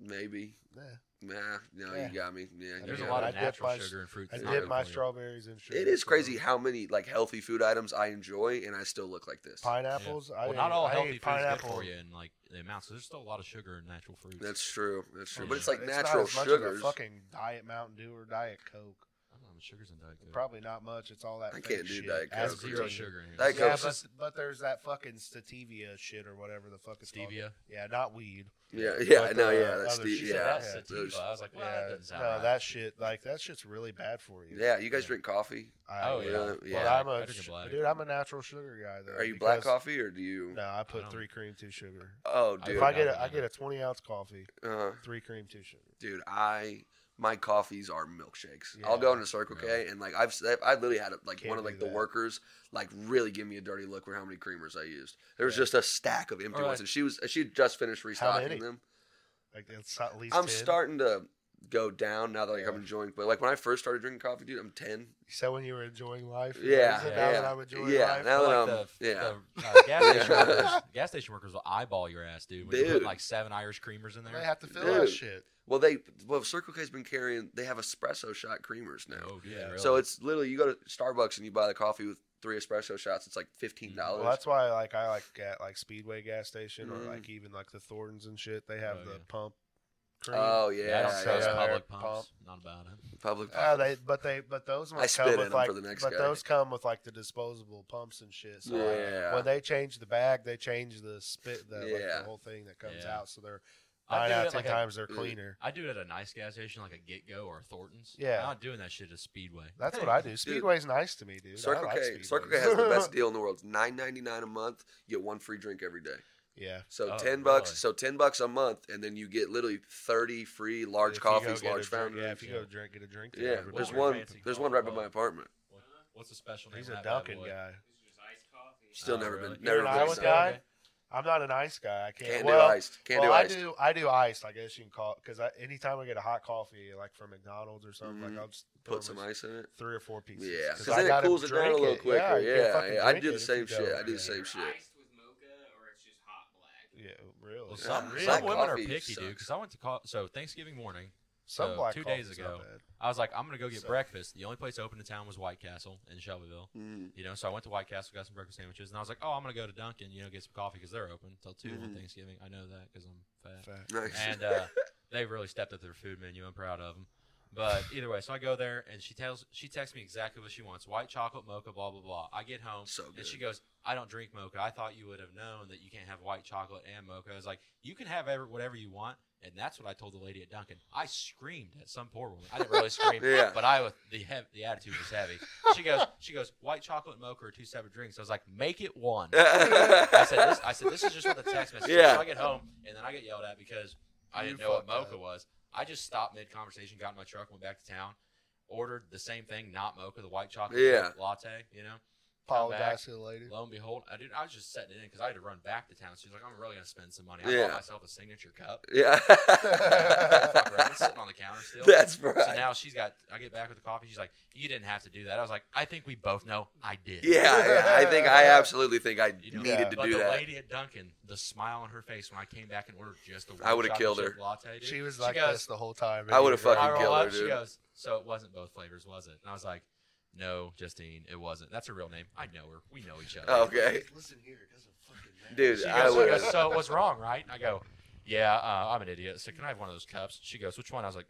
[SPEAKER 2] Maybe.
[SPEAKER 1] Nah.
[SPEAKER 2] Nah. No,
[SPEAKER 1] Yeah.
[SPEAKER 2] you got me. Yeah. you
[SPEAKER 3] There's
[SPEAKER 2] got
[SPEAKER 3] a lot
[SPEAKER 1] I
[SPEAKER 2] me.
[SPEAKER 3] of
[SPEAKER 1] dip
[SPEAKER 3] natural
[SPEAKER 1] my-
[SPEAKER 3] sugar and fruit.
[SPEAKER 1] I
[SPEAKER 2] It's
[SPEAKER 3] that's
[SPEAKER 2] not
[SPEAKER 1] dip
[SPEAKER 2] good
[SPEAKER 3] not
[SPEAKER 1] my
[SPEAKER 3] for you.
[SPEAKER 1] strawberries in sugar.
[SPEAKER 2] It is
[SPEAKER 1] so-
[SPEAKER 2] crazy how many like healthy food items I enjoy and I still look like this.
[SPEAKER 1] Pineapples. I
[SPEAKER 3] Well,
[SPEAKER 1] ate-
[SPEAKER 3] not all
[SPEAKER 1] I ate
[SPEAKER 3] healthy food is good
[SPEAKER 1] pineapple.
[SPEAKER 3] for you, and like the amounts. There's still a lot of sugar in natural fruits.
[SPEAKER 2] That's true. That's true.
[SPEAKER 3] Yeah.
[SPEAKER 2] But it's like
[SPEAKER 1] It's not
[SPEAKER 2] natural
[SPEAKER 1] as much as a
[SPEAKER 2] sugars.
[SPEAKER 1] fucking diet Mountain Dew or diet Coke.
[SPEAKER 3] I don't know, I'm much sugar's in Diet Coke?
[SPEAKER 1] Probably not much. It's all that.
[SPEAKER 2] I
[SPEAKER 1] fake
[SPEAKER 2] can't do
[SPEAKER 1] shit.
[SPEAKER 2] Diet Coke.
[SPEAKER 1] As
[SPEAKER 3] zero
[SPEAKER 1] green.
[SPEAKER 3] sugar in here.
[SPEAKER 2] Diet
[SPEAKER 1] Yeah,
[SPEAKER 2] Coke's
[SPEAKER 1] but, but there's that fucking stevia shit or whatever the fuck it's called.
[SPEAKER 3] Stevia.
[SPEAKER 1] Yeah, not weed.
[SPEAKER 2] Yeah, yeah,
[SPEAKER 1] Like,
[SPEAKER 2] no,
[SPEAKER 1] uh,
[SPEAKER 2] yeah, that's
[SPEAKER 1] other
[SPEAKER 2] the,
[SPEAKER 1] shit.
[SPEAKER 3] She said
[SPEAKER 2] yeah,
[SPEAKER 3] that's
[SPEAKER 1] yeah,
[SPEAKER 3] sativa. I was like, well, that
[SPEAKER 1] yeah,
[SPEAKER 3] doesn't sound
[SPEAKER 1] no,
[SPEAKER 3] right.
[SPEAKER 1] that shit like that shit's really bad for you.
[SPEAKER 2] yeah. You guys
[SPEAKER 3] Yeah.
[SPEAKER 2] drink coffee?
[SPEAKER 1] I,
[SPEAKER 3] Oh, yeah.
[SPEAKER 2] Uh,
[SPEAKER 1] But
[SPEAKER 2] yeah.
[SPEAKER 1] I'm a
[SPEAKER 3] I drink a
[SPEAKER 1] sh-
[SPEAKER 3] black.
[SPEAKER 1] dude. I'm a natural sugar guy though.
[SPEAKER 2] Are you black
[SPEAKER 1] because-
[SPEAKER 2] coffee or do you?
[SPEAKER 1] No, I
[SPEAKER 3] I
[SPEAKER 1] put
[SPEAKER 3] don't.
[SPEAKER 1] three cream, two sugar.
[SPEAKER 2] Oh,
[SPEAKER 3] I
[SPEAKER 2] dude,
[SPEAKER 1] if I get
[SPEAKER 3] Nothing
[SPEAKER 1] a, I
[SPEAKER 3] in
[SPEAKER 1] get
[SPEAKER 3] it.
[SPEAKER 1] a 20 ounce coffee,
[SPEAKER 2] uh,
[SPEAKER 1] three cream, two sugar.
[SPEAKER 2] dude, I my coffees are milkshakes. I'll
[SPEAKER 1] Yeah.
[SPEAKER 2] go into Circle K and like I've s- I literally had like
[SPEAKER 1] Can't
[SPEAKER 2] one of
[SPEAKER 1] do
[SPEAKER 2] like the
[SPEAKER 1] that.
[SPEAKER 2] workers like really give me a dirty look with how many creamers I used. There was
[SPEAKER 1] Yeah.
[SPEAKER 2] just a stack of empty
[SPEAKER 3] Or,
[SPEAKER 2] ones,
[SPEAKER 3] like-
[SPEAKER 2] and she was she had just finished
[SPEAKER 1] many?
[SPEAKER 2] restocking them.
[SPEAKER 1] Like it's at least.
[SPEAKER 2] I'm
[SPEAKER 1] 10.
[SPEAKER 2] starting to go down now that like, I'm
[SPEAKER 1] Yeah.
[SPEAKER 2] enjoying, but like when I first started drinking coffee, dude, I'm ten.
[SPEAKER 1] You said when you were enjoying life.
[SPEAKER 2] Yeah,
[SPEAKER 1] Is it
[SPEAKER 3] yeah,
[SPEAKER 1] now that I'm enjoying
[SPEAKER 2] yeah,
[SPEAKER 1] life.
[SPEAKER 2] now-
[SPEAKER 3] Or
[SPEAKER 2] Um,
[SPEAKER 3] like the,
[SPEAKER 2] yeah.
[SPEAKER 3] the, uh, gas
[SPEAKER 2] Yeah.
[SPEAKER 3] station workers. Gas station workers will eyeball your ass, dude. When you
[SPEAKER 2] Dude.
[SPEAKER 3] put like seven Irish creamers in there.
[SPEAKER 1] they have to fill
[SPEAKER 2] Dude.
[SPEAKER 1] that shit.
[SPEAKER 2] Well, they well Circle K's been carrying. They have espresso shot creamers now.
[SPEAKER 3] No, dude,
[SPEAKER 1] Yeah.
[SPEAKER 3] really.
[SPEAKER 2] So it's literally you go to Starbucks and you buy the coffee with three espresso shots. It's like fifteen dollars.
[SPEAKER 1] Mm, Well, Oh, that's why like I like at like Speedway gas station
[SPEAKER 2] Mhm.
[SPEAKER 1] or like even like the Thorntons and shit. They have
[SPEAKER 3] Oh,
[SPEAKER 1] the
[SPEAKER 3] yeah.
[SPEAKER 1] pump. Cream.
[SPEAKER 2] oh
[SPEAKER 3] yeah,
[SPEAKER 2] yeah,
[SPEAKER 3] I
[SPEAKER 2] yeah,
[SPEAKER 3] don't trust
[SPEAKER 1] yeah.
[SPEAKER 3] public
[SPEAKER 1] Pump.
[SPEAKER 3] pumps. Not about it.
[SPEAKER 2] public.
[SPEAKER 1] Ah, they but they but those ones
[SPEAKER 2] spit
[SPEAKER 1] come
[SPEAKER 2] in
[SPEAKER 1] with
[SPEAKER 2] 'em
[SPEAKER 1] like
[SPEAKER 2] for the next
[SPEAKER 1] but
[SPEAKER 2] guy.
[SPEAKER 1] those come with like the disposable pumps and shit. So like,
[SPEAKER 2] yeah,
[SPEAKER 1] when they change the bag, they change the spit the, like,
[SPEAKER 2] Yeah.
[SPEAKER 1] the whole thing that comes
[SPEAKER 3] Yeah.
[SPEAKER 1] out. So they're
[SPEAKER 3] I
[SPEAKER 1] nine
[SPEAKER 3] do
[SPEAKER 1] out
[SPEAKER 3] it
[SPEAKER 1] of
[SPEAKER 3] at,
[SPEAKER 1] ten
[SPEAKER 3] like a,
[SPEAKER 1] times they're
[SPEAKER 2] Mm.
[SPEAKER 1] cleaner.
[SPEAKER 3] I do it at a nice gas station like a Get Go or a Thornton's.
[SPEAKER 1] Yeah.
[SPEAKER 3] I'm not doing that shit at Speedway.
[SPEAKER 1] That's what I do. Speedway's nice to me, dude.
[SPEAKER 2] Circle
[SPEAKER 1] I like
[SPEAKER 2] K,
[SPEAKER 1] Speedways.
[SPEAKER 2] Circle K has the
[SPEAKER 1] [laughs]
[SPEAKER 2] best deal in the world. It's nine ninety nine a month. You get one free drink every day.
[SPEAKER 1] yeah,
[SPEAKER 2] So
[SPEAKER 3] Oh,
[SPEAKER 2] ten bucks.
[SPEAKER 3] really?
[SPEAKER 2] So ten bucks a month, and then you get literally thirty free large
[SPEAKER 1] If you go
[SPEAKER 2] coffees,
[SPEAKER 1] get a
[SPEAKER 2] large
[SPEAKER 1] drink-
[SPEAKER 2] fountain.
[SPEAKER 1] Yeah,
[SPEAKER 2] Yeah,
[SPEAKER 1] if you go drink, get a drink. there, everybody-
[SPEAKER 2] there's
[SPEAKER 3] Walmart
[SPEAKER 2] one.
[SPEAKER 3] fancy
[SPEAKER 2] There's one right by
[SPEAKER 3] coffee.
[SPEAKER 2] my apartment.
[SPEAKER 3] What- What's the special name?
[SPEAKER 1] He's
[SPEAKER 3] of
[SPEAKER 1] a
[SPEAKER 3] that bad
[SPEAKER 1] Dunkin'
[SPEAKER 3] boy?
[SPEAKER 1] guy.
[SPEAKER 4] This is just iced coffee.
[SPEAKER 2] Still
[SPEAKER 3] Oh,
[SPEAKER 2] never
[SPEAKER 3] really?
[SPEAKER 2] been.
[SPEAKER 1] You're
[SPEAKER 2] Never
[SPEAKER 1] an
[SPEAKER 2] been.
[SPEAKER 1] Iowa
[SPEAKER 2] excited.
[SPEAKER 1] guy? I'm not an ice guy. I can't.
[SPEAKER 2] Can't
[SPEAKER 1] well,
[SPEAKER 2] do iced. Can't
[SPEAKER 1] well,
[SPEAKER 2] do
[SPEAKER 1] I
[SPEAKER 2] iced.
[SPEAKER 1] do. I do iced. I guess you can call because I, anytime I get a hot coffee, like from McDonald's or something,
[SPEAKER 2] Mhm.
[SPEAKER 1] like I'll just throw
[SPEAKER 2] Put some
[SPEAKER 1] my-
[SPEAKER 2] ice in it.
[SPEAKER 1] three or four pieces.
[SPEAKER 2] Yeah, because
[SPEAKER 1] I
[SPEAKER 2] then it
[SPEAKER 1] gotta
[SPEAKER 2] cools it down a
[SPEAKER 1] drink
[SPEAKER 2] little quicker.
[SPEAKER 1] Yeah, you can't
[SPEAKER 2] Yeah,
[SPEAKER 1] fucking
[SPEAKER 2] yeah, I
[SPEAKER 1] drink
[SPEAKER 2] do
[SPEAKER 1] it
[SPEAKER 2] the
[SPEAKER 1] if
[SPEAKER 2] same
[SPEAKER 1] you
[SPEAKER 2] shit.
[SPEAKER 1] don't.
[SPEAKER 2] I do the
[SPEAKER 1] Yeah.
[SPEAKER 2] same shit.
[SPEAKER 4] Iced with mocha, or it's just hot black.
[SPEAKER 1] Yeah, really.
[SPEAKER 3] Well,
[SPEAKER 2] Yeah,
[SPEAKER 3] some,
[SPEAKER 2] black
[SPEAKER 3] some women are
[SPEAKER 2] coffee
[SPEAKER 3] picky, dude.
[SPEAKER 2] sucks.
[SPEAKER 3] Because I went to call, so Thanksgiving morning,
[SPEAKER 1] Some
[SPEAKER 3] So,
[SPEAKER 1] black
[SPEAKER 3] two days
[SPEAKER 1] coffee's not
[SPEAKER 3] ago,
[SPEAKER 1] bad.
[SPEAKER 3] I was like, I'm gonna go get
[SPEAKER 1] So-
[SPEAKER 3] breakfast. The only place open in town was White Castle in Shelbyville.
[SPEAKER 2] Mm.
[SPEAKER 3] You know, so I went to White Castle, got some breakfast sandwiches, and I was like, oh, I'm gonna go to Dunkin', you know, get some coffee because they're open till 2
[SPEAKER 1] Mm-hmm.
[SPEAKER 3] on
[SPEAKER 2] Mhm.
[SPEAKER 3] Thanksgiving. I know that because I'm fat.
[SPEAKER 1] Fact.
[SPEAKER 2] Nice.
[SPEAKER 3] and uh, they've really stepped up their food menu. I'm proud of them. But either way, so I go there and she tells she texts me exactly what she wants: white chocolate mocha, blah blah blah. I get home
[SPEAKER 2] [laughs] so good.
[SPEAKER 3] and she goes, "I don't drink mocha. I thought you would have known that you can't have white chocolate and mocha." I was like, "You can have ever, whatever you want." And that's what I told the lady at Dunkin'. I screamed at some poor woman. I didn't really scream,
[SPEAKER 2] [laughs] Yeah.
[SPEAKER 3] but I was the hev- the attitude was heavy. She goes, "She goes, white chocolate mocha or two separate drinks." I was like, "Make it one." I said, this, I said, this is just what the text message. is."
[SPEAKER 2] Yeah.
[SPEAKER 3] So I get home and then I get yelled at because I
[SPEAKER 1] You
[SPEAKER 3] didn't know what
[SPEAKER 1] fucked
[SPEAKER 3] mocha
[SPEAKER 1] up.
[SPEAKER 3] was. I just stopped mid conversation, got in my truck, went back to town, ordered the same thing, not mocha, the white chocolate
[SPEAKER 2] Yeah.
[SPEAKER 3] latte. You know,
[SPEAKER 1] Apologize to the lady.
[SPEAKER 3] lo and behold, I did. I was just setting it in because I had to run back to town. She's like, I'm really gonna spend some money. I
[SPEAKER 2] Yeah.
[SPEAKER 3] bought myself a signature cup.
[SPEAKER 2] [laughs]
[SPEAKER 3] [laughs]
[SPEAKER 2] yeah.
[SPEAKER 3] Fuck around, it's sitting on the counter still.
[SPEAKER 2] [laughs] That's
[SPEAKER 3] so
[SPEAKER 2] right.
[SPEAKER 3] now she's got. I get back with the coffee. She's like, "You didn't have to do that." I was like, "I think we both know I did."
[SPEAKER 2] yeah, yeah, I think
[SPEAKER 3] [laughs]
[SPEAKER 2] I absolutely think I
[SPEAKER 3] You know,
[SPEAKER 2] needed
[SPEAKER 1] yeah.
[SPEAKER 2] to
[SPEAKER 3] but
[SPEAKER 2] do
[SPEAKER 3] the
[SPEAKER 2] that.
[SPEAKER 3] lady at Dunkin', the smile on her face when I came back and ordered just the
[SPEAKER 2] I would've
[SPEAKER 3] white
[SPEAKER 2] killed
[SPEAKER 3] chocolate
[SPEAKER 2] her.
[SPEAKER 3] Latte, dude.
[SPEAKER 1] She was like
[SPEAKER 3] goes,
[SPEAKER 1] this the whole time.
[SPEAKER 2] I would've
[SPEAKER 1] Anyway.
[SPEAKER 3] I
[SPEAKER 2] fucking
[SPEAKER 3] roll
[SPEAKER 2] killed her,
[SPEAKER 3] up, She
[SPEAKER 2] dude.
[SPEAKER 3] goes, so it wasn't both flavors, was it? And I was like, no, Justine, it wasn't. That's her real name. I know her. We know each other.
[SPEAKER 2] okay,
[SPEAKER 1] Listen here, it doesn't fucking matter.
[SPEAKER 2] Oh, dude,
[SPEAKER 3] She
[SPEAKER 2] I
[SPEAKER 3] goes, she
[SPEAKER 2] would.
[SPEAKER 3] goes, so what's wrong, right? And I go, yeah, uh, I'm an idiot. So can I have one of those cups? She goes, which one? I was like,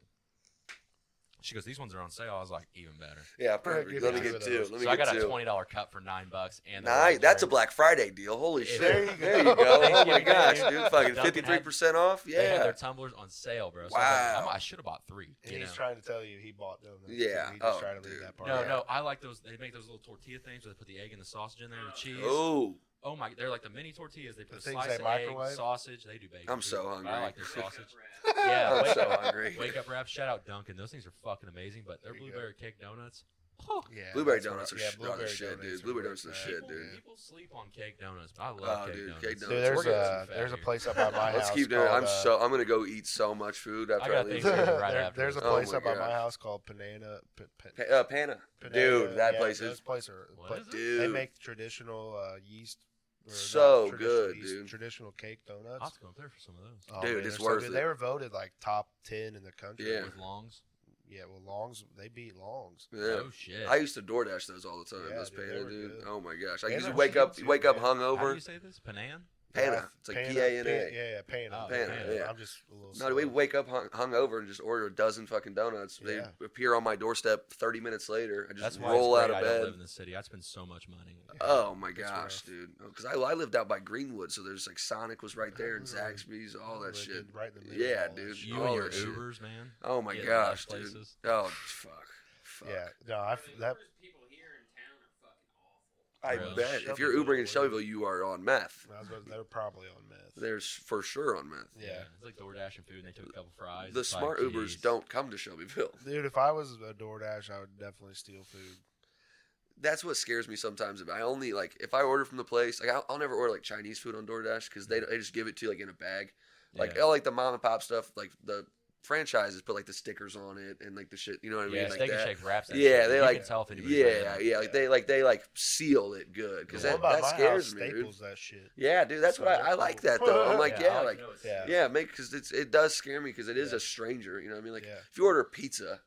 [SPEAKER 3] she goes, these ones are on sale. I was like, even better.
[SPEAKER 2] Yeah, perfect.
[SPEAKER 1] give
[SPEAKER 2] Let
[SPEAKER 1] me
[SPEAKER 2] me
[SPEAKER 1] two
[SPEAKER 2] get
[SPEAKER 1] of
[SPEAKER 2] two.
[SPEAKER 1] those.
[SPEAKER 2] Let
[SPEAKER 3] so
[SPEAKER 2] me
[SPEAKER 3] I
[SPEAKER 2] get
[SPEAKER 3] got a
[SPEAKER 2] two.
[SPEAKER 3] twenty dollar cup for nine bucks, and the
[SPEAKER 2] Nice.
[SPEAKER 3] white
[SPEAKER 2] That's a
[SPEAKER 3] drink.
[SPEAKER 2] Black Friday deal. Holy
[SPEAKER 3] Yeah.
[SPEAKER 2] shit!
[SPEAKER 1] There you
[SPEAKER 3] [laughs]
[SPEAKER 2] There
[SPEAKER 1] go.
[SPEAKER 2] you go. Oh my
[SPEAKER 3] Thank you.
[SPEAKER 2] gosh, dude! Fucking
[SPEAKER 3] Dunkin' had-
[SPEAKER 2] fifty-three percent off.
[SPEAKER 3] They had their
[SPEAKER 2] Yeah.
[SPEAKER 3] tumblers on sale, bro. So I was like,
[SPEAKER 2] Wow.
[SPEAKER 3] I'm- I should have bought three.
[SPEAKER 1] And
[SPEAKER 3] you
[SPEAKER 1] he's
[SPEAKER 3] know?
[SPEAKER 1] trying to tell you he bought donuts. and
[SPEAKER 2] Yeah.
[SPEAKER 1] He just
[SPEAKER 2] Oh,
[SPEAKER 1] trying to leave
[SPEAKER 2] dude.
[SPEAKER 1] that part.
[SPEAKER 3] No,
[SPEAKER 1] out. [laughs]
[SPEAKER 3] no, I like those. They make those little tortilla things where they put the egg and the sausage in there and the cheese. Oh,
[SPEAKER 2] Oh,
[SPEAKER 3] my, they're like the mini tortillas. They put
[SPEAKER 1] The
[SPEAKER 3] a
[SPEAKER 1] things
[SPEAKER 3] slice
[SPEAKER 1] they
[SPEAKER 3] of
[SPEAKER 1] microwave?
[SPEAKER 3] egg, sausage. They do bacon.
[SPEAKER 2] I'm
[SPEAKER 3] too,
[SPEAKER 2] so
[SPEAKER 3] but
[SPEAKER 2] hungry.
[SPEAKER 3] I like their
[SPEAKER 4] Wake up
[SPEAKER 2] [laughs]
[SPEAKER 3] sausage.
[SPEAKER 4] wrap.
[SPEAKER 3] Yeah,
[SPEAKER 2] I'm
[SPEAKER 3] wake
[SPEAKER 2] so
[SPEAKER 3] up,
[SPEAKER 2] hungry.
[SPEAKER 3] wake up wrap. Shout out Dunkin'. Those things are fucking amazing. But their
[SPEAKER 1] There you go.
[SPEAKER 3] blueberry cake donuts. Oh,
[SPEAKER 1] Yeah,
[SPEAKER 2] Blueberry
[SPEAKER 1] that's what-
[SPEAKER 2] donuts are
[SPEAKER 1] yeah,
[SPEAKER 2] sh- are the
[SPEAKER 1] blueberry
[SPEAKER 2] shit, dude.
[SPEAKER 1] donuts are
[SPEAKER 2] Blueberry
[SPEAKER 1] really
[SPEAKER 2] donuts are the
[SPEAKER 1] bad.
[SPEAKER 2] shit.
[SPEAKER 3] people,
[SPEAKER 2] dude.
[SPEAKER 3] People sleep on cake donuts. but I
[SPEAKER 2] Oh,
[SPEAKER 3] love cake,
[SPEAKER 2] dude,
[SPEAKER 3] donuts.
[SPEAKER 2] cake
[SPEAKER 1] Dude,
[SPEAKER 2] donuts.
[SPEAKER 1] there's
[SPEAKER 3] We're getting
[SPEAKER 1] a
[SPEAKER 3] some fat
[SPEAKER 1] there's a
[SPEAKER 3] here.
[SPEAKER 1] place up by my
[SPEAKER 2] [laughs] Let's
[SPEAKER 1] house.
[SPEAKER 2] keep doing. it.
[SPEAKER 1] called,
[SPEAKER 2] I'm
[SPEAKER 1] uh,
[SPEAKER 2] so. I'm gonna go eat so much food
[SPEAKER 3] I
[SPEAKER 2] after I,
[SPEAKER 3] got
[SPEAKER 2] leave.
[SPEAKER 3] things to
[SPEAKER 2] here.
[SPEAKER 3] do.
[SPEAKER 1] [laughs]
[SPEAKER 3] right
[SPEAKER 1] there-
[SPEAKER 3] after
[SPEAKER 2] [laughs]
[SPEAKER 1] there's a
[SPEAKER 3] this.
[SPEAKER 2] Oh
[SPEAKER 1] place
[SPEAKER 2] my
[SPEAKER 1] up by my
[SPEAKER 2] God.
[SPEAKER 1] house called Panana. P- P-
[SPEAKER 2] Pa- uh, Panna,
[SPEAKER 1] Panana,
[SPEAKER 2] dude, that
[SPEAKER 1] yeah,
[SPEAKER 2] place
[SPEAKER 1] those
[SPEAKER 2] is
[SPEAKER 1] place are-
[SPEAKER 3] What
[SPEAKER 1] but
[SPEAKER 3] is it?
[SPEAKER 1] They
[SPEAKER 2] dude.
[SPEAKER 1] make traditional uh, yeast. or not
[SPEAKER 2] So
[SPEAKER 1] traditional
[SPEAKER 2] good,
[SPEAKER 1] yeast,
[SPEAKER 2] dude.
[SPEAKER 1] Traditional cake
[SPEAKER 3] I'll have
[SPEAKER 1] donuts.
[SPEAKER 3] to go up there for some of those.
[SPEAKER 1] Oh,
[SPEAKER 2] Dude,
[SPEAKER 1] man,
[SPEAKER 2] it's
[SPEAKER 1] they're so
[SPEAKER 2] worth
[SPEAKER 1] good.
[SPEAKER 2] it.
[SPEAKER 1] They were voted like top ten in the country.
[SPEAKER 2] Yeah.
[SPEAKER 3] With longs.
[SPEAKER 1] yeah. Well, Longs they beat Longs.
[SPEAKER 2] yeah.
[SPEAKER 3] Oh shit.
[SPEAKER 2] I used to DoorDash those all the time.
[SPEAKER 1] Yeah,
[SPEAKER 2] those
[SPEAKER 1] dude, they
[SPEAKER 2] Panna,
[SPEAKER 1] were
[SPEAKER 2] dude.
[SPEAKER 1] good.
[SPEAKER 2] Oh my gosh!
[SPEAKER 1] And
[SPEAKER 2] I used to
[SPEAKER 1] they're
[SPEAKER 2] wake
[SPEAKER 1] cheap
[SPEAKER 2] up,
[SPEAKER 1] too,
[SPEAKER 2] wake up
[SPEAKER 1] man.
[SPEAKER 3] How do you
[SPEAKER 2] hungover.
[SPEAKER 3] say this? Panan.
[SPEAKER 2] Pana. It's like P A N
[SPEAKER 1] P-
[SPEAKER 2] A.
[SPEAKER 1] Yeah, yeah, Pana.
[SPEAKER 3] Oh,
[SPEAKER 2] Pana, yeah.
[SPEAKER 1] I'm just a little.
[SPEAKER 2] No, we
[SPEAKER 1] slow.
[SPEAKER 2] wake up hung, hung over and just order a dozen fucking donuts. They
[SPEAKER 1] Yeah.
[SPEAKER 2] appear on my doorstep 30 minutes later. I
[SPEAKER 3] That's
[SPEAKER 2] just
[SPEAKER 3] why
[SPEAKER 2] roll
[SPEAKER 3] it's
[SPEAKER 2] out
[SPEAKER 3] great
[SPEAKER 2] of
[SPEAKER 3] I don't live
[SPEAKER 2] bed.
[SPEAKER 3] in the city. I spend so much money.
[SPEAKER 2] Oh my
[SPEAKER 1] That's
[SPEAKER 2] gosh,
[SPEAKER 1] rough.
[SPEAKER 2] dude! Because I, I lived out by Greenwood, so there's like Sonic was right there and
[SPEAKER 1] Literally.
[SPEAKER 2] Zaxby's, all that
[SPEAKER 1] Literally
[SPEAKER 2] shit.
[SPEAKER 1] Right in the middle. of
[SPEAKER 2] Yeah,
[SPEAKER 1] all that
[SPEAKER 2] dude.
[SPEAKER 1] shit.
[SPEAKER 3] You
[SPEAKER 2] all
[SPEAKER 3] and your
[SPEAKER 2] that shit.
[SPEAKER 3] Ubers, man.
[SPEAKER 2] Oh my
[SPEAKER 3] Getting to those
[SPEAKER 2] gosh, dude!
[SPEAKER 3] places.
[SPEAKER 2] Oh fuck, fuck.
[SPEAKER 1] Yeah, no, [laughs] I
[SPEAKER 4] Bro,
[SPEAKER 1] that
[SPEAKER 3] Really?
[SPEAKER 2] I
[SPEAKER 4] the Ubers people here in town are fucking awful.
[SPEAKER 2] bet if you're
[SPEAKER 1] Shelbyville,
[SPEAKER 2] Ubering in
[SPEAKER 1] boy.
[SPEAKER 2] Shelbyville, you are on meth.
[SPEAKER 1] I was about to- they were probably on meth.
[SPEAKER 2] There's for sure on meth.
[SPEAKER 1] yeah.
[SPEAKER 3] It's like DoorDash and food, and they took a couple fries.
[SPEAKER 2] The
[SPEAKER 3] It's like,
[SPEAKER 2] smart Ubers
[SPEAKER 3] geez.
[SPEAKER 2] don't come to Shelbyville. [laughs]
[SPEAKER 1] Dude, if I was a DoorDash, I would definitely steal food.
[SPEAKER 2] That's what scares me sometimes. If I only like if I order from the place, like I'll, I'll never order like Chinese food on DoorDash because they they just give it to you like in a bag. Like
[SPEAKER 3] Hmm. Yeah.
[SPEAKER 2] I like the mom and pop stuff, like the franchises put like the stickers on it and like the shit. You know what I mean?
[SPEAKER 3] yeah,
[SPEAKER 2] like
[SPEAKER 3] Steak and
[SPEAKER 2] that.
[SPEAKER 3] Shake wraps. That
[SPEAKER 2] Yeah,
[SPEAKER 3] shit.
[SPEAKER 2] they
[SPEAKER 3] you
[SPEAKER 2] like-
[SPEAKER 3] Can tell if anybody's
[SPEAKER 2] Yeah,
[SPEAKER 3] buying it.
[SPEAKER 2] yeah, like they like they like seal it good because
[SPEAKER 3] The
[SPEAKER 1] What
[SPEAKER 2] that,
[SPEAKER 1] about
[SPEAKER 2] that
[SPEAKER 1] my
[SPEAKER 2] scares
[SPEAKER 1] house
[SPEAKER 2] me, dude.
[SPEAKER 1] staples that shit.
[SPEAKER 2] Yeah, dude, that's
[SPEAKER 1] So
[SPEAKER 2] what
[SPEAKER 1] they're
[SPEAKER 2] I, I like
[SPEAKER 1] cool.
[SPEAKER 2] that
[SPEAKER 1] [laughs]
[SPEAKER 2] though. I'm like, yeah,
[SPEAKER 3] I
[SPEAKER 2] like
[SPEAKER 3] know it's-
[SPEAKER 1] yeah.
[SPEAKER 2] yeah, make because it's it does scare me because it is
[SPEAKER 1] Yeah.
[SPEAKER 2] a stranger. You know what I mean? Like
[SPEAKER 1] yeah,
[SPEAKER 2] if you order pizza,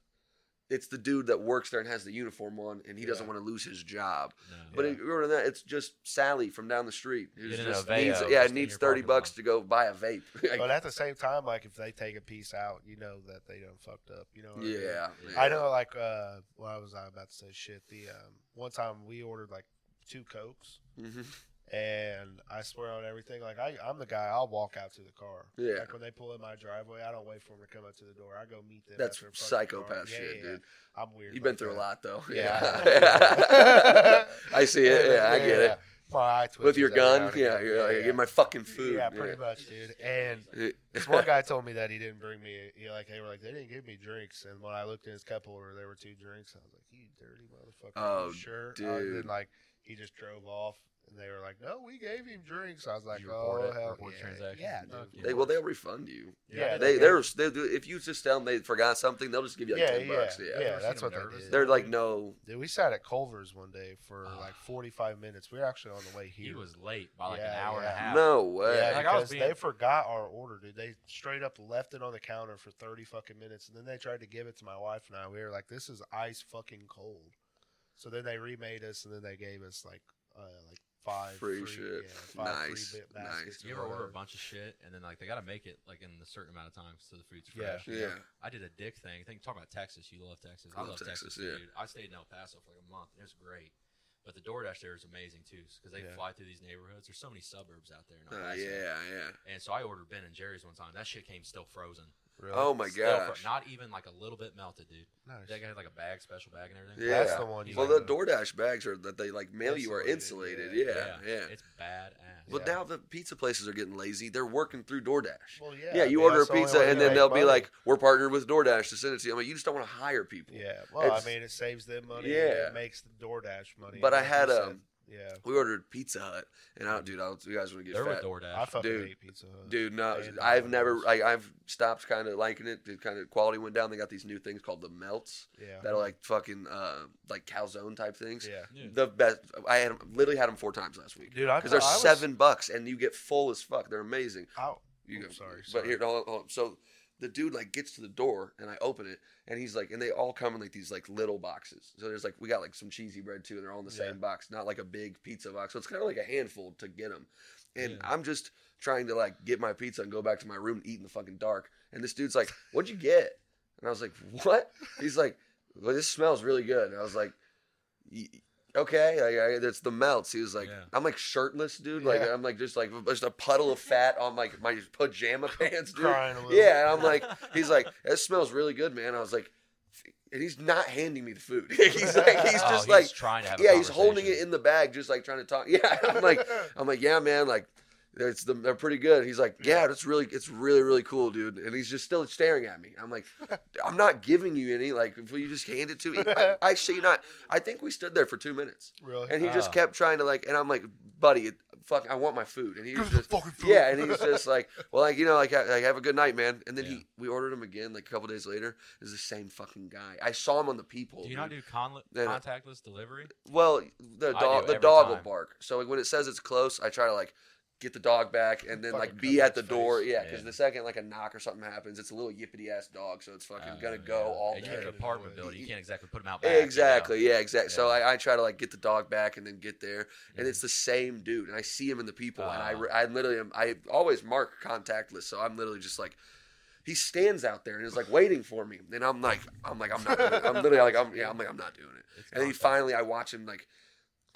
[SPEAKER 2] it's the dude that works there and has the uniform on, and he doesn't
[SPEAKER 1] Yeah.
[SPEAKER 2] want to lose his job.
[SPEAKER 3] No.
[SPEAKER 2] But
[SPEAKER 1] Yeah.
[SPEAKER 2] if you order that, it's just Sally from down the street who's
[SPEAKER 3] Get an
[SPEAKER 2] just
[SPEAKER 3] Aveo
[SPEAKER 2] needs,
[SPEAKER 3] just
[SPEAKER 2] yeah,
[SPEAKER 3] in
[SPEAKER 2] needs
[SPEAKER 3] your
[SPEAKER 2] thirty
[SPEAKER 3] parking
[SPEAKER 2] bucks
[SPEAKER 3] lot.
[SPEAKER 2] to go buy a vape. [laughs] Like,
[SPEAKER 1] but at the same time, like if they take a piece out, you know that they done fucked up. You know. what I mean?
[SPEAKER 2] yeah,
[SPEAKER 1] I
[SPEAKER 2] yeah.
[SPEAKER 1] know, like, uh, what was I about to say? Shit, the um, one time we ordered like two cokes,
[SPEAKER 2] Mhm.
[SPEAKER 1] and I swear on everything, like I, I'm the guy. I'll walk out to the car.
[SPEAKER 2] Yeah.
[SPEAKER 1] Like when they pull in my driveway, I don't wait for them to come up to the door. I go meet them.
[SPEAKER 2] That's
[SPEAKER 1] at their fucking car.
[SPEAKER 2] psychopath
[SPEAKER 1] Yeah,
[SPEAKER 2] shit,
[SPEAKER 1] yeah, yeah.
[SPEAKER 2] dude.
[SPEAKER 1] I'm weird.
[SPEAKER 2] You've been
[SPEAKER 1] like
[SPEAKER 2] through a
[SPEAKER 1] that.
[SPEAKER 2] lot though. [laughs]
[SPEAKER 1] [laughs] Yeah.
[SPEAKER 2] I see it. Yeah, I get it.
[SPEAKER 1] My eye
[SPEAKER 2] With
[SPEAKER 1] twitches
[SPEAKER 2] your
[SPEAKER 1] every now
[SPEAKER 2] gun,
[SPEAKER 1] and
[SPEAKER 2] yeah,
[SPEAKER 1] again.
[SPEAKER 2] you're like, get my fucking food.
[SPEAKER 1] Yeah, pretty much,
[SPEAKER 2] [laughs]
[SPEAKER 1] dude. And
[SPEAKER 2] yeah.
[SPEAKER 1] this one guy told me that he didn't bring me. You know, like they were like they didn't give me drinks, and when I looked in his cup order, there were two drinks. And I was like, "You dirty motherfucker!" Are you
[SPEAKER 2] Oh,
[SPEAKER 1] sure. Uh, And
[SPEAKER 2] dude.
[SPEAKER 1] then like he just drove off, and they were like, "No, we gave him drinks." I was like,
[SPEAKER 3] you report
[SPEAKER 1] "Oh
[SPEAKER 3] it?
[SPEAKER 1] hell,
[SPEAKER 3] Report the
[SPEAKER 1] yeah,
[SPEAKER 3] transaction?
[SPEAKER 1] yeah,
[SPEAKER 3] Fuck
[SPEAKER 1] dude.
[SPEAKER 2] They, well, they'll refund you.
[SPEAKER 1] Yeah,
[SPEAKER 2] They,
[SPEAKER 1] they
[SPEAKER 2] they're, they do. If you just tell them they forgot something, they'll just give you like
[SPEAKER 1] yeah,
[SPEAKER 2] ten
[SPEAKER 1] yeah,
[SPEAKER 2] bucks.
[SPEAKER 1] yeah,
[SPEAKER 2] Yeah.
[SPEAKER 3] Ever
[SPEAKER 1] That's
[SPEAKER 3] seen
[SPEAKER 1] what
[SPEAKER 3] them
[SPEAKER 1] they
[SPEAKER 3] nervous?
[SPEAKER 1] did.
[SPEAKER 2] They're like, no.
[SPEAKER 1] Dude, we sat at Culver's one day for
[SPEAKER 3] Ah.
[SPEAKER 1] like 45 minutes. We were actually on the way here.
[SPEAKER 3] He was late by like an
[SPEAKER 1] Yeah,
[SPEAKER 3] hour and a
[SPEAKER 1] yeah.
[SPEAKER 3] half.
[SPEAKER 2] No
[SPEAKER 1] Yeah,
[SPEAKER 2] way.
[SPEAKER 3] Like, I
[SPEAKER 1] because
[SPEAKER 3] was being-
[SPEAKER 1] they forgot our order, dude. They straight up left it on the counter for thirty fucking minutes, and then they tried to give it to my wife and I. We were like, "This is ice fucking cold." So then they remade us, and then they gave us like, uh, like five
[SPEAKER 2] Free shit.
[SPEAKER 1] yeah, five
[SPEAKER 2] Nice,
[SPEAKER 1] free bit
[SPEAKER 2] nice.
[SPEAKER 1] baskets or
[SPEAKER 3] You ever order a
[SPEAKER 1] whatever.
[SPEAKER 3] bunch of shit and then like they gotta make it like in a certain amount of time so the food's
[SPEAKER 1] Yeah.
[SPEAKER 3] fresh. you know?
[SPEAKER 2] Yeah.
[SPEAKER 3] I did a dick thing. Think talk about Texas. You love Texas. I love, Texas,
[SPEAKER 2] yeah.
[SPEAKER 3] dude. I stayed in El Paso for like a month and it was great. But the DoorDash there is amazing too because they
[SPEAKER 1] Yeah.
[SPEAKER 3] fly through these neighborhoods. There's so many suburbs out there. In El
[SPEAKER 2] Uh,
[SPEAKER 3] Paso.
[SPEAKER 2] yeah, yeah.
[SPEAKER 3] And so I ordered Ben and Jerry's one time. That shit came still frozen.
[SPEAKER 1] Really?
[SPEAKER 2] Oh my
[SPEAKER 3] Still fro-
[SPEAKER 2] gosh.
[SPEAKER 3] not even like a little bit melted, dude.
[SPEAKER 1] Nice.
[SPEAKER 3] That guy had like a bag, special bag, and everything.
[SPEAKER 2] Yeah.
[SPEAKER 1] That's the one. You
[SPEAKER 2] Well, the
[SPEAKER 1] gotta-
[SPEAKER 2] DoorDash bags are that they like mail you are
[SPEAKER 1] Insulated,
[SPEAKER 2] insulated. Yeah, yeah.
[SPEAKER 3] It's badass.
[SPEAKER 2] But
[SPEAKER 1] Yeah.
[SPEAKER 2] now the pizza places are getting lazy. They're working through DoorDash.
[SPEAKER 1] Well, yeah.
[SPEAKER 2] Yeah,
[SPEAKER 1] I
[SPEAKER 2] you
[SPEAKER 1] mean,
[SPEAKER 2] order a
[SPEAKER 1] that's the only
[SPEAKER 2] pizza
[SPEAKER 1] way to
[SPEAKER 2] and then
[SPEAKER 1] make
[SPEAKER 2] they'll be
[SPEAKER 1] money.
[SPEAKER 2] like, "We're partnered with DoorDash to send it to you." I mean, you just don't want to hire people.
[SPEAKER 1] "Yeah." Well, I
[SPEAKER 2] it's-
[SPEAKER 1] mean, it saves them money.
[SPEAKER 2] Yeah.
[SPEAKER 1] and it makes the DoorDash money.
[SPEAKER 2] But I
[SPEAKER 1] like you
[SPEAKER 2] had,
[SPEAKER 1] said.
[SPEAKER 2] um,
[SPEAKER 1] yeah.
[SPEAKER 2] We ordered Pizza Hut, and I, dude, I was, you guys want to get
[SPEAKER 3] They're
[SPEAKER 2] fat?
[SPEAKER 3] with DoorDash.
[SPEAKER 1] I fucking
[SPEAKER 2] dude,
[SPEAKER 1] hate Pizza Hut.
[SPEAKER 2] Dude, no,
[SPEAKER 1] And
[SPEAKER 2] I've
[SPEAKER 1] Domino's.
[SPEAKER 2] never. I, I've stopped kind of liking it. The kind of quality went down. They got these new things called the melts
[SPEAKER 1] yeah,
[SPEAKER 2] that are like fucking uh, like calzone type things.
[SPEAKER 1] yeah.
[SPEAKER 3] Yeah.
[SPEAKER 2] The best. I had 'em- literally had them four times last week
[SPEAKER 1] Dude, I
[SPEAKER 2] because they're
[SPEAKER 1] I was-
[SPEAKER 2] seven bucks and you get full as fuck. They're amazing.
[SPEAKER 1] I,
[SPEAKER 2] You
[SPEAKER 1] Oh,
[SPEAKER 2] go,
[SPEAKER 1] sorry,
[SPEAKER 2] But
[SPEAKER 1] sorry.
[SPEAKER 2] here, hold on, hold on. so the dude like gets to the door and I open it and he's like, and they all come in like these like little boxes. So there's like we got like some cheesy bread too, and they're all in the
[SPEAKER 1] Yeah.
[SPEAKER 2] same box, not like a big pizza box. So it's kind of like a handful to get them. And
[SPEAKER 3] Yeah.
[SPEAKER 2] I'm just trying to like get my pizza and go back to my room and eat in the fucking dark. And this dude's like, "What'd you get?" And I was like, "What?" He's like, well, "This smells really good." And I was like, "Y- "Okay, like, I, it's the melts." He was like,
[SPEAKER 3] Yeah.
[SPEAKER 2] "I'm like shirtless, dude. Like
[SPEAKER 1] Yeah.
[SPEAKER 2] I'm like just like just a puddle of fat on like my pajama [laughs] pants, dude."
[SPEAKER 1] crying a little.
[SPEAKER 2] Yeah, and I'm
[SPEAKER 1] [laughs]
[SPEAKER 2] like, he's like, "That smells really good, man." I was like, and he's not handing me the food. [laughs] he's like, he's
[SPEAKER 3] Oh,
[SPEAKER 2] just like,
[SPEAKER 3] trying to have. a
[SPEAKER 2] yeah, he's holding it
[SPEAKER 3] conversation.
[SPEAKER 2] in the bag, just like trying to talk. [laughs] Yeah, I'm like, I'm like, yeah, man, like it's the, they're pretty good. He's like, yeah, that's really it's really really cool, dude. And he's just still staring at me. I'm like, I'm not giving you any. Like, if you just hand
[SPEAKER 1] [laughs]
[SPEAKER 2] it to me, I, I see not. I think we stood there for two minutes,
[SPEAKER 1] [laughs] really.
[SPEAKER 2] and he just
[SPEAKER 3] Ah.
[SPEAKER 2] kept trying to like. And I'm like, buddy, it, fuck, I want my food. And he
[SPEAKER 1] Give
[SPEAKER 2] was
[SPEAKER 1] us the
[SPEAKER 2] just.
[SPEAKER 1] fucking food.
[SPEAKER 2] Yeah,
[SPEAKER 1] [laughs]
[SPEAKER 2] and he's just like, well, like you know, like, ha- like have a good night, man. And then
[SPEAKER 3] Yeah.
[SPEAKER 2] he, we ordered him again, like a couple days later. It's the same fucking guy. I saw him on the people.
[SPEAKER 3] Do you not
[SPEAKER 2] dude.
[SPEAKER 3] do conle-
[SPEAKER 2] Then-
[SPEAKER 3] contactless delivery?
[SPEAKER 2] Well, the
[SPEAKER 3] I
[SPEAKER 2] dog
[SPEAKER 3] do
[SPEAKER 2] the
[SPEAKER 3] every
[SPEAKER 2] dog will
[SPEAKER 3] time.
[SPEAKER 2] bark. So like, when it says it's close, I try to like get the dog back, and then
[SPEAKER 1] Fucking
[SPEAKER 2] like
[SPEAKER 1] cover
[SPEAKER 2] be at the
[SPEAKER 1] its
[SPEAKER 2] door.
[SPEAKER 1] face.
[SPEAKER 2] Yeah, because
[SPEAKER 3] Yeah.
[SPEAKER 2] the second like a knock or something happens, it's a little yippity ass dog, so it's fucking
[SPEAKER 3] Uh,
[SPEAKER 2] gonna go
[SPEAKER 3] yeah.
[SPEAKER 2] all
[SPEAKER 3] And
[SPEAKER 2] day.
[SPEAKER 3] you have an
[SPEAKER 1] day.
[SPEAKER 3] apartment building. You can't exactly put them out back. you know?
[SPEAKER 2] Exactly. Yeah. Exactly. So
[SPEAKER 3] Yeah.
[SPEAKER 2] I, I try to like get the dog back and then get there, and
[SPEAKER 3] Mhm.
[SPEAKER 2] it's the same dude, and I see him in the people, and I,
[SPEAKER 3] Uh-huh.
[SPEAKER 2] re- I literally am. I always mark contactless, so I'm literally just like, he stands out there and is like waiting for me, and I'm like, I'm like, I'm not. Doing it. I'm literally like, I'm yeah, I'm like, I'm not doing it.
[SPEAKER 3] It's
[SPEAKER 2] And then he
[SPEAKER 3] contact.
[SPEAKER 2] finally, I watch him like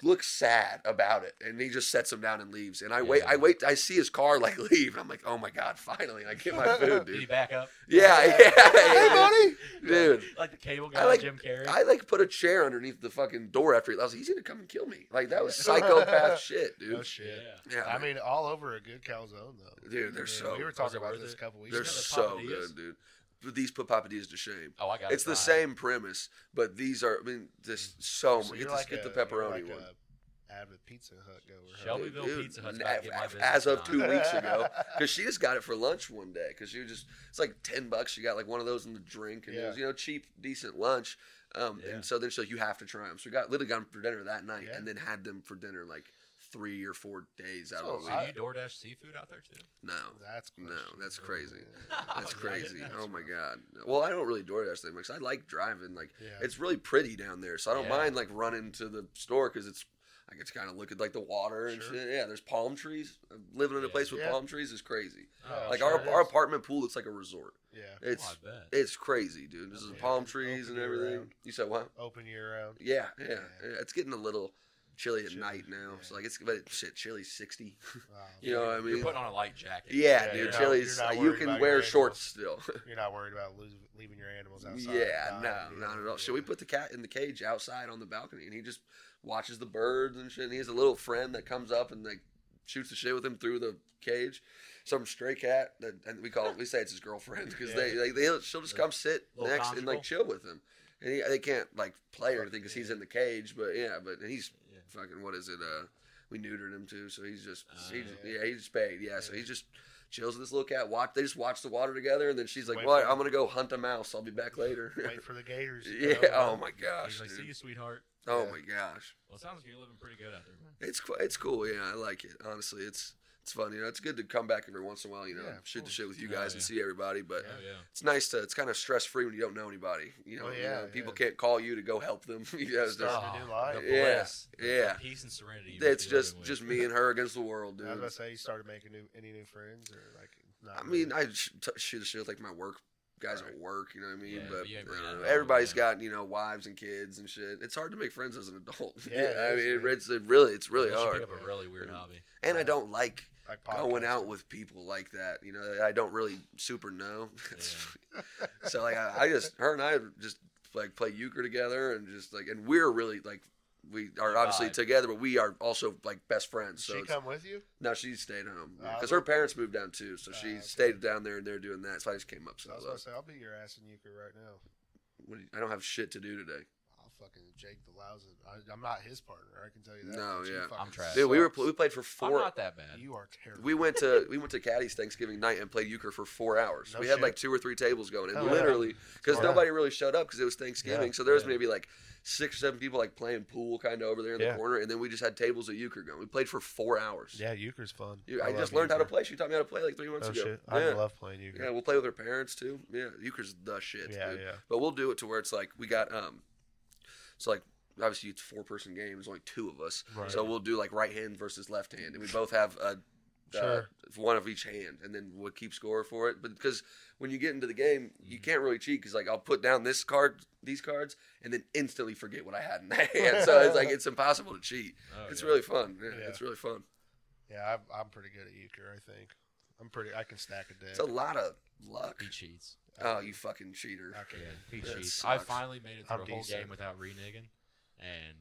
[SPEAKER 2] look sad about it, and he just sets him down and leaves. And I wait,
[SPEAKER 3] Yeah.
[SPEAKER 2] I wait, I see his car like [laughs] leave, and I'm like, oh my god, finally, I get my food,
[SPEAKER 3] Did he
[SPEAKER 2] dude.
[SPEAKER 3] back up?
[SPEAKER 2] yeah, yeah,
[SPEAKER 1] Hey, buddy.
[SPEAKER 2] [laughs] dude.
[SPEAKER 3] [laughs] Like the cable
[SPEAKER 2] I
[SPEAKER 3] guy,
[SPEAKER 2] like-
[SPEAKER 3] Jim Carrey.
[SPEAKER 2] I like put a chair underneath the fucking door after he left. I was like, he's gonna come and kill me. Like that was psychopath shit,
[SPEAKER 1] No
[SPEAKER 2] dude.
[SPEAKER 3] yeah.
[SPEAKER 1] Oh, shit.
[SPEAKER 2] Yeah,
[SPEAKER 1] I
[SPEAKER 2] man.
[SPEAKER 1] mean, all over a good calzone though.
[SPEAKER 2] Dude, they're
[SPEAKER 1] I mean,
[SPEAKER 2] so-
[SPEAKER 1] We were
[SPEAKER 3] Was
[SPEAKER 1] talking
[SPEAKER 3] it
[SPEAKER 1] about
[SPEAKER 3] worth
[SPEAKER 1] this a
[SPEAKER 3] it?
[SPEAKER 1] couple weeks
[SPEAKER 2] they're
[SPEAKER 1] ago.
[SPEAKER 3] got the
[SPEAKER 2] so
[SPEAKER 3] Papadias?
[SPEAKER 2] good, dude. But these put papadias to shame.
[SPEAKER 3] Oh, I got
[SPEAKER 2] It's the same premise, but these are. I mean, this so.
[SPEAKER 1] Mm. So
[SPEAKER 2] much.
[SPEAKER 1] you're
[SPEAKER 2] get, this,
[SPEAKER 1] like
[SPEAKER 2] get
[SPEAKER 1] a-
[SPEAKER 2] the
[SPEAKER 1] you're
[SPEAKER 2] pepperoni
[SPEAKER 1] like
[SPEAKER 2] one.
[SPEAKER 1] a Avid Pizza Hut goer. huh?
[SPEAKER 3] Shelby- Shelbyville Pizza Hut's about to get my
[SPEAKER 2] as- as of
[SPEAKER 3] business
[SPEAKER 2] two
[SPEAKER 1] [laughs]
[SPEAKER 3] done.
[SPEAKER 2] weeks ago, because she just got it for lunch one day. Because she was just, it's like ten bucks. She got like one of those in the drink, and it
[SPEAKER 1] Yeah.
[SPEAKER 2] was you know cheap, decent lunch. Um,
[SPEAKER 3] Yeah.
[SPEAKER 2] and so then she's like, you have to try them. So we got literally got them for dinner that night,
[SPEAKER 1] Yeah.
[SPEAKER 2] and then had them for dinner like three or four days out
[SPEAKER 1] So
[SPEAKER 2] of the
[SPEAKER 3] So
[SPEAKER 2] week.
[SPEAKER 1] I-
[SPEAKER 3] you DoorDash seafood out there too?
[SPEAKER 2] no,
[SPEAKER 1] That's
[SPEAKER 2] No,
[SPEAKER 1] questionable.
[SPEAKER 2] that's crazy.
[SPEAKER 3] [laughs]
[SPEAKER 2] that's
[SPEAKER 3] That's
[SPEAKER 2] crazy. Oh my god. Well, I don't really DoorDash that much. I like driving. Like
[SPEAKER 1] Yeah.
[SPEAKER 2] it's really pretty down there, so I don't
[SPEAKER 3] Yeah.
[SPEAKER 2] mind like running to the store because it's I get to kind of look at like the water and
[SPEAKER 1] Sure.
[SPEAKER 2] shit. Yeah, there's palm trees. Uh, Living in a
[SPEAKER 3] Yeah.
[SPEAKER 2] place with
[SPEAKER 1] Yeah.
[SPEAKER 2] palm trees is crazy.
[SPEAKER 1] Oh,
[SPEAKER 2] like
[SPEAKER 1] sure
[SPEAKER 2] our
[SPEAKER 1] it
[SPEAKER 2] our
[SPEAKER 1] is.
[SPEAKER 2] apartment pool looks like a resort.
[SPEAKER 1] Yeah.
[SPEAKER 2] It's
[SPEAKER 3] Oh, I bet.
[SPEAKER 2] it's crazy, dude. This is
[SPEAKER 1] Yeah.
[SPEAKER 2] palm trees and
[SPEAKER 1] Open year
[SPEAKER 2] everything.
[SPEAKER 1] round.
[SPEAKER 2] You said what?
[SPEAKER 1] Open year
[SPEAKER 2] [laughs]
[SPEAKER 1] round.
[SPEAKER 2] Yeah, yeah, yeah.
[SPEAKER 1] Yeah.
[SPEAKER 2] It's getting a little chilly at
[SPEAKER 1] Chilly,
[SPEAKER 2] night now.
[SPEAKER 1] yeah.
[SPEAKER 2] So like it's but it, shit, chilly sixty.
[SPEAKER 1] Wow.
[SPEAKER 2] you know what I
[SPEAKER 3] You're
[SPEAKER 2] mean?
[SPEAKER 3] putting on a light jacket.
[SPEAKER 1] Yeah,
[SPEAKER 2] Yeah, dude.
[SPEAKER 1] you're not-
[SPEAKER 2] Chili's.
[SPEAKER 1] you're not
[SPEAKER 2] you
[SPEAKER 1] worried
[SPEAKER 2] can
[SPEAKER 1] about your
[SPEAKER 2] wear
[SPEAKER 1] animals.
[SPEAKER 2] shorts still.
[SPEAKER 1] You're not worried about losing, leaving your animals outside.
[SPEAKER 2] yeah,
[SPEAKER 1] dying,
[SPEAKER 2] no,
[SPEAKER 1] dude.
[SPEAKER 2] not at all. Should
[SPEAKER 1] Yeah.
[SPEAKER 2] we put the cat in the cage outside on the balcony? And he just watches the birds and shit. And he has a little friend that comes up and like shoots the shit with him through the cage. Some stray cat that, and we call it, we say it's his girlfriend because they, like, they, she'll just come sit
[SPEAKER 3] Little
[SPEAKER 2] next and like chill with him. And he, they can't like play or anything because he's in the cage. But yeah, but and he's
[SPEAKER 3] Yeah.
[SPEAKER 2] fucking what is it? Uh, we neutered him too, so he's just
[SPEAKER 3] Ah,
[SPEAKER 2] he's,
[SPEAKER 1] yeah.
[SPEAKER 2] yeah. he's paid. Yeah, so
[SPEAKER 1] Yeah.
[SPEAKER 2] he just chills with this little cat. Watch they just watch the water together, and then she's like,
[SPEAKER 1] Wait
[SPEAKER 2] "What?
[SPEAKER 1] for
[SPEAKER 2] I'm gonna go hunt a mouse. I'll be back later."
[SPEAKER 1] [laughs]
[SPEAKER 2] [laughs]
[SPEAKER 1] Wait for the gators. to
[SPEAKER 2] yeah.
[SPEAKER 1] come.
[SPEAKER 2] Oh my
[SPEAKER 3] He's
[SPEAKER 2] gosh.
[SPEAKER 3] like, see
[SPEAKER 2] dude.
[SPEAKER 3] you, sweetheart.
[SPEAKER 2] Oh
[SPEAKER 1] Yeah.
[SPEAKER 2] my gosh.
[SPEAKER 3] Well, it sounds like you're living pretty good out there, man.
[SPEAKER 2] It's qu- it's cool. Yeah, I like it. Honestly, it's it's fun. You know, it's good to come back every once in a while. You know,
[SPEAKER 1] Yeah, of
[SPEAKER 2] shoot the
[SPEAKER 1] course.
[SPEAKER 2] shit with you
[SPEAKER 3] Yeah,
[SPEAKER 2] guys and
[SPEAKER 3] yeah.
[SPEAKER 2] see everybody, but.
[SPEAKER 3] Oh yeah.
[SPEAKER 2] It's nice to. It's kind of stress free when you don't know anybody. You know,
[SPEAKER 1] Oh,
[SPEAKER 2] you
[SPEAKER 1] yeah,
[SPEAKER 2] know, people
[SPEAKER 1] yeah.
[SPEAKER 2] can't call you to go help them. [laughs] you know, it's just,
[SPEAKER 1] Starting a new life.
[SPEAKER 3] Ah, the
[SPEAKER 2] Yeah,
[SPEAKER 3] bliss, the
[SPEAKER 2] yeah.
[SPEAKER 3] Peace and serenity. you
[SPEAKER 2] it's
[SPEAKER 3] must be living
[SPEAKER 2] just
[SPEAKER 3] with.
[SPEAKER 2] just me and her against the world,
[SPEAKER 1] [laughs]
[SPEAKER 2] dude.
[SPEAKER 1] I was about to say, you started making new, any new friends or like? Not
[SPEAKER 2] I
[SPEAKER 1] really?
[SPEAKER 2] mean, I sh- t- shoot the shit with like my work guys
[SPEAKER 1] Right.
[SPEAKER 2] at work. You know what I mean?
[SPEAKER 3] Yeah,
[SPEAKER 2] but
[SPEAKER 3] but you ain't
[SPEAKER 2] I
[SPEAKER 3] bring
[SPEAKER 2] don't
[SPEAKER 3] that
[SPEAKER 2] know.
[SPEAKER 3] up,
[SPEAKER 2] everybody's
[SPEAKER 3] yeah.
[SPEAKER 2] got you know wives and kids and shit. It's hard to make friends as an adult. [laughs]
[SPEAKER 1] Yeah, it
[SPEAKER 2] I
[SPEAKER 1] is,
[SPEAKER 2] mean,
[SPEAKER 1] man.
[SPEAKER 2] it's it really it's really
[SPEAKER 3] You should
[SPEAKER 2] hard. Mm.
[SPEAKER 3] Pick up a really weird
[SPEAKER 2] Yeah.
[SPEAKER 3] hobby.
[SPEAKER 2] And I
[SPEAKER 1] Yeah.
[SPEAKER 2] don't like
[SPEAKER 1] like
[SPEAKER 2] going
[SPEAKER 1] podcasting.
[SPEAKER 2] out with people like that. You know, that I don't really super know.
[SPEAKER 3] Yeah.
[SPEAKER 2] [laughs] so like I, I just her and I just like play euchre together and just like and we're really like. We are obviously
[SPEAKER 3] Vibe.
[SPEAKER 2] together, but we are also like best
[SPEAKER 1] Did
[SPEAKER 2] friends. So
[SPEAKER 1] she
[SPEAKER 2] it's-
[SPEAKER 1] come with you?
[SPEAKER 2] no, she stayed home
[SPEAKER 1] Ah,
[SPEAKER 2] because
[SPEAKER 1] so-
[SPEAKER 2] her parents moved down too, so
[SPEAKER 1] Ah,
[SPEAKER 2] she
[SPEAKER 1] okay.
[SPEAKER 2] stayed down there and they're doing that. So I just came up. So
[SPEAKER 1] So I was
[SPEAKER 2] I,
[SPEAKER 1] about to say, I'll beat your ass in euchre right now.
[SPEAKER 2] what do you- I don't have shit to do today.
[SPEAKER 1] I'll fucking Jake the lousy. I, I'm not his partner. I can tell you that.
[SPEAKER 2] No,
[SPEAKER 1] much. He
[SPEAKER 2] yeah.
[SPEAKER 1] fucking
[SPEAKER 3] I'm trash.
[SPEAKER 2] Dude, we were
[SPEAKER 1] sucks.
[SPEAKER 2] pl- we played for
[SPEAKER 3] I'm
[SPEAKER 2] four.
[SPEAKER 3] not that bad.
[SPEAKER 1] You are terrible.
[SPEAKER 2] We went to we went to Caddy's Thanksgiving night and played euchre for four hours.
[SPEAKER 1] No
[SPEAKER 2] we had
[SPEAKER 1] shit.
[SPEAKER 2] like two or three tables going, and
[SPEAKER 1] Oh, yeah.
[SPEAKER 2] literally because
[SPEAKER 1] Smart.
[SPEAKER 2] nobody really showed up because it was Thanksgiving,
[SPEAKER 1] Yeah,
[SPEAKER 2] so there was
[SPEAKER 3] yeah.
[SPEAKER 2] maybe like six or seven people like playing pool kind of over there in
[SPEAKER 1] Yeah.
[SPEAKER 2] the corner, and then we just had tables at euchre going. We played for four hours.
[SPEAKER 1] yeah, euchre's fun.
[SPEAKER 2] You- I,
[SPEAKER 1] love
[SPEAKER 2] just learned how to
[SPEAKER 1] euchre.
[SPEAKER 2] play. She taught me how to play like three months
[SPEAKER 1] Oh
[SPEAKER 2] ago.
[SPEAKER 1] shit!
[SPEAKER 2] Yeah.
[SPEAKER 1] I love playing euchre.
[SPEAKER 2] yeah, we'll play with her parents too. Yeah, euchre's the shit.
[SPEAKER 1] yeah,
[SPEAKER 2] dude.
[SPEAKER 1] yeah.
[SPEAKER 2] But we'll do it to where it's like we got um, so like obviously it's four person game. There's only two of us,
[SPEAKER 1] Right.
[SPEAKER 2] so we'll do like right hand versus left hand, and we both have a. Uh,
[SPEAKER 1] Sure.
[SPEAKER 2] one of each hand, and then we'll keep score for it. But because when you get into the game, you
[SPEAKER 3] Mm-hmm.
[SPEAKER 2] can't really cheat because like I'll put down this card, these cards, and then instantly forget what I had in that [laughs] hand. so it's like it's impossible to cheat.
[SPEAKER 3] Oh,
[SPEAKER 2] it's
[SPEAKER 3] yeah.
[SPEAKER 2] really fun. Yeah,
[SPEAKER 1] Yeah.
[SPEAKER 2] It's really fun.
[SPEAKER 1] yeah, I'm, I'm pretty good at euchre. I think I'm pretty. I can stack a deck.
[SPEAKER 2] It's a lot of luck.
[SPEAKER 3] He cheats.
[SPEAKER 2] Oh, you fucking cheater!
[SPEAKER 1] I can.
[SPEAKER 3] Yeah, he
[SPEAKER 2] That
[SPEAKER 3] cheats. I
[SPEAKER 2] sucks.
[SPEAKER 3] finally made it through
[SPEAKER 1] I'm
[SPEAKER 3] a whole
[SPEAKER 1] decent.
[SPEAKER 3] game without reneging, and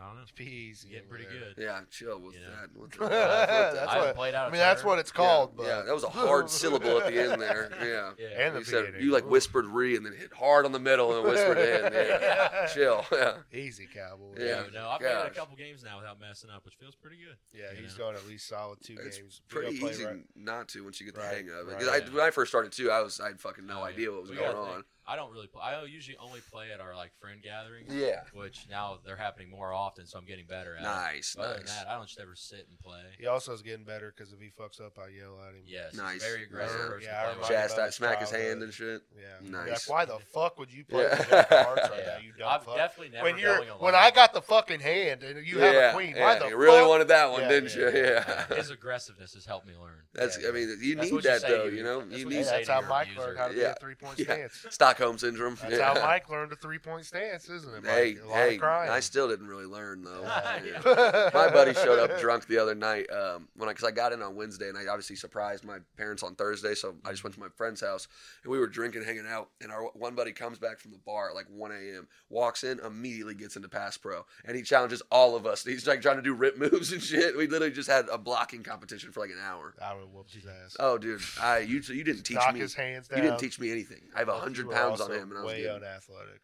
[SPEAKER 3] I don't know.
[SPEAKER 1] Be easy.
[SPEAKER 3] Getting pretty
[SPEAKER 1] over there.
[SPEAKER 3] good.
[SPEAKER 2] Yeah, chill with
[SPEAKER 3] Yeah.
[SPEAKER 2] that.
[SPEAKER 3] [laughs]
[SPEAKER 2] What the- what the-
[SPEAKER 1] That's
[SPEAKER 3] I haven't
[SPEAKER 1] what-
[SPEAKER 3] played out.
[SPEAKER 1] I
[SPEAKER 3] of
[SPEAKER 1] mean, that's
[SPEAKER 3] turn.
[SPEAKER 1] what it's called.
[SPEAKER 2] yeah,
[SPEAKER 1] but
[SPEAKER 2] yeah, that was a hard syllable at the
[SPEAKER 1] [laughs]
[SPEAKER 2] end there. Yeah.
[SPEAKER 3] Yeah.
[SPEAKER 1] And the
[SPEAKER 2] you said
[SPEAKER 1] beginning.
[SPEAKER 2] you like
[SPEAKER 1] Ooh.
[SPEAKER 2] whispered re and then hit hard on the middle and whispered in. Yeah.
[SPEAKER 1] [laughs]
[SPEAKER 2] Chill. Yeah.
[SPEAKER 1] Easy cowboy.
[SPEAKER 2] Yeah.
[SPEAKER 3] You know, I've played a
[SPEAKER 2] gosh.
[SPEAKER 3] couple games now without messing up, which feels pretty good.
[SPEAKER 1] Yeah,
[SPEAKER 3] You
[SPEAKER 1] he's
[SPEAKER 3] know?
[SPEAKER 1] going at least solid two
[SPEAKER 2] It's
[SPEAKER 1] games. We
[SPEAKER 2] Pretty
[SPEAKER 1] gotta play
[SPEAKER 2] easy
[SPEAKER 1] right-
[SPEAKER 2] not to once you get the
[SPEAKER 1] Right,
[SPEAKER 2] hang of it.
[SPEAKER 1] right.
[SPEAKER 2] 'Cause I,
[SPEAKER 3] Yeah.
[SPEAKER 2] when I first started too, I was I had fucking
[SPEAKER 3] Oh,
[SPEAKER 2] no
[SPEAKER 3] yeah.
[SPEAKER 2] idea what was
[SPEAKER 3] We
[SPEAKER 2] going
[SPEAKER 3] gotta
[SPEAKER 2] on.
[SPEAKER 3] think. I don't really play. I usually only play at our like friend gatherings,
[SPEAKER 2] Yeah.
[SPEAKER 3] which now they're happening more often, so I'm getting better at. it.
[SPEAKER 2] Nice,
[SPEAKER 3] But Other than
[SPEAKER 2] nice.
[SPEAKER 3] that, I don't just ever sit and play.
[SPEAKER 1] He also is getting better because if he fucks up, I yell at him.
[SPEAKER 3] Yes, he's
[SPEAKER 2] Nice.
[SPEAKER 3] very aggressive.
[SPEAKER 1] Yeah.
[SPEAKER 3] person to
[SPEAKER 1] Yeah, I
[SPEAKER 3] play
[SPEAKER 1] remember
[SPEAKER 3] with.
[SPEAKER 1] Jack-
[SPEAKER 2] Chastise, smack his hand
[SPEAKER 1] childhood.
[SPEAKER 2] and shit.
[SPEAKER 1] Yeah.
[SPEAKER 2] Nice.
[SPEAKER 1] Like, why the fuck would you play
[SPEAKER 2] Yeah.
[SPEAKER 1] the jack of hearts right
[SPEAKER 3] Yeah.
[SPEAKER 1] now? You dumb
[SPEAKER 3] I've
[SPEAKER 1] fuck.
[SPEAKER 3] definitely never
[SPEAKER 1] when you're
[SPEAKER 3] going alone.
[SPEAKER 1] when I got the fucking hand and you have a queen, why
[SPEAKER 2] yeah,
[SPEAKER 1] the
[SPEAKER 2] you really
[SPEAKER 1] fuck?
[SPEAKER 2] wanted that one,
[SPEAKER 1] Yeah,
[SPEAKER 2] didn't
[SPEAKER 1] yeah,
[SPEAKER 2] you? [laughs]
[SPEAKER 1] [laughs]
[SPEAKER 2] Yeah.
[SPEAKER 3] his aggressiveness has helped me learn.
[SPEAKER 2] [laughs] That's. I mean, you
[SPEAKER 3] That's
[SPEAKER 2] need
[SPEAKER 3] what you
[SPEAKER 2] that
[SPEAKER 3] say to
[SPEAKER 2] though. You
[SPEAKER 3] your-
[SPEAKER 2] know,
[SPEAKER 3] that's
[SPEAKER 2] you
[SPEAKER 3] what
[SPEAKER 1] Hey,
[SPEAKER 2] need
[SPEAKER 3] say
[SPEAKER 1] that's
[SPEAKER 3] to
[SPEAKER 1] how
[SPEAKER 3] your
[SPEAKER 1] Mike
[SPEAKER 3] abuser.
[SPEAKER 1] learned how to
[SPEAKER 2] Yeah.
[SPEAKER 1] get a three point
[SPEAKER 2] Yeah.
[SPEAKER 1] stance.
[SPEAKER 2] Stockholm syndrome.
[SPEAKER 1] That's
[SPEAKER 2] yeah.
[SPEAKER 1] how Mike learned a three point stance, isn't it? Mike?
[SPEAKER 2] Hey,
[SPEAKER 1] a lot
[SPEAKER 2] hey,
[SPEAKER 1] of crying. [laughs]
[SPEAKER 2] I still didn't really learn though.
[SPEAKER 3] Yeah.
[SPEAKER 2] Yeah. my buddy showed up drunk the other night um, when I, cause I got in on Wednesday and I obviously surprised my parents on Thursday. So I just went to my friend's house and we were drinking, hanging out. And our one buddy comes back from the bar at like 1 a.m., walks in, immediately gets into pass pro, and he challenges all of us. He's like trying to do rip [laughs] moves and shit. We literally just had a blocking competition for like an hour.
[SPEAKER 1] [laughs] I would whoop his ass.
[SPEAKER 2] Oh, dude, I you you didn't teach
[SPEAKER 1] Knock
[SPEAKER 2] me.
[SPEAKER 1] his hands down.
[SPEAKER 2] You didn't teach me anything. I have
[SPEAKER 1] You
[SPEAKER 2] hundred
[SPEAKER 1] were
[SPEAKER 2] pounds on
[SPEAKER 1] also
[SPEAKER 2] him, and I was
[SPEAKER 1] way
[SPEAKER 2] getting,
[SPEAKER 1] unathletic.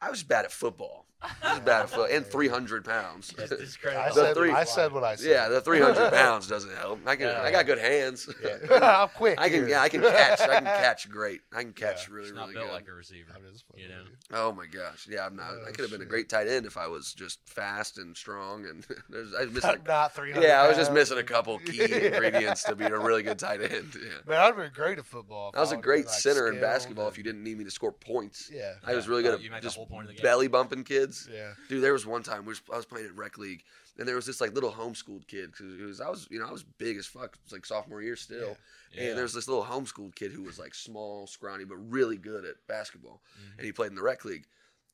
[SPEAKER 2] I was bad at football. I was
[SPEAKER 1] Yeah.
[SPEAKER 2] bad at football, and three hundred pounds.
[SPEAKER 3] That's
[SPEAKER 1] I
[SPEAKER 3] discrediting
[SPEAKER 2] The
[SPEAKER 1] said,
[SPEAKER 2] three-
[SPEAKER 1] I said what I said. [laughs]
[SPEAKER 2] Yeah, the 300 pounds doesn't help. I can,
[SPEAKER 1] Yeah.
[SPEAKER 2] I got good hands.
[SPEAKER 1] Yeah. I'm quick.
[SPEAKER 2] [laughs] I can,
[SPEAKER 1] here.
[SPEAKER 2] yeah, I can
[SPEAKER 1] [laughs]
[SPEAKER 2] catch. I can catch great. I can catch
[SPEAKER 1] Yeah.
[SPEAKER 2] really,
[SPEAKER 3] He's not
[SPEAKER 2] really
[SPEAKER 3] built
[SPEAKER 2] good.
[SPEAKER 3] like a receiver.
[SPEAKER 1] I'm just fucking
[SPEAKER 3] You know.
[SPEAKER 1] with you.
[SPEAKER 2] oh my gosh, yeah, I'm not.
[SPEAKER 1] Oh,
[SPEAKER 2] I could have been a
[SPEAKER 1] shit.
[SPEAKER 2] great tight end if I was just fast and strong. And [laughs] there's, I was missing.
[SPEAKER 1] I'm not 300
[SPEAKER 2] yeah, I was just
[SPEAKER 1] pounds.
[SPEAKER 2] missing a couple
[SPEAKER 1] [laughs]
[SPEAKER 2] key
[SPEAKER 1] Yeah.
[SPEAKER 2] ingredients to be a really good tight end. Yeah.
[SPEAKER 1] Man, I'd have been great at football. if
[SPEAKER 2] I was a
[SPEAKER 1] would've
[SPEAKER 2] great
[SPEAKER 1] been, like,
[SPEAKER 2] center in
[SPEAKER 1] skilled
[SPEAKER 2] basketball.
[SPEAKER 1] and-
[SPEAKER 2] If you didn't need me to score points,
[SPEAKER 1] Yeah.
[SPEAKER 2] I was really good
[SPEAKER 3] Oh,
[SPEAKER 2] at
[SPEAKER 3] you made the
[SPEAKER 2] just
[SPEAKER 3] whole point of the game.
[SPEAKER 2] belly bumping kids.
[SPEAKER 1] Yeah.
[SPEAKER 2] Dude, there was one time we was, I was playing at rec league, and there was this like little homeschooled kid because I was you know I was big as fuck. It was like sophomore year still,
[SPEAKER 3] Yeah.
[SPEAKER 2] and there was this little homeschooled kid who was like small, scrawny, but really good at basketball.
[SPEAKER 3] Mhm.
[SPEAKER 2] And he played in the rec league.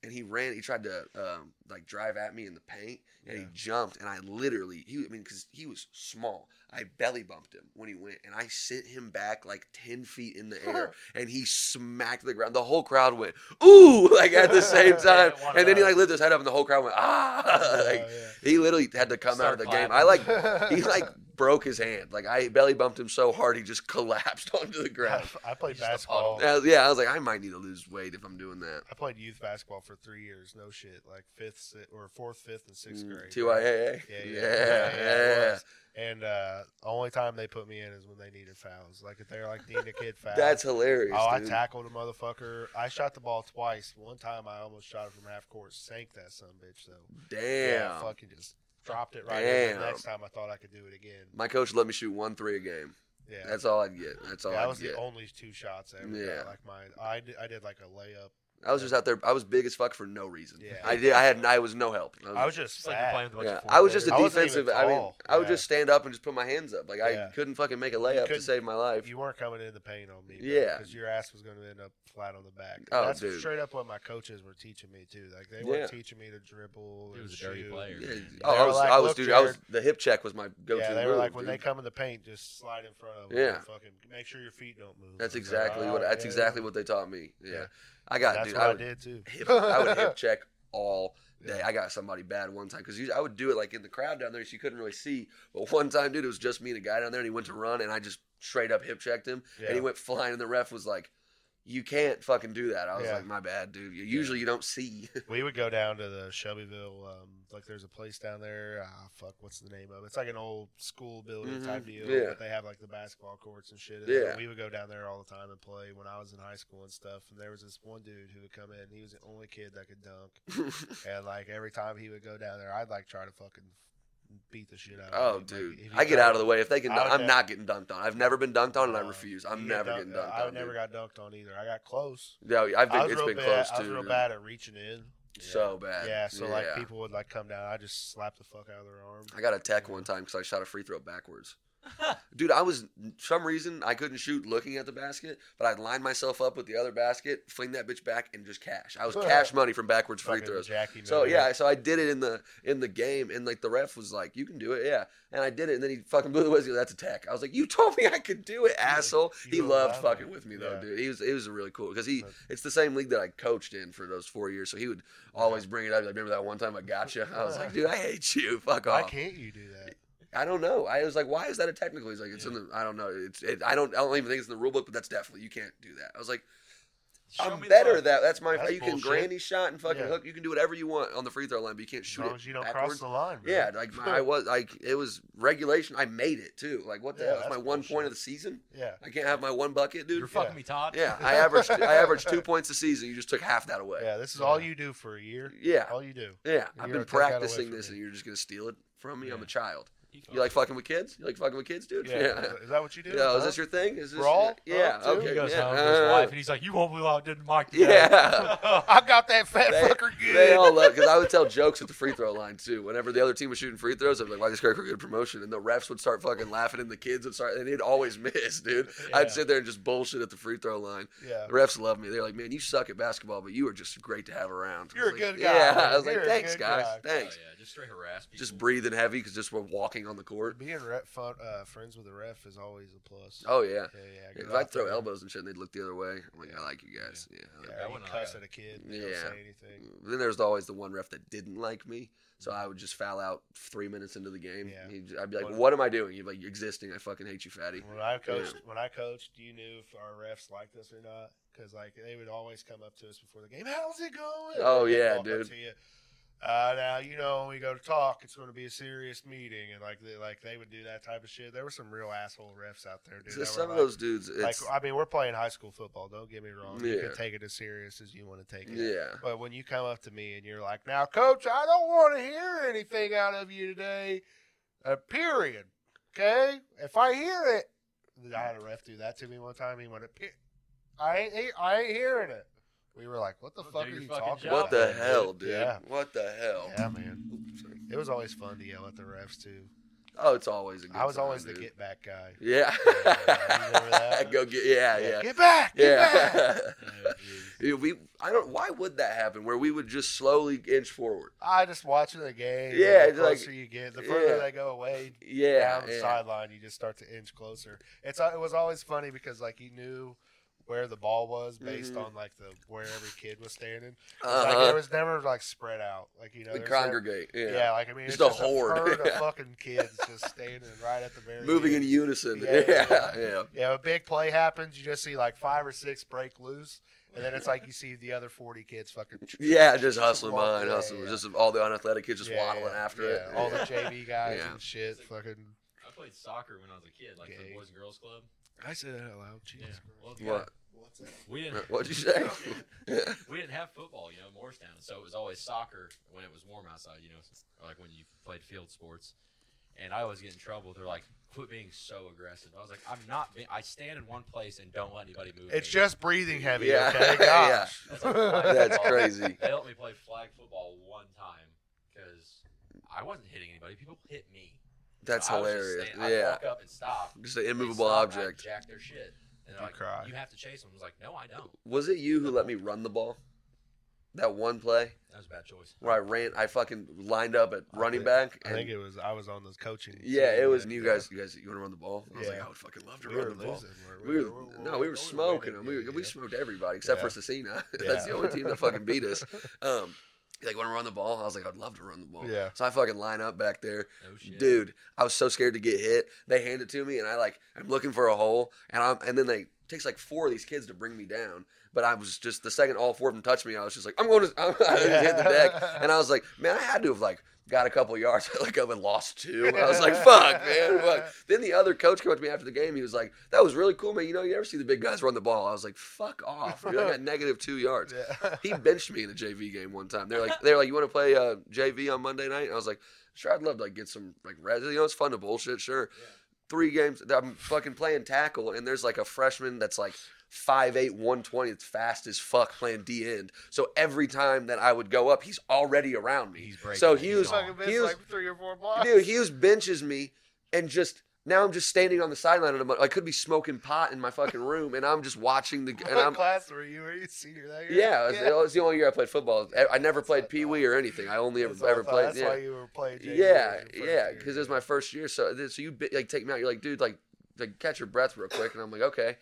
[SPEAKER 2] And he ran. He tried to um, like drive at me in the paint, and he
[SPEAKER 1] Yeah.
[SPEAKER 2] jumped. And I literally, he, I mean, because he was small, I belly bumped him when he went, and I sent him back like ten feet in the air, and he smacked the ground. The whole crowd went ooh, [laughs] like at the same
[SPEAKER 3] [laughs] Yeah,
[SPEAKER 2] time.
[SPEAKER 3] one of
[SPEAKER 2] and then he
[SPEAKER 3] those.
[SPEAKER 2] like lifted his head up, and the whole crowd went ah. [laughs]
[SPEAKER 1] Oh,
[SPEAKER 2] like
[SPEAKER 1] [laughs] yeah.
[SPEAKER 2] he literally had to come out
[SPEAKER 3] Start
[SPEAKER 2] of the game.
[SPEAKER 3] clapping.
[SPEAKER 2] I like [laughs] he like broke his hand. Like I belly bumped him so hard he just collapsed [laughs] onto the ground.
[SPEAKER 1] [laughs] I, I played
[SPEAKER 3] He's just a
[SPEAKER 1] basketball.
[SPEAKER 2] Uh, yeah, I was like, I might need to lose weight if I'm doing that.
[SPEAKER 1] I played youth basketball for three years. No shit, like fifth si- or fourth, fifth, and sixth
[SPEAKER 2] Mm,
[SPEAKER 1] grade. right?
[SPEAKER 2] TYAA.
[SPEAKER 1] Yeah, yeah,
[SPEAKER 2] yeah,
[SPEAKER 1] yeah, yeah, it
[SPEAKER 2] yeah.
[SPEAKER 1] was. And uh, the only time they put me in is when they needed fouls. Like if they're like needing a kid foul.
[SPEAKER 2] [laughs] That's hilarious.
[SPEAKER 1] oh, I
[SPEAKER 2] dude.
[SPEAKER 1] tackled a motherfucker. I shot the ball twice. One time I almost shot it from half court, sank that son of a bitch though.
[SPEAKER 2] Damn.
[SPEAKER 1] Yeah, fucking just dropped it right. in.
[SPEAKER 2] Damn.
[SPEAKER 1] The next time I thought I could do it again.
[SPEAKER 2] My coach let me shoot one three a game.
[SPEAKER 1] Yeah.
[SPEAKER 2] That's all I'd get. That's all
[SPEAKER 1] Yeah, that
[SPEAKER 2] I'd
[SPEAKER 1] was
[SPEAKER 2] get.
[SPEAKER 1] the only two shots I ever got.
[SPEAKER 2] Yeah.
[SPEAKER 1] Like my, I did, I did like a layup.
[SPEAKER 2] I was just out there. I was big as fuck for no reason.
[SPEAKER 1] Yeah.
[SPEAKER 2] I did. I had. I was no help. I was,
[SPEAKER 1] I was just
[SPEAKER 3] It's like you're
[SPEAKER 1] fat.
[SPEAKER 3] playing with a bunch
[SPEAKER 2] yeah.
[SPEAKER 3] of
[SPEAKER 2] I was just a
[SPEAKER 1] I
[SPEAKER 3] fourth
[SPEAKER 1] wasn't
[SPEAKER 2] defensive.
[SPEAKER 1] even
[SPEAKER 2] I mean,
[SPEAKER 1] tall.
[SPEAKER 2] I would
[SPEAKER 1] Yeah.
[SPEAKER 2] just stand up and just put my hands up. Like I
[SPEAKER 1] Yeah.
[SPEAKER 2] couldn't fucking make a layup to
[SPEAKER 1] couldn't-
[SPEAKER 2] save my life.
[SPEAKER 1] you weren't coming in the paint on me.
[SPEAKER 2] Yeah.
[SPEAKER 1] because your ass was going to end up flat on the back.
[SPEAKER 2] Oh,
[SPEAKER 1] That's
[SPEAKER 2] dude.
[SPEAKER 1] straight up what my coaches were teaching me too. Like they weren't
[SPEAKER 2] Yeah.
[SPEAKER 1] teaching me to dribble.
[SPEAKER 3] He
[SPEAKER 1] and
[SPEAKER 3] was a dirty
[SPEAKER 1] shoot.
[SPEAKER 3] player.
[SPEAKER 2] Yeah.
[SPEAKER 3] And
[SPEAKER 2] Oh,
[SPEAKER 1] they
[SPEAKER 2] I
[SPEAKER 1] were
[SPEAKER 2] was,
[SPEAKER 1] like,
[SPEAKER 2] I was,
[SPEAKER 1] "Look,
[SPEAKER 2] dude. I was
[SPEAKER 1] Jared."
[SPEAKER 2] the hip check was my go-to.
[SPEAKER 1] yeah, they were
[SPEAKER 2] move,
[SPEAKER 1] like when
[SPEAKER 2] dude.
[SPEAKER 1] they come in the paint, just slide in front of them.
[SPEAKER 2] Yeah.
[SPEAKER 1] and fucking make sure your feet don't move.
[SPEAKER 2] That's
[SPEAKER 1] I was like,
[SPEAKER 2] exactly what.
[SPEAKER 1] "Oh,
[SPEAKER 2] That's
[SPEAKER 1] yeah."
[SPEAKER 2] exactly what they taught me. Yeah,
[SPEAKER 1] Yeah.
[SPEAKER 2] I got
[SPEAKER 1] That's
[SPEAKER 2] dude.
[SPEAKER 1] what
[SPEAKER 2] I
[SPEAKER 1] I,
[SPEAKER 2] would
[SPEAKER 1] did
[SPEAKER 2] [laughs]
[SPEAKER 1] too.
[SPEAKER 2] hip. I
[SPEAKER 1] [laughs]
[SPEAKER 2] would hip check all
[SPEAKER 1] Yeah.
[SPEAKER 2] day. I got somebody bad one time because I would do it like in the crowd down there, so you couldn't really see. But one time, dude, it was just me and a guy down there, and he went to run, and I just straight up hip checked him, and
[SPEAKER 1] Yeah.
[SPEAKER 2] he went flying, and the ref was like. You can't fucking do that. I was
[SPEAKER 1] Yeah.
[SPEAKER 2] like, my bad, dude. You- Usually you don't see. [laughs]
[SPEAKER 1] We would go down to the Shelbyville. Um, like there's a place down there. Ah, fuck, what's the name of it? It's like an old school building
[SPEAKER 2] Mhm,
[SPEAKER 1] type deal.
[SPEAKER 2] yeah.
[SPEAKER 1] But they have like the basketball courts and shit. in there.
[SPEAKER 2] Yeah.
[SPEAKER 1] We would go down there all the time and play when I was in high school and stuff. And there was this one dude who would come in. He was the only kid that could dunk. and like every time he would go down there, I'd like try to fucking beat the shit out.
[SPEAKER 2] oh,
[SPEAKER 1] of him.
[SPEAKER 2] dude.
[SPEAKER 1] Like, if he
[SPEAKER 2] I get
[SPEAKER 1] tried-
[SPEAKER 2] out of the way. If they can,
[SPEAKER 1] I
[SPEAKER 2] dunk,
[SPEAKER 1] would
[SPEAKER 2] I'm
[SPEAKER 1] nev-
[SPEAKER 2] not getting dunked on. I've never been dunked on, and I
[SPEAKER 1] Uh,
[SPEAKER 2] refuse.
[SPEAKER 1] you
[SPEAKER 2] I'm
[SPEAKER 1] get
[SPEAKER 2] never getting dunked
[SPEAKER 1] I
[SPEAKER 2] on.
[SPEAKER 1] never got
[SPEAKER 2] dude.
[SPEAKER 1] dunked on either. I got close.
[SPEAKER 2] Yeah, I've
[SPEAKER 1] I
[SPEAKER 2] been,
[SPEAKER 1] was
[SPEAKER 2] it's
[SPEAKER 1] real
[SPEAKER 2] been
[SPEAKER 1] bad.
[SPEAKER 2] close
[SPEAKER 1] I
[SPEAKER 2] too.
[SPEAKER 1] was real
[SPEAKER 2] dude.
[SPEAKER 1] bad at reaching in.
[SPEAKER 2] So bad.
[SPEAKER 1] Yeah, so like
[SPEAKER 2] Yeah.
[SPEAKER 1] people would like come down. I just slap the fuck out of their arm.
[SPEAKER 2] I got a tech
[SPEAKER 1] Yeah.
[SPEAKER 2] one time because I shot a free throw backwards. Dude, I was some reason I couldn't shoot looking at the basket, but I'd line myself up with the other basket, fling that bitch back, and just cash. I was cash money from backwards free
[SPEAKER 1] Fucking
[SPEAKER 2] throws.
[SPEAKER 1] Jackie
[SPEAKER 2] So
[SPEAKER 1] Miller.
[SPEAKER 2] yeah, so I did it in the in the game, and like the ref was like, "You can do it, yeah." And I did it, and then he fucking blew the whistle. That's a tech. I was like, "You told me I could do it, asshole."
[SPEAKER 1] you
[SPEAKER 2] He loved
[SPEAKER 1] allowed
[SPEAKER 2] fucking
[SPEAKER 1] it.
[SPEAKER 2] with me though,
[SPEAKER 1] Yeah.
[SPEAKER 2] dude. He was it was really cool because he
[SPEAKER 1] But-
[SPEAKER 2] it's the same league that I coached in for those four years, so he would always bring it up. Like, remember that one time I got you? [laughs] I was
[SPEAKER 1] [laughs]
[SPEAKER 2] like, "Dude, I hate you. Fuck
[SPEAKER 1] Why
[SPEAKER 2] off."
[SPEAKER 1] can't you do that?
[SPEAKER 2] I don't know. I was like, why is that a technical? He's like, it's in the. I don't know. It's. It, I don't. I don't even think it's in the rule book, but that's definitely you can't do that. I was like,
[SPEAKER 3] Show
[SPEAKER 2] oh, I'm
[SPEAKER 3] me the
[SPEAKER 2] better
[SPEAKER 3] ball.
[SPEAKER 2] at that. That's my.
[SPEAKER 1] That's
[SPEAKER 2] you can
[SPEAKER 1] bullshit.
[SPEAKER 2] granny shot and fucking
[SPEAKER 1] Yeah.
[SPEAKER 2] hook. You can do whatever you want on the free throw line, but you can't
[SPEAKER 1] As
[SPEAKER 2] shoot
[SPEAKER 1] long
[SPEAKER 2] it.
[SPEAKER 1] as you don't cross
[SPEAKER 2] backwards.
[SPEAKER 1] the line. bro.
[SPEAKER 2] Yeah, like my, I was like it was regulation. I made it too. Like what the
[SPEAKER 1] Yeah,
[SPEAKER 2] hell? It's
[SPEAKER 1] that's
[SPEAKER 2] my one
[SPEAKER 1] bullshit.
[SPEAKER 2] point of the season.
[SPEAKER 1] yeah.
[SPEAKER 2] I can't have my one bucket,
[SPEAKER 3] You're
[SPEAKER 2] dude.
[SPEAKER 3] fucking me, Todd.
[SPEAKER 2] [laughs] Yeah, I averaged I averaged two points a season. You just took half that away.
[SPEAKER 1] Yeah, this is all
[SPEAKER 3] Yeah.
[SPEAKER 1] you do for a year.
[SPEAKER 2] Yeah,
[SPEAKER 1] All you
[SPEAKER 2] [laughs]
[SPEAKER 1] do.
[SPEAKER 2] yeah. I've
[SPEAKER 1] You're
[SPEAKER 2] been
[SPEAKER 1] gonna take that away
[SPEAKER 2] practicing
[SPEAKER 1] from
[SPEAKER 2] this,
[SPEAKER 1] me.
[SPEAKER 2] and you're just gonna steal it from me. I'm
[SPEAKER 3] Yeah.
[SPEAKER 2] a child.
[SPEAKER 3] He fucked
[SPEAKER 2] You like
[SPEAKER 3] it.
[SPEAKER 2] fucking with kids? You like fucking with kids, dude?
[SPEAKER 1] Yeah.
[SPEAKER 2] [laughs] Yeah.
[SPEAKER 1] Is that what you do?
[SPEAKER 2] Yeah, is
[SPEAKER 1] huh? [laughs]
[SPEAKER 2] this your thing? Is this
[SPEAKER 1] Brawl?
[SPEAKER 2] Yeah.
[SPEAKER 1] Huh, too?
[SPEAKER 2] okay.
[SPEAKER 3] He goes
[SPEAKER 2] yeah.
[SPEAKER 3] home to his
[SPEAKER 2] uh, [laughs]
[SPEAKER 3] wife and he's like, "You won't believe how I did to Mike." [laughs] today."
[SPEAKER 2] Yeah.
[SPEAKER 1] I got that fat
[SPEAKER 2] They-
[SPEAKER 1] fucker good.
[SPEAKER 2] They all love because I would tell jokes at the free throw line too. Whenever the other team was shooting free throws, I'd be like, "Why this guy good promotion?" And the refs would start fucking laughing, and the kids would start, and he'd always [laughs] miss, dude.
[SPEAKER 1] Yeah.
[SPEAKER 2] I'd sit there and just bullshit at the free throw line.
[SPEAKER 1] yeah.
[SPEAKER 2] The refs love me. They're like, "Man, you suck at basketball, but you are just great to have around." I
[SPEAKER 1] You're
[SPEAKER 2] was
[SPEAKER 1] a
[SPEAKER 2] like,
[SPEAKER 1] good guy,
[SPEAKER 2] Yeah,
[SPEAKER 1] man.
[SPEAKER 2] I was
[SPEAKER 1] You're
[SPEAKER 2] like,
[SPEAKER 1] a
[SPEAKER 2] "Thanks,
[SPEAKER 1] good guy."
[SPEAKER 2] guys.
[SPEAKER 3] Oh, yeah,
[SPEAKER 2] Thanks."
[SPEAKER 3] just straight harass people.
[SPEAKER 2] Just breathing heavy because just we're walking on the court.
[SPEAKER 1] Being ref, fun, uh, friends with a ref is always a plus.
[SPEAKER 2] Oh yeah.
[SPEAKER 1] yeah, yeah.
[SPEAKER 2] If
[SPEAKER 1] get
[SPEAKER 2] I'd
[SPEAKER 1] out
[SPEAKER 2] throw
[SPEAKER 1] there.
[SPEAKER 2] elbows and shit, and they'd look the other way. I'm like, "I like you guys." Yeah. I like
[SPEAKER 1] Yeah,
[SPEAKER 3] I
[SPEAKER 1] you
[SPEAKER 3] wouldn't
[SPEAKER 1] cuss at
[SPEAKER 3] like
[SPEAKER 1] a kid. Yeah. Don't
[SPEAKER 2] Yeah.
[SPEAKER 1] say anything.
[SPEAKER 2] Then there was always the one ref that didn't like me, so I would just foul out three minutes into the game.
[SPEAKER 1] Mm-hmm. Yeah.
[SPEAKER 2] He'd j- I'd be like,
[SPEAKER 1] What-
[SPEAKER 2] "What, am I doing?" He'd be like, "You're existing. I fucking hate you, fatty."
[SPEAKER 1] When I coached, when I coached, you knew if our refs liked us or not, because like they would always come up to us before the game. How's it going?
[SPEAKER 2] Oh,
[SPEAKER 1] They'd
[SPEAKER 2] yeah,
[SPEAKER 1] walk up
[SPEAKER 2] dude.
[SPEAKER 1] to you. Uh, now you know when we go to talk, it's going to be a serious meeting, and like they, like they would do that type of shit. There were some real asshole refs out there, dude.
[SPEAKER 2] It's
[SPEAKER 1] that
[SPEAKER 2] just
[SPEAKER 1] were
[SPEAKER 2] some of
[SPEAKER 1] like-
[SPEAKER 2] those dudes.
[SPEAKER 1] Like
[SPEAKER 2] It's,
[SPEAKER 1] I mean, we're playing high school football. Don't get me wrong. You
[SPEAKER 2] Yeah.
[SPEAKER 1] can take it as serious as you want to take it.
[SPEAKER 2] yeah,
[SPEAKER 1] But when you come up to me and you're like, "Now, coach, I don't want to hear anything out of you today," uh, period. Okay, if I hear it, I had a ref do that to me one time. He went, "Pe- "I ain't, he- I ain't hearing it." We were like, "What the
[SPEAKER 3] Well, do
[SPEAKER 1] fuck are
[SPEAKER 3] your
[SPEAKER 1] you
[SPEAKER 3] fucking
[SPEAKER 1] talking
[SPEAKER 3] job,
[SPEAKER 1] about?"
[SPEAKER 2] what the
[SPEAKER 3] man.
[SPEAKER 2] hell, dude?
[SPEAKER 1] Yeah.
[SPEAKER 2] What the hell?
[SPEAKER 1] Yeah, man.
[SPEAKER 2] Oops, sorry.
[SPEAKER 1] It was always fun to yell at the refs too.
[SPEAKER 2] Oh, it's always a good.
[SPEAKER 1] I was
[SPEAKER 2] time,
[SPEAKER 1] always the
[SPEAKER 2] dude.
[SPEAKER 1] get back guy.
[SPEAKER 2] Yeah. [laughs]
[SPEAKER 1] remember that?
[SPEAKER 2] Go get. Yeah, yeah,
[SPEAKER 1] Get back, get
[SPEAKER 2] [laughs]
[SPEAKER 1] back.
[SPEAKER 2] yeah.
[SPEAKER 3] [laughs] Oh, geez.
[SPEAKER 2] Yeah, we. I don't. Why would that happen? Where we would just slowly inch forward.
[SPEAKER 1] I just watching the game.
[SPEAKER 2] Yeah,
[SPEAKER 1] the
[SPEAKER 2] it's like-
[SPEAKER 1] closer you get, the further
[SPEAKER 2] yeah.
[SPEAKER 1] they go away,
[SPEAKER 2] Yeah.
[SPEAKER 1] down the
[SPEAKER 2] yeah.
[SPEAKER 1] sideline, you just start to inch closer. It's uh, it was always funny because like you knew where the ball was based
[SPEAKER 2] Mhm.
[SPEAKER 1] on like the where every kid was standing. Like there
[SPEAKER 2] Uh-huh.
[SPEAKER 1] was never like spread out. Like you know,
[SPEAKER 2] We
[SPEAKER 1] there's
[SPEAKER 2] congregate.
[SPEAKER 1] never-
[SPEAKER 2] Yeah.
[SPEAKER 1] yeah. like I mean,
[SPEAKER 2] Just
[SPEAKER 1] it's
[SPEAKER 2] a
[SPEAKER 1] just
[SPEAKER 2] horde.
[SPEAKER 1] a herd of
[SPEAKER 2] [laughs] Yeah.
[SPEAKER 1] fucking kids just standing right at the very
[SPEAKER 2] Moving in
[SPEAKER 1] end.
[SPEAKER 2] unison. [laughs]
[SPEAKER 1] Yeah,
[SPEAKER 2] yeah.
[SPEAKER 1] yeah.
[SPEAKER 2] yeah.
[SPEAKER 1] Yeah, a big play happens. You just see like five or six break loose, and then it's like you see the other forty kids fucking.
[SPEAKER 2] [laughs] Yeah, just hustling
[SPEAKER 1] walk
[SPEAKER 2] mine,
[SPEAKER 1] away,
[SPEAKER 2] hustling.
[SPEAKER 1] yeah.
[SPEAKER 2] Just all the unathletic kids just
[SPEAKER 1] Yeah,
[SPEAKER 2] waddling
[SPEAKER 1] yeah,
[SPEAKER 2] after
[SPEAKER 1] yeah.
[SPEAKER 2] it.
[SPEAKER 1] All the
[SPEAKER 2] Yeah.
[SPEAKER 1] JV guys
[SPEAKER 2] Yeah.
[SPEAKER 1] and shit, fucking.
[SPEAKER 3] I played soccer when I was a kid, like for
[SPEAKER 1] Gay.
[SPEAKER 3] the Boys and Girls Club.
[SPEAKER 1] I said that out loud. Jesus
[SPEAKER 3] Yeah. Well,
[SPEAKER 1] Christ.
[SPEAKER 3] yeah,
[SPEAKER 1] [laughs]
[SPEAKER 2] [laughs] What?
[SPEAKER 1] What's that?
[SPEAKER 3] we didn't.
[SPEAKER 2] What'd
[SPEAKER 1] [laughs]
[SPEAKER 2] you say?
[SPEAKER 3] We didn't have football, you know, in Morristown, so it was always soccer when it was warm outside, you know, or like when you played field sports. And I always get in trouble. They're like, "Quit being so aggressive." I was like, "I'm not. Being, I stand in one place and don't let anybody move."
[SPEAKER 1] It's
[SPEAKER 3] me."
[SPEAKER 1] just breathing heavy.
[SPEAKER 2] [laughs] Yeah.
[SPEAKER 1] Okay,
[SPEAKER 2] Yeah.
[SPEAKER 1] gosh.
[SPEAKER 3] That's like flag
[SPEAKER 2] That's
[SPEAKER 3] football.
[SPEAKER 2] crazy.
[SPEAKER 3] They helped me play flag football one time because I wasn't hitting anybody. People hit me.
[SPEAKER 2] That's
[SPEAKER 3] So I was just
[SPEAKER 2] hilarious.
[SPEAKER 3] standing- I'd
[SPEAKER 2] Yeah.
[SPEAKER 3] walk up and stop.
[SPEAKER 2] Just an
[SPEAKER 3] They'd
[SPEAKER 2] immovable
[SPEAKER 3] stop, I'd
[SPEAKER 2] object.
[SPEAKER 3] Jack their shit. And
[SPEAKER 1] You
[SPEAKER 3] they're like,
[SPEAKER 1] cry.
[SPEAKER 3] you have to chase them. I was like, no, I don't.
[SPEAKER 2] Was it you who let me run the ball? That one play
[SPEAKER 3] That was a bad choice.
[SPEAKER 2] where I ran, I fucking lined up at
[SPEAKER 1] I
[SPEAKER 2] running
[SPEAKER 1] think-
[SPEAKER 2] back.
[SPEAKER 1] I think
[SPEAKER 2] And
[SPEAKER 1] it was I was on the coaching.
[SPEAKER 2] yeah,
[SPEAKER 1] team
[SPEAKER 2] it was
[SPEAKER 1] that-
[SPEAKER 2] and you
[SPEAKER 1] yeah.
[SPEAKER 2] guys. You guys, you want to run the ball? I was like,
[SPEAKER 1] Yeah.
[SPEAKER 2] I would fucking love to
[SPEAKER 1] We
[SPEAKER 2] run
[SPEAKER 1] were
[SPEAKER 2] the ball.
[SPEAKER 1] losing.
[SPEAKER 2] We were, no, we were smoking them. We, were- we
[SPEAKER 1] yeah.
[SPEAKER 2] smoked everybody except
[SPEAKER 1] Yeah.
[SPEAKER 2] for Cecina. [laughs]
[SPEAKER 1] Yeah.
[SPEAKER 2] That's the only team that fucking
[SPEAKER 1] [laughs]
[SPEAKER 2] beat us. Um, like, want to run the ball? I was like, I'd love to run the ball.
[SPEAKER 1] Yeah.
[SPEAKER 2] So I fucking line up back there.
[SPEAKER 3] No Oh, shit.
[SPEAKER 2] Dude, I was so scared to get hit. They hand it to me, and I like I'm looking for a hole, and I'm and then they it takes like four of these kids to bring me down. But I was just the second all four of them touched me, I was just like I'm going to I'm, [laughs] I just hit the deck, and I was like, man, I had to have like got a couple yards. [laughs] I like up and lost two. I was like, fuck, man. Fuck. Then the other coach came up to me after the game. He was like, that was really cool, man. You know, you never see the big guys run the ball. I was like, fuck off. Dude, I got negative two yards
[SPEAKER 1] Yeah.
[SPEAKER 2] he benched me in a JV game one time. They're like, they're like, you want to play uh, JV on Monday night? And I was like, sure, I'd love to like get some like res. You know, it's fun to bullshit. Sure,
[SPEAKER 3] Yeah.
[SPEAKER 2] three games. I'm fucking playing tackle, and there's like a freshman that's like. 5'8", 120, it's fast as fuck playing D end. So every time that I would go up, he's already around me.
[SPEAKER 3] He's breaking
[SPEAKER 2] So
[SPEAKER 1] [laughs]
[SPEAKER 3] it. He's
[SPEAKER 2] Hughes,
[SPEAKER 3] on.
[SPEAKER 1] Fucking missed
[SPEAKER 2] Hughes,
[SPEAKER 1] like three or four blocks. [laughs]
[SPEAKER 2] dude, Hughes benches me and just now I'm just standing on the sideline and I'm, I could be smoking pot in my fucking room and I'm just watching the and
[SPEAKER 1] What
[SPEAKER 2] I'm
[SPEAKER 1] class were you? Were you senior that year? [laughs]
[SPEAKER 2] yeah, it was, it was the only year I played football. I- I never
[SPEAKER 1] what I
[SPEAKER 2] played Pee Wee or anything. I only ever,
[SPEAKER 1] That's what I
[SPEAKER 2] ever
[SPEAKER 1] thought.
[SPEAKER 2] played.
[SPEAKER 1] That's why
[SPEAKER 2] Yeah,
[SPEAKER 1] you were playing. JV in
[SPEAKER 2] yeah,
[SPEAKER 1] your first
[SPEAKER 2] yeah.
[SPEAKER 1] year.
[SPEAKER 2] Because it was my first year. So, so you bi- like take me out. You're like, dude, like, like catch your breath real quick. And I'm like, okay.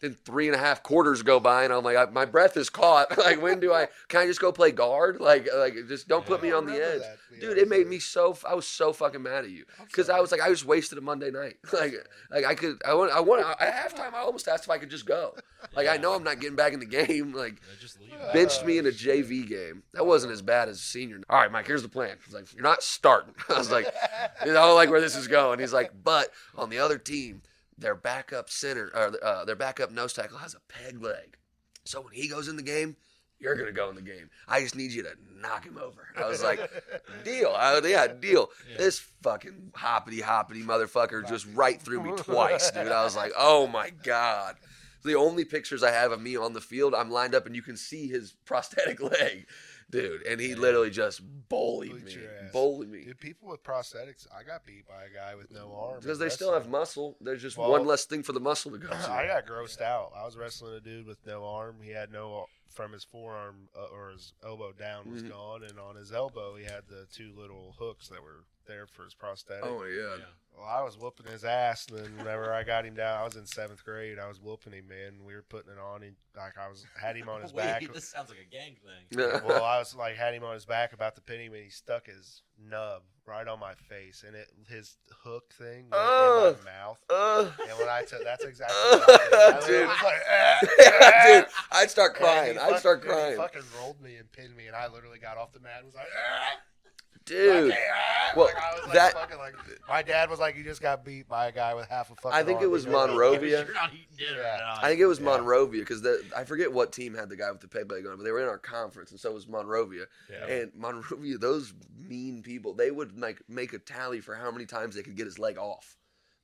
[SPEAKER 2] Then three and a half quarters go by, and I'm like, I, my breath is caught. [laughs] like, when do I? Can I just go play guard? Like, like just don't put
[SPEAKER 1] I
[SPEAKER 2] me
[SPEAKER 1] don't
[SPEAKER 2] on the
[SPEAKER 1] remember
[SPEAKER 2] edge,
[SPEAKER 1] that, to be
[SPEAKER 2] dude.
[SPEAKER 1] honest
[SPEAKER 2] It made
[SPEAKER 1] with
[SPEAKER 2] me
[SPEAKER 1] you.
[SPEAKER 2] so. f- I was so fucking mad at you
[SPEAKER 1] I'm
[SPEAKER 2] because I
[SPEAKER 1] sorry.
[SPEAKER 2] was like, I just wasted a Monday night. [laughs] like, like I could. I want. I want. At halftime, I almost asked if I could just go. Like, I
[SPEAKER 3] Yeah.
[SPEAKER 2] know I'm not getting back in the [laughs] game. Like,
[SPEAKER 3] They just leave.
[SPEAKER 1] Uh,
[SPEAKER 2] benched me in a
[SPEAKER 1] Oh,
[SPEAKER 2] JV game. That wasn't as bad as senior. All right, Mike, here's the plan. He's like, you're not starting. [laughs] I
[SPEAKER 1] [laughs]
[SPEAKER 2] was like, I don't like where this is going. He's like, but on the other team, their backup center or uh, their backup nose tackle has a peg leg. So when he goes in the game, you're gonna go in the game. I just need you to knock him over. I was like,
[SPEAKER 1] [laughs]
[SPEAKER 2] [laughs] deal. I, was- yeah, deal.
[SPEAKER 3] Yeah.
[SPEAKER 2] This fucking hoppity hoppity motherfucker just right
[SPEAKER 1] [laughs]
[SPEAKER 2] through me twice, dude. I was like, oh my god. The only pictures I have of me on the field, I'm lined up and you can see his [laughs] prosthetic leg, dude. And he literally just bullied
[SPEAKER 1] Bullied
[SPEAKER 2] me,
[SPEAKER 1] your ass.
[SPEAKER 2] bullied me
[SPEAKER 1] Dude, people with prosthetics, I got beat by a guy with no arm.
[SPEAKER 2] because
[SPEAKER 1] in
[SPEAKER 2] they still have
[SPEAKER 1] wrestling.
[SPEAKER 2] muscle. There's just
[SPEAKER 1] Well,
[SPEAKER 2] one less thing for the muscle to go to.
[SPEAKER 1] [laughs] I got grossed out. I was wrestling a dude with no arm. He had no from his forearm uh, or his elbow down was
[SPEAKER 2] Mhm.
[SPEAKER 1] gone, and on his elbow he had the two little hooks that were there for his prosthetic.
[SPEAKER 2] oh my
[SPEAKER 3] Yeah.
[SPEAKER 2] god.
[SPEAKER 1] Well, I was whooping his ass, and then whenever I got him down, I was in seventh grade. I was whooping him, man. We were putting it on him, like I was had him
[SPEAKER 2] [laughs]
[SPEAKER 1] on his
[SPEAKER 3] Wait,
[SPEAKER 1] back.
[SPEAKER 3] this sounds like a gang thing.
[SPEAKER 2] Yeah.
[SPEAKER 1] well, I was like had him on his back about to pin him, and he stuck his nub right on my face, and it his hook thing went in
[SPEAKER 2] Ugh.
[SPEAKER 1] my mouth. [laughs]
[SPEAKER 2] Uh, [laughs]
[SPEAKER 1] And when I took, that's exactly what I did. I
[SPEAKER 2] Dude.
[SPEAKER 1] was like, "Ah,
[SPEAKER 2] [laughs] dude,
[SPEAKER 1] ah."
[SPEAKER 2] I'd start
[SPEAKER 1] And he
[SPEAKER 2] crying. I'd
[SPEAKER 1] fuck-
[SPEAKER 2] start
[SPEAKER 1] dude, he
[SPEAKER 2] crying,
[SPEAKER 1] fucking rolled me and pinned me, and I literally got off the mat and was like, "Ah,
[SPEAKER 2] dude.
[SPEAKER 1] okay, ah."
[SPEAKER 2] well,
[SPEAKER 1] Like, I was like,
[SPEAKER 2] that-
[SPEAKER 1] fucking like, my dad was like, you just got beat by a guy with half a fucking.
[SPEAKER 2] I think it
[SPEAKER 1] arm."
[SPEAKER 2] was
[SPEAKER 1] He goes,
[SPEAKER 2] Monrovia.
[SPEAKER 3] You're not eating dinner.
[SPEAKER 1] Yeah.
[SPEAKER 3] tonight.
[SPEAKER 2] I think it was
[SPEAKER 1] Yeah.
[SPEAKER 2] Monrovia because I forget what team had the guy with the peg leg on, but they were in our conference, and so was Monrovia.
[SPEAKER 1] Yeah.
[SPEAKER 2] And Monrovia, those mean people, they would like make a tally for how many times they could get his leg off.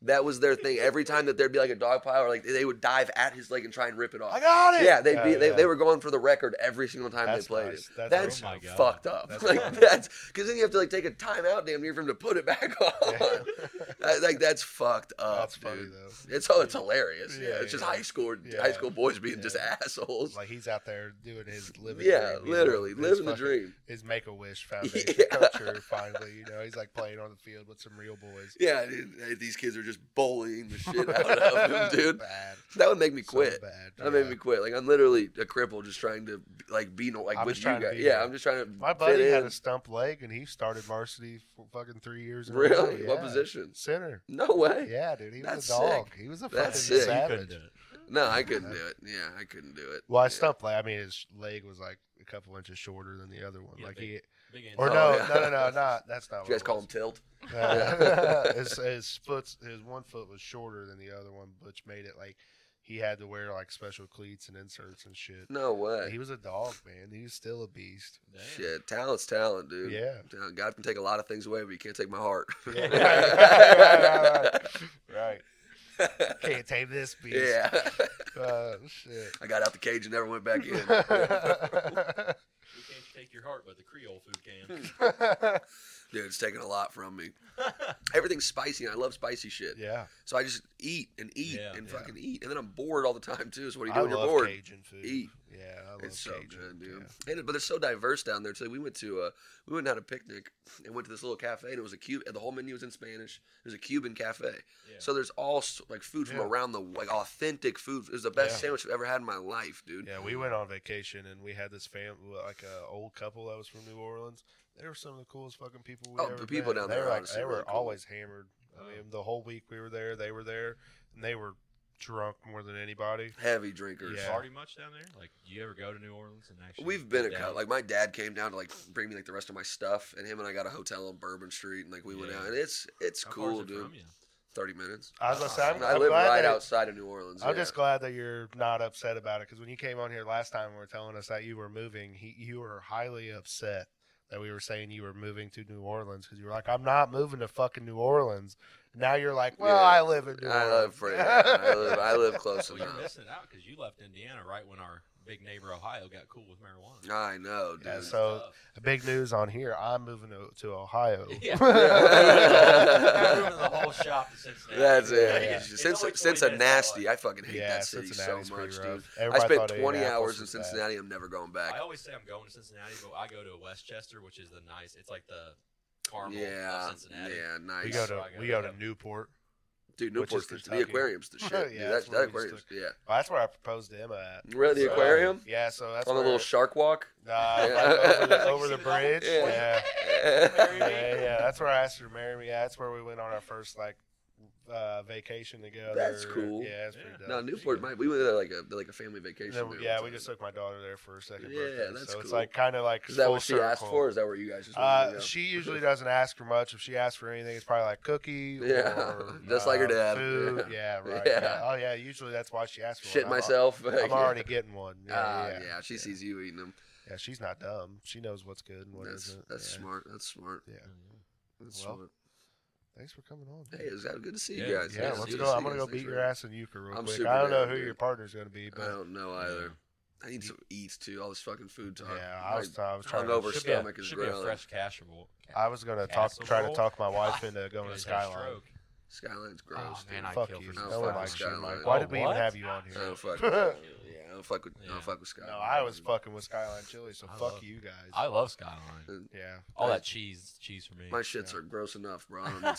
[SPEAKER 2] That was their thing. Every time that there'd be like a dog pile, or like they would dive at his leg and try and rip it
[SPEAKER 1] I
[SPEAKER 2] off.
[SPEAKER 1] got it.
[SPEAKER 2] Yeah, they'd be,
[SPEAKER 1] Yeah,
[SPEAKER 2] they,
[SPEAKER 1] yeah.
[SPEAKER 2] they were going for the record every single time
[SPEAKER 1] That's
[SPEAKER 2] they played
[SPEAKER 1] nice. That's
[SPEAKER 2] it. That's
[SPEAKER 3] Oh my
[SPEAKER 2] [laughs]
[SPEAKER 3] God.
[SPEAKER 2] fucked up.
[SPEAKER 1] That's
[SPEAKER 2] like
[SPEAKER 1] awesome.
[SPEAKER 2] that's because then you have to like take a timeout damn near for him to put it back [laughs] on.
[SPEAKER 1] [laughs]
[SPEAKER 2] That- like that's fucked up,
[SPEAKER 1] That's
[SPEAKER 2] dude.
[SPEAKER 1] funny though.
[SPEAKER 2] It's oh, it's hilarious. Yeah,
[SPEAKER 1] Yeah,
[SPEAKER 2] it's just
[SPEAKER 1] yeah.
[SPEAKER 2] high school,
[SPEAKER 1] Yeah.
[SPEAKER 2] high school boys being just
[SPEAKER 1] Yeah.
[SPEAKER 2] assholes.
[SPEAKER 1] Like he's out there doing his living.
[SPEAKER 2] yeah,
[SPEAKER 1] dream, you know,
[SPEAKER 2] literally
[SPEAKER 1] his
[SPEAKER 2] living the
[SPEAKER 1] fucking-
[SPEAKER 2] dream.
[SPEAKER 1] His Make a Wish Foundation
[SPEAKER 2] [laughs] Yeah.
[SPEAKER 1] culture. Finally, you know, he's like playing on the field with some real boys.
[SPEAKER 2] Yeah, dude, hey, these kids are just bullying the [laughs] shit
[SPEAKER 1] [laughs]
[SPEAKER 2] out of him, dude.
[SPEAKER 1] Bad.
[SPEAKER 2] That would make me
[SPEAKER 1] So
[SPEAKER 2] quit.
[SPEAKER 1] bad.
[SPEAKER 2] that would
[SPEAKER 1] yeah.
[SPEAKER 2] make me quit. Like I'm literally a cripple, just trying to like be no, like
[SPEAKER 1] I'm
[SPEAKER 2] with
[SPEAKER 1] just
[SPEAKER 2] you
[SPEAKER 1] trying to
[SPEAKER 2] guys.
[SPEAKER 1] be
[SPEAKER 2] Yeah,
[SPEAKER 1] there.
[SPEAKER 2] I'm just trying to.
[SPEAKER 1] My buddy
[SPEAKER 2] fit
[SPEAKER 1] had
[SPEAKER 2] in.
[SPEAKER 1] a stump leg, and he started varsity for fucking three years. In a row,
[SPEAKER 2] really what
[SPEAKER 1] yeah.
[SPEAKER 2] position?
[SPEAKER 1] Center.
[SPEAKER 2] No way.
[SPEAKER 1] Yeah, dude, he was
[SPEAKER 2] That's
[SPEAKER 1] a dog. He was a fucking
[SPEAKER 2] That's sick. You
[SPEAKER 3] You
[SPEAKER 1] savage.
[SPEAKER 3] couldn't do it.
[SPEAKER 2] No, I couldn't do it. Yeah, I couldn't do it.
[SPEAKER 1] Well, I
[SPEAKER 2] Yeah.
[SPEAKER 1] stumped leg. I mean, his leg was like a couple inches shorter than the other one.
[SPEAKER 3] Yeah,
[SPEAKER 1] like
[SPEAKER 3] big-
[SPEAKER 1] he,
[SPEAKER 3] Big
[SPEAKER 1] or
[SPEAKER 2] Oh,
[SPEAKER 1] no,
[SPEAKER 2] yeah.
[SPEAKER 1] no, no,
[SPEAKER 3] [laughs]
[SPEAKER 1] no,
[SPEAKER 2] [laughs]
[SPEAKER 1] not that's not.
[SPEAKER 2] Did you guys
[SPEAKER 1] what
[SPEAKER 2] call him [laughs]
[SPEAKER 1] it
[SPEAKER 2] tilt?
[SPEAKER 1] [laughs] was.
[SPEAKER 2] call him-
[SPEAKER 1] Uh, his his foot, his one foot was shorter than the other one, which made it like he had to wear like special cleats and inserts and shit.
[SPEAKER 2] No way.
[SPEAKER 1] He was a dog, man. He was still a beast.
[SPEAKER 2] Shit, talent's talent, dude.
[SPEAKER 1] Yeah.
[SPEAKER 2] Talent- Uh, God can take a lot of things away, but he can't take
[SPEAKER 1] [laughs]
[SPEAKER 2] my heart.
[SPEAKER 1] right, right, right, right. right. Can't tame this beast.
[SPEAKER 2] yeah. [laughs]
[SPEAKER 1] Oh shit.
[SPEAKER 2] I got out the cage and never went
[SPEAKER 1] [laughs]
[SPEAKER 2] back in.
[SPEAKER 3] We can't take your heart, but the Creole food can.
[SPEAKER 2] [laughs]
[SPEAKER 3] [laughs]
[SPEAKER 2] Dude, it's taking a lot from me. Everything's spicy, and I love spicy shit.
[SPEAKER 1] [laughs] yeah.
[SPEAKER 2] So I just eat and eat
[SPEAKER 3] Yeah.
[SPEAKER 2] and
[SPEAKER 1] Yeah.
[SPEAKER 2] fucking eat, and then I'm bored all the time too. So what do you
[SPEAKER 1] I
[SPEAKER 2] do when you're
[SPEAKER 1] love
[SPEAKER 2] bored?
[SPEAKER 1] Cajun food.
[SPEAKER 2] Eat.
[SPEAKER 1] Yeah, I love
[SPEAKER 2] It's so
[SPEAKER 1] Cajun.
[SPEAKER 2] good, dude.
[SPEAKER 1] yeah.
[SPEAKER 2] And, but they're so diverse down there too. We went to uh, we went and had a picnic and went to this little cafe, and it was a Cuban. The whole menu was in Spanish. It was a Cuban cafe,
[SPEAKER 3] Yeah.
[SPEAKER 2] so there's all s- like food from
[SPEAKER 1] Yeah.
[SPEAKER 2] around the like authentic food. It was the best
[SPEAKER 1] Yeah.
[SPEAKER 2] sandwich I've ever had in my life, dude.
[SPEAKER 1] Yeah, we went on vacation and we had this fam, like a old couple that was from New Orleans. They were some of the coolest fucking people we
[SPEAKER 2] Oh,
[SPEAKER 1] ever
[SPEAKER 2] the people
[SPEAKER 1] met.
[SPEAKER 2] down
[SPEAKER 1] They
[SPEAKER 2] there
[SPEAKER 1] were,
[SPEAKER 2] are
[SPEAKER 1] like,
[SPEAKER 2] honestly
[SPEAKER 1] they were
[SPEAKER 2] really cool.
[SPEAKER 1] always hammered.
[SPEAKER 3] Oh.
[SPEAKER 1] I mean, the whole week we were there, they were there, and they were drunk more than anybody.
[SPEAKER 2] Heavy drinkers.
[SPEAKER 1] Yeah.
[SPEAKER 3] Party much down there? Like, do you ever go to New Orleans and actually?
[SPEAKER 2] We've been a
[SPEAKER 3] get
[SPEAKER 2] couple.
[SPEAKER 3] down?
[SPEAKER 2] Like my dad came down to like bring me like the rest of my stuff, and him and I got a hotel on Bourbon Street, and like we went
[SPEAKER 3] Yeah.
[SPEAKER 2] out, and it's it's
[SPEAKER 3] How far is
[SPEAKER 2] cool,
[SPEAKER 3] it
[SPEAKER 2] dude.
[SPEAKER 3] from you?
[SPEAKER 2] Thirty minutes.
[SPEAKER 1] I was gonna say, I'm,
[SPEAKER 2] And I
[SPEAKER 1] I'm
[SPEAKER 2] live
[SPEAKER 1] glad
[SPEAKER 2] right
[SPEAKER 1] that-
[SPEAKER 2] outside of New Orleans.
[SPEAKER 1] I'm
[SPEAKER 2] yeah.
[SPEAKER 1] just glad that you're not upset about it because when you came on here last time and were telling us that you were moving, he, you were highly upset that we were saying you were moving to New Orleans because you were like, I'm not moving to fucking New Orleans. Now you're like, well,
[SPEAKER 2] Yeah.
[SPEAKER 1] I live in New
[SPEAKER 2] I
[SPEAKER 1] Orleans.
[SPEAKER 2] live pretty. I live, I live
[SPEAKER 3] [laughs]
[SPEAKER 2] close
[SPEAKER 3] Well, you're
[SPEAKER 2] enough.
[SPEAKER 3] missing out because you left Indiana right when our big neighbor Ohio got cool with marijuana.
[SPEAKER 2] I know, dude.
[SPEAKER 1] Yeah,
[SPEAKER 3] It's
[SPEAKER 1] so-
[SPEAKER 3] tough.
[SPEAKER 1] [laughs] Big news on here. I'm moving to, to Ohio. [laughs]
[SPEAKER 3] Yeah.
[SPEAKER 2] Yeah.
[SPEAKER 3] You're ruining the whole shop in Cincinnati.
[SPEAKER 2] That's it.
[SPEAKER 1] Yeah.
[SPEAKER 2] Yeah.
[SPEAKER 3] It's
[SPEAKER 2] Since
[SPEAKER 3] only 20
[SPEAKER 2] since
[SPEAKER 3] minutes
[SPEAKER 2] a
[SPEAKER 3] out
[SPEAKER 2] nasty,
[SPEAKER 3] of
[SPEAKER 2] I fucking hate that city so
[SPEAKER 1] Cincinnati's pretty
[SPEAKER 2] much,
[SPEAKER 1] rough.
[SPEAKER 2] dude. I
[SPEAKER 1] Everybody
[SPEAKER 2] spent
[SPEAKER 1] thought
[SPEAKER 2] 20
[SPEAKER 1] Indianapolis
[SPEAKER 2] hours in
[SPEAKER 1] was bad.
[SPEAKER 2] Cincinnati. I'm never going
[SPEAKER 3] life.
[SPEAKER 2] back.
[SPEAKER 3] I always say I'm going to Cincinnati, but I go to Westchester, which is the nice. It's like the caramel
[SPEAKER 2] Yeah,
[SPEAKER 3] of Cincinnati.
[SPEAKER 2] yeah, nice.
[SPEAKER 1] We go to
[SPEAKER 3] I go
[SPEAKER 1] we go
[SPEAKER 3] to-
[SPEAKER 1] to Newport.
[SPEAKER 2] Dude,
[SPEAKER 1] Which is
[SPEAKER 2] Newport's the, the
[SPEAKER 1] Kentucky. [laughs]
[SPEAKER 2] aquarium's the shit.
[SPEAKER 1] Yeah,
[SPEAKER 2] Dude, that,
[SPEAKER 1] that's
[SPEAKER 2] that
[SPEAKER 1] really
[SPEAKER 2] aquarium's,
[SPEAKER 1] just
[SPEAKER 2] yeah.
[SPEAKER 1] Well, that's where I proposed to Emma at.
[SPEAKER 2] We're at the
[SPEAKER 1] So,
[SPEAKER 2] aquarium
[SPEAKER 1] Yeah, so that's
[SPEAKER 2] on a
[SPEAKER 1] where,
[SPEAKER 2] little
[SPEAKER 1] [laughs]
[SPEAKER 2] shark walk.
[SPEAKER 1] Nah,
[SPEAKER 2] Yeah.
[SPEAKER 1] Uh, like over
[SPEAKER 2] [laughs] Like,
[SPEAKER 1] the, over
[SPEAKER 4] see
[SPEAKER 1] the
[SPEAKER 4] the
[SPEAKER 1] bridge.
[SPEAKER 2] bubble?
[SPEAKER 1] Yeah.
[SPEAKER 2] Yeah. [laughs]
[SPEAKER 1] yeah, yeah, yeah. That's where I asked her to marry me. Yeah, that's where we went on our first like uh, vacation together.
[SPEAKER 2] That's cool.
[SPEAKER 1] Yeah, it's
[SPEAKER 3] Yeah.
[SPEAKER 1] pretty
[SPEAKER 2] No,
[SPEAKER 1] dope.
[SPEAKER 2] Newport might. We went there like a like a family
[SPEAKER 1] And
[SPEAKER 2] vacation.
[SPEAKER 1] then-
[SPEAKER 2] there
[SPEAKER 1] yeah,
[SPEAKER 2] one
[SPEAKER 1] we
[SPEAKER 2] time.
[SPEAKER 1] just took my daughter there for her second
[SPEAKER 2] Yeah,
[SPEAKER 1] birthday.
[SPEAKER 2] that's
[SPEAKER 1] so it's
[SPEAKER 2] cool.
[SPEAKER 1] like kind of like
[SPEAKER 2] Is that
[SPEAKER 1] full
[SPEAKER 2] what she
[SPEAKER 1] circle.
[SPEAKER 2] asked for? or Is that where you guys just? wanted to
[SPEAKER 1] Uh,
[SPEAKER 2] go?
[SPEAKER 1] she usually doesn't ask for much. If she asks for anything, it's probably like cookie.
[SPEAKER 2] Yeah,
[SPEAKER 1] or,
[SPEAKER 2] [laughs] just like her
[SPEAKER 1] uh,
[SPEAKER 2] dad.
[SPEAKER 1] Food. Yeah, right.
[SPEAKER 2] [laughs] Yeah.
[SPEAKER 1] Yeah. Oh yeah, usually that's why she asked for
[SPEAKER 2] Shit
[SPEAKER 1] one. I'm al-
[SPEAKER 2] myself. [laughs]
[SPEAKER 1] I'm already getting one. Yeah,
[SPEAKER 2] Ah,
[SPEAKER 1] yeah,
[SPEAKER 2] yeah, she sees you eating them.
[SPEAKER 1] Yeah, she's not dumb. She knows what's good and what
[SPEAKER 2] That's
[SPEAKER 1] not
[SPEAKER 2] that's
[SPEAKER 1] yeah.
[SPEAKER 2] smart. That's smart.
[SPEAKER 1] Yeah.
[SPEAKER 3] Mm-hmm.
[SPEAKER 2] That's
[SPEAKER 1] Well,
[SPEAKER 2] smart.
[SPEAKER 1] Thanks for coming on.
[SPEAKER 2] Hey, it was good to see
[SPEAKER 3] Yeah,
[SPEAKER 2] you guys.
[SPEAKER 3] it's
[SPEAKER 1] Yeah,
[SPEAKER 3] good
[SPEAKER 2] Nice
[SPEAKER 3] to
[SPEAKER 1] let's
[SPEAKER 3] see
[SPEAKER 2] to
[SPEAKER 1] go.
[SPEAKER 3] you.
[SPEAKER 2] see
[SPEAKER 1] I'm gonna
[SPEAKER 2] you
[SPEAKER 1] go
[SPEAKER 2] guys
[SPEAKER 1] beat
[SPEAKER 2] next
[SPEAKER 1] your
[SPEAKER 2] week.
[SPEAKER 1] ass in euchre real
[SPEAKER 2] I'm
[SPEAKER 1] quick.
[SPEAKER 2] super
[SPEAKER 1] I don't know
[SPEAKER 2] down,
[SPEAKER 1] who
[SPEAKER 2] dude. Um,
[SPEAKER 1] your partner's gonna be,
[SPEAKER 2] I
[SPEAKER 1] but
[SPEAKER 2] don't know either. I need to eat too. All this fucking food talk.
[SPEAKER 1] yeah, I was, I was trying.
[SPEAKER 2] uh,
[SPEAKER 1] To,
[SPEAKER 2] hungover
[SPEAKER 3] Should be a-
[SPEAKER 2] stomach is
[SPEAKER 3] should be a
[SPEAKER 2] growling.
[SPEAKER 3] fresh cashable.
[SPEAKER 1] I was gonna talk,
[SPEAKER 3] Castle
[SPEAKER 1] try to
[SPEAKER 3] Roll?
[SPEAKER 1] talk my wife
[SPEAKER 2] [laughs]
[SPEAKER 1] into
[SPEAKER 3] You
[SPEAKER 1] going to
[SPEAKER 3] just had a
[SPEAKER 1] Skyline.
[SPEAKER 3] stroke.
[SPEAKER 2] Skyline's gross.
[SPEAKER 3] Oh,
[SPEAKER 2] dude.
[SPEAKER 3] man, I
[SPEAKER 1] Fuck
[SPEAKER 3] kill
[SPEAKER 1] you.
[SPEAKER 3] for
[SPEAKER 1] No one
[SPEAKER 2] Skyline.
[SPEAKER 1] likes you, Mike.
[SPEAKER 2] Skyline.
[SPEAKER 1] Why did we
[SPEAKER 3] Oh,
[SPEAKER 1] even
[SPEAKER 3] what?
[SPEAKER 1] have you on
[SPEAKER 2] I
[SPEAKER 1] here? [laughs]
[SPEAKER 2] don't fuck. With, yeah, I don't fuck with. I
[SPEAKER 3] Yeah.
[SPEAKER 2] don't fuck with Skyline.
[SPEAKER 1] No, I was fucking with Skyline Chili, so
[SPEAKER 3] I
[SPEAKER 1] fuck
[SPEAKER 3] love-
[SPEAKER 1] you guys.
[SPEAKER 3] I love Skyline.
[SPEAKER 1] yeah,
[SPEAKER 3] All that cheese, cheese for me. [laughs]
[SPEAKER 2] My shits
[SPEAKER 1] Yeah.
[SPEAKER 2] are gross enough, bro. I don't need [laughs]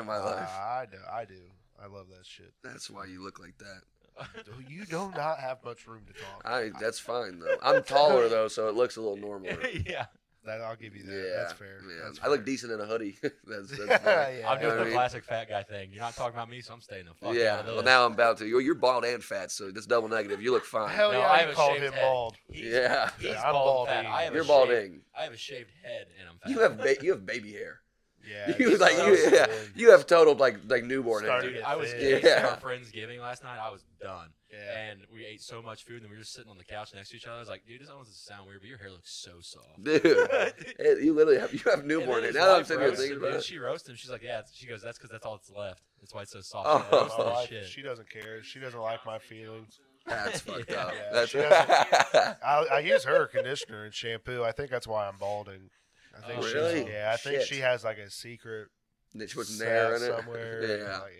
[SPEAKER 1] [laughs]
[SPEAKER 2] in my
[SPEAKER 1] Uh,
[SPEAKER 2] life.
[SPEAKER 1] I do. I do. I love that shit.
[SPEAKER 2] That's why you look like that.
[SPEAKER 1] You
[SPEAKER 2] [laughs]
[SPEAKER 1] do not have much room to talk.
[SPEAKER 2] I. That's fine though. I'm
[SPEAKER 1] [laughs]
[SPEAKER 2] taller though, so it looks a little normal.
[SPEAKER 3] yeah,
[SPEAKER 1] That I'll give you that.
[SPEAKER 2] Yeah,
[SPEAKER 1] That's fair.
[SPEAKER 2] Yeah.
[SPEAKER 1] That's
[SPEAKER 2] I look
[SPEAKER 1] fair.
[SPEAKER 2] decent in a hoodie. [laughs]
[SPEAKER 1] [laughs]
[SPEAKER 2] that's that's fine.
[SPEAKER 1] yeah,
[SPEAKER 3] I'm doing
[SPEAKER 2] I
[SPEAKER 3] the
[SPEAKER 2] mean-
[SPEAKER 3] classic fat guy thing. You're not talking about me, so I'm staying the fuck out
[SPEAKER 2] yeah.
[SPEAKER 3] of this.
[SPEAKER 2] Well, now I'm about to. You're, you're bald and fat, so that's double negative. You look fine.
[SPEAKER 1] Hell
[SPEAKER 3] No,
[SPEAKER 1] yeah,
[SPEAKER 3] I
[SPEAKER 1] I
[SPEAKER 3] have a
[SPEAKER 1] called
[SPEAKER 3] shaved
[SPEAKER 1] him
[SPEAKER 3] head.
[SPEAKER 1] bald.
[SPEAKER 3] He's-
[SPEAKER 2] yeah.
[SPEAKER 3] he's
[SPEAKER 1] Yeah, I'm
[SPEAKER 3] bald and fat.
[SPEAKER 1] balding.
[SPEAKER 3] I
[SPEAKER 2] [laughs]
[SPEAKER 3] have a
[SPEAKER 2] You're
[SPEAKER 3] shaved-
[SPEAKER 2] balding.
[SPEAKER 3] I have a shaved head and I'm fat.
[SPEAKER 2] You have ba- you have baby hair. [laughs]
[SPEAKER 1] Yeah,
[SPEAKER 2] You
[SPEAKER 1] it's
[SPEAKER 2] like
[SPEAKER 1] so
[SPEAKER 2] you, yeah,
[SPEAKER 1] good.
[SPEAKER 2] you have total like like newborn hair.
[SPEAKER 1] Started-
[SPEAKER 3] Dude, I was
[SPEAKER 1] Yeah.
[SPEAKER 3] yeah. at
[SPEAKER 2] Yeah.
[SPEAKER 3] our friend's giving last night. I was done,
[SPEAKER 1] Yeah.
[SPEAKER 3] and we ate so much food, and we were just sitting on the couch next to each other. I was like, "Dude, this almost sound weird, but your hair looks so soft."
[SPEAKER 2] [laughs] Dude, hey, you literally have you
[SPEAKER 1] [laughs]
[SPEAKER 2] have
[SPEAKER 3] And then
[SPEAKER 2] newborn hair.
[SPEAKER 3] his
[SPEAKER 2] Now that I'm
[SPEAKER 3] wife
[SPEAKER 2] sitting here
[SPEAKER 3] roasted
[SPEAKER 2] thinking
[SPEAKER 3] him,
[SPEAKER 2] about
[SPEAKER 3] dude.
[SPEAKER 2] it.
[SPEAKER 3] She roasted him. She's like, "Yeah." She goes, "That's because that's all that's left. That's why it's so soft."
[SPEAKER 2] Oh.
[SPEAKER 3] I roasted
[SPEAKER 1] My
[SPEAKER 3] the
[SPEAKER 1] wife,
[SPEAKER 3] shit.
[SPEAKER 1] she doesn't care. She doesn't like my feelings.
[SPEAKER 2] That's fucked
[SPEAKER 3] Yeah.
[SPEAKER 2] up.
[SPEAKER 1] [laughs] Yeah,
[SPEAKER 2] That's
[SPEAKER 1] she
[SPEAKER 2] [laughs]
[SPEAKER 1] I, I use her [laughs] conditioner and shampoo. I think that's why I'm balding. I think
[SPEAKER 3] Oh,
[SPEAKER 1] she's-
[SPEAKER 2] really?
[SPEAKER 1] Yeah, I think
[SPEAKER 2] Shit.
[SPEAKER 1] she has like a secret
[SPEAKER 2] Niche with
[SPEAKER 1] set
[SPEAKER 2] nair in it.
[SPEAKER 1] somewhere.
[SPEAKER 2] [laughs] Yeah.
[SPEAKER 1] Like,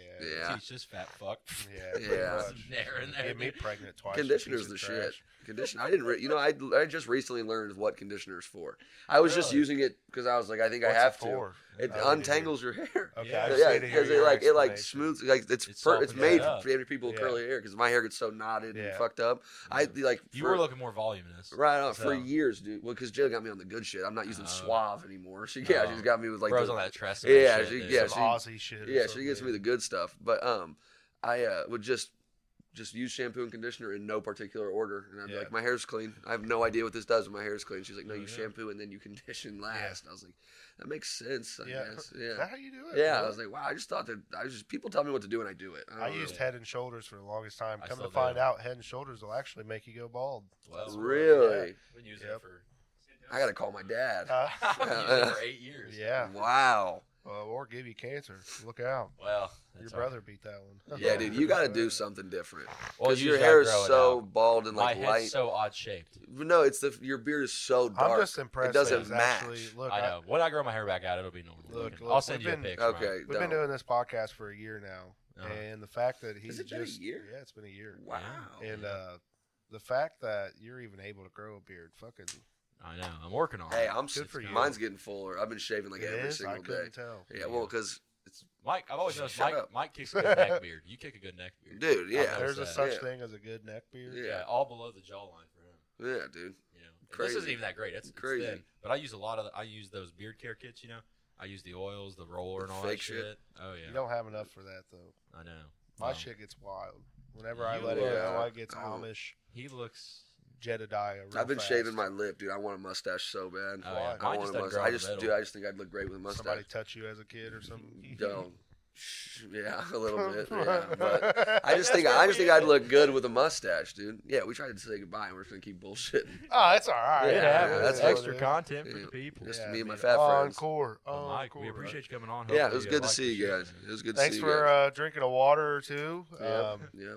[SPEAKER 2] Yeah.
[SPEAKER 3] Teach this fat fuck.
[SPEAKER 1] yeah, yeah.
[SPEAKER 2] Yeah.
[SPEAKER 1] pretty
[SPEAKER 3] Some nair in
[SPEAKER 1] much.
[SPEAKER 3] [laughs] there,
[SPEAKER 1] Get me
[SPEAKER 3] dude.
[SPEAKER 1] pregnant twice. you
[SPEAKER 2] Conditioner's
[SPEAKER 1] piece
[SPEAKER 2] the
[SPEAKER 1] of
[SPEAKER 2] shit.
[SPEAKER 1] trash.
[SPEAKER 2] Conditioner. I didn't. Re- you know, I, I just recently learned what conditioner's for. I was just
[SPEAKER 3] Really?
[SPEAKER 2] using it because I was like, I think
[SPEAKER 1] What's
[SPEAKER 2] I have
[SPEAKER 1] it
[SPEAKER 2] to.
[SPEAKER 1] for?
[SPEAKER 2] It
[SPEAKER 1] I don't need to hear.
[SPEAKER 2] untangles your hair.
[SPEAKER 1] Okay,
[SPEAKER 3] Yeah.
[SPEAKER 1] I just
[SPEAKER 2] yeah,
[SPEAKER 1] need to hear
[SPEAKER 2] because it
[SPEAKER 1] your
[SPEAKER 2] like it like
[SPEAKER 1] explanation.
[SPEAKER 2] smooths like it's
[SPEAKER 3] It
[SPEAKER 2] per, it's
[SPEAKER 3] softens
[SPEAKER 2] made
[SPEAKER 3] it up.
[SPEAKER 2] for people with
[SPEAKER 1] Yeah.
[SPEAKER 2] curly hair because my hair gets so knotted and
[SPEAKER 1] Yeah.
[SPEAKER 2] fucked up. I like
[SPEAKER 3] You
[SPEAKER 2] for-
[SPEAKER 3] were looking more voluminous.
[SPEAKER 2] Right on for
[SPEAKER 3] So-
[SPEAKER 2] years, dude. Well, because Jill got me on the good shit. I'm not using
[SPEAKER 3] Oh.
[SPEAKER 2] Suave anymore. [laughs] She yeah,
[SPEAKER 3] Oh.
[SPEAKER 2] she's got me with like
[SPEAKER 3] Bro's
[SPEAKER 2] the,
[SPEAKER 3] on that tress.
[SPEAKER 2] Yeah, she- yeah,
[SPEAKER 1] Some
[SPEAKER 2] she-
[SPEAKER 1] Aussie shit. or
[SPEAKER 2] yeah. She gets
[SPEAKER 1] something.
[SPEAKER 2] me the good stuff. But um, I uh, would just just use shampoo and conditioner in no particular order, and I'd be
[SPEAKER 1] Yeah.
[SPEAKER 2] like, my hair's clean. I have no idea what this does, but my hair's clean. She's like, no,
[SPEAKER 3] Oh,
[SPEAKER 2] you
[SPEAKER 3] yeah.
[SPEAKER 2] shampoo and then you condition last. I was like, that makes sense. I
[SPEAKER 1] Yeah.
[SPEAKER 2] guess.
[SPEAKER 1] Is
[SPEAKER 2] Yeah.
[SPEAKER 1] that how you do it?
[SPEAKER 2] Yeah, I
[SPEAKER 1] Really?
[SPEAKER 2] was like, wow. I just thought that I was just people tell me what to do and I do it.
[SPEAKER 1] I
[SPEAKER 2] don't know.
[SPEAKER 1] used Head and Shoulders for the longest time.
[SPEAKER 3] I
[SPEAKER 1] Come
[SPEAKER 3] still
[SPEAKER 1] to
[SPEAKER 3] do.
[SPEAKER 1] find out, Head and Shoulders will actually make you go bald.
[SPEAKER 3] Well,
[SPEAKER 2] really.
[SPEAKER 3] Been using
[SPEAKER 1] Yep.
[SPEAKER 3] it
[SPEAKER 2] [laughs]
[SPEAKER 3] for,
[SPEAKER 2] I gotta call my dad.
[SPEAKER 1] Uh,
[SPEAKER 2] [laughs]
[SPEAKER 3] I've been using it for eight years.
[SPEAKER 1] yeah,
[SPEAKER 2] Wow.
[SPEAKER 1] uh, or give you cancer. Look out,
[SPEAKER 3] Well,
[SPEAKER 1] your
[SPEAKER 3] that's all
[SPEAKER 1] brother beat that one.
[SPEAKER 2] [laughs] Yeah, dude, you gotta
[SPEAKER 1] [laughs]
[SPEAKER 2] do something different.
[SPEAKER 3] right. Well,
[SPEAKER 2] Because
[SPEAKER 3] you
[SPEAKER 2] your
[SPEAKER 3] just gotta
[SPEAKER 2] hair is
[SPEAKER 3] grow it
[SPEAKER 2] so
[SPEAKER 3] out.
[SPEAKER 2] bald and
[SPEAKER 3] My
[SPEAKER 2] like
[SPEAKER 3] head's
[SPEAKER 2] light.
[SPEAKER 3] so odd shaped.
[SPEAKER 2] no, it's the your beard is so dark.
[SPEAKER 1] I'm just impressed.
[SPEAKER 2] It doesn't
[SPEAKER 1] that it's Actually,
[SPEAKER 2] match.
[SPEAKER 1] look,
[SPEAKER 3] I
[SPEAKER 1] I-
[SPEAKER 3] know. When I grow my hair back out, it'll be normal.
[SPEAKER 1] Look,
[SPEAKER 3] looking.
[SPEAKER 1] look,
[SPEAKER 3] I'll send
[SPEAKER 1] we've
[SPEAKER 3] you a
[SPEAKER 1] been-
[SPEAKER 3] picture.
[SPEAKER 2] okay.
[SPEAKER 1] We've been
[SPEAKER 2] don't.
[SPEAKER 1] doing this podcast for a year now,
[SPEAKER 3] Uh-huh.
[SPEAKER 1] and the fact that he's
[SPEAKER 2] it been a
[SPEAKER 1] just
[SPEAKER 2] year? Oh,
[SPEAKER 1] yeah, it's been a year,
[SPEAKER 2] Wow.
[SPEAKER 1] and uh, the fact that you're even able to grow a beard, fucking
[SPEAKER 3] I know. I'm working on
[SPEAKER 2] Hey,
[SPEAKER 3] it.
[SPEAKER 2] I'm
[SPEAKER 1] good for you.
[SPEAKER 2] mine's getting fuller. I've been shaving like
[SPEAKER 1] it
[SPEAKER 2] every
[SPEAKER 1] is? I
[SPEAKER 2] single day.
[SPEAKER 1] couldn't tell.
[SPEAKER 2] Yeah, well, because
[SPEAKER 3] Mike, I've always noticed
[SPEAKER 2] Shut
[SPEAKER 3] Mike,
[SPEAKER 2] up.
[SPEAKER 3] Mike kicks a good
[SPEAKER 2] [laughs]
[SPEAKER 3] neck beard. You kick a good neck beard.
[SPEAKER 2] dude, yeah,
[SPEAKER 3] noticed
[SPEAKER 1] There's a
[SPEAKER 3] that.
[SPEAKER 1] such
[SPEAKER 2] Yeah.
[SPEAKER 1] thing as a good neck beard.
[SPEAKER 2] Yeah.
[SPEAKER 3] Yeah. all below the jawline for him.
[SPEAKER 2] yeah, dude.
[SPEAKER 3] You know, And
[SPEAKER 2] Crazy.
[SPEAKER 3] this isn't even that great. It's, it's
[SPEAKER 2] Crazy.
[SPEAKER 3] thin. But I use a lot of. The, I use those beard care kits. You know, I use the oils, the roller, and all
[SPEAKER 2] Fake
[SPEAKER 3] that
[SPEAKER 2] shit.
[SPEAKER 3] shit. Oh yeah,
[SPEAKER 1] You don't have enough for that though.
[SPEAKER 3] I know.
[SPEAKER 1] My
[SPEAKER 3] Wow.
[SPEAKER 1] shit gets wild. Whenever I
[SPEAKER 3] You
[SPEAKER 1] let it go,
[SPEAKER 2] are-
[SPEAKER 1] it gets
[SPEAKER 2] oh.
[SPEAKER 1] Amish
[SPEAKER 3] He looks.
[SPEAKER 1] Jedediah. real
[SPEAKER 2] I've been
[SPEAKER 1] fast. Uh,
[SPEAKER 2] shaving my lip, dude. I want a mustache so bad.
[SPEAKER 3] Oh,
[SPEAKER 1] Why?
[SPEAKER 3] yeah.
[SPEAKER 2] I
[SPEAKER 3] Mine just
[SPEAKER 2] want a
[SPEAKER 3] doesn't
[SPEAKER 2] mustache.
[SPEAKER 3] grow
[SPEAKER 2] I
[SPEAKER 3] in the
[SPEAKER 2] just,
[SPEAKER 3] middle.
[SPEAKER 2] dude, I just think I'd look great with a
[SPEAKER 1] Somebody
[SPEAKER 2] mustache.
[SPEAKER 1] touch you as a kid or
[SPEAKER 2] [laughs]
[SPEAKER 1] something?
[SPEAKER 2] Don't. Yeah, [laughs]
[SPEAKER 1] [laughs]
[SPEAKER 2] a little bit. Yeah, but I just think I just think I'd look good with a mustache, dude. Yeah, we tried to say goodbye, and we're just gonna keep bullshitting.
[SPEAKER 1] [laughs] Oh, it's all right.
[SPEAKER 2] Yeah, yeah,
[SPEAKER 1] man.
[SPEAKER 2] that's
[SPEAKER 1] It's all
[SPEAKER 2] extra
[SPEAKER 1] good.
[SPEAKER 3] content
[SPEAKER 2] for the Yeah.
[SPEAKER 3] people.
[SPEAKER 2] Just
[SPEAKER 1] Yeah,
[SPEAKER 2] me and my
[SPEAKER 1] man.
[SPEAKER 2] fat friends.
[SPEAKER 1] Encore.
[SPEAKER 3] Well, Mike,
[SPEAKER 1] encore.
[SPEAKER 3] we appreciate you coming on.
[SPEAKER 2] Yeah, it
[SPEAKER 3] Hopefully uh,
[SPEAKER 2] was
[SPEAKER 3] you
[SPEAKER 2] good to
[SPEAKER 3] like
[SPEAKER 2] see
[SPEAKER 3] the
[SPEAKER 2] you
[SPEAKER 3] show,
[SPEAKER 2] guys.
[SPEAKER 3] man.
[SPEAKER 2] It was good
[SPEAKER 1] Thanks
[SPEAKER 2] to see
[SPEAKER 1] for
[SPEAKER 2] you
[SPEAKER 1] uh, drinking a water or two.
[SPEAKER 2] guys.
[SPEAKER 1] Um,
[SPEAKER 2] yep.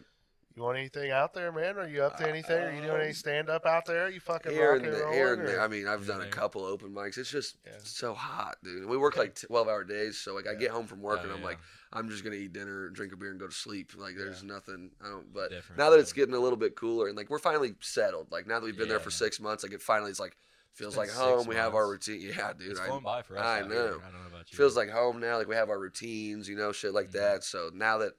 [SPEAKER 1] you want anything out there, man? Are you up to anything? Are you doing any
[SPEAKER 2] Um,
[SPEAKER 1] stand up out there? You fucking
[SPEAKER 2] Yep. Here and
[SPEAKER 1] rocking and
[SPEAKER 2] there,
[SPEAKER 1] rolling?
[SPEAKER 2] here and
[SPEAKER 1] or-
[SPEAKER 2] there. I mean, I've
[SPEAKER 3] Yeah,
[SPEAKER 2] done a
[SPEAKER 3] man.
[SPEAKER 2] couple open mics. It's just
[SPEAKER 1] Yeah.
[SPEAKER 2] so hot, dude. And we work like twelve hour days, so like I get home from work
[SPEAKER 3] Oh,
[SPEAKER 2] and I'm
[SPEAKER 3] yeah.
[SPEAKER 2] like, I'm just gonna eat dinner, drink a beer, and go to sleep. Like there's nothing. I don't. But
[SPEAKER 3] Different,
[SPEAKER 2] now that it's
[SPEAKER 3] yeah.
[SPEAKER 2] getting a little bit cooler and like we're finally settled. Like now that we've been there for
[SPEAKER 3] Yeah.
[SPEAKER 2] six months, like it finally is like Feels
[SPEAKER 3] been
[SPEAKER 2] like
[SPEAKER 3] six
[SPEAKER 2] home. We have our
[SPEAKER 3] months.
[SPEAKER 2] routine. Yeah, dude.
[SPEAKER 3] it's
[SPEAKER 2] I,
[SPEAKER 3] flown by for us.
[SPEAKER 2] I
[SPEAKER 3] out here.
[SPEAKER 2] know.
[SPEAKER 3] I don't know about you.
[SPEAKER 2] feels like home now. Like we have our routines, you know, shit like
[SPEAKER 3] Mhm.
[SPEAKER 2] that. So now that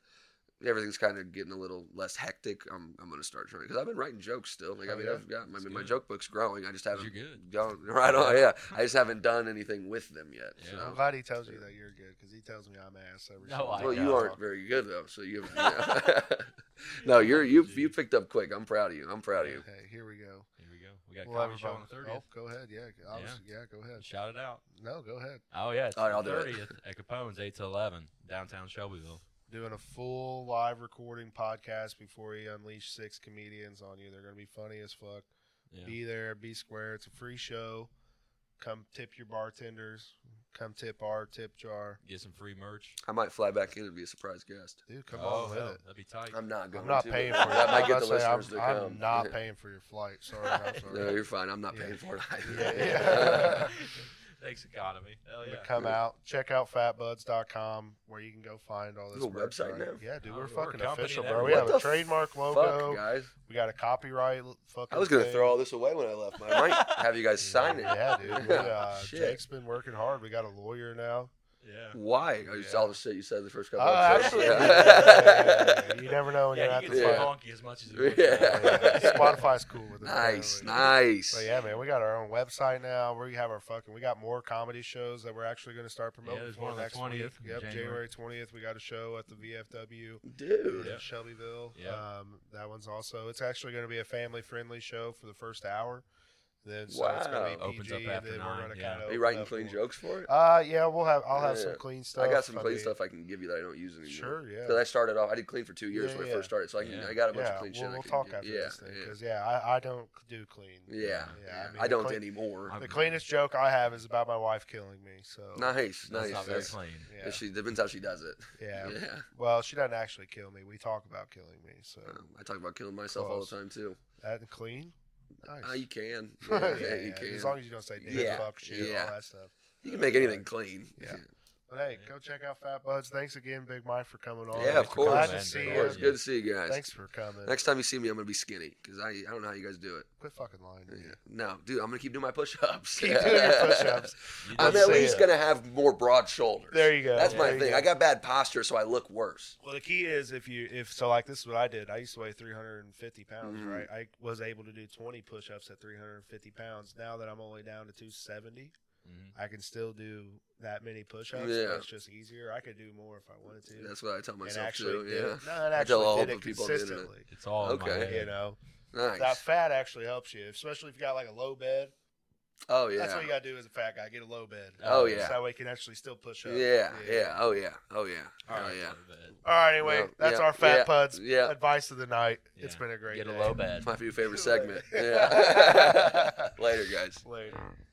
[SPEAKER 2] everything's kind of getting a little less hectic, I'm I'm gonna start trying because I've been writing jokes still. Like I
[SPEAKER 1] Oh,
[SPEAKER 2] mean,
[SPEAKER 1] yeah?
[SPEAKER 2] I've got I
[SPEAKER 3] That's
[SPEAKER 2] mean, my
[SPEAKER 3] good.
[SPEAKER 2] joke book's growing. I just
[SPEAKER 3] 'Cause
[SPEAKER 2] haven't
[SPEAKER 3] you're good.
[SPEAKER 2] gone [laughs] right on. Yeah, I just haven't done anything with them yet.
[SPEAKER 3] Yeah.
[SPEAKER 2] so.
[SPEAKER 1] I'm glad he tells you that you're good because he tells me I'm ass every
[SPEAKER 3] No,
[SPEAKER 1] single
[SPEAKER 3] I
[SPEAKER 1] time.
[SPEAKER 2] Well,
[SPEAKER 3] know.
[SPEAKER 2] you aren't very good though, so you. [laughs] no, you're you you picked up quick. I'm proud of you. I'm proud of you.
[SPEAKER 1] Hey, here we go.
[SPEAKER 3] Here we go. We got a
[SPEAKER 1] We'll have a
[SPEAKER 3] comedy show on
[SPEAKER 1] bone-
[SPEAKER 3] the thirtieth.
[SPEAKER 1] Oh, go ahead. Yeah, I was- yeah, go ahead.
[SPEAKER 3] Shout it out.
[SPEAKER 1] No, go ahead.
[SPEAKER 3] Oh yeah, it's
[SPEAKER 2] All right, I'll
[SPEAKER 3] the
[SPEAKER 2] do it.
[SPEAKER 3] thirtieth at Capone's eight to eleven downtown Shelbyville.
[SPEAKER 1] doing a full live recording podcast before he unleash six comedians on you. They're gonna be funny as fuck.
[SPEAKER 3] Yeah.
[SPEAKER 1] Be there, be square. It's a free show. Come tip your bartenders. Come tip our tip jar.
[SPEAKER 3] Get some free merch.
[SPEAKER 2] I might fly back in and be a surprise guest.
[SPEAKER 1] Dude, come
[SPEAKER 3] oh,
[SPEAKER 1] on with
[SPEAKER 3] hell,
[SPEAKER 1] it.
[SPEAKER 3] That'd be tight.
[SPEAKER 2] I'm not going.
[SPEAKER 1] I'm not
[SPEAKER 2] to,
[SPEAKER 1] paying
[SPEAKER 2] [laughs]
[SPEAKER 1] for
[SPEAKER 2] but
[SPEAKER 1] it.
[SPEAKER 2] That might get
[SPEAKER 1] I'm
[SPEAKER 2] the
[SPEAKER 1] about to say,
[SPEAKER 2] listeners to
[SPEAKER 1] I'm,
[SPEAKER 2] come.
[SPEAKER 1] I'm
[SPEAKER 2] [laughs]
[SPEAKER 1] not paying for your flight. Sorry, I'm sorry.
[SPEAKER 2] No, you're fine. I'm not
[SPEAKER 1] Yeah.
[SPEAKER 2] paying for it.
[SPEAKER 1] [laughs] Yeah, [laughs]
[SPEAKER 2] Either.
[SPEAKER 1] yeah.
[SPEAKER 3] [laughs] Thanks, economy. Hell
[SPEAKER 1] But
[SPEAKER 3] yeah.
[SPEAKER 1] come out, check out fatbuds.com where you can go find all this
[SPEAKER 2] Little
[SPEAKER 1] merch,
[SPEAKER 2] website
[SPEAKER 1] right?
[SPEAKER 2] now?
[SPEAKER 1] Yeah, dude,
[SPEAKER 3] Oh,
[SPEAKER 1] we're,
[SPEAKER 3] we're a
[SPEAKER 1] fucking
[SPEAKER 3] company
[SPEAKER 1] official,
[SPEAKER 3] now.
[SPEAKER 1] bro. We
[SPEAKER 2] What
[SPEAKER 1] have
[SPEAKER 2] the
[SPEAKER 1] a trademark logo.
[SPEAKER 2] Fuck, guys.
[SPEAKER 1] We got a copyright l- fucking.
[SPEAKER 2] I was gonna
[SPEAKER 1] thing.
[SPEAKER 2] throw all this away when I left. but I
[SPEAKER 1] [laughs]
[SPEAKER 2] might have you guys sign it.
[SPEAKER 1] Yeah, dude.
[SPEAKER 2] [laughs]
[SPEAKER 1] We, uh,
[SPEAKER 2] Shit.
[SPEAKER 1] Jake's been working hard. We got a lawyer now.
[SPEAKER 3] Yeah.
[SPEAKER 2] Why? Oh,
[SPEAKER 1] Yeah.
[SPEAKER 2] All the shit you said the first couple
[SPEAKER 1] Oh,
[SPEAKER 2] of
[SPEAKER 1] absolutely.
[SPEAKER 2] episodes.
[SPEAKER 1] Oh, Yeah, You never know when
[SPEAKER 3] yeah,
[SPEAKER 1] you're
[SPEAKER 3] you
[SPEAKER 1] at
[SPEAKER 3] can
[SPEAKER 1] the
[SPEAKER 3] say
[SPEAKER 2] Yeah.
[SPEAKER 1] fight.
[SPEAKER 3] honky as much as you want. [laughs]
[SPEAKER 1] Yeah, yeah.
[SPEAKER 2] Yeah.
[SPEAKER 1] Spotify's cool with it.
[SPEAKER 2] [laughs] nice,
[SPEAKER 1] apparently.
[SPEAKER 2] nice.
[SPEAKER 1] But yeah, man, we got our own website now. We have our fucking. We got more comedy shows that we're actually going to start promoting
[SPEAKER 3] there's
[SPEAKER 1] for
[SPEAKER 3] one on the
[SPEAKER 1] next
[SPEAKER 3] 20th
[SPEAKER 1] week.
[SPEAKER 3] in
[SPEAKER 1] Yep, January
[SPEAKER 3] January.
[SPEAKER 1] twentieth, we got a show at the VFW in
[SPEAKER 2] Dude,
[SPEAKER 3] Yeah.
[SPEAKER 1] Shelbyville.
[SPEAKER 3] Yeah.
[SPEAKER 1] Um, that one's also. It's actually going to be a family friendly show for the first hour. Then so it's going to
[SPEAKER 3] Wow.
[SPEAKER 1] be
[SPEAKER 3] Opens
[SPEAKER 1] PG,
[SPEAKER 3] up
[SPEAKER 1] and
[SPEAKER 3] after
[SPEAKER 1] then we're
[SPEAKER 3] nine,
[SPEAKER 1] going to
[SPEAKER 3] yeah.
[SPEAKER 1] kind of.
[SPEAKER 2] are you writing clean jokes for it?
[SPEAKER 1] Uh, yeah, we'll have. I'll have
[SPEAKER 2] Yeah.
[SPEAKER 1] some clean stuff.
[SPEAKER 2] I got some
[SPEAKER 1] I
[SPEAKER 2] clean
[SPEAKER 1] mean,
[SPEAKER 2] stuff I can give you that I don't use anymore.
[SPEAKER 1] Sure, yeah.
[SPEAKER 2] Because I started off, I did clean for two years
[SPEAKER 1] Yeah,
[SPEAKER 2] when
[SPEAKER 1] yeah.
[SPEAKER 2] I first started, so I, can,
[SPEAKER 3] Yeah.
[SPEAKER 2] I got a bunch
[SPEAKER 1] yeah,
[SPEAKER 2] of clean
[SPEAKER 1] we'll,
[SPEAKER 2] shit. I
[SPEAKER 1] we'll
[SPEAKER 2] can
[SPEAKER 1] talk
[SPEAKER 2] give-
[SPEAKER 1] after
[SPEAKER 2] yeah,
[SPEAKER 1] this thing
[SPEAKER 2] yeah.
[SPEAKER 1] because yeah, I, I don't do clean.
[SPEAKER 2] Yeah,
[SPEAKER 1] yeah. I, mean,
[SPEAKER 2] I
[SPEAKER 1] the
[SPEAKER 2] don't
[SPEAKER 1] clean-
[SPEAKER 2] anymore.
[SPEAKER 3] I'm-
[SPEAKER 1] The cleanest joke I have is about my wife killing me. So
[SPEAKER 2] [laughs] nice,
[SPEAKER 3] That's
[SPEAKER 2] nice.
[SPEAKER 3] not very
[SPEAKER 2] That's-
[SPEAKER 3] clean.
[SPEAKER 1] yeah,
[SPEAKER 2] She depends how she does it.
[SPEAKER 1] yeah.
[SPEAKER 2] yeah.
[SPEAKER 1] Well, she doesn't actually kill me. We talk about killing me. So
[SPEAKER 2] Um, I talk about killing myself
[SPEAKER 1] Close.
[SPEAKER 2] all the time too.
[SPEAKER 1] that and clean. Nice.
[SPEAKER 2] Uh,
[SPEAKER 1] [laughs]
[SPEAKER 2] you can.
[SPEAKER 1] yeah,
[SPEAKER 2] Yeah, yeah, you
[SPEAKER 1] yeah,
[SPEAKER 2] can.
[SPEAKER 1] As long as you don't say damn
[SPEAKER 2] Yeah,
[SPEAKER 1] fuck shit
[SPEAKER 2] yeah.
[SPEAKER 1] all that stuff.
[SPEAKER 2] you can make anything clean.
[SPEAKER 1] Yeah. But hey, go check out Fat Buds. Thanks again, Big Mike, for coming on.
[SPEAKER 2] Yeah, of course.
[SPEAKER 1] Glad to
[SPEAKER 3] Man,
[SPEAKER 1] see
[SPEAKER 3] of
[SPEAKER 1] you.
[SPEAKER 2] It was
[SPEAKER 3] Yeah.
[SPEAKER 2] good to see you guys.
[SPEAKER 1] Thanks for coming.
[SPEAKER 2] Next time you see me, I'm gonna be skinny because I, I don't know how you guys do it.
[SPEAKER 1] Quit fucking lying. to me.
[SPEAKER 2] No, dude, I'm gonna keep doing my push-ups.
[SPEAKER 1] Keep doing your
[SPEAKER 2] [laughs]
[SPEAKER 1] push-ups.
[SPEAKER 3] You
[SPEAKER 2] I'm
[SPEAKER 1] Let's
[SPEAKER 2] at
[SPEAKER 1] see
[SPEAKER 2] least
[SPEAKER 1] it.
[SPEAKER 2] gonna have more broad shoulders.
[SPEAKER 1] There you go.
[SPEAKER 2] That's my
[SPEAKER 1] There you
[SPEAKER 2] thing.
[SPEAKER 1] go.
[SPEAKER 2] I got bad posture, so I look worse.
[SPEAKER 1] Well, the key is if you if so like this is what I did. I used to weigh 350 pounds,
[SPEAKER 2] Mhm.
[SPEAKER 1] right? I was able to do 20 push-ups at 350 pounds. Now that I'm only down to 270,
[SPEAKER 3] Mhm.
[SPEAKER 1] I can still do that many push-ups.
[SPEAKER 2] Yeah.
[SPEAKER 1] It's just easier. I could do more if I wanted to.
[SPEAKER 2] That's what I tell
[SPEAKER 1] and
[SPEAKER 2] myself
[SPEAKER 1] actually,
[SPEAKER 2] too.
[SPEAKER 1] did
[SPEAKER 2] Yeah.
[SPEAKER 1] it. no, and
[SPEAKER 2] I tell all
[SPEAKER 1] actually did
[SPEAKER 2] the
[SPEAKER 1] it
[SPEAKER 2] people I'm doing it.
[SPEAKER 1] consistently.
[SPEAKER 3] It's all in my
[SPEAKER 2] Okay.
[SPEAKER 3] head.
[SPEAKER 1] You know,
[SPEAKER 2] Nice.
[SPEAKER 1] that fat actually helps you, especially if you got like a low bed.
[SPEAKER 2] oh yeah.
[SPEAKER 1] That's what you got to do as a fat guy: get a low bed. Um,
[SPEAKER 2] Oh,
[SPEAKER 1] So
[SPEAKER 2] yeah.
[SPEAKER 1] that way you can actually still push up.
[SPEAKER 2] yeah, yeah, Oh yeah. Oh yeah.
[SPEAKER 3] All
[SPEAKER 2] oh
[SPEAKER 3] right,
[SPEAKER 2] yeah.
[SPEAKER 3] so that-
[SPEAKER 1] All right. Anyway,
[SPEAKER 2] Yeah,
[SPEAKER 1] that's
[SPEAKER 2] yeah,
[SPEAKER 1] our fat
[SPEAKER 2] yeah,
[SPEAKER 1] puds
[SPEAKER 2] yeah.
[SPEAKER 1] advice of the night. It's
[SPEAKER 3] Yeah.
[SPEAKER 1] been a great
[SPEAKER 3] Get a
[SPEAKER 1] day. [laughs]
[SPEAKER 3] low bed.
[SPEAKER 2] My new favorite segment.
[SPEAKER 1] Later.
[SPEAKER 2] Yeah. [laughs] Later, guys.
[SPEAKER 1] Later.